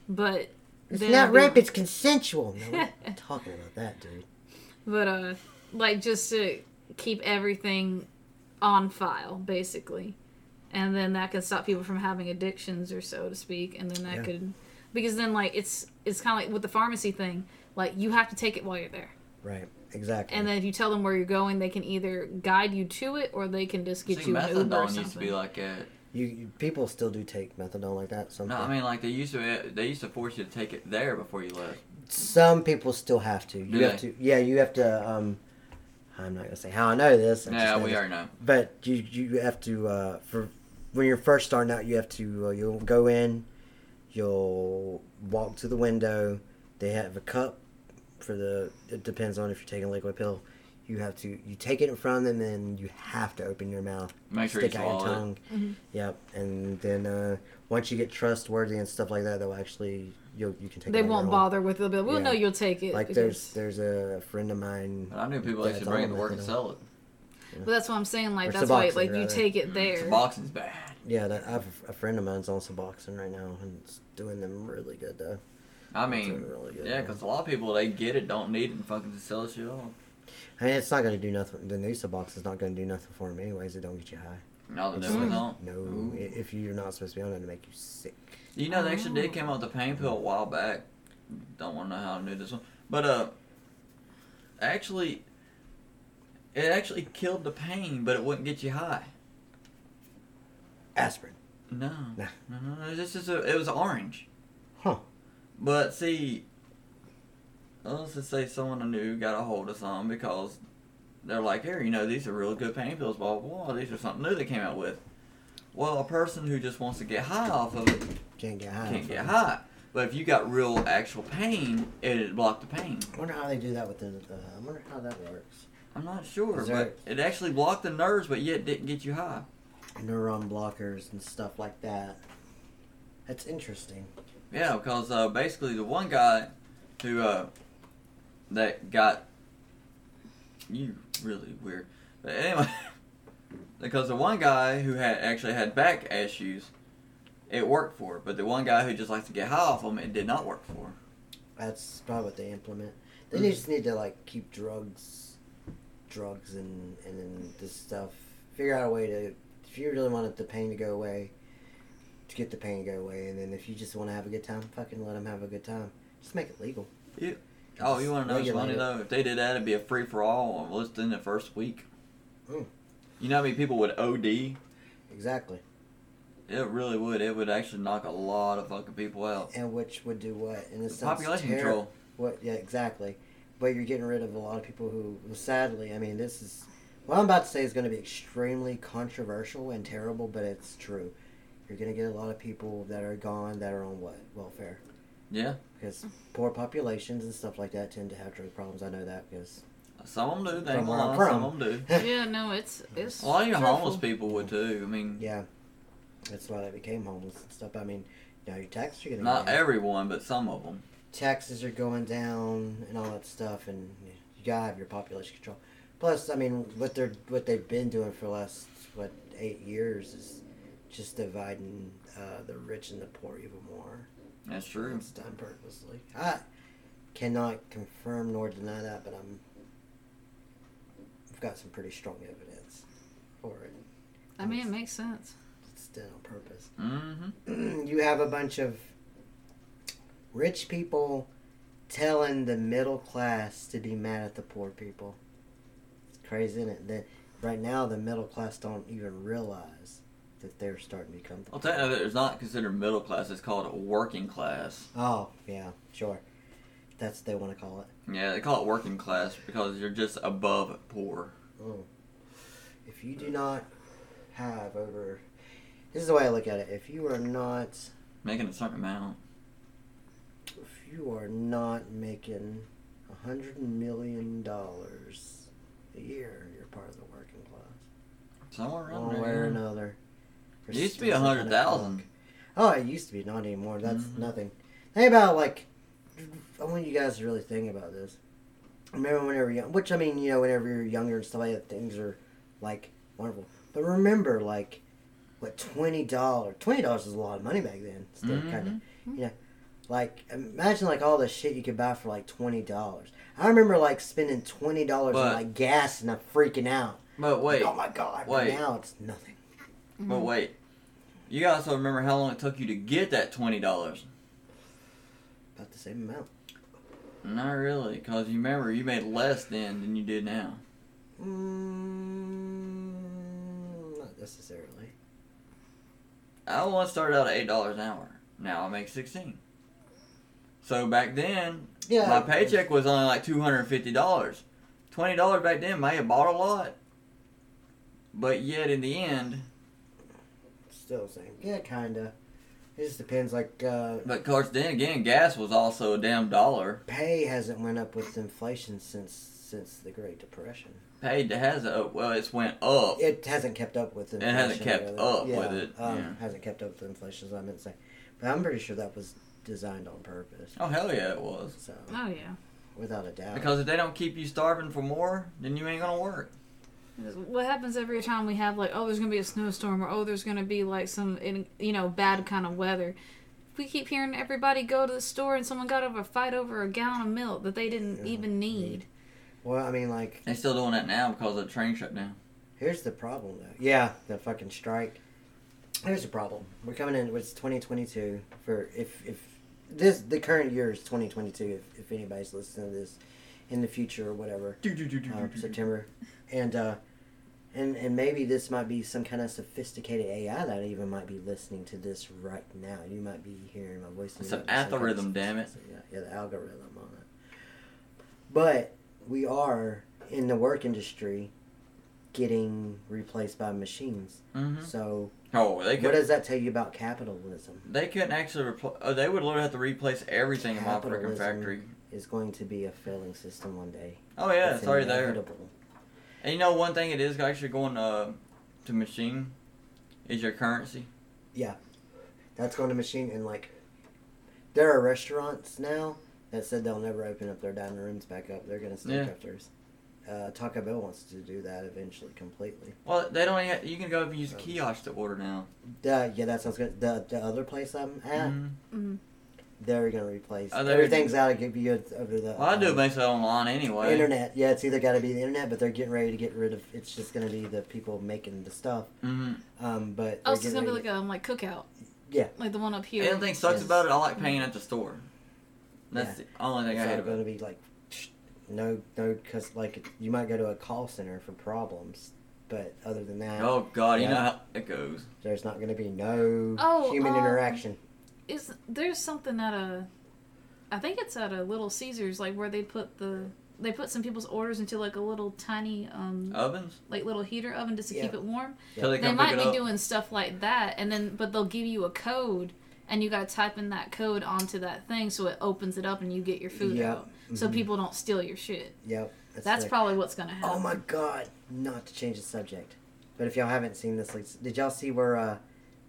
Speaker 3: But
Speaker 2: It's
Speaker 3: then
Speaker 2: not
Speaker 3: it'll be-
Speaker 2: rape, it's consensual. No, we're not talking about that, dude.
Speaker 3: But uh, like just to keep everything on file, basically, and then that could stop people from having addictions or so to speak, and then that
Speaker 2: Yeah.
Speaker 3: could because then like it's it's kind of like with the pharmacy thing, like you have to take it while you're there.
Speaker 2: Right, exactly.
Speaker 3: And then if you tell them where you're going, they can either guide you to it or they can just
Speaker 1: I
Speaker 3: get
Speaker 1: think
Speaker 3: you an Uber or
Speaker 1: methadone
Speaker 3: something.
Speaker 1: used to be like that.
Speaker 2: you, you people still do take methadone like that. Some
Speaker 1: No, I
Speaker 2: peop-
Speaker 1: mean like they used to they used to force you to take it there before you left.
Speaker 2: some people still have to. You
Speaker 1: Do
Speaker 2: have
Speaker 1: they?
Speaker 2: to. Yeah, you have to. Um, I'm not gonna say how I know this. I just
Speaker 1: Yeah,
Speaker 2: know
Speaker 1: we
Speaker 2: this.
Speaker 1: are now.
Speaker 2: But you you have to uh, for when you're first starting out, you have to uh, you'll go in, you'll walk to the window. They have a cup for the. It depends on if you're taking a liquid pill. You have to you take it in front of them and you have to open your mouth,
Speaker 1: Make sure you
Speaker 2: stick out your
Speaker 1: swallow it.
Speaker 2: tongue.
Speaker 3: Mm-hmm.
Speaker 2: Yep, and then uh, once you get trustworthy and stuff like that, they'll actually you you can take.
Speaker 3: They
Speaker 2: it on your
Speaker 3: won't
Speaker 2: own.
Speaker 3: bother with it, but we'll
Speaker 2: Yeah.
Speaker 3: know you'll take it.
Speaker 2: Like
Speaker 3: because-
Speaker 2: there's there's a friend of mine.
Speaker 1: But I knew people that
Speaker 2: that's
Speaker 1: used to bring it
Speaker 2: on
Speaker 1: to work and
Speaker 2: methadone.
Speaker 1: sell it.
Speaker 3: But that's what I'm saying. Like
Speaker 2: Or
Speaker 3: that's why,
Speaker 2: Suboxone,
Speaker 3: like you
Speaker 2: rather.
Speaker 3: take it there.
Speaker 1: Suboxone's bad.
Speaker 2: Yeah, that, I have a friend of mine's on Suboxone right now and it's doing them really good though.
Speaker 1: I mean,
Speaker 2: doing really good,
Speaker 1: yeah,
Speaker 2: though.
Speaker 1: because a lot of people they get it, don't need it, and fucking just sell shit off.
Speaker 2: I mean, it's not gonna do nothing. The new Suboxone's not gonna do nothing for them anyways. It don't get you high.
Speaker 1: Oh, No, they
Speaker 2: It's
Speaker 1: definitely
Speaker 2: like,
Speaker 1: don't. Mm-hmm.
Speaker 2: No,
Speaker 1: Ooh.
Speaker 2: i- if you're not supposed to be on it, it'll make you sick.
Speaker 1: You know, they actually
Speaker 3: Oh.
Speaker 1: did came out with a pain pill a while back. Don't want to know how I knew this one, but uh, actually, it actually killed the pain, but it wouldn't get you high.
Speaker 2: Aspirin.
Speaker 1: No, no,
Speaker 2: Nah.
Speaker 1: no, no. This is a, it was orange.
Speaker 2: Huh.
Speaker 1: But see, let's just say someone I knew got a hold of some because they're like, here, you know, these are really good pain pills, blah, blah, blah. These are something new they came out with. Well, a person who just wants to get high off of it
Speaker 2: Can't get high.
Speaker 1: can't get
Speaker 2: from it.
Speaker 1: high. But if you got real actual pain, it'd block the pain.
Speaker 2: I wonder how they do that with the. Uh, I wonder how that works.
Speaker 1: I'm not sure,
Speaker 2: Is there-
Speaker 1: but it actually blocked the nerves, but yet didn't get you high.
Speaker 2: Neuron blockers and stuff like that. That's interesting.
Speaker 1: Yeah, because uh, basically the one guy who uh, that got you really weird. But anyway, because the one guy who had actually had back issues, it worked for. But the one guy who just likes to get high off them, it did not work for.
Speaker 2: That's probably what they implement. They
Speaker 1: Mhm.
Speaker 2: just need to like keep drugs, drugs and and then this stuff. Figure out a way to if you really wanted the pain to go away, to get the pain to go away, and then if you just want to have a good time, fucking let them have a good time. Just make it legal.
Speaker 1: Oh, you want to know what's funny
Speaker 2: Regulate
Speaker 1: though? If they did that, it'd be a free for all within the first week.
Speaker 2: Mm.
Speaker 1: You know how many people would OD?
Speaker 2: Exactly.
Speaker 1: It really would. It would actually knock a lot of fucking people out.
Speaker 2: And which would do what? And this sounds
Speaker 1: Population
Speaker 2: terri-
Speaker 1: control.
Speaker 2: What? Yeah, exactly. But you're getting rid of a lot of people who, well, sadly, I mean, this is what I'm about to say is going to be extremely controversial and terrible, but it's true. You're going to get a lot of people that are gone that are on what welfare
Speaker 1: Yeah.
Speaker 2: because poor populations and stuff like that tend to have drug problems. I know that because
Speaker 1: Some of them do. They
Speaker 2: From
Speaker 1: ain't
Speaker 2: where
Speaker 1: gonna
Speaker 2: I'm
Speaker 1: lie, Some of
Speaker 2: from.
Speaker 1: them do.
Speaker 3: yeah, no, it's it's.
Speaker 1: A lot of your
Speaker 3: dreadful.
Speaker 1: homeless people would too. I mean,
Speaker 2: yeah, that's why they became homeless and stuff. I mean, now your taxes are going to
Speaker 1: not everyone, but some of them.
Speaker 2: taxes are going down and all that stuff, and you gotta have your population control. Plus, I mean, what they're what they've been doing for the last what eight years is just dividing uh, the rich and the poor even more.
Speaker 1: That's true.
Speaker 2: It's done purposely. I cannot confirm nor deny that, but I'm I've got some pretty strong evidence for it.
Speaker 3: I mean, it makes sense.
Speaker 2: It's done on purpose
Speaker 1: Mm-hmm.
Speaker 2: you have a bunch of rich people telling the middle class to be mad at the poor people. It's crazy, isn't it? That right now the middle class don't even realize that they're starting to become. The
Speaker 1: Well, technically, it's not considered middle class. It's called working class.
Speaker 2: oh yeah, sure. That's what they want to call it.
Speaker 1: Yeah, they call it working class because you're just above poor.
Speaker 2: Mm. If you do not have over, this is the way I look at it. If you are not
Speaker 1: Making a certain amount.
Speaker 2: If you are not making a hundred million dollars a year, you're part of the working class,
Speaker 1: Somewhere around
Speaker 2: one way or
Speaker 1: there.
Speaker 2: another.
Speaker 1: It used to be
Speaker 2: You're
Speaker 1: a hundred
Speaker 2: still on
Speaker 1: thousand.
Speaker 2: the clock. Oh, it used to be not anymore. That's
Speaker 1: Mhm.
Speaker 2: nothing. Think about like, I want you guys to really think about this. Remember whenever young, which I mean, you know, whenever you're younger and stuff like that, things are like wonderful. But remember, like, what twenty dollars? Twenty dollars is a lot of money back then. Still kind of
Speaker 1: Mhm.
Speaker 2: like imagine like all the shit you could buy for like twenty dollars. I remember like spending twenty dollars on
Speaker 1: But-
Speaker 2: like gas and I'm freaking out.
Speaker 1: But wait,
Speaker 2: Like, oh my god! but
Speaker 1: wait.
Speaker 2: now it's nothing.
Speaker 1: but
Speaker 3: Mm-hmm.
Speaker 1: wait. You gotta also remember how long it took you to get that twenty dollars.
Speaker 2: About the same amount.
Speaker 1: Not really, because you remember you made less then than you do now.
Speaker 2: Mm, not necessarily.
Speaker 1: I once started out at eight dollars an hour. Now I make sixteen. So back then,
Speaker 2: Yeah.
Speaker 1: my paycheck was only like two hundred and fifty dollars. Twenty dollars back then may have bought a lot, but yet in the end,
Speaker 2: Still the same. Yeah, kinda. It just depends. Like uh,
Speaker 1: But of course, then again, gas was also a damn dollar.
Speaker 2: pay hasn't went up with inflation since since the Great Depression.
Speaker 1: Paid to has a well, it's went up.
Speaker 2: It hasn't kept up with
Speaker 1: It
Speaker 2: inflation.
Speaker 1: hasn't kept
Speaker 2: rather.
Speaker 1: up with it,
Speaker 2: Um,
Speaker 1: yeah.
Speaker 2: Hasn't kept up with inflation. Is what I meant to say. But I'm pretty sure that was designed on purpose.
Speaker 1: Oh hell yeah, it was.
Speaker 2: So
Speaker 3: Oh yeah.
Speaker 2: without a doubt.
Speaker 1: Because if they don't keep you starving for more, then you ain't gonna work.
Speaker 3: What happens every time we have like, oh, there's gonna be a snowstorm, or oh, there's gonna be like some, in- you know, bad kind of weather. We keep hearing everybody go to the store and someone got over a fight over a gallon of milk that they didn't
Speaker 2: Yeah.
Speaker 3: even need.
Speaker 2: well, I mean, like
Speaker 1: They still doing that now because of the train shutdown.
Speaker 2: Here's the problem, though. Yeah, the fucking strike. Here's the problem. We're coming in. It's 2022. For if if this the current year is 2022. If, if anybody's listening to this in the future or whatever, uh, September, and uh, and and maybe this might be some kind of sophisticated AI that even might be listening to this right now. You might be hearing my voice. and
Speaker 1: It's
Speaker 2: you
Speaker 1: an
Speaker 2: might be some kind of
Speaker 1: algorithm, damn it.
Speaker 2: Yeah, yeah, the algorithm on it. But we are in the work industry getting replaced by machines.
Speaker 1: Mm-hmm.
Speaker 2: So
Speaker 1: Oh, they
Speaker 2: what
Speaker 1: could.
Speaker 2: does that tell you about capitalism?
Speaker 1: They couldn't actually replace. Oh, they would literally have to replace everything in my freaking
Speaker 2: Capitalism.
Speaker 1: factory.
Speaker 2: It's going to be a failing system one day.
Speaker 1: Oh yeah, it's already there.
Speaker 2: inevitable.
Speaker 1: And you know one thing it is actually going uh, to machine is your currency.
Speaker 2: That's going to machine and like there are restaurants now that said they'll never open up their dining rooms back up. They're going to stay
Speaker 1: Yeah.
Speaker 2: drifters. Uh, Taco Bell wants to do that eventually completely.
Speaker 1: Well, they don't. Even, you can go up and use a kiosk to order now.
Speaker 2: Uh, yeah, that sounds good. The, the other place I'm at,
Speaker 1: Mhm.
Speaker 3: Mm.
Speaker 2: they're going to replace
Speaker 1: Oh, they're-
Speaker 2: everything's out of give you over the
Speaker 1: Well, I do
Speaker 2: um,
Speaker 1: most of it online anyway.
Speaker 2: Internet, yeah, it's either got to be the internet, but they're getting ready to get rid of. It's just going to be the people making the stuff.
Speaker 1: hmm
Speaker 2: Um, but
Speaker 3: Oh,
Speaker 2: they're
Speaker 3: so it's
Speaker 2: getting
Speaker 3: gonna be like
Speaker 2: ready-
Speaker 3: a um, like cookout.
Speaker 2: Yeah.
Speaker 3: Like the one up here.
Speaker 1: Anything sucks
Speaker 2: Yes.
Speaker 1: about it, I like paying at the store. That's the only thing I hate
Speaker 2: it's
Speaker 1: about
Speaker 2: going
Speaker 1: it.
Speaker 2: to be like no, no, because like you might go to a call center for problems, but other than that,
Speaker 1: Oh God, you
Speaker 2: Yeah.
Speaker 1: know how it goes.
Speaker 2: there's not going to be no
Speaker 3: Oh,
Speaker 2: human
Speaker 3: um,
Speaker 2: interaction.
Speaker 3: Is there's something at a, I think it's at a Little Caesars, like where they put the they put some people's orders into like a little tiny um
Speaker 1: Ovens
Speaker 3: like little heater oven just to keep
Speaker 2: Oh. Yeah.
Speaker 3: it warm.
Speaker 1: till they
Speaker 3: They
Speaker 1: come
Speaker 3: might
Speaker 1: pick
Speaker 3: be
Speaker 1: it up.
Speaker 3: doing stuff like that, and then but they'll give you a code, and you gotta type in that code onto that thing so it opens it up and you get your food
Speaker 2: Yeah.
Speaker 3: out, so
Speaker 1: Mm-hmm.
Speaker 2: Mhm.
Speaker 3: people don't steal your shit.
Speaker 2: Yep,
Speaker 3: That's
Speaker 2: the-
Speaker 3: probably what's gonna happen.
Speaker 2: Oh my god! Not to change the subject, but if y'all haven't seen this, like, did y'all see where uh,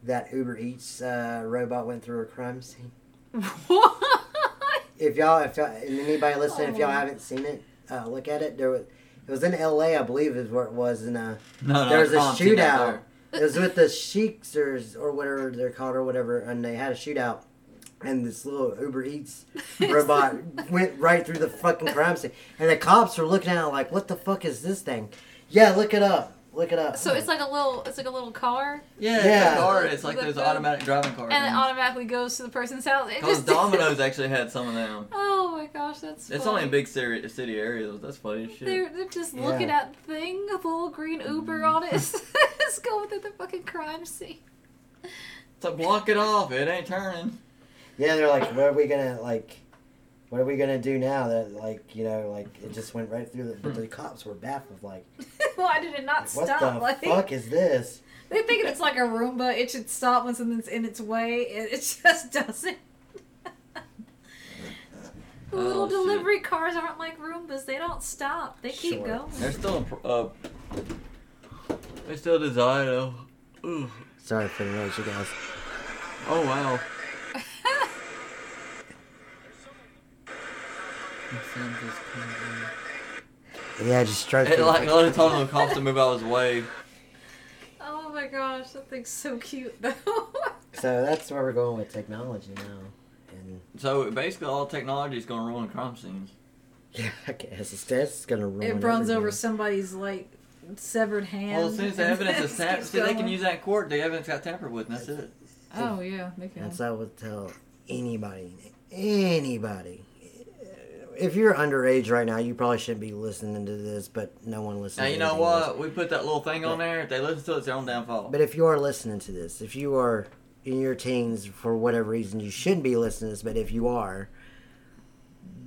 Speaker 2: that Uber Eats uh, robot went through a crime scene?
Speaker 3: What?
Speaker 2: if y'all if y'all, and anybody listening if y'all
Speaker 3: Oh.
Speaker 2: haven't seen it uh, look at it there was it was in la i believe is where it was and uh
Speaker 1: No, no,
Speaker 2: there was a
Speaker 1: calm, see, not
Speaker 2: shootout it was with the sheiks or, or whatever they're called or whatever and they had a shootout and this little uber eats robot went right through the fucking crime scene and the cops were looking at it like what the fuck is this thing yeah look it up look it up
Speaker 3: So it's like a little, it's like a little car,
Speaker 1: there. Yeah,
Speaker 2: Yeah.
Speaker 1: It's, a car, it's like
Speaker 3: Look
Speaker 1: those
Speaker 3: up.
Speaker 1: automatic driving cars.
Speaker 3: and it automatically goes to the person's house. It
Speaker 1: Because
Speaker 3: just
Speaker 1: Mm-hmm. Domino's actually had some of them.
Speaker 3: Oh my gosh, that's.
Speaker 1: It's
Speaker 3: funny.
Speaker 1: only in big city, city areas. That's funny as shit.
Speaker 3: They're, they're just looking
Speaker 2: Yeah.
Speaker 3: at the thing, a little green Uber
Speaker 1: Mm-hmm.
Speaker 3: on it. it's going through the fucking crime scene.
Speaker 1: So block it off. It ain't turning.
Speaker 2: yeah they're like what are we gonna like what are we gonna do now that like you know like it just went right through the but the cops were baffled like
Speaker 3: Why did it not
Speaker 2: what
Speaker 3: stop?
Speaker 2: the
Speaker 3: like
Speaker 2: fuck is this
Speaker 3: they're thinking it's like a Roomba. It should stop when something's in its way. It, it just doesn't. The
Speaker 1: Oh,
Speaker 3: Little
Speaker 1: shit.
Speaker 3: delivery cars aren't like Roombas. They don't stop. They keep
Speaker 2: Sure.
Speaker 3: going.
Speaker 1: They're still in pro- uh, they still design though. Ooh.
Speaker 2: Sorry for the noise, you guys.
Speaker 1: Oh wow.
Speaker 2: Yeah, it just strikes
Speaker 1: It
Speaker 2: me.
Speaker 1: like all the time the cops to move out of his way.
Speaker 3: oh my gosh, that thing's so cute though.
Speaker 2: so that's where we're going with technology now. And
Speaker 1: So basically, all technology is gonna ruin crime scenes.
Speaker 2: yeah, I guess it's, that's gonna ruin.
Speaker 3: it runs over
Speaker 2: everything.
Speaker 3: somebody's like severed hand.
Speaker 1: Well, as soon as the
Speaker 3: and
Speaker 1: evidence
Speaker 3: it
Speaker 1: is tampered,
Speaker 3: keeps
Speaker 1: see, they can
Speaker 3: going.
Speaker 1: use that in court. The evidence got tampered with, and that's it.
Speaker 3: Oh yeah, they can.
Speaker 2: That's I would tell anybody, anybody. If you're underage right now, you probably shouldn't be listening to this, but no one listens.
Speaker 1: Now
Speaker 2: to
Speaker 1: you know
Speaker 2: anything else.
Speaker 1: what? We put that little thing on there. If they listen to it, it's their own downfall.
Speaker 2: But if you are listening to this, if you are in your teens for whatever reason, you shouldn't be listening to this. But if you are,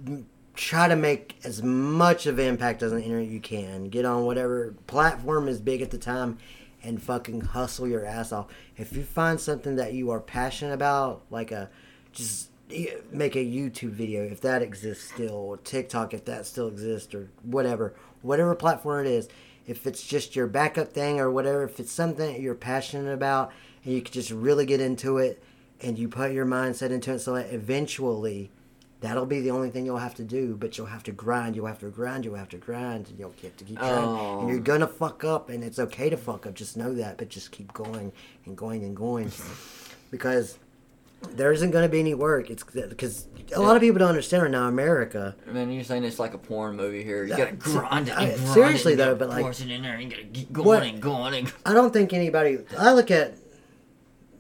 Speaker 2: m- try to make as much of an impact on the internet you can. Get on whatever platform is big at the time, and fucking hustle your ass off. If you find something that you are passionate about, like a just eh, make a YouTube video if that exists still, or TikTok if that still exists, or whatever, whatever platform it is. If it's just your backup thing or whatever, if it's something that you're passionate about and you can just really get into it and you put your mindset into it, so that eventually that'll be the only thing you'll have to do. But you'll have to grind, you'll have to grind, you'll have to grind, and you'll have to keep trying.
Speaker 1: Oh.
Speaker 2: And you're gonna fuck up, and it's okay to fuck up. Just know that, but just keep going and going and going because there isn't going to be any work. It's because a lot of people don't understand right now. America,
Speaker 1: Man, you're saying it's like a porn movie here. You gotta grind it.
Speaker 2: I-
Speaker 1: And grind
Speaker 2: seriously,
Speaker 1: it and
Speaker 2: though,
Speaker 1: gotta
Speaker 2: but, like,
Speaker 1: force it in there and you gotta keep going
Speaker 2: what-
Speaker 1: and going and.
Speaker 2: I don't think anybody. I look at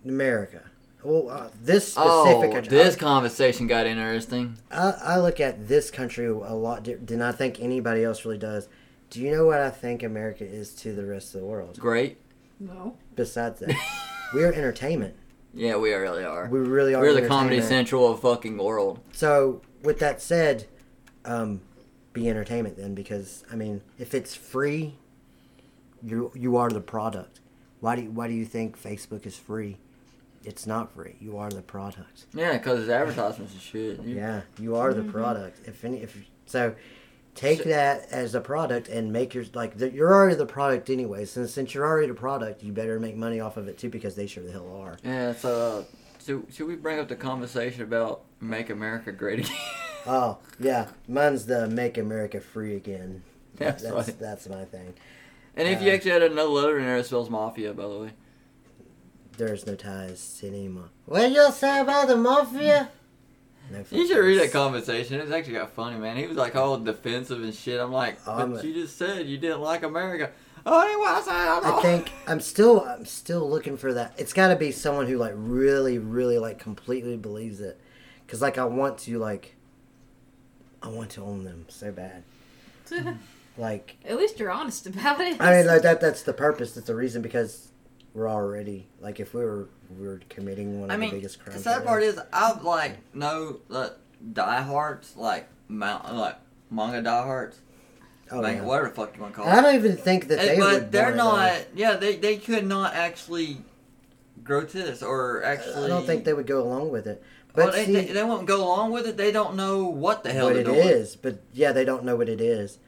Speaker 2: America. Well, uh, this specific
Speaker 1: Oh,
Speaker 2: country.
Speaker 1: this
Speaker 2: I,
Speaker 1: conversation got interesting.
Speaker 2: I, I look at this country a lot. di- Than I think anybody else really does. Do you know what I think America is to the rest of the world?
Speaker 1: Great.
Speaker 3: No.
Speaker 2: Besides that, we are entertainment.
Speaker 1: Yeah, we really are.
Speaker 2: We really are.
Speaker 1: We're the Comedy
Speaker 2: entertainment.
Speaker 1: Central of fucking world.
Speaker 2: So, with that said, um, be entertainment then, because I mean, if it's free, you you are the product. Why do you, why do you think Facebook is free? It's not free. You are the product.
Speaker 1: Yeah, because it's advertisements and shit. You-
Speaker 2: Yeah, you are the product. If any, if so, take
Speaker 1: So-
Speaker 2: that as a product and make your like the, you're already the product anyway. Since since you're already the product, you better make money off of it too, because they sure the hell are.
Speaker 1: Yeah, so uh, should, should we bring up the conversation about Make America Great Again?
Speaker 2: Oh yeah, mine's the Make America Free Again.
Speaker 1: That's
Speaker 2: that's,
Speaker 1: right.
Speaker 2: that's my thing.
Speaker 1: And if you
Speaker 2: Uh,
Speaker 1: actually had another letter in there, it spells Mafia, by the way.
Speaker 2: There's no ties to any mafia. What you say about the mafia? No
Speaker 1: You should read that
Speaker 2: fucking-
Speaker 1: conversation. It's actually got funny, man. He was like all defensive and shit. I'm like,
Speaker 2: Oh,
Speaker 1: but
Speaker 2: I'm a-
Speaker 1: you just said you didn't like America. Oh, anyway, I said I, don't-
Speaker 2: I think I'm still I'm still looking for that. It's got to be someone who like really really like completely believes it, because like I want to like I want to own them so bad. Like
Speaker 3: At least you're honest about it.
Speaker 2: I mean like that that's the purpose. That's the reason because we're already like if we were we were committing one of
Speaker 1: I mean,
Speaker 2: the biggest
Speaker 1: the
Speaker 2: crimes.
Speaker 1: sad
Speaker 2: ever.
Speaker 1: part is I've like no uh, diehards like mount like manga diehards.
Speaker 2: oh,
Speaker 1: like
Speaker 2: yeah.
Speaker 1: whatever the fuck you want to call
Speaker 2: I
Speaker 1: it.
Speaker 2: don't even think that
Speaker 1: And-
Speaker 2: they would
Speaker 1: but they're
Speaker 2: buy
Speaker 1: not.
Speaker 2: those.
Speaker 1: Yeah, they they could not actually grow to this or actually.
Speaker 2: I don't think they would go along with it.
Speaker 1: Well,
Speaker 2: But
Speaker 1: they,
Speaker 2: see,
Speaker 1: they, they won't go along with it. They don't know what the hell
Speaker 2: what
Speaker 1: they're
Speaker 2: it
Speaker 1: doing.
Speaker 2: is. But yeah, they don't know what it is.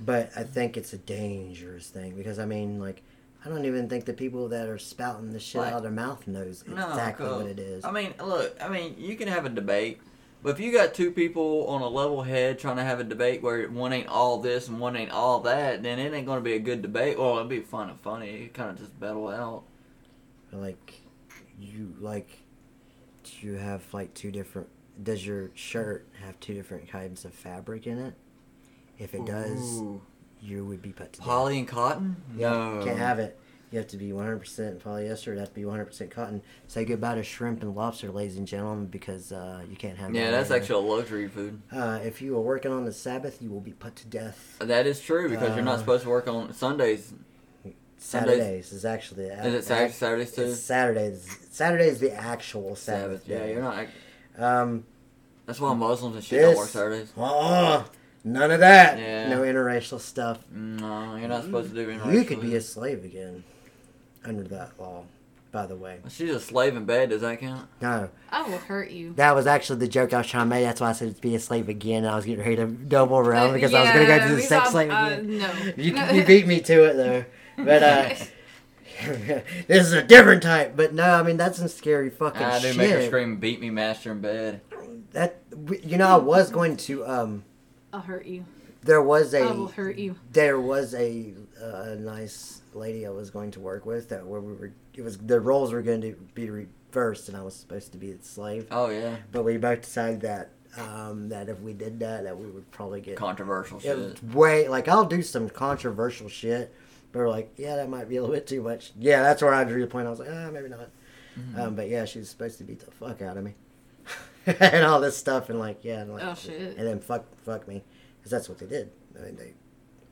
Speaker 2: But I think it's a dangerous thing because I mean, like, I don't even think the people that are spouting the shit
Speaker 1: Like-
Speaker 2: out of their mouth knows
Speaker 1: No,
Speaker 2: exactly
Speaker 1: cause-
Speaker 2: what it is.
Speaker 1: I mean, look. I mean, you can have a debate, but if you got two people on a level head trying to have a debate where one ain't all this and one ain't all that, then it ain't gonna be a good debate. Well, it'd be fun and funny. You kind of just battle out.
Speaker 2: like, you like, do you have like two different? Does your shirt have two different kinds of fabric in it? If it does,
Speaker 1: Ooh.
Speaker 2: you would be put to death.
Speaker 1: poly and cotton?
Speaker 2: Yeah,
Speaker 1: No,
Speaker 2: can't have it. You have to be 100% polyester. It has to be 100% cotton. Say goodbye to shrimp and lobster, ladies and gentlemen, because uh, you can't have.
Speaker 1: Yeah,
Speaker 2: that
Speaker 1: that's
Speaker 2: anymore.
Speaker 1: actually a luxury food.
Speaker 2: Uh, if you are working on the Sabbath, you will be put to death.
Speaker 1: That is true because you're
Speaker 2: Uh,
Speaker 1: not supposed to work on Sundays. Sundays-
Speaker 2: Saturdays is actually. the
Speaker 1: Is it Saturday, Saturdays too?
Speaker 2: It's Saturdays. Saturday is the actual Sabbath.
Speaker 1: Sabbath. Yeah,
Speaker 2: day.
Speaker 1: you're not.
Speaker 2: Um,
Speaker 1: That's why Muslims and shit
Speaker 2: this.
Speaker 1: don't work Saturdays.
Speaker 2: Uh-uh, none of that.
Speaker 1: Yeah.
Speaker 2: No interracial stuff.
Speaker 1: No, you're not supposed to do interracial.
Speaker 2: You could be a slave again, under that law. By the way,
Speaker 1: She's a slave in bed. Does that count?
Speaker 2: no.
Speaker 3: I will hurt you.
Speaker 2: That was actually the joke I was trying to make. That's why I said be a slave again. And I was getting ready to double around
Speaker 3: Uh,
Speaker 2: because I was going to go
Speaker 3: yeah,
Speaker 2: to the
Speaker 3: because
Speaker 2: sex
Speaker 3: I'm-
Speaker 2: slave
Speaker 3: uh,
Speaker 2: again.
Speaker 3: no.
Speaker 2: You,
Speaker 3: No.
Speaker 2: you beat me to it though. But uh, this is a different type. But no, I mean that's some scary fucking
Speaker 1: I do
Speaker 2: shit.
Speaker 1: make her scream, "Beat me, master in bed."
Speaker 2: That you know, I was going to. Um,
Speaker 3: I'll hurt you.
Speaker 2: there was
Speaker 3: I will
Speaker 2: a
Speaker 3: hurt you.
Speaker 2: there was a uh, a nice lady I was going to work with that where we were. It was the roles were going to be reversed, and I was supposed to be the slave.
Speaker 1: Oh yeah,
Speaker 2: But we both decided that um, that if we did that, that we would probably get
Speaker 1: controversial
Speaker 2: it
Speaker 1: shit.
Speaker 2: was way like I'll do some controversial shit. But we're like, yeah, that might be a little bit too much. Yeah, that's where I drew the point. I was like, ah, maybe not.
Speaker 1: Mm-hmm.
Speaker 2: Um, but yeah, she was supposed to beat the fuck out of me and all this stuff, and like, yeah, and like,
Speaker 3: Oh, shit.
Speaker 2: and then fuck, fuck me, because that's what they did. I mean, they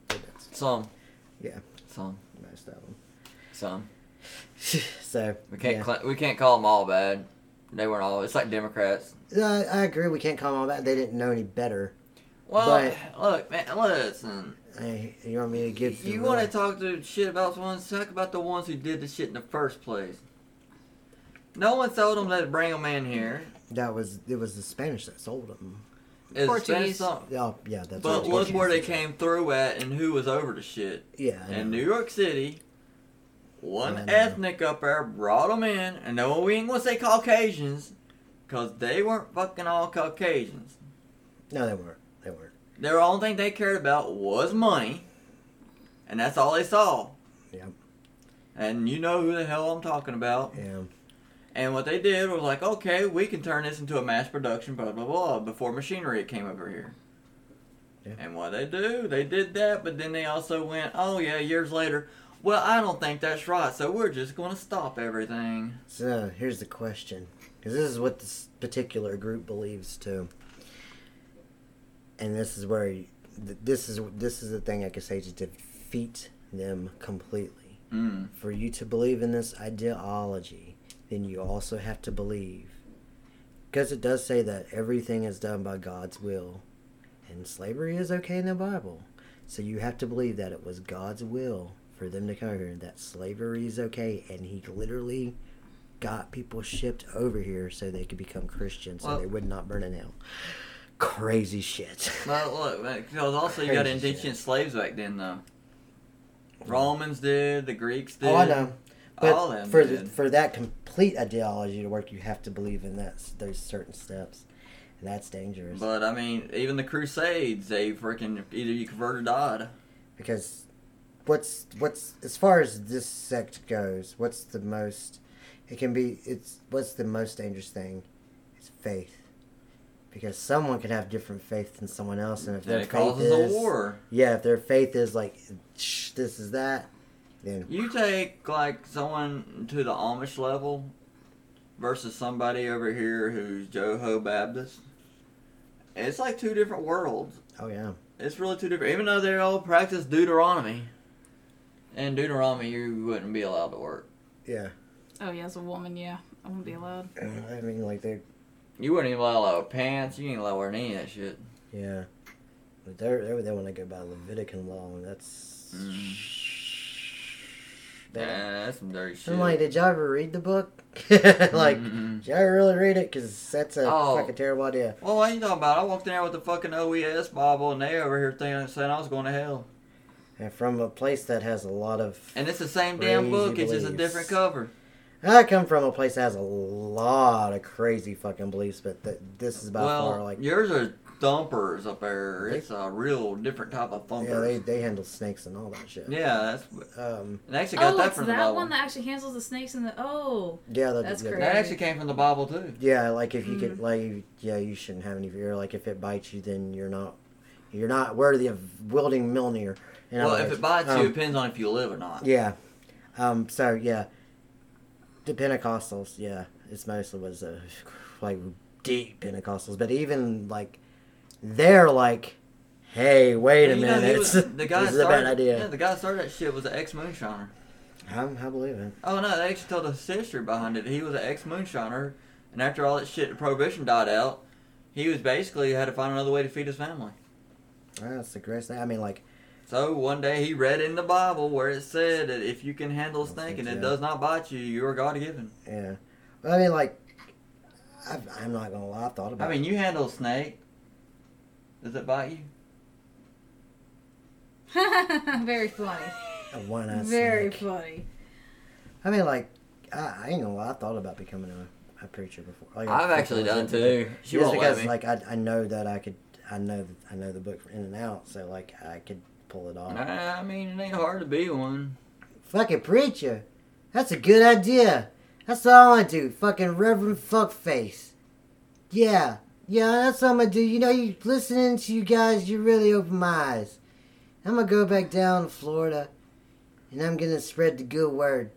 Speaker 2: did that
Speaker 1: Some.
Speaker 2: Yeah.
Speaker 1: Some.
Speaker 2: most of them.
Speaker 1: Some.
Speaker 2: so
Speaker 1: We can't.
Speaker 2: yeah.
Speaker 1: cla we can't call them all bad. They weren't all. It's like Democrats.
Speaker 2: Uh, Yeah, I I agree. We can't call them all that. They didn't know any better.
Speaker 1: Well, look, man, listen.
Speaker 2: Hey, you want me to uh, get
Speaker 1: You want to talk to shit about someone? Talk about the ones who did the shit in the first place. No one told them to bring a man here.
Speaker 2: That was it. Was the Spanish that sold them?
Speaker 1: It's
Speaker 3: Portuguese.
Speaker 1: something.
Speaker 2: Oh yeah, that's.
Speaker 1: But
Speaker 2: what
Speaker 1: look where they
Speaker 2: Portuguese
Speaker 1: came through at and who was over the shit.
Speaker 2: is. Yeah, I
Speaker 1: In
Speaker 2: know.
Speaker 1: New York City, one
Speaker 2: I know.
Speaker 1: ethnic up there brought them in, and no, we ain't gonna say Caucasians, cause they weren't fucking all Caucasians.
Speaker 2: No, they weren't. They weren't.
Speaker 1: Their only thing they cared about was money, and that's all they saw.
Speaker 2: Yep.
Speaker 1: And you know who the hell I'm talking about.
Speaker 2: Yeah.
Speaker 1: And what they did was like, okay, we can turn this into a mass production, blah blah blah, before machinery came over here.
Speaker 2: Yeah.
Speaker 1: And what they do, they did that, but then they also went, oh yeah, years later, well, I don't think that's right, so we're just going to stop everything.
Speaker 2: So here's the question, because this is what this particular group believes too, and this is where you, th- this is this is the thing I could say to defeat them completely.
Speaker 1: Mm.
Speaker 2: For you to believe in this ideology, then you also have to believe, because it does say that everything is done by God's will, and slavery is okay in the Bible. So you have to believe that it was God's will for them to come here, that slavery is okay, and He literally got people shipped over here so they could become Christians, so
Speaker 1: Well-
Speaker 2: they would not burn in hell. Crazy shit.
Speaker 1: Well, look, because also you got
Speaker 2: Crazy shit.
Speaker 1: indentured slaves back then, though. Romans did, the Greeks did.
Speaker 2: oh, I know. But
Speaker 1: all them
Speaker 2: for
Speaker 1: did.
Speaker 2: for that complete ideology to work, you have to believe in that those certain steps, and that's dangerous
Speaker 1: But I mean, even the Crusades, they freaking either you convert or died.
Speaker 2: because what's what's as far as this sect goes, what's the most? It can be it's what's the most dangerous thing? It's faith, because someone can have different faith than someone else, and if
Speaker 1: And
Speaker 2: their
Speaker 1: it
Speaker 2: faith
Speaker 1: causes a
Speaker 2: is
Speaker 1: war.
Speaker 2: yeah, if their faith is like "Shh, this is that, then
Speaker 1: You take like someone to the Amish level versus somebody over here who's Joho Baptist. It's like two different worlds.
Speaker 2: oh yeah,
Speaker 1: It's really two different. Even though they all practice Deuteronomy, and Deuteronomy you wouldn't be allowed to work.
Speaker 2: yeah.
Speaker 3: Oh yeah, as a woman, yeah, I wouldn't be allowed.
Speaker 2: I mean, like they
Speaker 1: You wouldn't even allowed to wear pants. You ain't allowed to wear any of that shit.
Speaker 2: yeah, but they're, they're they want to go by Levitican law, and that's.
Speaker 1: Mm.
Speaker 2: Mm-hmm. They-
Speaker 1: Yeah, that's some dirty shit.
Speaker 2: I'm like, did y'all ever read the book? like,
Speaker 1: Mm-mm.
Speaker 2: did y'all ever really read it? Because that's a
Speaker 1: Mm-hmm. Oh.
Speaker 2: fucking terrible idea.
Speaker 1: Well, what you talking about? I walked in there with the fucking OES Bible, and they over here thinking, saying I was going to hell.
Speaker 2: And from a place that has a lot of.
Speaker 1: And it's the same damn
Speaker 2: Crazy
Speaker 1: book. It's just a
Speaker 2: beliefs.
Speaker 1: different cover.
Speaker 2: I come from a place that has a lot of crazy fucking beliefs, but th- this is by
Speaker 1: well,
Speaker 2: far like.
Speaker 1: yours are thumpers up there.
Speaker 2: They-
Speaker 1: It's a real different type of thumper.
Speaker 2: Yeah, they, they handle snakes and all that shit.
Speaker 1: that's.
Speaker 2: Um,
Speaker 1: They actually got
Speaker 3: Oh,
Speaker 1: that
Speaker 3: it's
Speaker 1: from
Speaker 3: that
Speaker 1: the Bible.
Speaker 3: one that actually handles the snakes and the oh.
Speaker 2: yeah, the,
Speaker 3: That's
Speaker 2: the-
Speaker 3: crazy.
Speaker 1: That actually came from the Bible too.
Speaker 2: Yeah, like if you
Speaker 1: Mm.
Speaker 3: Mhm.
Speaker 2: could, like, yeah, you shouldn't have any fear. Like if it bites you, then you're not, you're not worthy of wielding Milner. And I'm
Speaker 1: well,
Speaker 2: like,
Speaker 1: if it bites you,
Speaker 2: um,
Speaker 1: it depends on if you live or not.
Speaker 2: Yeah. Um. So yeah, the Pentecostals. Yeah, it's mostly was uh, like deep Pentecostals, but even like they're like, hey, wait a
Speaker 1: You know,
Speaker 2: minute,
Speaker 1: he was- the guy
Speaker 2: this is a
Speaker 1: started,
Speaker 2: bad idea.
Speaker 1: Yeah, the guy that started that shit was an ex moonshiner.
Speaker 2: I'm- I believe it.
Speaker 1: Oh no, they actually told the history behind it. He was an ex moonshiner, and after all that shit, prohibition died out. He was basically had to find another way to feed his family.
Speaker 2: Well, That's the greatest thing. I mean, like,
Speaker 1: So one day he read in the Bible where it said that if you can handle a
Speaker 2: Don't think
Speaker 1: snake and it
Speaker 2: so.
Speaker 1: does not bite you, you are God given.
Speaker 2: yeah. Well, I mean, like, i I'm not gonna lie. I've thought
Speaker 1: I
Speaker 2: about.
Speaker 1: mean, you handle a snake. Does it bite you?
Speaker 3: very funny.
Speaker 2: a one-eyed
Speaker 3: Very
Speaker 2: snake.
Speaker 3: funny.
Speaker 2: I mean, like, I, I ain't gonna lie. I thought about becoming a, a preacher before. Like, a
Speaker 1: I've actually done
Speaker 2: evangelist
Speaker 1: too. She
Speaker 2: just
Speaker 1: won't
Speaker 2: because
Speaker 1: let me.
Speaker 2: like I, I know that I could I know I know the book in and out, so like I could pull it off.
Speaker 1: Nah, I mean, it ain't hard to be one.
Speaker 2: Fucking preacher, that's a good idea. That's what I want to do. Fucking Reverend Fuckface. Yeah, yeah, that's what I'm gonna do. You know, you listening to you guys, you really open my eyes. I'm gonna go back down to Florida, and I'm gonna spread the good word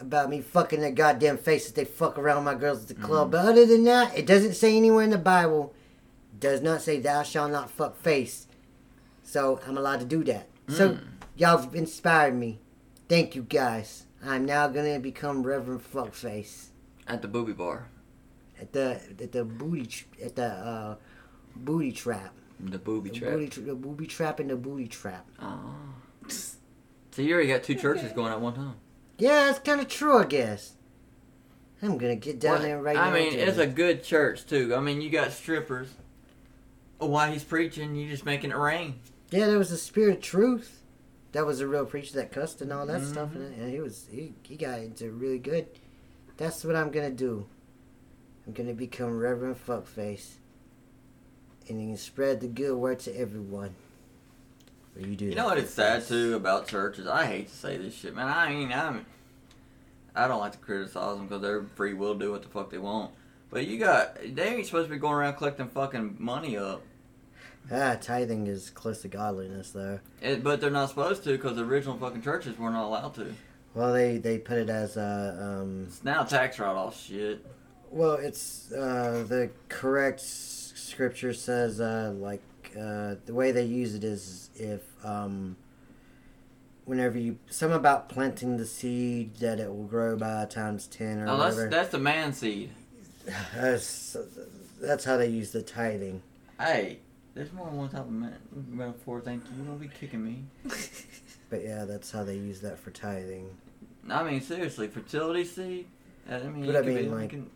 Speaker 2: about me fucking their goddamn faces. They fuck around my girls at the club. But other than that, it doesn't say anywhere in the Bible. Does not say thou shalt not fuck face. So I'm allowed to do that. So
Speaker 1: Mm.
Speaker 2: y'all have inspired me. Thank you guys. I'm now gonna become Reverend Fuckface
Speaker 1: At the booby bar.
Speaker 2: at the at the booty tr- at the uh, booty trap.
Speaker 1: The booby
Speaker 2: The
Speaker 1: trap.
Speaker 2: booty, tra- the booby trap and the booty trap.
Speaker 1: Oh. So you already got two churches going at one time.
Speaker 2: Yeah, that's kind of true, I guess. I'm gonna get down
Speaker 1: Well,
Speaker 2: there right
Speaker 1: I
Speaker 2: now.
Speaker 1: mean,
Speaker 2: and do
Speaker 1: it's a
Speaker 2: it.
Speaker 1: good church too. I mean, you got strippers. Oh, While he's preaching, you just making it rain.
Speaker 2: yeah. There was a spirit of truth. That was a real preacher that cussed and all that
Speaker 1: Mm-hmm.
Speaker 2: stuff, and and he was he, he got into it really good. That's what I'm gonna do. I'm gonna become Reverend Fuckface, and you can spread the good word to everyone. But you do.
Speaker 1: You
Speaker 2: that,
Speaker 1: know what it's sad
Speaker 2: Fuckface.
Speaker 1: too about churches? I hate to say this shit, man. I ain't. I'm. I don't like to criticize them because they're free will do what the fuck they want. But you got they ain't supposed to be going around collecting fucking money up.
Speaker 2: Ah, tithing is close to godliness, though.
Speaker 1: It, but they're not supposed to because the original fucking churches were not allowed to.
Speaker 2: Well, they they put it as uh, um.
Speaker 1: It's now tax write off shit.
Speaker 2: Well, it's uh, the correct s- scripture says uh, like uh, the way they use it is if um, whenever you some about planting the seed that it will grow by times ten or
Speaker 1: Oh, that's
Speaker 2: whatever.
Speaker 1: that's the man seed.
Speaker 2: That's that's how they use the tithing.
Speaker 1: Hey, there's more than one type of man. Metaphor, thank you. You don't be kicking me.
Speaker 2: But yeah, that's how they use that for tithing.
Speaker 1: I mean, seriously, fertility seed. I mean,
Speaker 2: But
Speaker 1: it
Speaker 2: I
Speaker 1: could
Speaker 2: mean,
Speaker 1: be-
Speaker 2: like-
Speaker 1: can-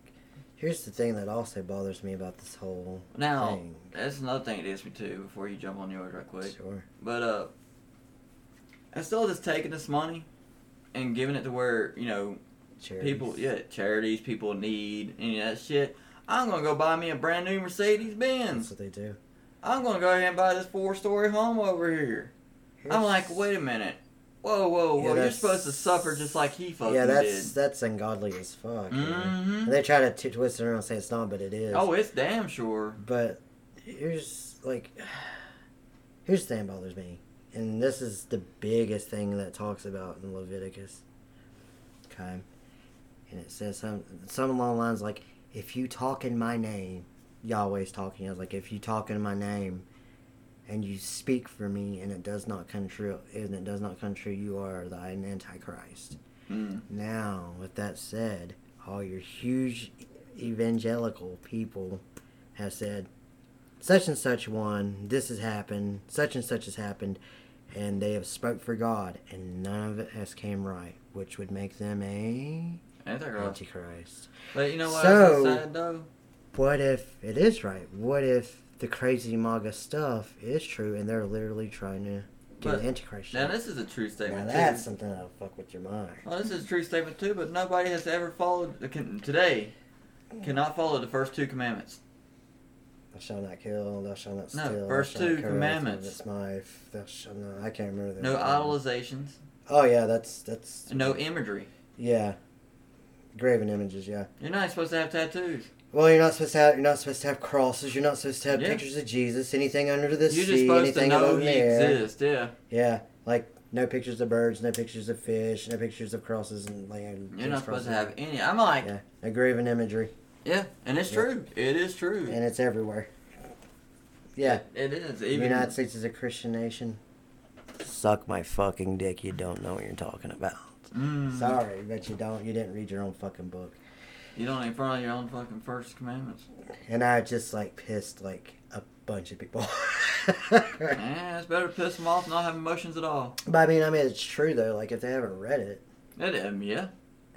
Speaker 2: Here's the thing that also bothers me about this whole
Speaker 1: now
Speaker 2: thing.
Speaker 1: that's another thing that hits me too. Before you jump on yours, right quick.
Speaker 2: Sure.
Speaker 1: But uh, instead of just taking this money and giving it to where you know
Speaker 2: Charities.
Speaker 1: people, yeah, charities, people in need, any of that shit. I'm gonna go buy me a brand new Mercedes
Speaker 2: That's
Speaker 1: Benz.
Speaker 2: what they do.
Speaker 1: I'm gonna go ahead and buy this four-story home over here. I'm like, wait a minute. Whoa, whoa,
Speaker 2: Yeah,
Speaker 1: whoa! You're
Speaker 2: that's-
Speaker 1: supposed to suffer just like he fucking
Speaker 2: yeah, that's
Speaker 1: did.
Speaker 2: that's ungodly as fuck. you know?
Speaker 1: Mhm.
Speaker 2: And They try to t- twist it around and say it's not, but it is.
Speaker 1: Oh, it's damn sure.
Speaker 2: But here's like, here's the thing that bothers me, and this is the biggest thing that talks about in Leviticus. Okay, and it says some some along the lines like, if you talk in my name, Yahweh's talking. I was like, if you talk in my name, and you speak for me, and it does not come true, and it does not come true, you are the antichrist.
Speaker 1: Mm.
Speaker 2: Now, with that said, all your huge evangelical people have said, such and such one, this has happened, such and such has happened, and they have spoke for God, and none of it has came right, which would make them a
Speaker 1: Antichrist.
Speaker 2: antichrist.
Speaker 1: But you know what? So,
Speaker 2: So-
Speaker 1: sad though.
Speaker 2: What if it is right? What if the crazy MAGA stuff is true, and they're literally trying to do
Speaker 1: But-
Speaker 2: the antichrist?
Speaker 1: Now
Speaker 2: shit?
Speaker 1: this is a true
Speaker 2: now
Speaker 1: statement
Speaker 2: that's
Speaker 1: too.
Speaker 2: something that'll fuck with your mind.
Speaker 1: Well, this is a true statement too. But nobody has ever followed can, today. Cannot follow the first two commandments.
Speaker 2: Thou shall not kill. Thou shall not
Speaker 1: No,
Speaker 2: steal. thou
Speaker 1: verse
Speaker 2: shalt not
Speaker 1: two,
Speaker 2: covet thy
Speaker 1: commandments.
Speaker 2: neighbor's wife, Thou shalt not. I can't remember. the
Speaker 1: No
Speaker 2: other one.
Speaker 1: idolizations.
Speaker 2: Oh yeah, that's that's.
Speaker 1: No imagery.
Speaker 2: Yeah, graven images. Yeah.
Speaker 1: You're not supposed to have tattoos.
Speaker 2: Well, you're not supposed to have. You're not supposed to have crosses. You're not supposed to have
Speaker 1: Yeah.
Speaker 2: pictures of Jesus. Anything under the
Speaker 1: You're just
Speaker 2: sea.
Speaker 1: supposed to
Speaker 2: anything
Speaker 1: know
Speaker 2: above
Speaker 1: he
Speaker 2: the air.
Speaker 1: exists. Yeah.
Speaker 2: Yeah, like no pictures of birds, no pictures of fish, no pictures of crosses and like.
Speaker 1: You're not supposed to have any. I'm like, yeah,
Speaker 2: Yeah, a graven imagery,
Speaker 1: and it's
Speaker 2: Yeah.
Speaker 1: true. It is true.
Speaker 2: and it's everywhere. Yeah.
Speaker 1: It is.
Speaker 2: The
Speaker 1: Even
Speaker 2: United States is a Christian nation. Suck my fucking dick. You don't know what you're talking about.
Speaker 1: Mm,
Speaker 2: Sorry, but you don't. You didn't read your own fucking book.
Speaker 1: You don't even follow your own fucking first commandments.
Speaker 2: And I just like pissed like a bunch of people.
Speaker 1: Yeah, it's better to piss them off and not have emotions at all.
Speaker 2: but I mean, I mean, it's true though. Like if they haven't read it,
Speaker 1: It, um, yeah.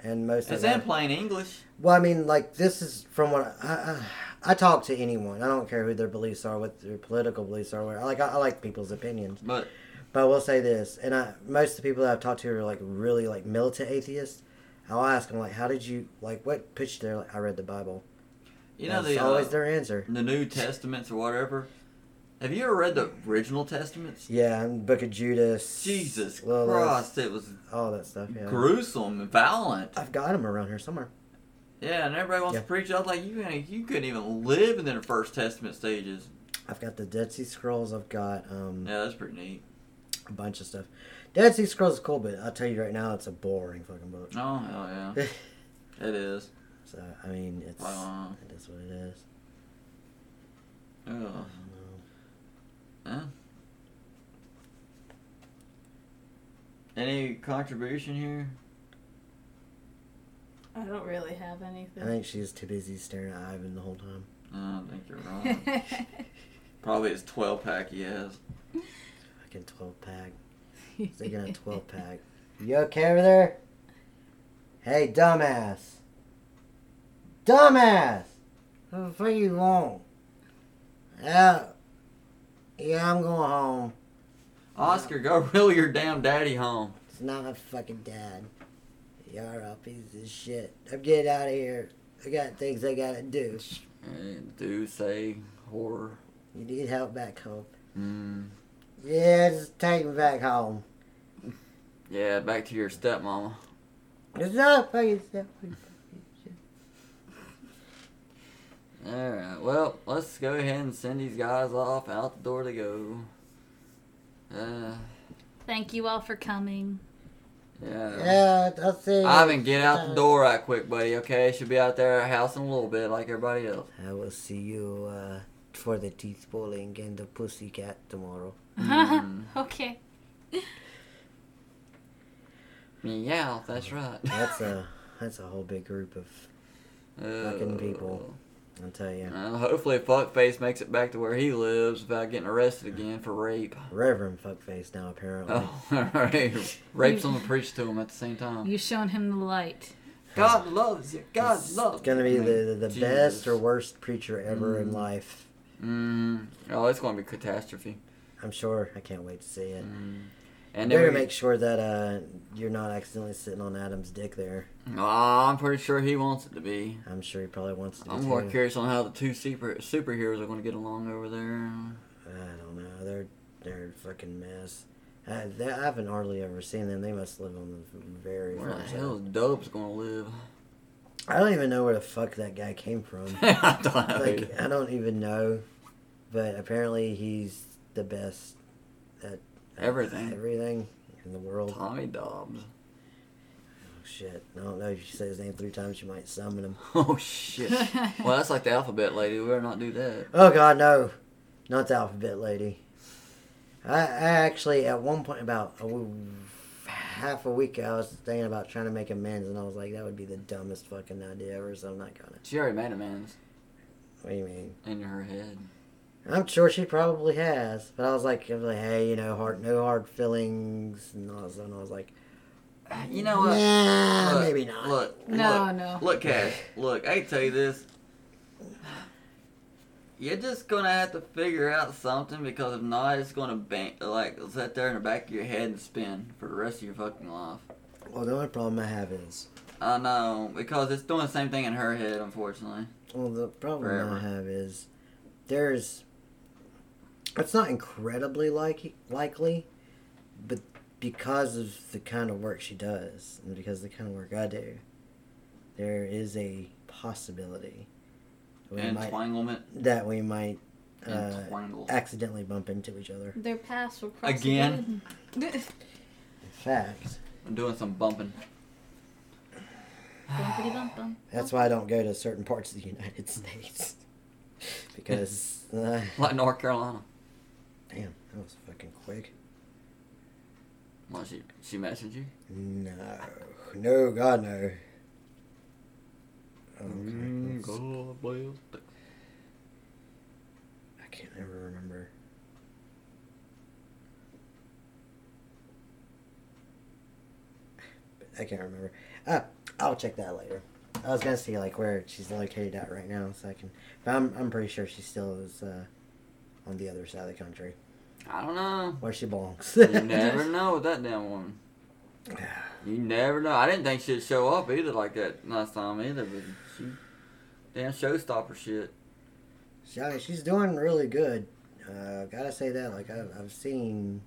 Speaker 2: and most of
Speaker 1: It's in
Speaker 2: them.
Speaker 1: plain English.
Speaker 2: Well, I mean, like this is from what I, I I talk to anyone. I don't care who their beliefs are, what their political beliefs are. Where like I, I like people's opinions.
Speaker 1: But
Speaker 2: But I will say this, and I most of the people that I've talked to are like really like militant atheists. I'll ask them like, "How did you like what pitched there?" Like, I read the Bible.
Speaker 1: you know
Speaker 2: That's
Speaker 1: the
Speaker 2: always
Speaker 1: uh,
Speaker 2: their answer.
Speaker 1: the New Testaments or whatever. Have you ever read the original Testaments?
Speaker 2: Yeah, and Book of Judas.
Speaker 1: Jesus
Speaker 2: Lilith,
Speaker 1: Christ, it was
Speaker 2: All that stuff. Yeah.
Speaker 1: gruesome and violent.
Speaker 2: I've got them around here somewhere.
Speaker 1: Yeah, and everybody wants
Speaker 2: Yeah.
Speaker 1: to preach. I was like, you ain't, you couldn't even live in the First Testament stages.
Speaker 2: I've got the Dead Sea Scrolls. I've got um,
Speaker 1: Yeah, that's pretty neat.
Speaker 2: a bunch of stuff. Dead Sea Scrolls is cool, but I'll tell you right now, it's a boring fucking book.
Speaker 1: Oh hell yeah, it is.
Speaker 2: so I mean, it's
Speaker 1: Wow.
Speaker 2: it is what it is.
Speaker 1: Ugh.
Speaker 2: I don't know.
Speaker 1: Any contribution here?
Speaker 3: I don't really have
Speaker 2: I think she's too busy staring at Ivan the whole time.
Speaker 1: No, I think you're wrong.
Speaker 3: anything.
Speaker 1: Probably his 12 pack he has.
Speaker 2: Fucking 12 pack. He's taking a 12 pack. You okay over there? Hey, dumbass. Dumbass! What the fuck you want? Yeah. Yeah, I'm going home.
Speaker 1: Oscar, go reel your damn daddy home.
Speaker 2: It's not my fucking dad. Y'all are all pieces of shit. I'm getting out of here. I got things I gotta do.
Speaker 1: And do say horror.
Speaker 2: You need help back home.
Speaker 1: Mm.
Speaker 2: Yeah, just take me back home.
Speaker 1: Yeah, back to your stepmama.
Speaker 2: It's not fucking stuff.
Speaker 1: Alright, well, let's go ahead and send these guys off out the door to go. Uh,
Speaker 3: Thank you all for coming.
Speaker 1: yeah.
Speaker 2: Yeah, I'll see.
Speaker 1: Ivan, get out the door right quick, buddy, okay? Should be out there housing a little bit like everybody else.
Speaker 2: I will see you uh, for the teeth pulling and the pussy cat tomorrow.
Speaker 1: Mm.
Speaker 3: okay.
Speaker 1: Meow, that's right.
Speaker 2: That's a that's a whole big group of. fucking people. I'll tell you,
Speaker 1: Uh, hopefully, Fuckface makes it back to where he lives without getting arrested again for rape.
Speaker 2: Reverend fuckface now apparently.
Speaker 1: Oh, alright. Rape's on the preach to him at the same time.
Speaker 3: You showing him the light.
Speaker 1: God loves you. God loves
Speaker 2: It's gonna be the the, the
Speaker 1: Jesus.
Speaker 2: best or worst preacher ever in
Speaker 1: Mm.
Speaker 2: life.
Speaker 1: Mm. Oh, it's going to be catastrophe.
Speaker 2: I'm sure. I can't wait to see it.
Speaker 1: Mm. And
Speaker 2: Better
Speaker 1: then
Speaker 2: make sure that uh, you're not accidentally sitting on Adam's dick there.
Speaker 1: Ah, I'm pretty sure he wants it to be.
Speaker 2: I'm sure he probably wants to. Be
Speaker 1: I'm
Speaker 2: too.
Speaker 1: more curious on how the two super superheroes are going to get along over there.
Speaker 2: I don't know. They're they're a fucking mess. I, they, I haven't hardly ever seen them. They must live on the very
Speaker 1: Where the
Speaker 2: far
Speaker 1: hell
Speaker 2: side.
Speaker 1: is Dub's going to live?
Speaker 2: I don't even know where the fuck that guy came from.
Speaker 1: I don't know. either.
Speaker 2: like I don't even know, but apparently he's the best at
Speaker 1: Everything.
Speaker 2: everything in the world.
Speaker 1: Tommy Dobbs.
Speaker 2: Oh, shit, I don't know. If you say his name three times, you might summon him.
Speaker 1: Oh shit. well, that's like the alphabet lady. We better not do that.
Speaker 2: Oh God, no, not the alphabet lady. I, I actually at one point about a w- half a week I was thinking about trying to make amends, and I was like, that would be the dumbest fucking idea ever. So I'm not gonna.
Speaker 1: She already made amends
Speaker 2: What do you mean?
Speaker 1: in her head.
Speaker 2: I'm sure she probably has, but I was like, I was like, hey, you know, hard, no hard feelings, and all of a sudden I was like,
Speaker 1: You know what?
Speaker 2: Nah,
Speaker 1: Look,
Speaker 2: Uh, maybe not.
Speaker 1: Look,
Speaker 3: No,
Speaker 1: look,
Speaker 3: no.
Speaker 1: Look, Cash. Look, I tell you this. You're just gonna have to figure out something because if not, it's gonna bang, like sit there in the back of your head and spin for the rest of your fucking life.
Speaker 2: Well, the only problem I have is,
Speaker 1: I know because it's doing the same thing in her head, unfortunately.
Speaker 2: well, the problem
Speaker 1: Forever.
Speaker 2: I have is, there's, it's not incredibly like, likely, but because of the kind of work she does and because of the kind of work I do, there is a possibility we might,
Speaker 1: Entwanglement,
Speaker 2: that we might uh,
Speaker 1: entwangle.
Speaker 2: accidentally bump into each other.
Speaker 3: Their paths were
Speaker 1: crossed Again?
Speaker 2: In fact,
Speaker 1: I'm doing some bumping.
Speaker 2: that's why I don't go to certain parts of the United States because. Uh,
Speaker 1: Like North Carolina.
Speaker 2: Damn, that was fucking quick.
Speaker 1: What she she messaged you?
Speaker 2: No, no, God, no. Okay, let's-
Speaker 1: God bless.
Speaker 2: I can't ever remember. I can't remember. Uh, I'll check that later. I was gonna see like where she's located at right now, so I can. But I'm I'm pretty sure she still is uh, on the other side of the country
Speaker 1: I don't know.
Speaker 2: where she belongs.
Speaker 1: You never know with that damn woman. You never know. I didn't think she'd show up either like that last time either, but she damn showstopper shit.
Speaker 2: She, I mean, she's doing really good. Uh, gotta say that. Like I've, I've seen.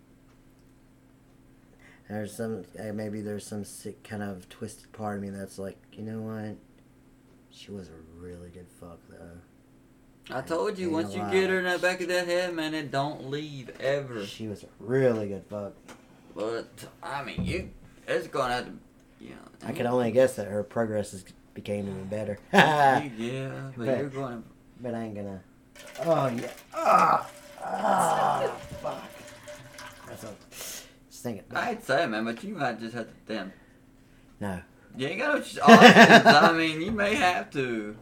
Speaker 2: There's some uh, maybe there's some sick kind of twisted part of me that's like you know what, she was a really good fuck though.
Speaker 1: I told you
Speaker 2: Ain't
Speaker 1: once
Speaker 2: no
Speaker 1: you
Speaker 2: lie.
Speaker 1: get her in the back of that head, man, it don't leave ever.
Speaker 2: She was a really good fuck.
Speaker 1: But I mean, you it's gonna have to, you know.
Speaker 2: I can only guess that her progress has became even better. but
Speaker 1: You- Yeah, but
Speaker 2: But-
Speaker 1: you're gonna.
Speaker 2: I ain't gonna. Oh yeah. Ah. Ah. Fuck. That's a. Just think it.
Speaker 1: I'd say, man, but you might just have to damn.
Speaker 2: No.
Speaker 1: You ain't got no ch- options. I mean, you may have to.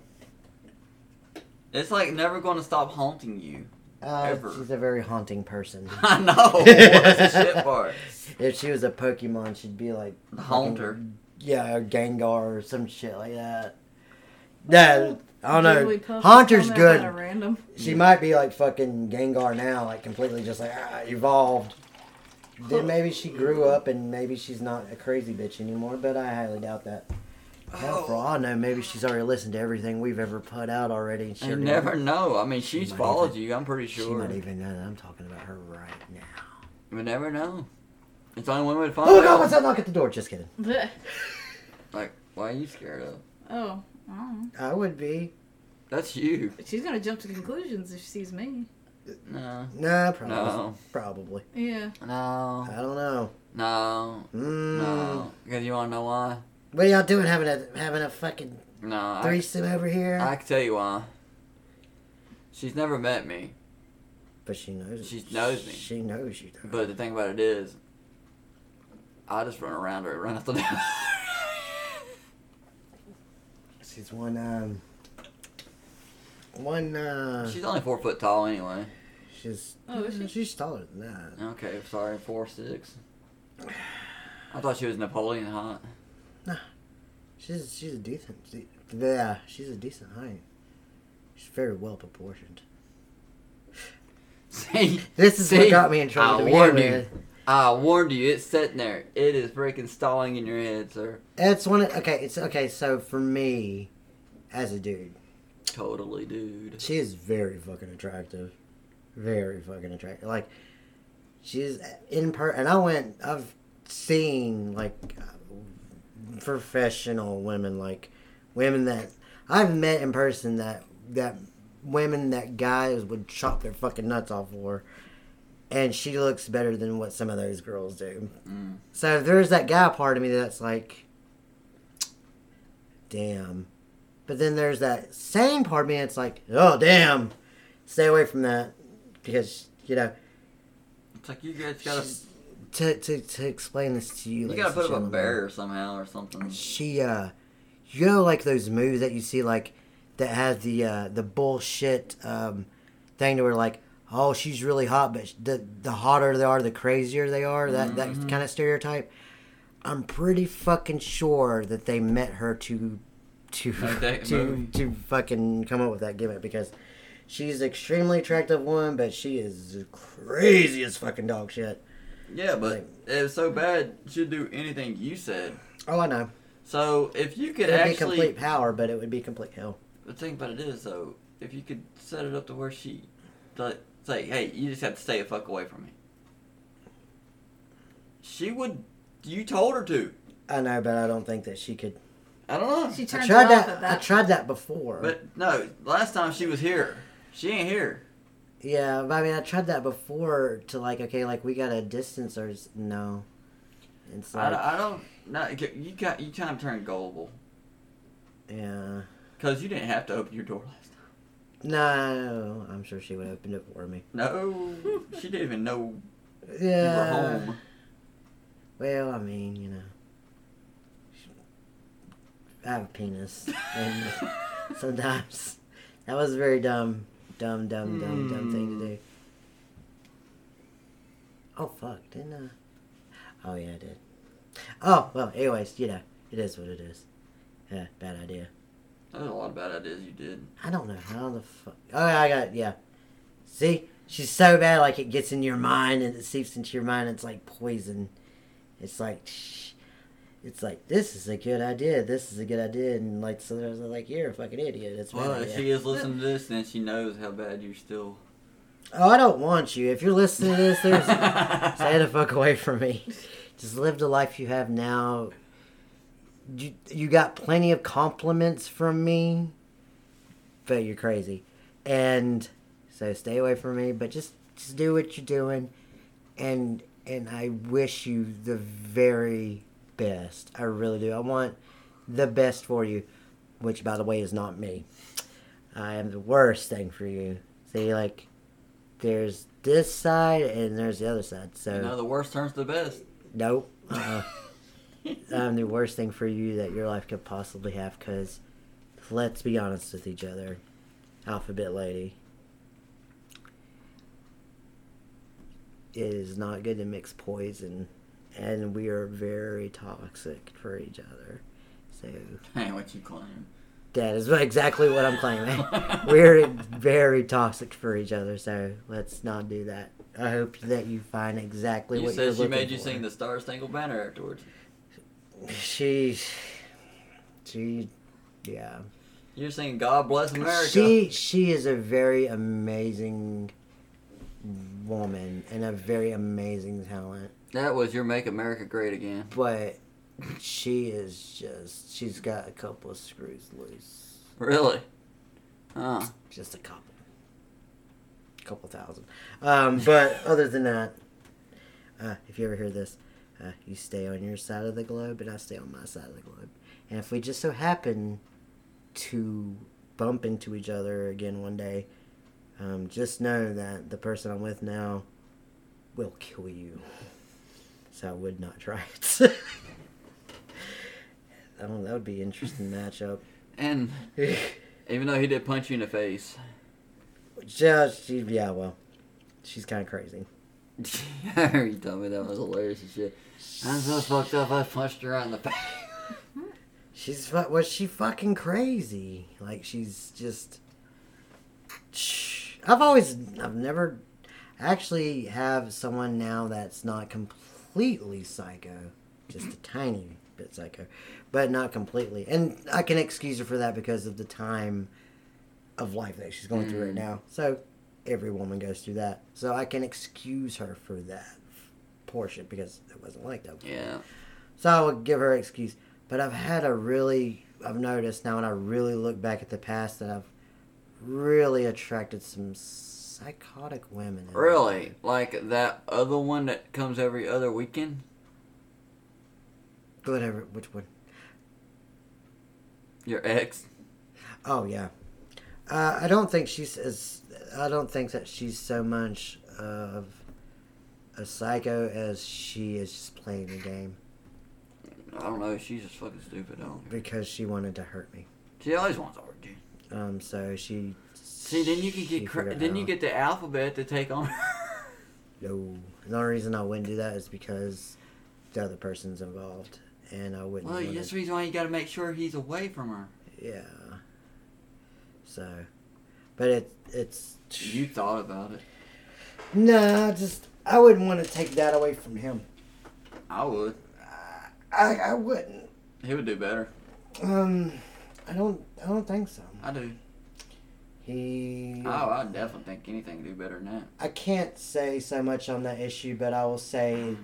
Speaker 1: It's like never going to stop haunting you.
Speaker 2: Uh,
Speaker 1: Ever.
Speaker 2: She's a very haunting person.
Speaker 1: I know. What's the shit part?
Speaker 2: if she was a Pokemon, she'd be like
Speaker 1: Haunter.
Speaker 2: Yeah, or Gengar or some shit like that. That I don't know.
Speaker 3: Jigglypuff
Speaker 2: Haunter's
Speaker 3: coming out
Speaker 2: oh, good.
Speaker 3: of Random.
Speaker 2: She might be like fucking Gengar now, like completely just like ah, evolved. Then maybe she grew up and maybe she's not a crazy bitch anymore, but I highly doubt that. Hell, for all I know, maybe she's already listened to everything we've ever put out already. and she
Speaker 1: You
Speaker 2: already-
Speaker 1: never know. I mean, she's
Speaker 2: might
Speaker 1: followed
Speaker 2: even-
Speaker 1: you. I'm pretty
Speaker 2: She
Speaker 1: sure.
Speaker 2: might even know that I'm talking about her right now.
Speaker 1: You never know. It's only one way to find
Speaker 2: Oh my
Speaker 1: out.
Speaker 2: god, what's that knock at the door? Just kidding.
Speaker 3: Blech.
Speaker 1: Like, why are you scared of?
Speaker 3: Oh, I don't know.
Speaker 2: I would be.
Speaker 1: That's you.
Speaker 3: she's gonna jump to conclusions if she sees me.
Speaker 1: No.
Speaker 2: Nah, probably.
Speaker 1: No.
Speaker 2: Probably.
Speaker 3: Yeah.
Speaker 1: No.
Speaker 2: I don't know.
Speaker 1: No.
Speaker 2: Mm.
Speaker 1: No. Because you want to know why?
Speaker 2: What are y'all doing having a having a fucking
Speaker 1: No. I,
Speaker 2: threesome over here?
Speaker 1: I can tell you why. She's never met me.
Speaker 2: but she knows.
Speaker 1: She knows me.
Speaker 2: She knows you. Though.
Speaker 1: But the thing about it is, I just run around her, run up the down.
Speaker 2: She's one um one uh
Speaker 1: She's only four foot tall anyway.
Speaker 2: she's
Speaker 3: Oh, is she?
Speaker 2: she's taller than that.
Speaker 1: Okay, sorry, four six. I thought she was Napoleon hot.
Speaker 2: She's she's a decent de- yeah, she's a decent height. She's very well proportioned.
Speaker 1: See,
Speaker 2: This is what
Speaker 1: See?
Speaker 2: got me in trouble
Speaker 1: I
Speaker 2: to begin
Speaker 1: warned you.
Speaker 2: with.
Speaker 1: I warned you. It's sitting there. It is freaking stalling in your head, sir.
Speaker 2: It's one of, okay, it's okay, so for me as a dude,
Speaker 1: Totally, dude.
Speaker 2: she is very fucking attractive. Very fucking attractive. Like she's in per and I went I've seen like professional women like women that I've met in person that that women that guys would chop their fucking nuts off for, and she looks better than what some of those girls do.
Speaker 1: Mm.
Speaker 2: So there's that guy part of me that's like, damn, but then there's that same part of me that's like, oh damn, stay away from that because you know
Speaker 1: It's like you guys gotta
Speaker 2: she's- to to to explain this to you.
Speaker 1: you
Speaker 2: ladies
Speaker 1: gotta
Speaker 2: and
Speaker 1: put up a
Speaker 2: gentlemen
Speaker 1: barrier somehow or something.
Speaker 2: she uh you know like those movies that you see like that have the uh the bullshit um thing to where like oh she's really hot but the the hotter they are the crazier they are that
Speaker 1: Mm-hmm.
Speaker 2: that kind of stereotype i'm pretty fucking sure that they met her to to
Speaker 1: Make that
Speaker 2: to,
Speaker 1: movie.
Speaker 2: to fucking come up with that gimmick because she's an extremely attractive one but she is crazy as fucking dog shit
Speaker 1: Yeah, but it was so bad. She'd do anything you said.
Speaker 2: oh i know
Speaker 1: So if you could
Speaker 2: it would be
Speaker 1: actually
Speaker 2: complete power but it would be complete hell
Speaker 1: The thing about it is, though, if you could set it up to where she, like, say, hey, you just have to stay the fuck away from me. She would. You told her to.
Speaker 2: i know but i don't think that she could
Speaker 1: I don't know.
Speaker 3: She
Speaker 2: I
Speaker 3: turns
Speaker 2: tried
Speaker 3: it off
Speaker 2: that,
Speaker 3: at
Speaker 2: I
Speaker 3: that.
Speaker 2: tried that before.
Speaker 1: but no, last time she was here. She ain't here.
Speaker 2: yeah, but I mean, I tried that before to like, okay, like we got a distance or s- no. It's like,
Speaker 1: I, I don't. No, you got. You kind of turned gullible
Speaker 2: yeah,
Speaker 1: because you didn't have to open your door last time.
Speaker 2: no, I'm sure she would have opened it for me.
Speaker 1: No, she didn't even know you were
Speaker 2: Yeah.
Speaker 1: home.
Speaker 2: Well, I mean, you know, I have a penis, and sometimes that was a very dumb, dumb, dumb, dumb, dumb thing to
Speaker 1: Hmm.
Speaker 2: do. Oh fuck! Didn't I? Oh yeah, I did. Oh well. Anyways, you know, it is what it is. Yeah, bad idea.
Speaker 1: There's a lot of bad ideas you did.
Speaker 2: I don't know how the fuck. Oh, I got yeah. See, she's so bad. Like it gets in your mind and it seeps into your mind. It's like poison. It's like, shh. it's like this is a good idea. This is a good idea, and like so there's like you're a fucking idiot. It's a bad
Speaker 1: Well, if
Speaker 2: idea.
Speaker 1: she is listening to this, then she knows how bad you're still.
Speaker 2: Oh, I don't want you. If you're listening to this, there's stay the fuck away from me. Just live the life you have now. You you got plenty of compliments from me, but you're crazy, and so stay away from me. But just just do what you're doing, and and I wish you the very best. I really do. I want the best for you, which by the way is not me. I am the worst thing for you. See, like there's this side and there's the other side. So
Speaker 1: You know, the worst turns to the best.
Speaker 2: Nope. Uh-uh. I'm the worst thing for you that your life could possibly have because let's be honest with each other, alphabet lady. it is not good to mix poison, and we are very toxic for each other. So
Speaker 1: Hey, what you claim?
Speaker 2: that is exactly what I'm claiming. We're very toxic for each other, so let's not do that. I hope that you find exactly
Speaker 1: You
Speaker 2: what you're
Speaker 1: said she
Speaker 2: looking
Speaker 1: made you
Speaker 2: for.
Speaker 1: sing the Star Spangled Banner afterwards.
Speaker 2: She, she, yeah.
Speaker 1: You're singing God Bless America.
Speaker 2: She she is a very amazing woman and a very amazing talent,
Speaker 1: that was your Make America Great Again.
Speaker 2: but she is just she's got a couple of screws loose,
Speaker 1: Really? Huh.
Speaker 2: just a couple, couple thousand. Um, but other than that, uh, if you ever hear this, uh, you stay on your side of the globe and I stay on my side of the globe, and if we just so happen to bump into each other again one day, um, just know that the person I'm with now will kill you. So I would not try it. oh, that would be an interesting matchup.
Speaker 1: And even though he did punch you in the face,
Speaker 2: just she, yeah, well, she's kind of crazy.
Speaker 1: you told me that was hilarious and shit. I'm so fucked up. I punched her right in the face.
Speaker 2: She's fu- was she fucking crazy? Like she's just. I've always, I've never, I actually have someone now that's not completely psycho, just a tiny bit psycho, but not completely. And I can excuse her for that because of the time of life that she's going through right
Speaker 1: Mm.
Speaker 2: now. So every woman goes through that. So I can excuse her for that portion because it wasn't like that.
Speaker 1: Yeah.
Speaker 2: So I would give her an excuse. But I've had a really, I've noticed now when I really look back at the past that I've really attracted some psychotic women. in my
Speaker 1: Really?
Speaker 2: life.
Speaker 1: Like that other one that comes every other weekend?
Speaker 2: Whatever, which one?
Speaker 1: Your ex?
Speaker 2: Oh, yeah. Uh, I don't think she's as, I don't think that she's so much of a psycho as she is just playing the game
Speaker 1: I don't know. She's just fucking stupid. I don't. care.
Speaker 2: because she wanted to hurt me.
Speaker 1: She always wants to hurt you.
Speaker 2: Um, so she.
Speaker 1: See, then you can
Speaker 2: she
Speaker 1: get cr-
Speaker 2: figured
Speaker 1: then you
Speaker 2: out.
Speaker 1: get the alphabet to take on her.
Speaker 2: No. The only reason I wouldn't do that is because the other person's involved, and I wouldn't.
Speaker 1: well,
Speaker 2: wanna-
Speaker 1: that's the reason why you got to make sure he's away from her.
Speaker 2: yeah. So, but it it's
Speaker 1: You thought about it.
Speaker 2: no, I just I wouldn't want to take that away from him.
Speaker 1: I would.
Speaker 2: I I wouldn't.
Speaker 1: He would do better.
Speaker 2: Um, I don't I don't think so.
Speaker 1: I do.
Speaker 2: He.
Speaker 1: Oh, I definitely think anything could do better than
Speaker 2: I can't say so much on that issue, but I will say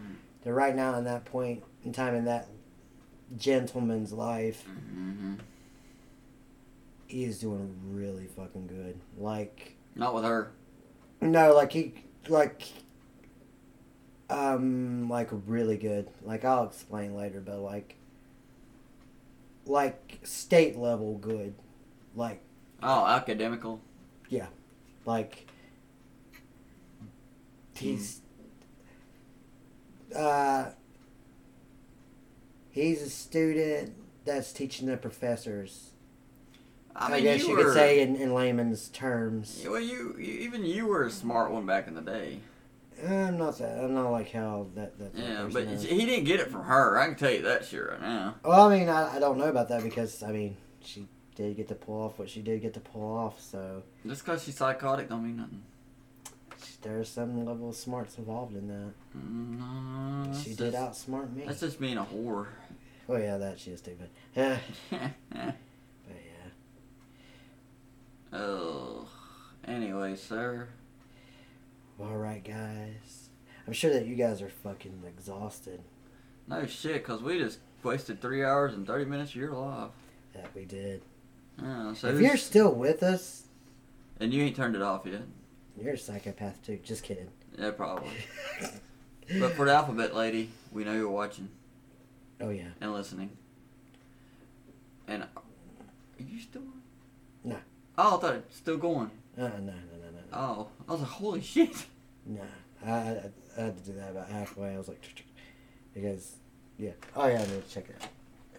Speaker 2: that right now, in that point in time in that gentleman's life,
Speaker 1: that. hmm
Speaker 2: he is doing really fucking good. Like
Speaker 1: Not with her.
Speaker 2: no, like he like um like really good. Like I'll explain later, but like like state level good. Like
Speaker 1: Oh, academical.
Speaker 2: like he's uh he's a student that's teaching the professors.
Speaker 1: I mean,
Speaker 2: guess
Speaker 1: you,
Speaker 2: you
Speaker 1: were,
Speaker 2: could say in, in layman's terms.
Speaker 1: Well, you, you even you were a smart one back in the day.
Speaker 2: I'm not that. I'm not like how that. that
Speaker 1: Yeah,
Speaker 2: person
Speaker 1: but
Speaker 2: is.
Speaker 1: he didn't get it from her. I can tell you that shit right now.
Speaker 2: Well, I mean, I, I don't know about that because I mean, she did get to pull off what she did get to pull off. So
Speaker 1: Just because she's psychotic don't mean nothing.
Speaker 2: there's some level of smarts involved in that.
Speaker 1: No, Mm, that's
Speaker 2: she
Speaker 1: just-
Speaker 2: did outsmart me.
Speaker 1: That's just being a whore.
Speaker 2: Oh yeah, that she is stupid. Yeah, but
Speaker 1: oh. Anyway, sir.
Speaker 2: yeah. All right, guys. I'm sure that you guys are fucking exhausted
Speaker 1: No shit, cause we just wasted three hours and thirty minutes of your life.
Speaker 2: that we did.
Speaker 1: Yeah, so
Speaker 2: if
Speaker 1: who's-
Speaker 2: you're still with us,
Speaker 1: and you ain't turned it off yet.
Speaker 2: you're a psychopath too. Just kidding.
Speaker 1: Yeah, probably. but for the alphabet lady, we know you're watching
Speaker 2: oh yeah.
Speaker 1: and listening. And are you still? on?
Speaker 2: No.
Speaker 1: Oh, I thought it's still going.
Speaker 2: Uh, no, no, no, no, no.
Speaker 1: Oh, I was like, holy shit.
Speaker 2: No, I, I, I had to do that about halfway. I was like, because, yeah. Oh, yeah, I need to check it out.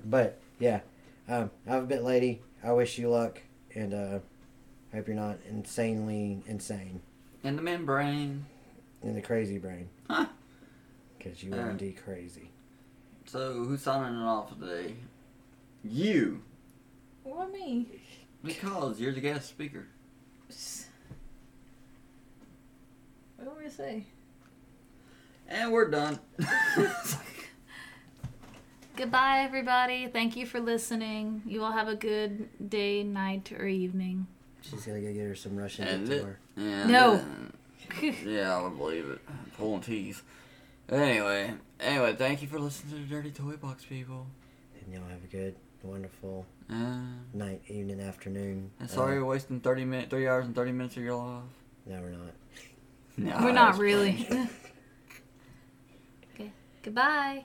Speaker 2: But, yeah, um, Alphabet Lady, I wish you luck, and uh, hope you're not insanely insane.
Speaker 1: And the membrane.
Speaker 2: in the crazy brain.
Speaker 1: Huh.
Speaker 2: Because you
Speaker 1: Yeah.
Speaker 2: are indeed crazy.
Speaker 1: So who's signing off today? You,
Speaker 3: Or me.
Speaker 1: because you're the guest speaker.
Speaker 3: What were we say?
Speaker 1: And we're done.
Speaker 3: Goodbye, everybody. Thank you for listening. You all have a good day, night, or evening.
Speaker 2: She's gonna go get her some Russian
Speaker 1: And it-
Speaker 2: guitar.
Speaker 1: And,
Speaker 3: No.
Speaker 1: uh, yeah, I would believe it. Pulling teeth. Anyway, anyway, thank you for listening to the Dirty Toy Box, people.
Speaker 2: And y'all have a good, wonderful
Speaker 1: Uh,
Speaker 2: night, evening, afternoon.
Speaker 1: and sorry
Speaker 2: Uh,
Speaker 1: you're wasting thirty minutes, three hours and thirty minutes of your life.
Speaker 2: no, we're not.
Speaker 1: No,
Speaker 3: We're
Speaker 1: I
Speaker 3: not
Speaker 1: was
Speaker 3: really.
Speaker 1: playing.
Speaker 3: okay. Goodbye.